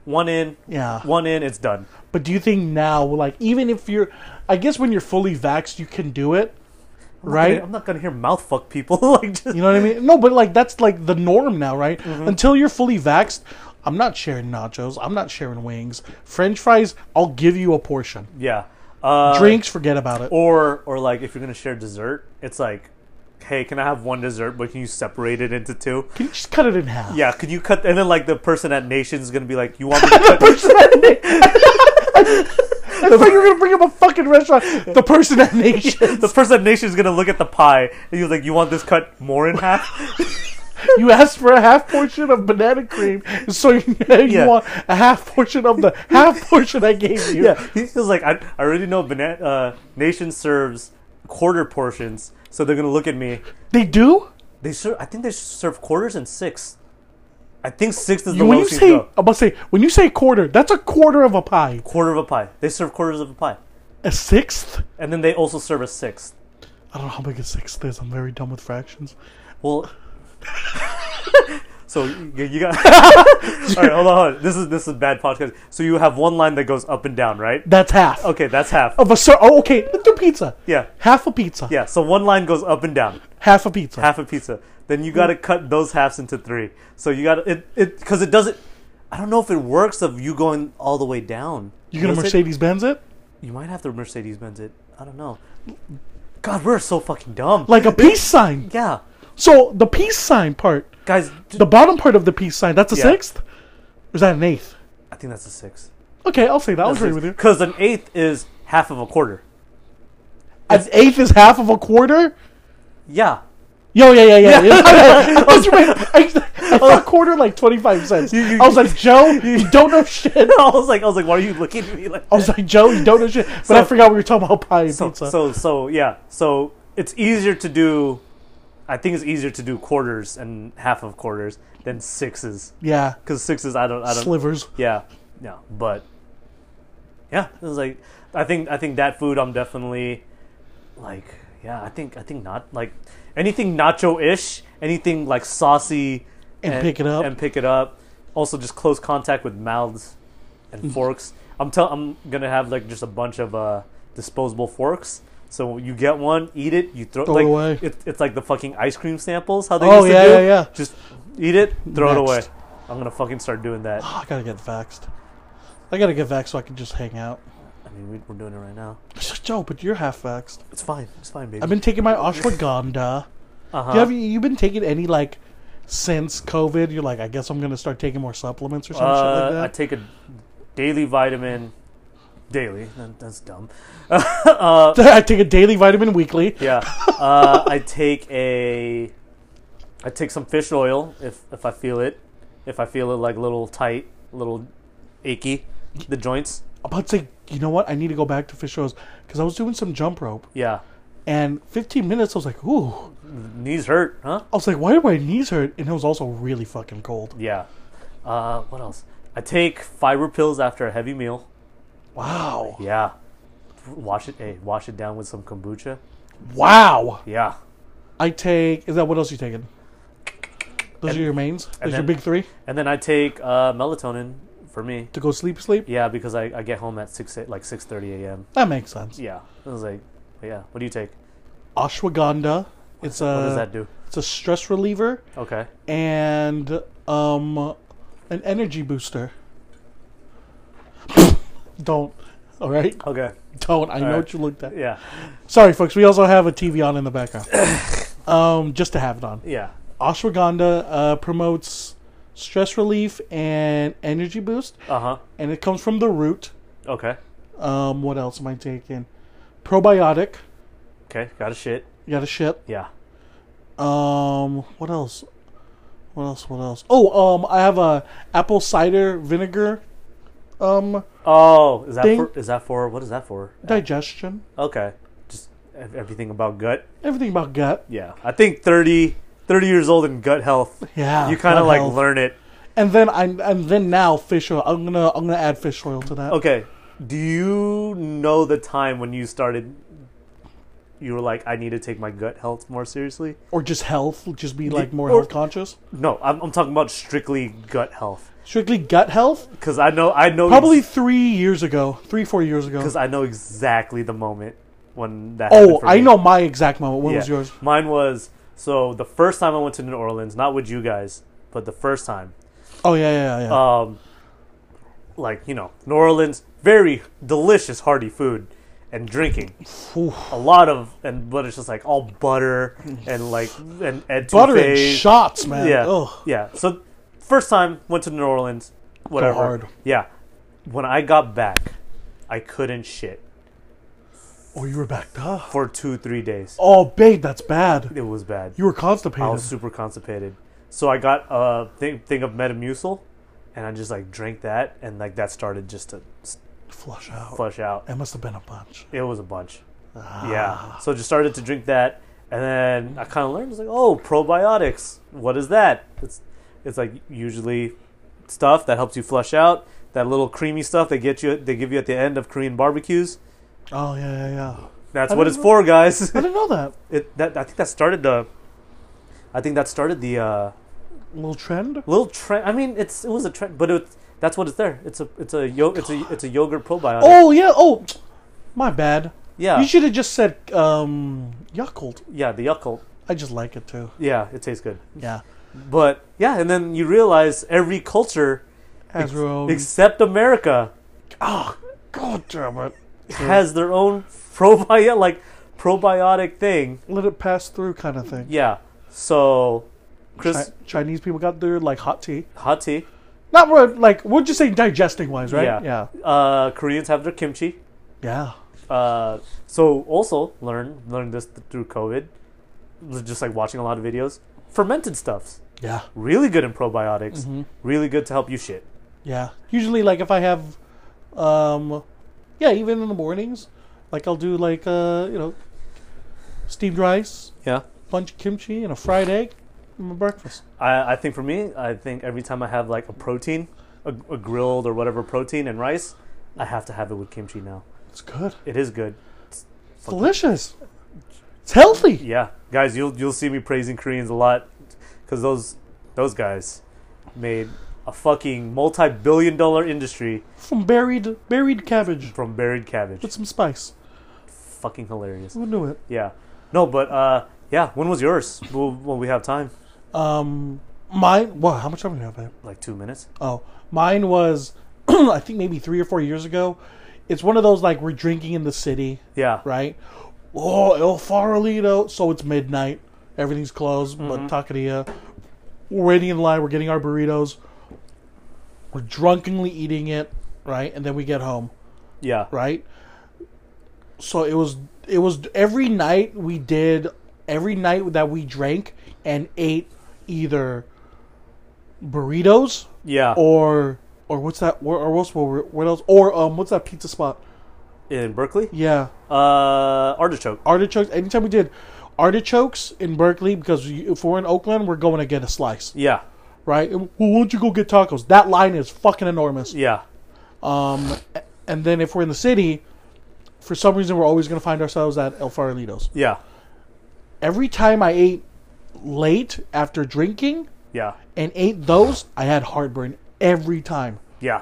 Speaker 2: One in,
Speaker 4: Yeah.
Speaker 2: one in, it's done.
Speaker 4: But do you think now, like, even if you're, I guess when you're fully vaxxed, you can do it, right?
Speaker 2: I'm not gonna hear mouth fuck people. like just
Speaker 4: You know what I mean? No, but like that's like the norm now, right?
Speaker 2: Mm-hmm.
Speaker 4: Until you're fully vaxxed, I'm not sharing nachos. I'm not sharing wings. French fries, I'll give you a portion.
Speaker 2: yeah. Uh,
Speaker 4: Drinks, forget about it.
Speaker 2: or or like if you're gonna share dessert, it's like, hey, can I have one dessert? But can you separate it into two?
Speaker 4: Can you just cut it in half?
Speaker 2: Yeah, can you cut? And then like the person at Nations is gonna be like, you want me to cut?
Speaker 4: I thought you were gonna bring up a fucking restaurant. The person at Nation,
Speaker 2: the person at Nations is gonna look at the pie and you're like, you want this cut more in half?
Speaker 4: you asked for a half portion of banana cream, so you, you
Speaker 2: Yeah.
Speaker 4: want a half portion of the half portion I gave you.
Speaker 2: yeah, he was like, I, I already know. Bana- uh, Nation serves quarter portions, so they're gonna look at me
Speaker 4: They do.
Speaker 2: They serve. I think they serve quarters and six. I think sixth is the
Speaker 4: You- when you
Speaker 2: lowest you can
Speaker 4: say, I'm
Speaker 2: go.
Speaker 4: about to say, when you say quarter, that's a quarter of a pie.
Speaker 2: Quarter of a pie. They serve quarters of a pie,
Speaker 4: A sixth?
Speaker 2: and then they also serve a sixth.
Speaker 4: I don't know how big a sixth is. I'm very dumb with fractions.
Speaker 2: Well, so you, you got. All right, hold on, hold on. This is this is bad podcast. So you have one line that goes up and down, right?
Speaker 4: That's half.
Speaker 2: Okay, that's half.
Speaker 4: Of a cer- oh, okay. Let's do pizza.
Speaker 2: Yeah,
Speaker 4: Half a pizza.
Speaker 2: yeah. So one line goes up and down,
Speaker 4: Half a pizza.
Speaker 2: half a pizza. Then you got to cut those halves into three. So you got it, it because it doesn't. I don't know if it works of you going all the way down.
Speaker 4: You're gonna
Speaker 2: Does it?
Speaker 4: Mercedes Benz it?
Speaker 2: You might have to Mercedes Benz it. I don't know. God, we're so fucking dumb.
Speaker 4: Like a peace sign.
Speaker 2: yeah,
Speaker 4: So the peace sign part,
Speaker 2: guys. d-
Speaker 4: the bottom part of the peace sign, that's a
Speaker 2: Yeah.
Speaker 4: sixth? Or is that an eighth?
Speaker 2: I think that's a six.
Speaker 4: Okay, I'll say that. I'll agree with you.
Speaker 2: Because an eighth is half of a quarter.
Speaker 4: An eighth is half of a quarter?
Speaker 2: Yeah.
Speaker 4: Yo, yeah, yeah, yeah. I, was right. I, I thought quarter like 25 cents. I was like, Joe, you don't know shit.
Speaker 2: I was like, I was like, why are you looking at me like?
Speaker 4: I was like, Joe, you don't know shit. But I forgot we were talking about pie and
Speaker 2: so,
Speaker 4: pizza.
Speaker 2: so so yeah. So it's easier to do. I think it's easier to do quarters and half of quarters than sixes.
Speaker 4: yeah,
Speaker 2: Because sixes, I don't, I don't.
Speaker 4: slivers.
Speaker 2: Yeah, no, but yeah, it was like I think I think that food I'm definitely like yeah I think I think not like anything nacho ish, anything like saucy
Speaker 4: And pick it up.
Speaker 2: and pick it up. Also, just close contact with mouths
Speaker 4: Mm-hmm.
Speaker 2: and forks. I'm tell I'm gonna have like just a bunch of uh, disposable forks. So you get one, eat it, you throw,
Speaker 4: Throw it
Speaker 2: like,
Speaker 4: away.
Speaker 2: It, it's like the fucking ice cream samples. How they
Speaker 4: Oh,
Speaker 2: used
Speaker 4: yeah,
Speaker 2: to do.
Speaker 4: yeah, yeah.
Speaker 2: Just eat it, throw it away.
Speaker 4: Next.
Speaker 2: I'm gonna fucking start doing that.
Speaker 4: Oh, I gotta get vaxxed. I gotta get vaxxed so I can just hang out.
Speaker 2: I mean, we- we're doing it right now.
Speaker 4: I said, Joe, but you're half vaxxed.
Speaker 2: It's fine. It's fine, baby.
Speaker 4: I've been taking my ashwagandha.
Speaker 2: uh-huh.
Speaker 4: You have you been taking any like since COVID? You're like, I guess I'm gonna start taking more supplements or some
Speaker 2: Uh,
Speaker 4: shit
Speaker 2: I
Speaker 4: like that.
Speaker 2: take a daily vitamin. Daily. That- That's dumb.
Speaker 4: I take a daily vitamin weekly.
Speaker 2: Yeah. Uh, I take a. I take some fish oil if if I feel it, if I feel it like a little tight, a little achy, the joints.
Speaker 4: I'm about to say, you know what? I need to go back to fish shows because I was doing some jump rope
Speaker 2: Yeah.
Speaker 4: and 15 minutes. I was like, ooh.
Speaker 2: Knees hurt, huh?
Speaker 4: I was like, why do my knees hurt? And it was also really fucking cold.
Speaker 2: Yeah. Uh, what else? I take fiber pills after a heavy meal.
Speaker 4: Wow.
Speaker 2: Yeah. Wash it. Hey, wash it down with some kombucha.
Speaker 4: Wow.
Speaker 2: Yeah.
Speaker 4: I take. Is that what else you taking? Those are your mains. Those are your
Speaker 2: then-
Speaker 4: big three
Speaker 2: And then I take uh, melatonin for me.
Speaker 4: to go sleep. Sleep.
Speaker 2: Yeah, because I, I get home at six like six thirty a.m.
Speaker 4: That makes sense.
Speaker 2: Yeah, I was like, yeah. What do you take?
Speaker 4: Ashwagandha. It's a.
Speaker 2: What does that do?
Speaker 4: It's a stress reliever
Speaker 2: Okay,
Speaker 4: and um, an energy booster. Don't. All right.
Speaker 2: okay,
Speaker 4: Don't. I know
Speaker 2: right.
Speaker 4: what you looked at.
Speaker 2: yeah,
Speaker 4: Sorry, folks. We also have a TV on in the background. um, just to have it on.
Speaker 2: yeah.
Speaker 4: Ashwagandha uh, promotes stress relief and energy boost,
Speaker 2: Uh huh.
Speaker 4: and it comes from the root.
Speaker 2: Okay,
Speaker 4: Um, what else am I taking? Probiotic.
Speaker 2: okay. Got a shit.
Speaker 4: You got a shit.
Speaker 2: Yeah.
Speaker 4: Um, what else? What else? What else? Oh, um, I have a apple cider vinegar, um,
Speaker 2: Oh, is that
Speaker 4: Ding.
Speaker 2: for? Is that for? What is that for?
Speaker 4: digestion.
Speaker 2: Okay, just ev- everything about gut.
Speaker 4: Everything about gut.
Speaker 2: Yeah, I think 30, 30 years old in gut health.
Speaker 4: Yeah,
Speaker 2: you kind of
Speaker 4: gut
Speaker 2: like
Speaker 4: health.
Speaker 2: learn it.
Speaker 4: And then I and then now fish oil. I'm gonna I'm gonna add fish oil to that.
Speaker 2: Okay, do you know the time when you started? You were like, I need to take my gut health more seriously.
Speaker 4: Or just health. Just be like more
Speaker 2: or-
Speaker 4: health conscious.
Speaker 2: No, I'm, I'm talking about strictly gut health
Speaker 4: Strictly gut health.
Speaker 2: because I know I know
Speaker 4: Probably three years ago, three four years ago.
Speaker 2: because I know exactly the moment when that. happened
Speaker 4: Oh,
Speaker 2: for
Speaker 4: I
Speaker 2: me.
Speaker 4: know my exact moment. What
Speaker 2: Yeah.
Speaker 4: was yours?
Speaker 2: Mine was so the first time I went to New Orleans, not with you guys, but the first time.
Speaker 4: Oh yeah yeah yeah. yeah.
Speaker 2: Um, like you know, New Orleans, very delicious, hearty food and drinking.
Speaker 4: Oof.
Speaker 2: A lot of and but it's just like all butter and like and, and
Speaker 4: Butter and
Speaker 2: touffes.
Speaker 4: shots, man.
Speaker 2: Yeah.
Speaker 4: Ugh.
Speaker 2: Yeah. So first time went to New Orleans, whatever.
Speaker 4: hard.
Speaker 2: Yeah. When I got back, I couldn't shit
Speaker 4: Oh, you were backed up.
Speaker 2: for 2-3 days.
Speaker 4: Oh, babe, that's bad.
Speaker 2: It was bad.
Speaker 4: You were constipated.
Speaker 2: I was super constipated. So I got a thing, thing of Metamucil and I just like drank that and like that started just to s-
Speaker 4: Flush out.
Speaker 2: flush out.
Speaker 4: That must have been a bunch.
Speaker 2: It was a bunch.
Speaker 4: Ah.
Speaker 2: Yeah. So just started to drink that and then I kind of learned it's like, "Oh, probiotics. What is that?" It's It's like usually stuff that helps you flush out. That little creamy stuff they get you, they give you at the end of Korean barbecues.
Speaker 4: Oh yeah, yeah, yeah.
Speaker 2: That's
Speaker 4: I
Speaker 2: what it's
Speaker 4: didn't know-
Speaker 2: for, guys.
Speaker 4: I didn't know that
Speaker 2: it, that, I think that started the. I think that started the uh,
Speaker 4: little trend.
Speaker 2: little trend. I mean, it's it was a trend, but it, that's what it's there. It's a it's a yo, it's a it's a yogurt probiotic.
Speaker 4: Oh yeah. Oh, my bad.
Speaker 2: yeah,
Speaker 4: You should have just said um, Yakult.
Speaker 2: yeah, the Yakult.
Speaker 4: I just like it too.
Speaker 2: Yeah, it tastes good.
Speaker 4: Yeah.
Speaker 2: But yeah, and then you realize every culture
Speaker 4: As well.
Speaker 2: except America
Speaker 4: oh, god damn it.
Speaker 2: has their own probiotic like probiotic thing.
Speaker 4: Let it pass through, kind of thing.
Speaker 2: Yeah. So Chris
Speaker 4: Chi- Chinese people got their like hot tea.
Speaker 2: hot tea.
Speaker 4: Not where like we're just saying digesting wise, right?
Speaker 2: Yeah.
Speaker 4: Yeah.
Speaker 2: Uh, Koreans have their kimchi.
Speaker 4: Yeah.
Speaker 2: Uh, so also learn learn this th- through COVID. Just like watching a lot of videos. Fermented stuffs.
Speaker 4: Yeah.
Speaker 2: Really good in probiotics. Really good to help you shit.
Speaker 4: Yeah. Usually, like if I have, um, yeah, even in the mornings, like I'll do like uh, you know, steamed rice,
Speaker 2: Yeah.
Speaker 4: bunch of kimchi, and a fried egg for my breakfast.
Speaker 2: I, I think for me, I think every time I have like a protein, a, a grilled or whatever protein and rice, I have to have it with kimchi now.
Speaker 4: It's good.
Speaker 2: It is good.
Speaker 4: It's delicious. It's healthy.
Speaker 2: Yeah, guys, you'll you'll see me praising Koreans a lot because those those guys made a fucking multi-billion dollar industry
Speaker 4: From buried buried cabbage
Speaker 2: from buried cabbage.
Speaker 4: with some spice.
Speaker 2: fucking hilarious.
Speaker 4: Who knew it?
Speaker 2: Yeah, no, but uh, yeah. When was yours? Well, well, we have time.
Speaker 4: Um, mine. Wow, how much time do we have? babe?
Speaker 2: Like two minutes.
Speaker 4: Oh, mine was, I think maybe three or four years ago. It's one of those like we're drinking in the city,
Speaker 2: Yeah.
Speaker 4: right? Oh, El Farolito. So it's midnight. Everything's closed, but taqueria. We're waiting in line. We're getting our burritos. We're drunkenly eating it, right? And then we get home,
Speaker 2: Yeah.
Speaker 4: right? So it was it was every night we did every night that we drank and ate either burritos
Speaker 2: Yeah.
Speaker 4: or or what's that? Or, or what's what, what else? Or um, what's that pizza spot?
Speaker 2: In Berkeley.
Speaker 4: Yeah,
Speaker 2: Uh, artichoke.
Speaker 4: artichokes. Anytime we did artichokes in Berkeley, because you- if we're in Oakland, we're going to get a slice,
Speaker 2: Yeah.
Speaker 4: right? And, well, why don't you go get tacos? That line is fucking enormous.
Speaker 2: Yeah.
Speaker 4: Um, a- and then if we're in the city, for some reason, we're always going to find ourselves at El Farolitos.
Speaker 2: Yeah.
Speaker 4: Every time I ate late after drinking
Speaker 2: Yeah.
Speaker 4: and ate those, I had heartburn every time.
Speaker 2: Yeah.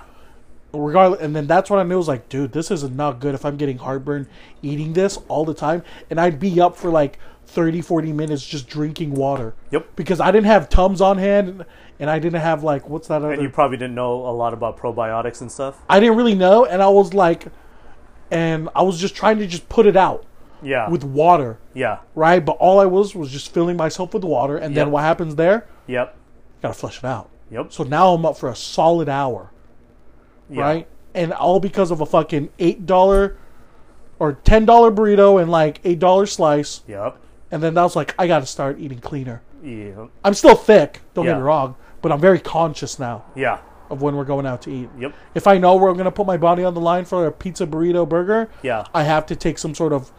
Speaker 4: regardless and then that's when i knew I was like dude this is not good if i'm getting heartburn eating this all the time and i'd be up for like 30 40 minutes just drinking water
Speaker 2: Yep.
Speaker 4: because i didn't have tums on hand and- and i didn't have like what's that other
Speaker 2: And you probably didn't know a lot about probiotics and stuff.
Speaker 4: i didn't really know and i was like and i was just trying to just put it out
Speaker 2: Yeah.
Speaker 4: with water
Speaker 2: yeah.
Speaker 4: right but all i was was just filling myself with water and then
Speaker 2: Yep.
Speaker 4: what happens there
Speaker 2: Yep.
Speaker 4: gotta flush it out
Speaker 2: Yep.
Speaker 4: so now i'm up for a solid hour
Speaker 2: yeah.
Speaker 4: right? And all because of a fucking eight dollar or ten dollar burrito and like eight dollar slice.
Speaker 2: Yep.
Speaker 4: And then that was like, I gotta start eating cleaner.
Speaker 2: Yeah.
Speaker 4: I'm still thick, don't get
Speaker 2: Yeah.
Speaker 4: me wrong, but I'm very conscious now
Speaker 2: Yeah.
Speaker 4: of when we're going out to eat.
Speaker 2: Yep.
Speaker 4: If I know where I'm gonna put my body on the line for a pizza, burrito, burger,
Speaker 2: Yeah.
Speaker 4: I have to take some sort of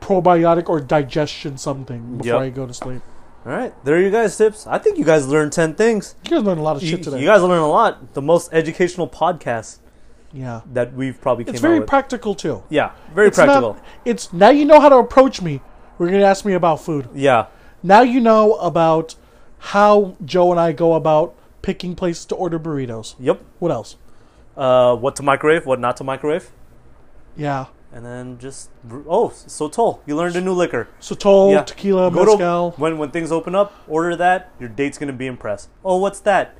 Speaker 4: probiotic or digestion something before
Speaker 2: Yep.
Speaker 4: I go to sleep.
Speaker 2: All right. There are you guys' tips. I think you guys learned 10 things.
Speaker 4: You guys learned a lot of
Speaker 2: You,
Speaker 4: shit today.
Speaker 2: you guys learned a lot. The most educational podcast
Speaker 4: yeah.
Speaker 2: that we've probably
Speaker 4: It's
Speaker 2: came
Speaker 4: very
Speaker 2: out with.
Speaker 4: practical too.
Speaker 2: yeah. Very
Speaker 4: It's not-
Speaker 2: practical.
Speaker 4: it's now you know how to approach me. We're gonna ask me about food.
Speaker 2: yeah.
Speaker 4: Now you know about how Joe and I go about picking places to order burritos.
Speaker 2: Yep.
Speaker 4: What else?
Speaker 2: Uh, what to microwave, what not to microwave.
Speaker 4: Yeah.
Speaker 2: And then just oh, so toll. You learned a new liquor.
Speaker 4: Sotol,
Speaker 2: Yeah.
Speaker 4: tequila,
Speaker 2: Go to-
Speaker 4: mezcal.
Speaker 2: when when things open up, order that. Your date's gonna be impressed. Oh, what's that?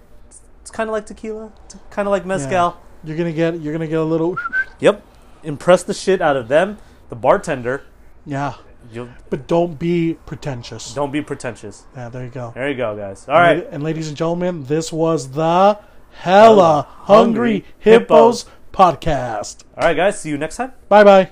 Speaker 2: It's, kind of like tequila. It's kind of like
Speaker 4: Yeah.
Speaker 2: mezcal.
Speaker 4: You're gonna get you're gonna get a little
Speaker 2: Yep. Impress the shit out of them. The bartender.
Speaker 4: Yeah.
Speaker 2: You
Speaker 4: But don't be pretentious.
Speaker 2: don't be pretentious.
Speaker 4: Yeah, there you go.
Speaker 2: There you go, guys. All right.
Speaker 4: And ladies and gentlemen, this was the Hella
Speaker 2: Hungry
Speaker 4: Hungry Hippos podcast.
Speaker 2: All right, guys. See you next time.
Speaker 4: Bye bye.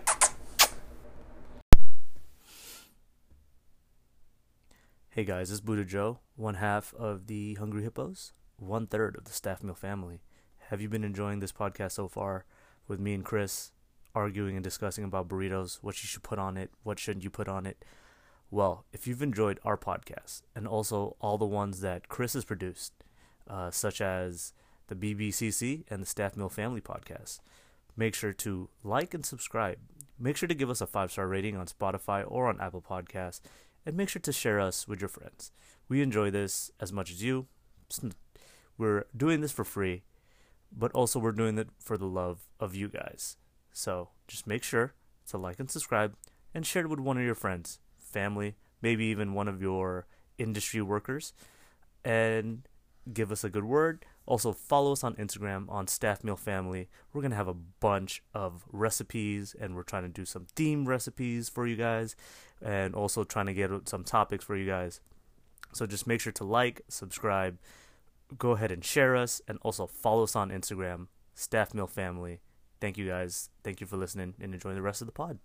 Speaker 2: Hey guys, it's Buddha Joe, one half of the Hungry Hippos, one third of the Staff Meal family. Have you been enjoying this podcast so far with me and Chris arguing and discussing about burritos, what you should put on it, what shouldn't you put on it? Well, if you've enjoyed our podcast and also all the ones that Chris has produced, uh, such as the BBCC and the Staff Mill Family Podcast. Make sure to like and subscribe. Make sure to give us a five star rating on Spotify or on Apple Podcasts, and make sure to share us with your friends. We enjoy this as much as you. It's n- We're doing this for free, but also we're doing it for the love of you guys. So just make sure to like and subscribe and share it with one of your friends, family, maybe even one of your industry workers, and give us a good word. Also, follow us on Instagram on Staff Meal Family. We're going to have a bunch of recipes, and we're trying to do some theme recipes for you guys, and also trying to get some topics for you guys. So just make sure to like, subscribe, go ahead and share us, and also follow us on Instagram, Staff Mill Family. Thank you guys. Thank you for listening and enjoying the rest of the pod.